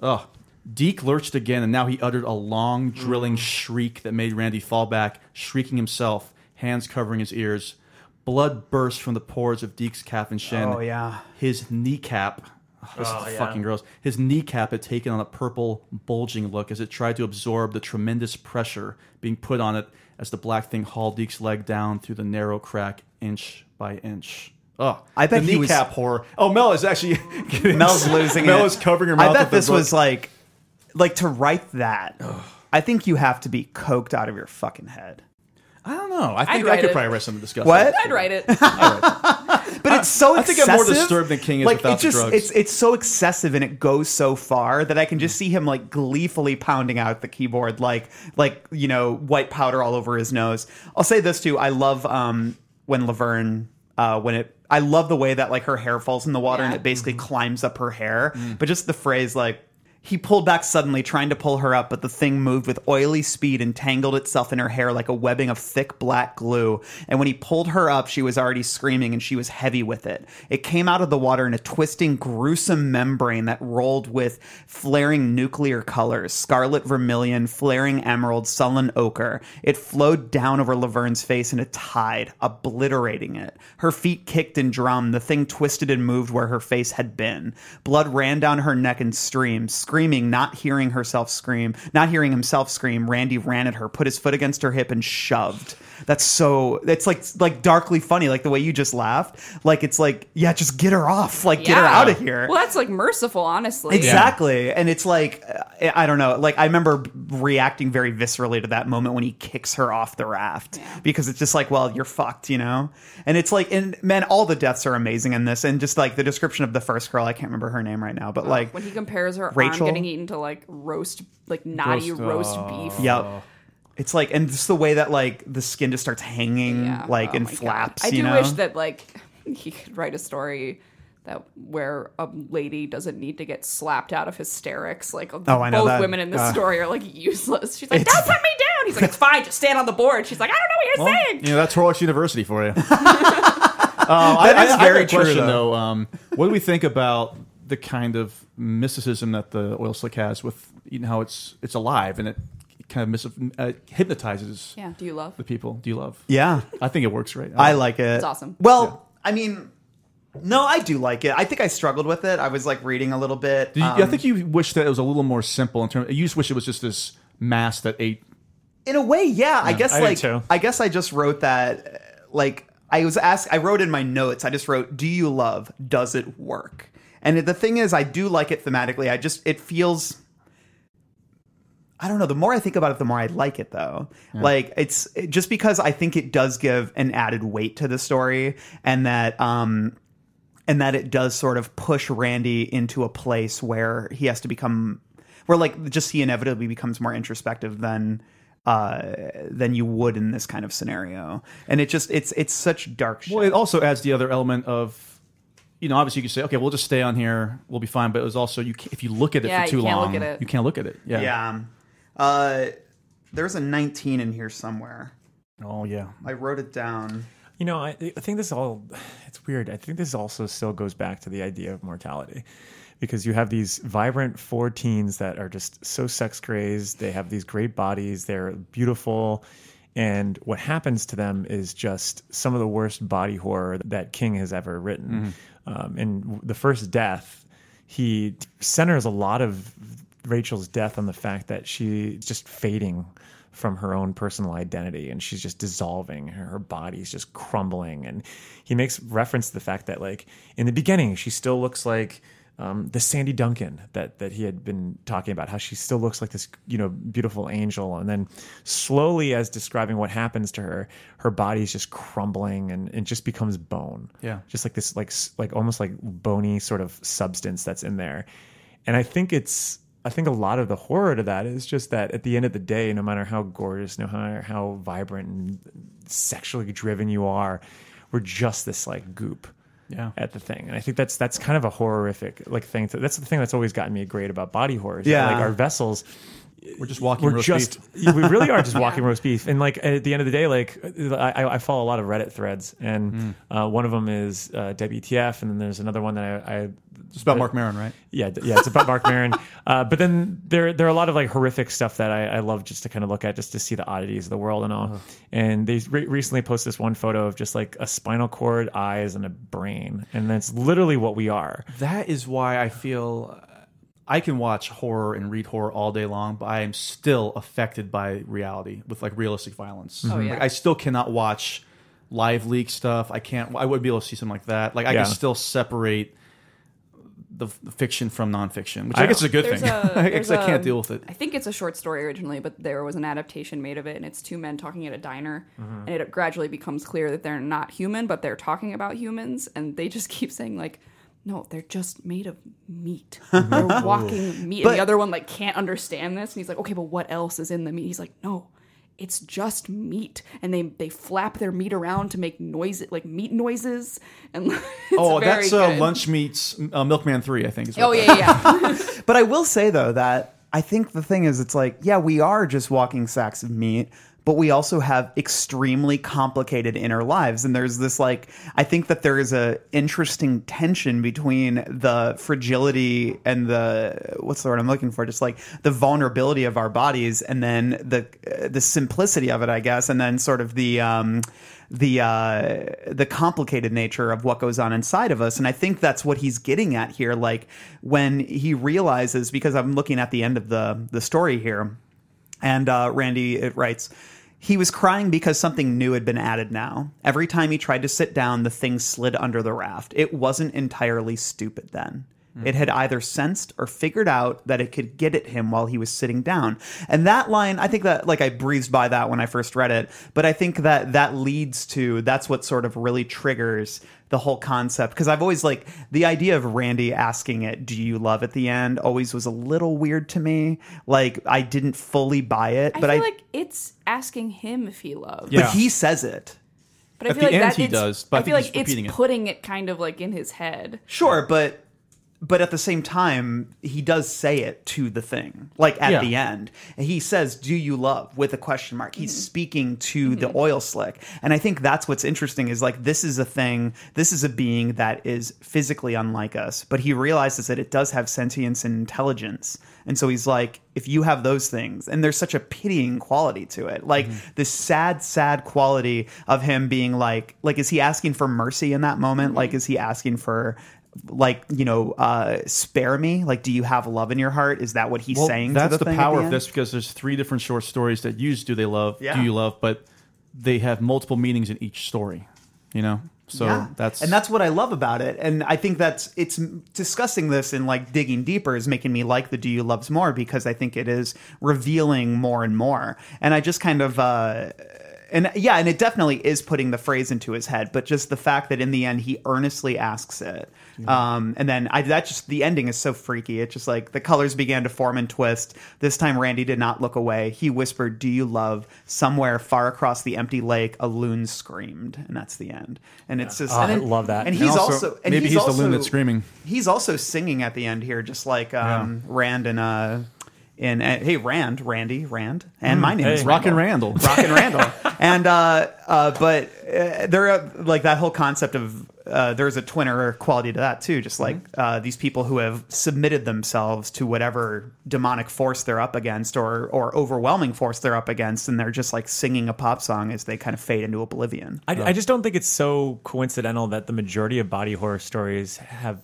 F: Oh, Deke lurched again, and now he uttered a long, drilling shriek that made Randy fall back, shrieking himself, hands covering his ears. Blood burst from the pores of Deke's cap and shin.
C: Oh, yeah.
F: His kneecap. oh, this
D: Oh,
F: is
D: yeah.
F: fucking gross. His kneecap had taken on a purple, bulging look as it tried to absorb the tremendous pressure being put on it as the black thing hauled Deke's leg down through the narrow crack, inch by inch. Oh,
C: I bet
F: the
C: he was-
F: kneecap horror. Oh, Mel is actually
C: Mel's losing
F: Mel
C: it.
F: is covering her mouth.
C: I
F: with
C: bet
F: the
C: this
F: book.
C: was like, like to write that. I think you have to be coked out of your fucking head.
F: I don't know. I think I
E: write
F: could
E: it.
F: probably write something disgusting.
C: What?
E: I'd write it.
C: But it's so
F: I think I'm
C: excessive.
F: more disturbed than King is
C: like,
F: without
C: it's
F: the
C: just,
F: drugs.
C: It's it's so excessive and it goes so far that I can just see him like gleefully pounding out the keyboard like like you know white powder all over his nose. I'll say this too. I love um when Laverne uh when it. I love the way that like her hair falls in the water and
E: Yeah.
C: it basically climbs up her hair. But just the phrase like. He pulled back suddenly, trying to pull her up, but the thing moved with oily speed and tangled itself in her hair like a webbing of thick black glue. And when he pulled her up, she was already screaming and she was heavy with it. It came out of the water in a twisting, gruesome membrane that rolled with flaring nuclear colors scarlet vermilion, flaring emerald, sullen ochre. It flowed down over Laverne's face in a tide, obliterating it. Her feet kicked and drummed. The thing twisted and moved where her face had been. Blood ran down her neck and streamed, screaming, not hearing herself scream, not hearing himself scream. Randy ran at her, put his foot against her hip, and shoved. That's so. It's like like darkly funny, like the way you just laughed. Like it's like yeah, just get her off, like get her
E: Yeah.
C: out of here.
E: Well, that's like merciful, honestly.
C: Exactly. And it's like, uh, I don't know. Like, I remember reacting very viscerally to that moment when he kicks her off the raft because it's just like, well, you're fucked, you know? And it's like, and man, all the deaths are amazing in this. And just like the description of the first girl, I can't remember her name right now, but like,
E: Oh, When he compares her
C: Rachel?
E: arm getting eaten to like roast, like naughty
F: Roast- uh,
E: roast, beef.
C: yep. It's like, and just the way that like the skin just starts hanging,
E: Yeah.
C: like,
E: Oh
C: in
E: my God.
C: flaps,
E: I
C: you
E: do
C: know?
E: wish that like he could write a story that where a lady doesn't need to get slapped out of hysterics. Like
C: I know
E: both
C: that.
E: women in this
C: Uh,
E: story are like useless. She's like, "Don't put me down." He's like, "It's fine, just stand on the board." She's like, "I don't know what you're saying."
F: You know, Oh, that's Horlicks University for you. uh, that
C: is very true,
F: Question,
C: though.
F: though, um, what do we think about the kind of mysticism that the oil slick has with you know how it's it's alive and it kind of mis- uh, hypnotizes
E: Yeah. Do you love?
F: the people? Do you love?
C: Yeah.
F: I think it works right.
C: I like it. It's
E: awesome.
C: Well, I mean, no, I do like it. I think I struggled with it. I was like reading a little bit.
F: Did you- I
C: um,
F: think you wish that it was a little more simple in terms. You just wish it was just this mass that ate.
C: in a way, yeah. I guess
D: I do
C: like
D: too.
C: I guess I just wrote that uh, like I was asked I wrote in my notes, I just wrote, Do you love? Does it work? And the thing is I do like it thematically. I just it feels I don't know. The more I think about it, the more I like it, though. Like it's it- just because I think it does give an added weight to the story, and that um, and that it does sort of push Randy into a place where he has to become, where like just he inevitably becomes more introspective than uh than you would in this kind of scenario. And it just it's it's such dark shit.
F: Well, it also adds the other element of, you know, obviously you could say, okay, we'll just stay on here, we'll be fine. But it was also you, ca- if you look at it
E: Yeah,
F: for
E: you
F: too
E: can't look
F: long,
E: at it.
F: you can't look at it. Yeah.
C: yeah. Uh, there's a 19 in here somewhere.
F: Oh yeah.
C: I wrote it down.
D: You know, I, I think this all, it's weird. I think this also still goes back to the idea of mortality because you have these vibrant four teens that are just so sex crazed. They have these great bodies, they're beautiful. And what happens to them is just some of the worst body horror that King has ever written. Um, and w- the first death, he centers a lot of Rachel's death on the fact that she's just fading from her own personal identity and she's just dissolving her, her body's just crumbling and he makes reference to the fact that like in the beginning she still looks like um, the Sandy Duncan that that he had been talking about, how she still looks like this, you know, beautiful angel, and then slowly, as describing what happens to her, her body's just crumbling and and just becomes bone.
F: Yeah.
D: just like this, like s- like almost like bony sort of substance that's in there, and I think it's. I think a lot of the horror to that is just that at the end of the day, no matter how gorgeous, no matter how vibrant and sexually driven you are, we're just this like goop
F: Yeah.
D: at the thing. And I think that's that's kind of a horrific like thing. To, that's the thing that's always gotten me great about body horror. Is that,
C: Yeah.
D: like our vessels.
F: We're just walking
D: We're
F: roast
D: just
F: beef.
D: we really are just walking roast beef. And like at the end of the day, like I, I follow a lot of Reddit threads, and
F: Hmm.
D: uh, one of them is uh, WTF, and then there's another one that I, I
F: It's about Mark Maron, right?
D: yeah, d- yeah, it's about Mark Maron. Uh, but then there there are a lot of like horrific stuff that I, I love just to kind of look at, just to see the oddities of the world and all. And they re- recently posted this one photo of just like a spinal cord, eyes, and a brain, and that's literally what we are.
F: That is why I feel uh, I can watch horror and read horror all day long, but I am still affected by reality with like realistic violence.
E: Oh, yeah.
F: Like, I still cannot watch live leak stuff. I can't. I would be able to see something like that. Like I
D: Yeah.
F: can still separate the, f- the fiction from nonfiction, which I, guess is a good
E: There's
F: thing.
E: a-
F: I
E: there's
F: guess I can't
E: a-
F: deal with it.
E: I think it's a short story originally, but there was an adaptation made of it, and it's two men talking at a diner,
F: Mm-hmm.
E: and it gradually becomes clear that they're not human, but they're talking about humans, and they just keep saying like. No, they're just made of meat. They're walking meat. and the other one like can't understand this, and he's like, "Okay, but what else is in the meat?" He's like, "No, it's just meat." And they they flap their meat around to make noise, like meat noises. And it's
F: Oh,
E: very
F: that's uh,
E: good.
F: lunch meets uh, Milkman Three. I think. Is what
E: Oh
F: that-
E: yeah, yeah, yeah.
C: But I will say though that I think the thing is, it's like, yeah, we are just walking sacks of meat, but we also have extremely complicated inner lives, and there's this like, I think that there is a interesting tension between the fragility and the what's the word I'm looking for, just like the vulnerability of our bodies, and then the uh, the simplicity of it, I guess, and then sort of the. Um, the uh, the complicated nature of what goes on inside of us, and I think that's what he's getting at here. Like when he realizes, because I'm looking at the end of the the story here, and uh, Randy it writes, he was crying because something new had been added now. Every time he tried to sit down, the thing slid under the raft. It wasn't entirely stupid then. It had
F: Mm-hmm.
C: either sensed or figured out that it could get at him while he was sitting down. And that line, I think that, like, I breezed by that when I first read it, but I think that that leads to that's what sort of really triggers the whole concept because I've always like the idea of Randy asking it, "Do you love?" at the end always was a little weird to me. Like I didn't fully buy it,
E: I
C: but
E: feel
C: I
E: like it's asking him if he loves.
C: but
F: Yeah.
C: he says it.
E: But I
F: At
E: feel
F: the
E: like
F: end
E: that
F: he
E: it's,
F: does, but I
E: I feel
F: think
E: like
F: he's
E: it's
F: repeating it.
E: putting it kind of like in his head.
C: Sure, but but at the same time, he does say it to the thing. Like at
F: Yeah.
C: the end, he says, "Do you love?" with a question mark. He's speaking to the oil slick, and I think that's what's interesting. Is like this is a thing. This is a being that is physically unlike us, but he realizes that it does have sentience and intelligence, and so he's like, "If you have those things," and there's such a pitying quality to it, like this sad, sad quality of him being like, like is he asking for mercy in that moment? Like is he asking for like you know uh spare me like do you have love in your heart is that what he's
F: Well,
C: saying to
F: that's
C: the, thing at
F: power
C: the
F: of
C: end?
F: this because there's three different short stories that use "Do They Love?"
C: Yeah.
F: "Do You Love?" but they have multiple meanings in each story. You know, so
C: Yeah.
F: that's
C: and that's what I love about it. And I think that's it's discussing this and like digging deeper is making me like the Do You Loves more because I think it is revealing more and more. And I just kind of uh and yeah, and it definitely is putting the phrase into his head, but just the fact that in the end he earnestly asks it. Um, and then I that just the ending is so freaky. It's just like the colors began to form and twist. This time Randy did not look away. He whispered, "Do you love?" Somewhere far across the empty lake, a loon screamed, and that's the end. And it's just
F: Ah,
D: Oh,
C: and
D: I
C: then-
D: love that.
C: And
D: And
C: he's
F: also,
C: also, and
F: maybe
C: he's,
F: he's the
C: also,
F: loon that's screaming.
C: He's also singing at the end here, just like um, Rand and uh, in uh, hey Rand, Randy, Rand,
F: Mm,
C: and my name is
D: hey.
F: Rockin'
C: Randall.
F: Randall.
C: Rockin' Randall. And uh, uh, but uh, there, are, like that whole concept of uh, there's a twinner quality to that too. Just like uh, these people who have submitted themselves to whatever demonic force they're up against, or or overwhelming force they're up against, and they're just like singing a pop song as they kind of fade into oblivion.
D: I, I just don't think it's so coincidental that the majority of body horror stories have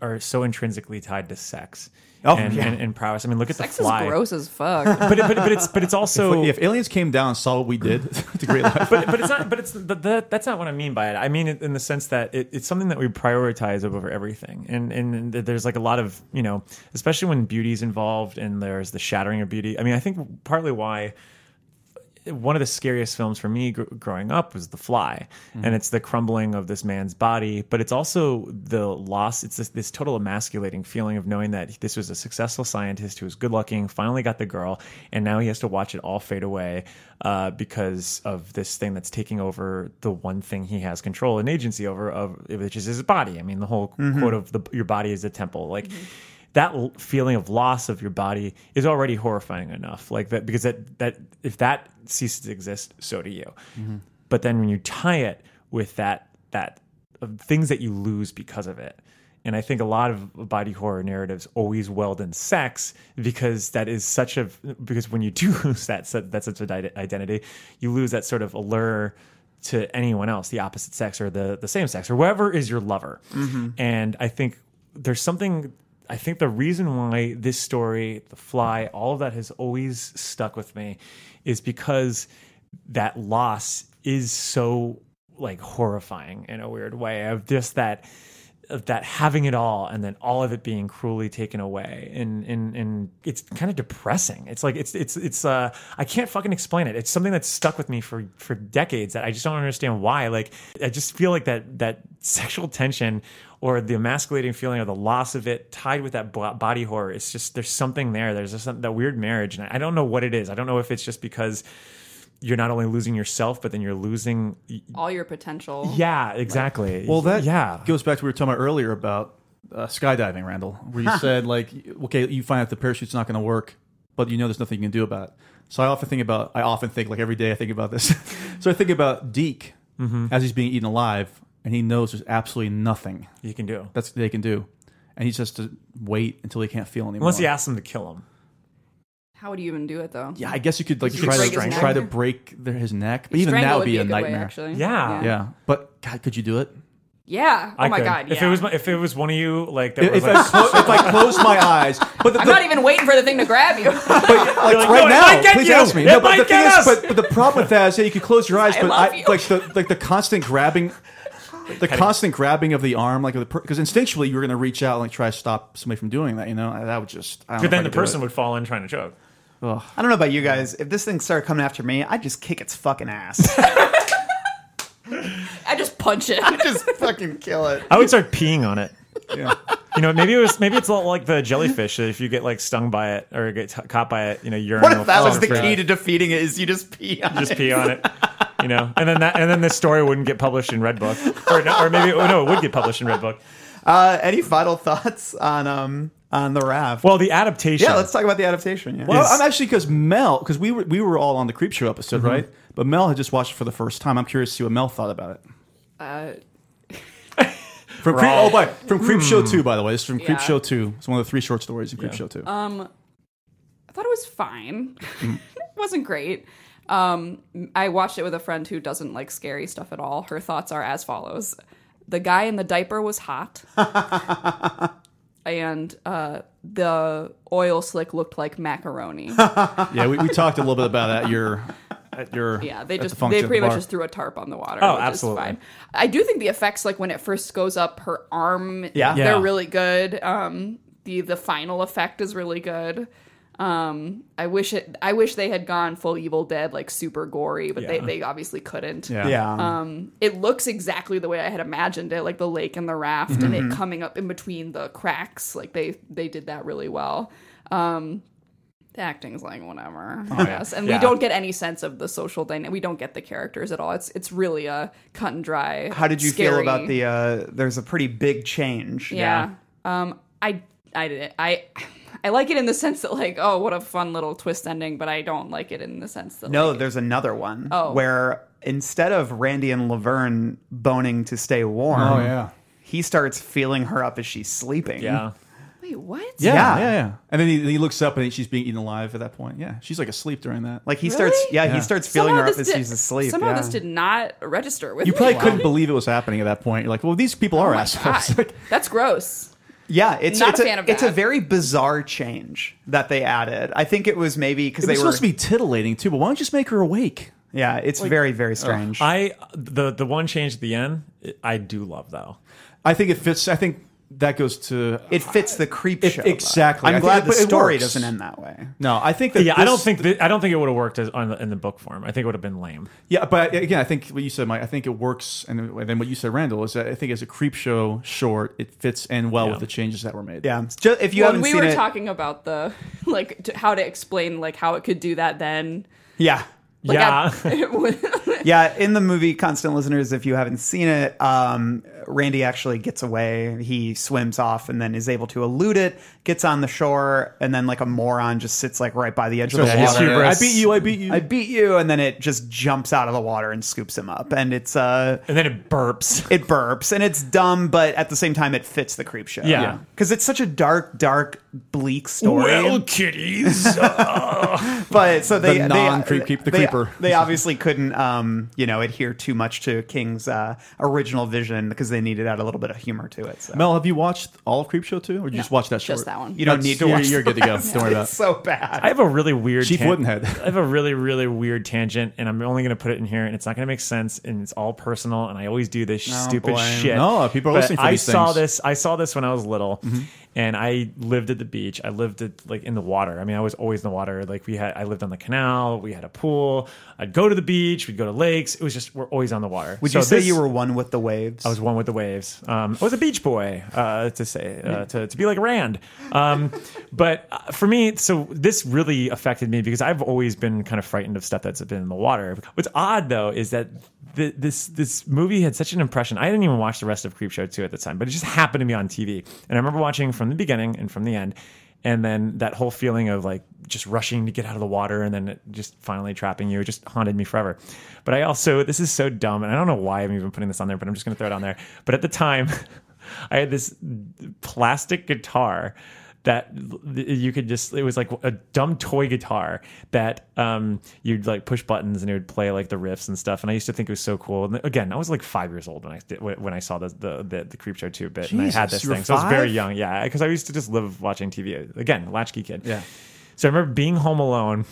D: are so intrinsically tied to sex
F: Oh,
D: and,
F: yeah.
D: and, and prowess. I mean, look at
E: Sex
D: the fly.
E: is gross as fuck.
D: But, it, but, but it's but it's also
F: if aliens came down and saw what we did to Great Life,
D: but, but it's not. But it's but that, that's not what I mean by it. I mean it in the sense that it, it's something that we prioritize over everything, and and there's like a lot of you know, especially when beauty's involved, and there's the shattering of beauty. I mean, I think partly why one of the scariest films for me gr- growing up was The Fly, and it's the crumbling of this man's body, but it's also the loss. It's this, this total emasculating feeling of knowing that this was a successful scientist who was good looking, finally got the girl, and now he has to watch it all fade away uh, because of this thing that's taking over the one thing he has control and agency over, of which is his body. I mean, the whole quote of the, "Your body is a temple," like that l- feeling of loss of your body is already horrifying enough like that because that that if that ceases to exist so do you but then when you tie it with that that of things that you lose because of it and i think a lot of body horror narratives always weld in sex because that is such a because when you do lose that so- that sense of ide- identity you lose that sort of allure to anyone else the opposite sex or the the same sex or whoever is your lover and i think there's something I think the reason why this story, The Fly, all of that has always stuck with me is because that loss is so like horrifying in a weird way of just that of that having it all and then all of it being cruelly taken away and and and it's kind of depressing it's like it's it's it's uh i can't fucking explain it it's something that's stuck with me for for decades that i just don't understand why like i just feel like that that sexual tension or the emasculating feeling or the loss of it tied with that bo- body horror it's just there's something there there's just some, that weird marriage and i don't know what it is i don't know if it's just because you're not only losing yourself but then you're losing
E: All your potential.
D: yeah exactly
F: Well, that
D: yeah
F: goes back to what we were talking about earlier about uh, skydiving, Randall, where you said like, okay, you find out the parachute's not going to work, but you know there's nothing you can do about it. So I often think about, I often think like every day I think about this. so I think about Deke
C: Mm-hmm.
F: as he's being eaten alive, and he knows there's absolutely nothing
D: you can do
F: that's they can do, and he's just to wait until he can't feel anymore.
D: unless he asks them to kill him
E: How would you even do it though?
F: Yeah, I guess you could like
E: You could
F: try
E: break
F: to
E: his
F: try to
E: neck.
F: break their, his neck, but even that
E: Strangle
F: would be, a
E: good
F: nightmare.
E: Way, actually.
D: Yeah.
F: Yeah, but God, could you do it?
E: Yeah. Oh
D: I
E: my
D: could.
E: god. Yeah.
D: If it was my, if it was one of you, like that was
F: If, I,
D: like,
F: clo- if I close my eyes, but the,
E: I'm
F: the-
E: not even waiting for the thing to grab you.
F: but
D: like,
F: like, right
D: "No, it
F: now,
D: might get
F: please
D: you.
F: ask me.
D: It
F: no, but
D: might
F: the thing
D: get
F: is,
D: us.
F: but, but the problem with that is, hey, you could close your eyes,
E: I
F: but
E: love
F: I,
E: you.
F: like the like the constant grabbing, the constant grabbing of the arm, like because instinctually you're going to reach out and like try to stop somebody from doing that. You know, that would just. I
D: but
F: don't know if I
D: then the
F: could do
D: person
F: it.
D: would fall in trying to choke.
C: I don't know about you guys. If this thing started coming after me, I'd just kick its fucking ass.
E: I just punch it.
C: just fucking kill it.
D: I would start peeing on it. You know, maybe it was maybe it's a lot like the jellyfish. If you get like stung by it or get t- caught by it, you know, urine.
C: What
D: will
C: if that
D: fall
C: was the
D: out.
C: key to defeating it? Is you just pee on
D: just
C: it?
D: pee on it. You know, and then that and then this story wouldn't get published in Red Book, or no, or maybe oh, no, it would get published in Red Book.
C: Uh, any final thoughts on um on the raft?
D: Well, the adaptation.
C: yeah, let's talk about the adaptation. Yeah.
F: Well,
D: is-
F: I'm actually because Mel, because we were we were all on the creep show episode, right? But Mel had just watched it for the first time. I'm curious to see what Mel thought about it.
E: Uh,
F: From creep, oh, by from creep show two, by the way, this is from
E: Yeah. Um,
F: creep show two. It's one of the three short stories in creep show two.
E: I thought it was fine. it wasn't great. Um, I watched it with a friend who doesn't like scary stuff at all. Her thoughts are as follows: the guy in the diaper was hot, and uh, the oil slick looked like macaroni.
F: yeah, we, we talked a little bit about that. at Your at your
E: Yeah, they
F: at the
E: just
F: function
E: they
F: at the
E: pretty much
F: bar.
E: just threw a tarp on the water.
D: Oh,
E: which is
D: absolutely.
E: fine. I do think the effects, like when it first goes up her arm,
C: Yeah.
E: they're
D: Yeah.
E: really good. Um, the the final effect is really good. Um, I wish it. I wish they had gone full Evil Dead, like super gory, but they,
D: Yeah.
E: they obviously couldn't.
F: yeah.
C: yeah.
E: Um, it looks exactly the way I had imagined it, like the lake and the raft, and
C: Mm-hmm.
E: it coming up in between the cracks. Like they they did that really well. Um, the acting's like whatever,
C: Oh,
E: I guess, and
D: Yeah.
E: we don't get any sense of the social dynamic. We don't get the characters at all. It's it's really a cut and dry.
C: How did you feel
E: scary-
C: about the? Uh, there's a pretty big change.
E: yeah. Um, I I didn't I. I like it in the sense that like oh what a fun little twist ending, but I don't like it in the sense that
C: No,
E: like,
C: there's another one
E: Oh.
C: where instead of Randy and Laverne boning to stay warm,
F: Oh yeah.
C: he starts feeling her up as she's sleeping.
D: yeah.
E: wait what
F: Yeah,
C: Yeah.
F: yeah, yeah, And then he, he looks up and she's being eaten alive at that point. Yeah, she's like asleep during that.
C: Like he
E: Really?
C: starts, yeah, he
F: Yeah.
C: starts feeling her up
E: this
C: as
E: did-
C: she's asleep.
E: Somehow
C: yeah.
E: this did not register with
F: you
E: me.
F: probably couldn't believe it was happening at that point. You're like, well, these people are
E: Oh my
F: assholes.
E: God. That's gross.
C: Yeah, it's
E: Not
C: it's
E: a fan
C: a,
E: of
C: it's a
E: that.
C: very bizarre change that they added. I think it was maybe because
F: It
C: they
F: was
C: were
F: supposed to be titillating too, but why don't you just make her awake?
C: Yeah, it's very very strange.
D: I the the one change at the end I do love though.
F: I think it fits. I think that goes to
C: it fits the creep
F: It-
C: show.
F: exactly. I
C: I'm
F: think
C: glad
F: it-
C: the
F: but it
C: story
F: works.
C: doesn't end that way.
F: no. I think that
D: Yeah, I
F: this-
D: don't think that, I don't think it would have worked as, on the, in the book form. I think it would have been lame.
F: Yeah, but again, I think what you said, Mike. I think it works, and then what you said, Randall, is that I think as a creep show short, it fits in well with the changes that were made.
C: Yeah, it's ju- if you
E: when
C: haven't
E: we
C: seen
E: were
C: it,
E: talking about the like t- how to explain like how it could do that then
C: yeah.
E: like
D: yeah,
E: I- it was-
C: Yeah, in the movie Constant Listeners, if you haven't seen it, um, Randy actually gets away. He swims off and then is able to elude it, gets on the shore, and then like a moron just sits like right by the edge of the
D: Yeah, he's
C: water.
D: hubris.
F: I beat you. I beat you.
C: I beat you, and then it just jumps out of the water and scoops him up, and it's uh,
D: and then it burps.
C: it burps, and it's dumb, but at the same time, it fits the creep show.
D: Yeah. Yeah.
C: because it's such a dark, dark, bleak story.
D: kitties.
C: but so they they-
F: The non-creep keep the
C: they-
F: creeper.
C: They obviously couldn't, um, you know, adhere too much to King's uh, original vision because they needed to add a little bit of humor to it. So.
F: Mel, have you watched all of Creep Show too, or did you just watch that short?
E: just that one.
C: you don't
F: That's-
C: need to
F: you're-
C: watch.
F: You're
C: the
F: good to go.
C: rest.
F: Don't worry about
C: It's
F: it.
C: so bad.
D: I have a really weird
F: Chief Woodenhead.
D: I have a really really weird tangent, and I'm only going to put it in here, and it's not going to make sense, and it's all personal, and I always do this stupid
C: boy.
D: shit.
F: No, people are
D: But
F: listening for
D: I
F: these
D: saw
F: things. Mm-hmm.
D: this. I saw this when I was little, and I lived at the beach. I lived at like in the water. I mean, I was always in the water. Like we had, I lived on the canal. We had a pool. I'd go to the beach. We'd go to lakes. It was just we're always on the water.
C: Would
D: So
C: you say
D: this-
C: you were one with the waves?
D: I was one with the waves. Um, I was a beach boy, uh, to say, uh, to, to be like Rand. Um, but uh, for me, so this really affected me because I've always been kind of frightened of stuff that's been in the water. What's odd though is that th- this this movie had such an impression. I didn't even watch the rest of Creepshow 2 at the time, but it just happened to be on TV. And I remember watching from the beginning and from the end. And then that whole feeling of like just rushing to get out of the water and then it just finally trapping you it just haunted me forever. But I also, this is so dumb, and I don't know why I'm even putting this on there, but I'm just going to throw it on there. But at the time, I had this plastic guitar that you could just it was like a dumb toy guitar that um you'd like push buttons and it would play like the riffs and stuff and i used to think it was so cool and again i was like five years old when i did- when i saw the the the, the creep show 2 bit and i had
F: Jesus,
D: this
F: you were
D: thing so i was very
F: five?
D: young yeah because i used to just live watching tv again latchkey kid
F: Yeah.
D: so i remember being home alone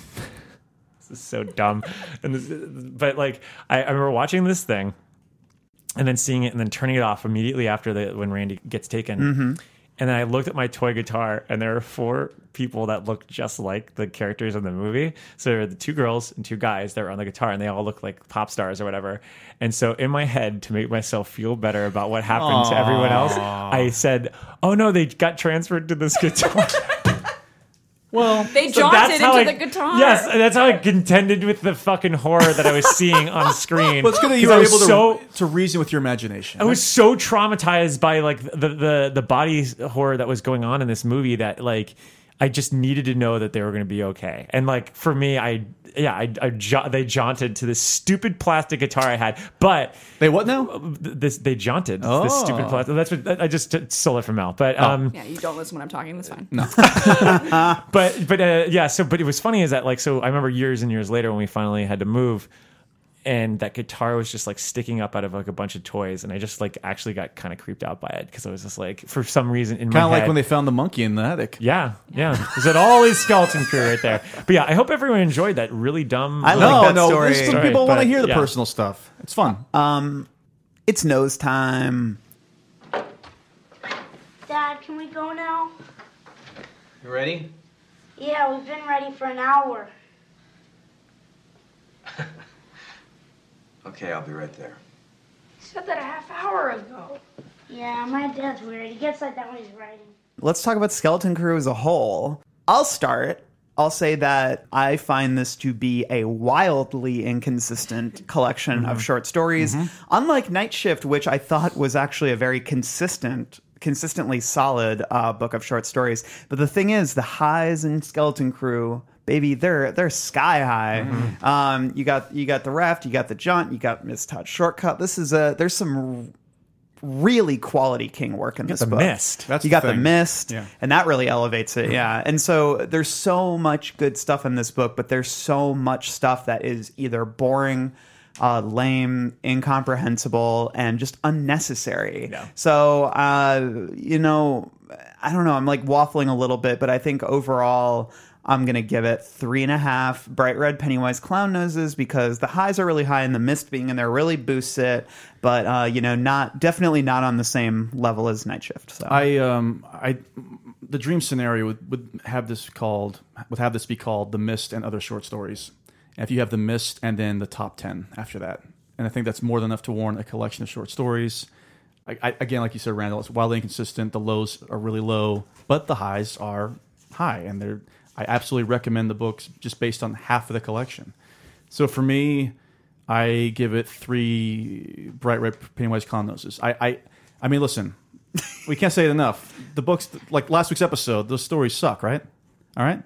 D: this is so dumb and this, but like I, I remember watching this thing and then seeing it and then turning it off immediately after the when Randy gets taken. And then I looked at my toy guitar, and there were four people that looked just like the characters in the movie. So there were the two girls and two guys that were on the guitar, and they all looked like pop stars or whatever. And so in my head, to make myself feel better about what happened to everyone else, I said, "Oh no, they got transferred to this guitar."
F: Well,
E: they
D: So
E: jaunted into
D: how I-
E: the guitar
D: Yes, and that's how I contended with the fucking horror that I was seeing on screen.
F: well, it's good that
D: 'Cause
F: you
D: I
F: were
D: was
F: able to,
D: so-
F: to reason with your imagination.
C: Oh.
D: I was so traumatized by like the the the body horror that was going on in this movie that like I just needed to know that they were going to be okay. And like for me, I yeah, I, I ja- they jaunted to this stupid plastic guitar I had, but
F: they what now?
D: this they jaunted this stupid plastic. That's what I just stole it from Mel, but um.
E: yeah you don't listen when i'm talking that's fine
D: but but uh, yeah so but it was funny is that like so i remember years and years later when we finally had to move and that guitar was just like sticking up out of like a bunch of toys and i just like actually got kind of creeped out by it because i was just like for some reason in my
F: Kind of like
D: head-
F: when they found the monkey in the attic.
D: yeah, yeah. Is it all his skeleton crew right there? But yeah, I hope everyone enjoyed that really dumb.
C: I like
F: No,
C: that
F: no,
C: story.
F: this is when
D: Sorry,
F: people want to
D: but,
F: hear the
D: yeah.
F: personal stuff. It's fun.
C: It's nose time.
I: Dad, can we go now?
B: You ready?
I: Yeah, we've been ready for an hour.
B: Okay, I'll be right there.
I: said that a half hour ago. Yeah, my dad's weird. He gets like that when he's writing.
C: let's talk about skeleton crew as a whole i'll start i'll say that i find this to be a wildly inconsistent collection
D: Mm-hmm.
C: of short stories unlike night shift which i thought was actually a very consistent consistently solid uh, book of short stories but the thing is the highs in skeleton crew baby they're they're sky high
D: Mm-hmm.
C: um, you got you got the raft you got the jaunt you got miss todd shortcut this is a there's some really quality king work in this
D: the
C: book
D: Mist.
F: That's
C: you
F: the
C: got the
F: thing.
C: mist
F: Yeah.
C: and that really elevates it yeah and so there's so much good stuff in this book but there's so much stuff that is either boring uh, lame incomprehensible and just unnecessary so uh, you know I don't know. I'm like waffling a little bit, but I think overall, I'm gonna give it three and a half bright red Pennywise clown noses because the highs are really high and the mist being in there really boosts it. But uh, you know, not definitely not on the same level as Night Shift. So
F: I um I the dream scenario would, would have this called would have this be called the mist and other short stories. And if you have the mist and then the top ten after that, and I think that's more than enough to warrant a collection of short stories. I, I, again, like you said, Randall, it's wildly inconsistent. The lows are really low, but the highs are high, and they're. I absolutely recommend the books just based on half of the collection. So for me, I give it three bright red Pennywise clown noses. I, I, I mean, listen, we can't say it enough. The books, like last week's episode, those stories suck, right? All right.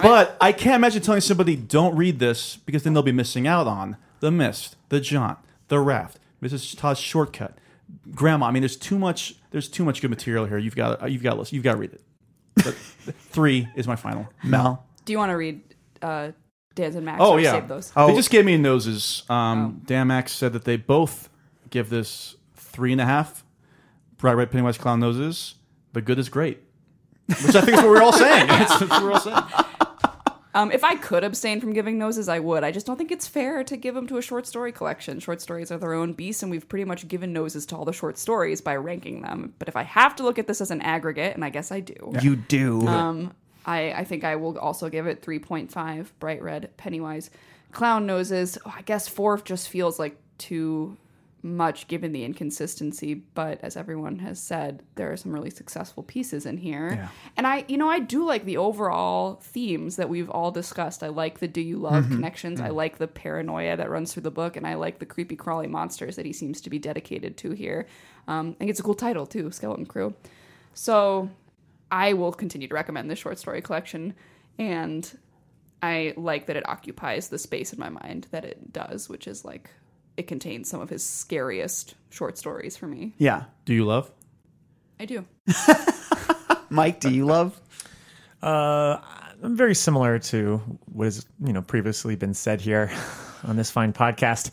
F: but I can't imagine telling somebody don't read this because then they'll be missing out on the mist, the jaunt, the raft, Mrs. Todd's shortcut, grandma. I mean, there's too much. There's too much good material here. You've got. You've got. You've got to read it. But three is my final.
C: Mel.
E: Do you want to read uh, Dan's and Max?
F: Oh
E: or
F: yeah.
E: Save those?
F: They just gave me noses. Um, Dan Max said that they both give this three and a half. Bright red Pennywise clown noses. The good is great, which I think is what we're all saying. That's what we're all saying.
E: Um, if I could abstain from giving noses, I would. I just don't think it's fair to give them to a short story collection. Short stories are their own beast, and we've pretty much given noses to all the short stories by ranking them. But if I have to look at this as an aggregate, and I guess I do,
C: you do.
E: I, I think I will also give it 3.5 bright red Pennywise clown noses. Oh, I guess four just feels like too much given the inconsistency, but as everyone has said, there are some really successful pieces in here. And I, you know, I do like the overall themes that we've all discussed. I like the do you love connections, I like the paranoia that runs through the book, and I like the creepy crawly monsters that he seems to be dedicated to here. Um, I think it's a cool title too, Skeleton Crew. So I will continue to recommend this short story collection, and I like that it occupies the space in my mind that it does, which is like it contains some of his scariest short stories for me.
C: yeah,
F: Do you love?
E: I do.
C: Mike, do you love?
D: Uh, I'm very similar to what has you know previously been said here on this fine podcast.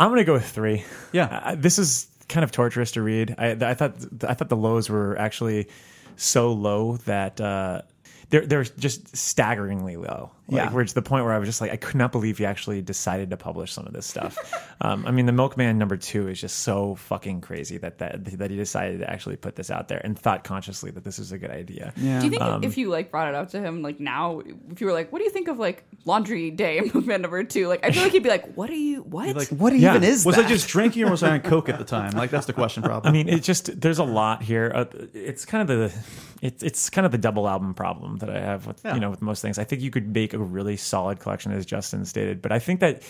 D: I'm going to go with three.
F: Yeah.
D: I, this is kind of torturous to read. I, I thought I thought the lows were actually so low that uh, they're they're just staggeringly low. Like,
C: Yeah.
D: we're to the point where I was just like, I could not believe you actually decided to publish some of this stuff. um, I mean, the Milkman number two is just so fucking crazy that that that he decided to actually put this out there and thought consciously that this is a good idea. Yeah. um,
E: Do you think if you like brought it up to him like now, if you were like, "What do you think of like Laundry Day Movement Number Two? Like, I feel like he'd be like, "What are you? What?"
F: like,
C: What
D: Yeah.
C: even is
F: Was
C: that?
F: I just drinking or was I on coke at the time? Like that's the question, probably.
D: I mean, it just there's a lot here. Uh, it's kind of the it's it's kind of the double album problem that I have with you know with most things. I think you could make a really solid collection, as Justin stated, but I think that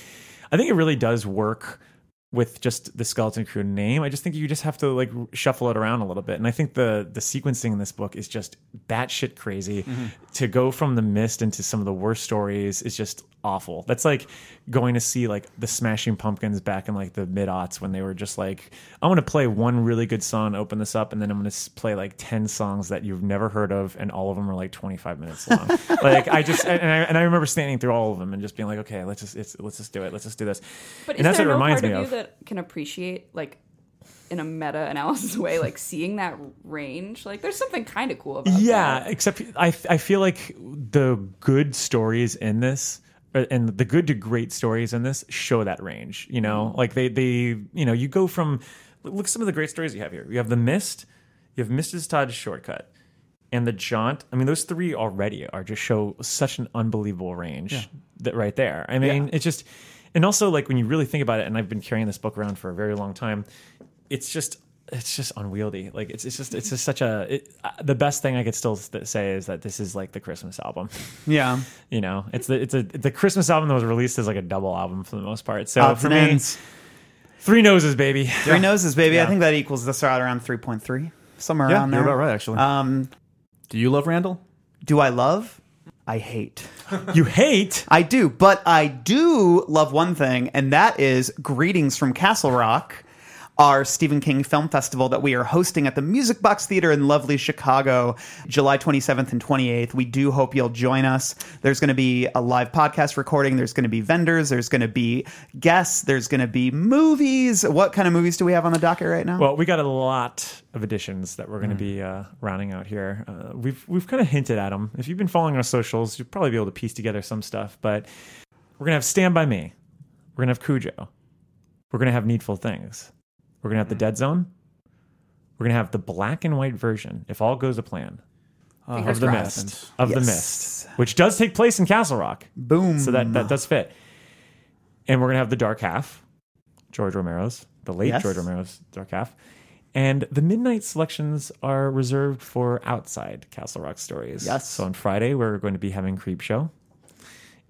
D: I think it really does work with just the skeleton crew name. I just think you just have to like shuffle it around a little bit. And I think the the sequencing in this book is just batshit crazy. To go from the mist into some of the worst stories is just awful. That's like going to see like the Smashing Pumpkins back in like the mid aughts when they were just like, I'm gonna play one really good song, open this up, and then I'm gonna s- play like ten songs that you've never heard of, and all of them are like 25 minutes long. like I just and I, and I remember standing through all of them and just being like, okay, let's just it's, let's just do it, let's just do this.
E: But
D: and
E: is
D: that's
E: there
D: what it
E: no
D: reminds
E: part
D: me
E: of you
D: of.
E: that can appreciate like in a meta analysis way, like seeing that range? Like, there's something kind of cool about
D: yeah
E: that.
D: except I, I feel like the good stories in this uh, and the good to great stories in this show that range you know
E: Mm-hmm.
D: like they they you know you go from look at some of the great stories you have here you have the mist you have mrs todd's shortcut and the jaunt i mean those three already are just show such an unbelievable range that right there i mean it's just and also like when you really think about it and i've been carrying this book around for a very long time it's just it's just unwieldy like it's, it's just it's just such a it, uh, the best thing i could still s- say is that this is like the christmas album
C: yeah.
D: you know it's the it's a the christmas album that was released as like a double album for the most part so
C: Odds
D: for
C: and
D: me
C: ends.
D: three noses baby
C: Oh, Three noses, baby. I think that equals this out around 3.3, somewhere
F: yeah,
C: around there.
F: you're about right, actually.
C: Um,
F: Do you love Randall?
C: do I love? I hate.
D: you hate
C: I do, but I do love one thing, and that is greetings from Castle Rock. our Stephen King Film Festival that we are hosting at the Music Box Theater in lovely Chicago, July 27th and 28th. We do hope you'll join us. There's going to be a live podcast recording, there's going to be vendors, there's going to be guests, there's going to be movies. What kind of movies do we have on the docket right now?
D: Well, we got a lot of additions that we're going to be uh, rounding out here. Uh, we've we've kind of hinted at them. If you've been following our socials, you'll probably be able to piece together some stuff. But we're going to have Stand by Me. We're going to have Cujo. We're going to have Needful Things. We're going to have the Dead Zone. We're going to have the black and white version, if all goes to plan, of the Mist, of the Mist, which does take place in Castle Rock.
C: Boom.
D: So that, that does fit. And we're going to have the Dark Half, George Romero's, the late
C: Yes.
D: George Romero's Dark Half. And the midnight selections are reserved for outside Castle Rock stories.
C: Yes.
D: So on Friday, we're going to be having Creep Show.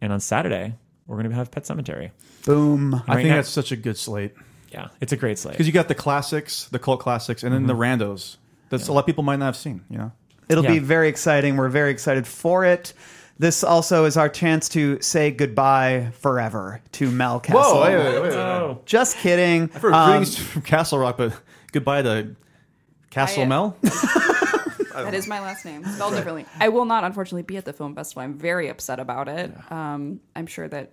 D: And on Saturday, we're going to have Pet Cemetery.
C: Boom.
F: I think
D: now-
F: that's such a good slate.
D: Yeah, it's a great slate.
F: Because you got the classics, the cult classics, and then the randos. That's a lot of people might not have seen, you know?
C: It'll be
D: Yeah.
C: very exciting. We're very excited for it. This also is our chance to say goodbye forever to Mel Castle.
D: Oh,
C: Just kidding.
F: For
C: Um,
F: greetings from Castle Rock, but goodbye to Castle
E: I-
F: Mel.
E: That is my last name, spelled differently. I will not, unfortunately, be at the film festival. I'm very upset about it. Um, I'm sure that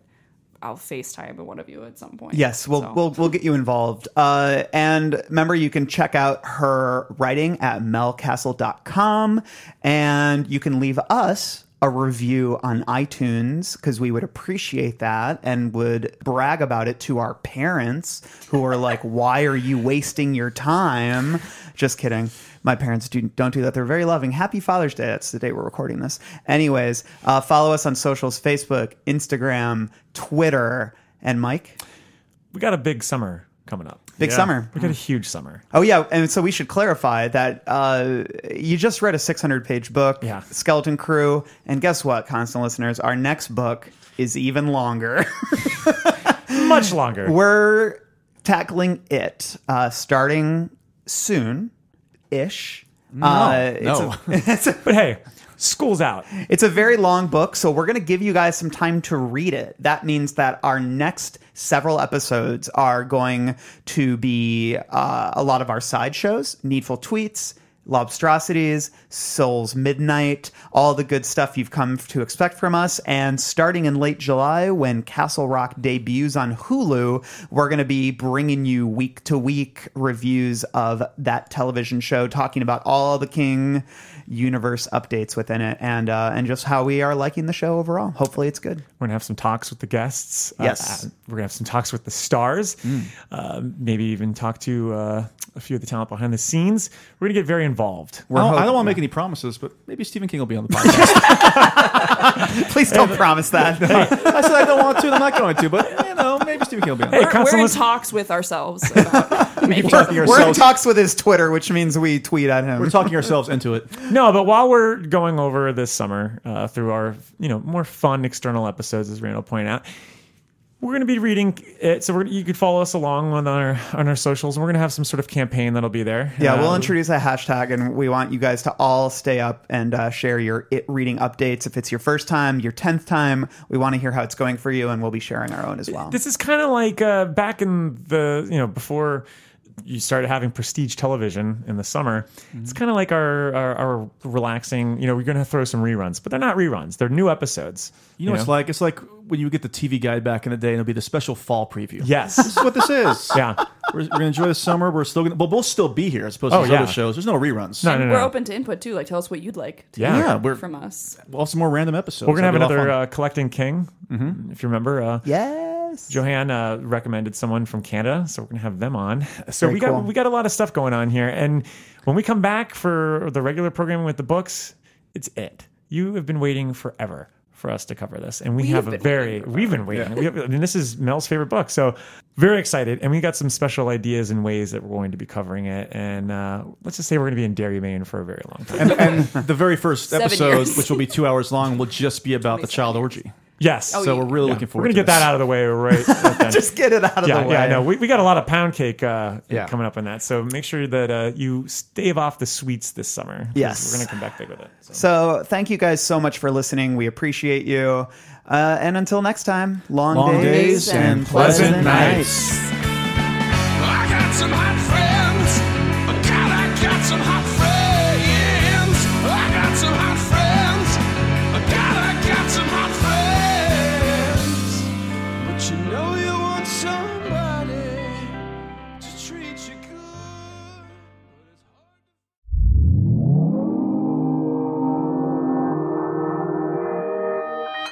E: I'll FaceTime one of you at some point.
C: Yes, we'll,
E: So-
C: we'll we'll get you involved. Uh, and remember, you can check out her writing at melcastle.com and you can leave us a review on iTunes because we would appreciate that and would brag about it to our parents who are like, why are you wasting your time? Just kidding. My parents do, don't do that. They're very loving. Happy Father's Day. That's the day we're recording this. Anyways, uh, follow us on socials Facebook, Instagram, Twitter. And Mike?
D: we got a big summer coming up.
C: Big summer.
D: We got a huge summer.
C: Oh yeah, and so we should clarify that uh, you just read a 600-page book,
D: Yeah.
C: Skeleton Crew, and guess what, constant listeners, our next book is even longer.
D: Much longer.
C: We're tackling it uh, starting soon, ish. No, uh, it's
F: no.
C: a- it's a
D: But hey, school's out.
C: It's a very long book, so we're going to give you guys some time to read it. That means that our next several episodes are going to be uh, a lot of our sideshows, needful tweets, lobstrosities, souls midnight, all the good stuff you've come to expect from us. And starting in late July, when Castle Rock debuts on Hulu, we're going to be bringing you week to week reviews of that television show, talking about all the King universe updates within it and uh, and just how we are liking the show overall. Hopefully, it's good.
D: We're gonna have some talks with the guests. Uh,
C: Yes. Mm.
D: uh, we're gonna have some talks with the stars. Uh, maybe even talk to uh, a few of the talent behind the scenes. We're gonna get very involved.
F: I don't, want to make any promises, but maybe Stephen King will be on the podcast.
C: Please don't promise that.
F: I said I don't want to, and I'm not going to, but, you know, maybe Stephen King will be on the
D: Hey,
E: We're, we're in
D: Constance-
E: talks with ourselves about making
F: podcast.
C: We're in talks with his Twitter, which means we tweet at him.
F: We're talking ourselves into it.
D: No, but while we're going over this summer uh, through our you know more fun external episodes, as Randall pointed out, we're going to be reading it. So we're, you could follow us along on our on our socials. and We're going to have some sort of campaign that'll be there.
C: yeah,
D: Uh,
C: we'll introduce a hashtag, and we want you guys to all stay up and uh, share your it reading updates. If it's your first time, your tenth time, we want to hear how it's going for you, and we'll be sharing our own as
F: Um,
C: well.
D: This is kind of like uh, back in the you know before you started having prestige television in the summer.
F: Mm-hmm.
D: It's kind of like our, our our relaxing. You know, we're going to throw some reruns, but they're not reruns. They're new episodes.
F: You know, it's like it's like when you get the TV guide back in the day, and it'll be the special fall preview.
D: yes,
F: this is what this is.
D: yeah.
F: we're, we're gonna enjoy the summer. We're still gonna, but we'll still be here as opposed
D: Oh,
F: to these
D: yeah.
F: other shows. There's no reruns.
D: No, no, no.
E: We're open to input too. Like, tell us what you'd like to
D: Yeah.
E: hear
F: Yeah, we're-
E: from us.
F: We'll have some more random episodes.
D: We're gonna have
F: That'll be a lot
D: another
F: of
D: uh, collecting king, if you remember. Uh,
C: yes.
D: Johan uh, recommended someone from Canada, so we're gonna have them on. So
C: Very
D: we got
C: cool.
D: we got a lot of stuff going on here, and when we come back for the regular programming with the books, it's it. You have been waiting forever for us to cover this, and we have a very we've been waiting. We have, I mean, this is Mel's favorite book, so very excited, and we got some special ideas and ways that we're going to be covering it. And uh, let's just say we're gonna be in Derry, Maine for a very long time.
F: fun.
D: uh,
F: and the very first
E: Seven
F: episode,
E: years.
F: which will be two hours long, will just be about the child orgy.
D: yes,
E: Oh,
F: So
E: yeah.
F: we're really
D: Yeah.
F: looking
D: we're
F: forward.
D: gonna
F: to
D: get that out of the way right. right then.
C: Just get it out of
D: yeah,
C: the way.
D: yeah, I know. We, we got a lot of pound cake uh,
F: Yeah.
D: coming up on that, so make sure that uh, you stave off the sweets this summer. 'cause
C: Yes.
D: we're gonna come back big with it. So.
C: So thank you guys so much for listening. We appreciate you. Uh, and until next time, long,
F: Long
C: days,
F: days and
E: pleasant
F: nights.
B: I got some hot Oh, some hot friends. I got some hot friends. Oh, God, I got some hot friends. But you know you want somebody to treat you good. But it's hard to-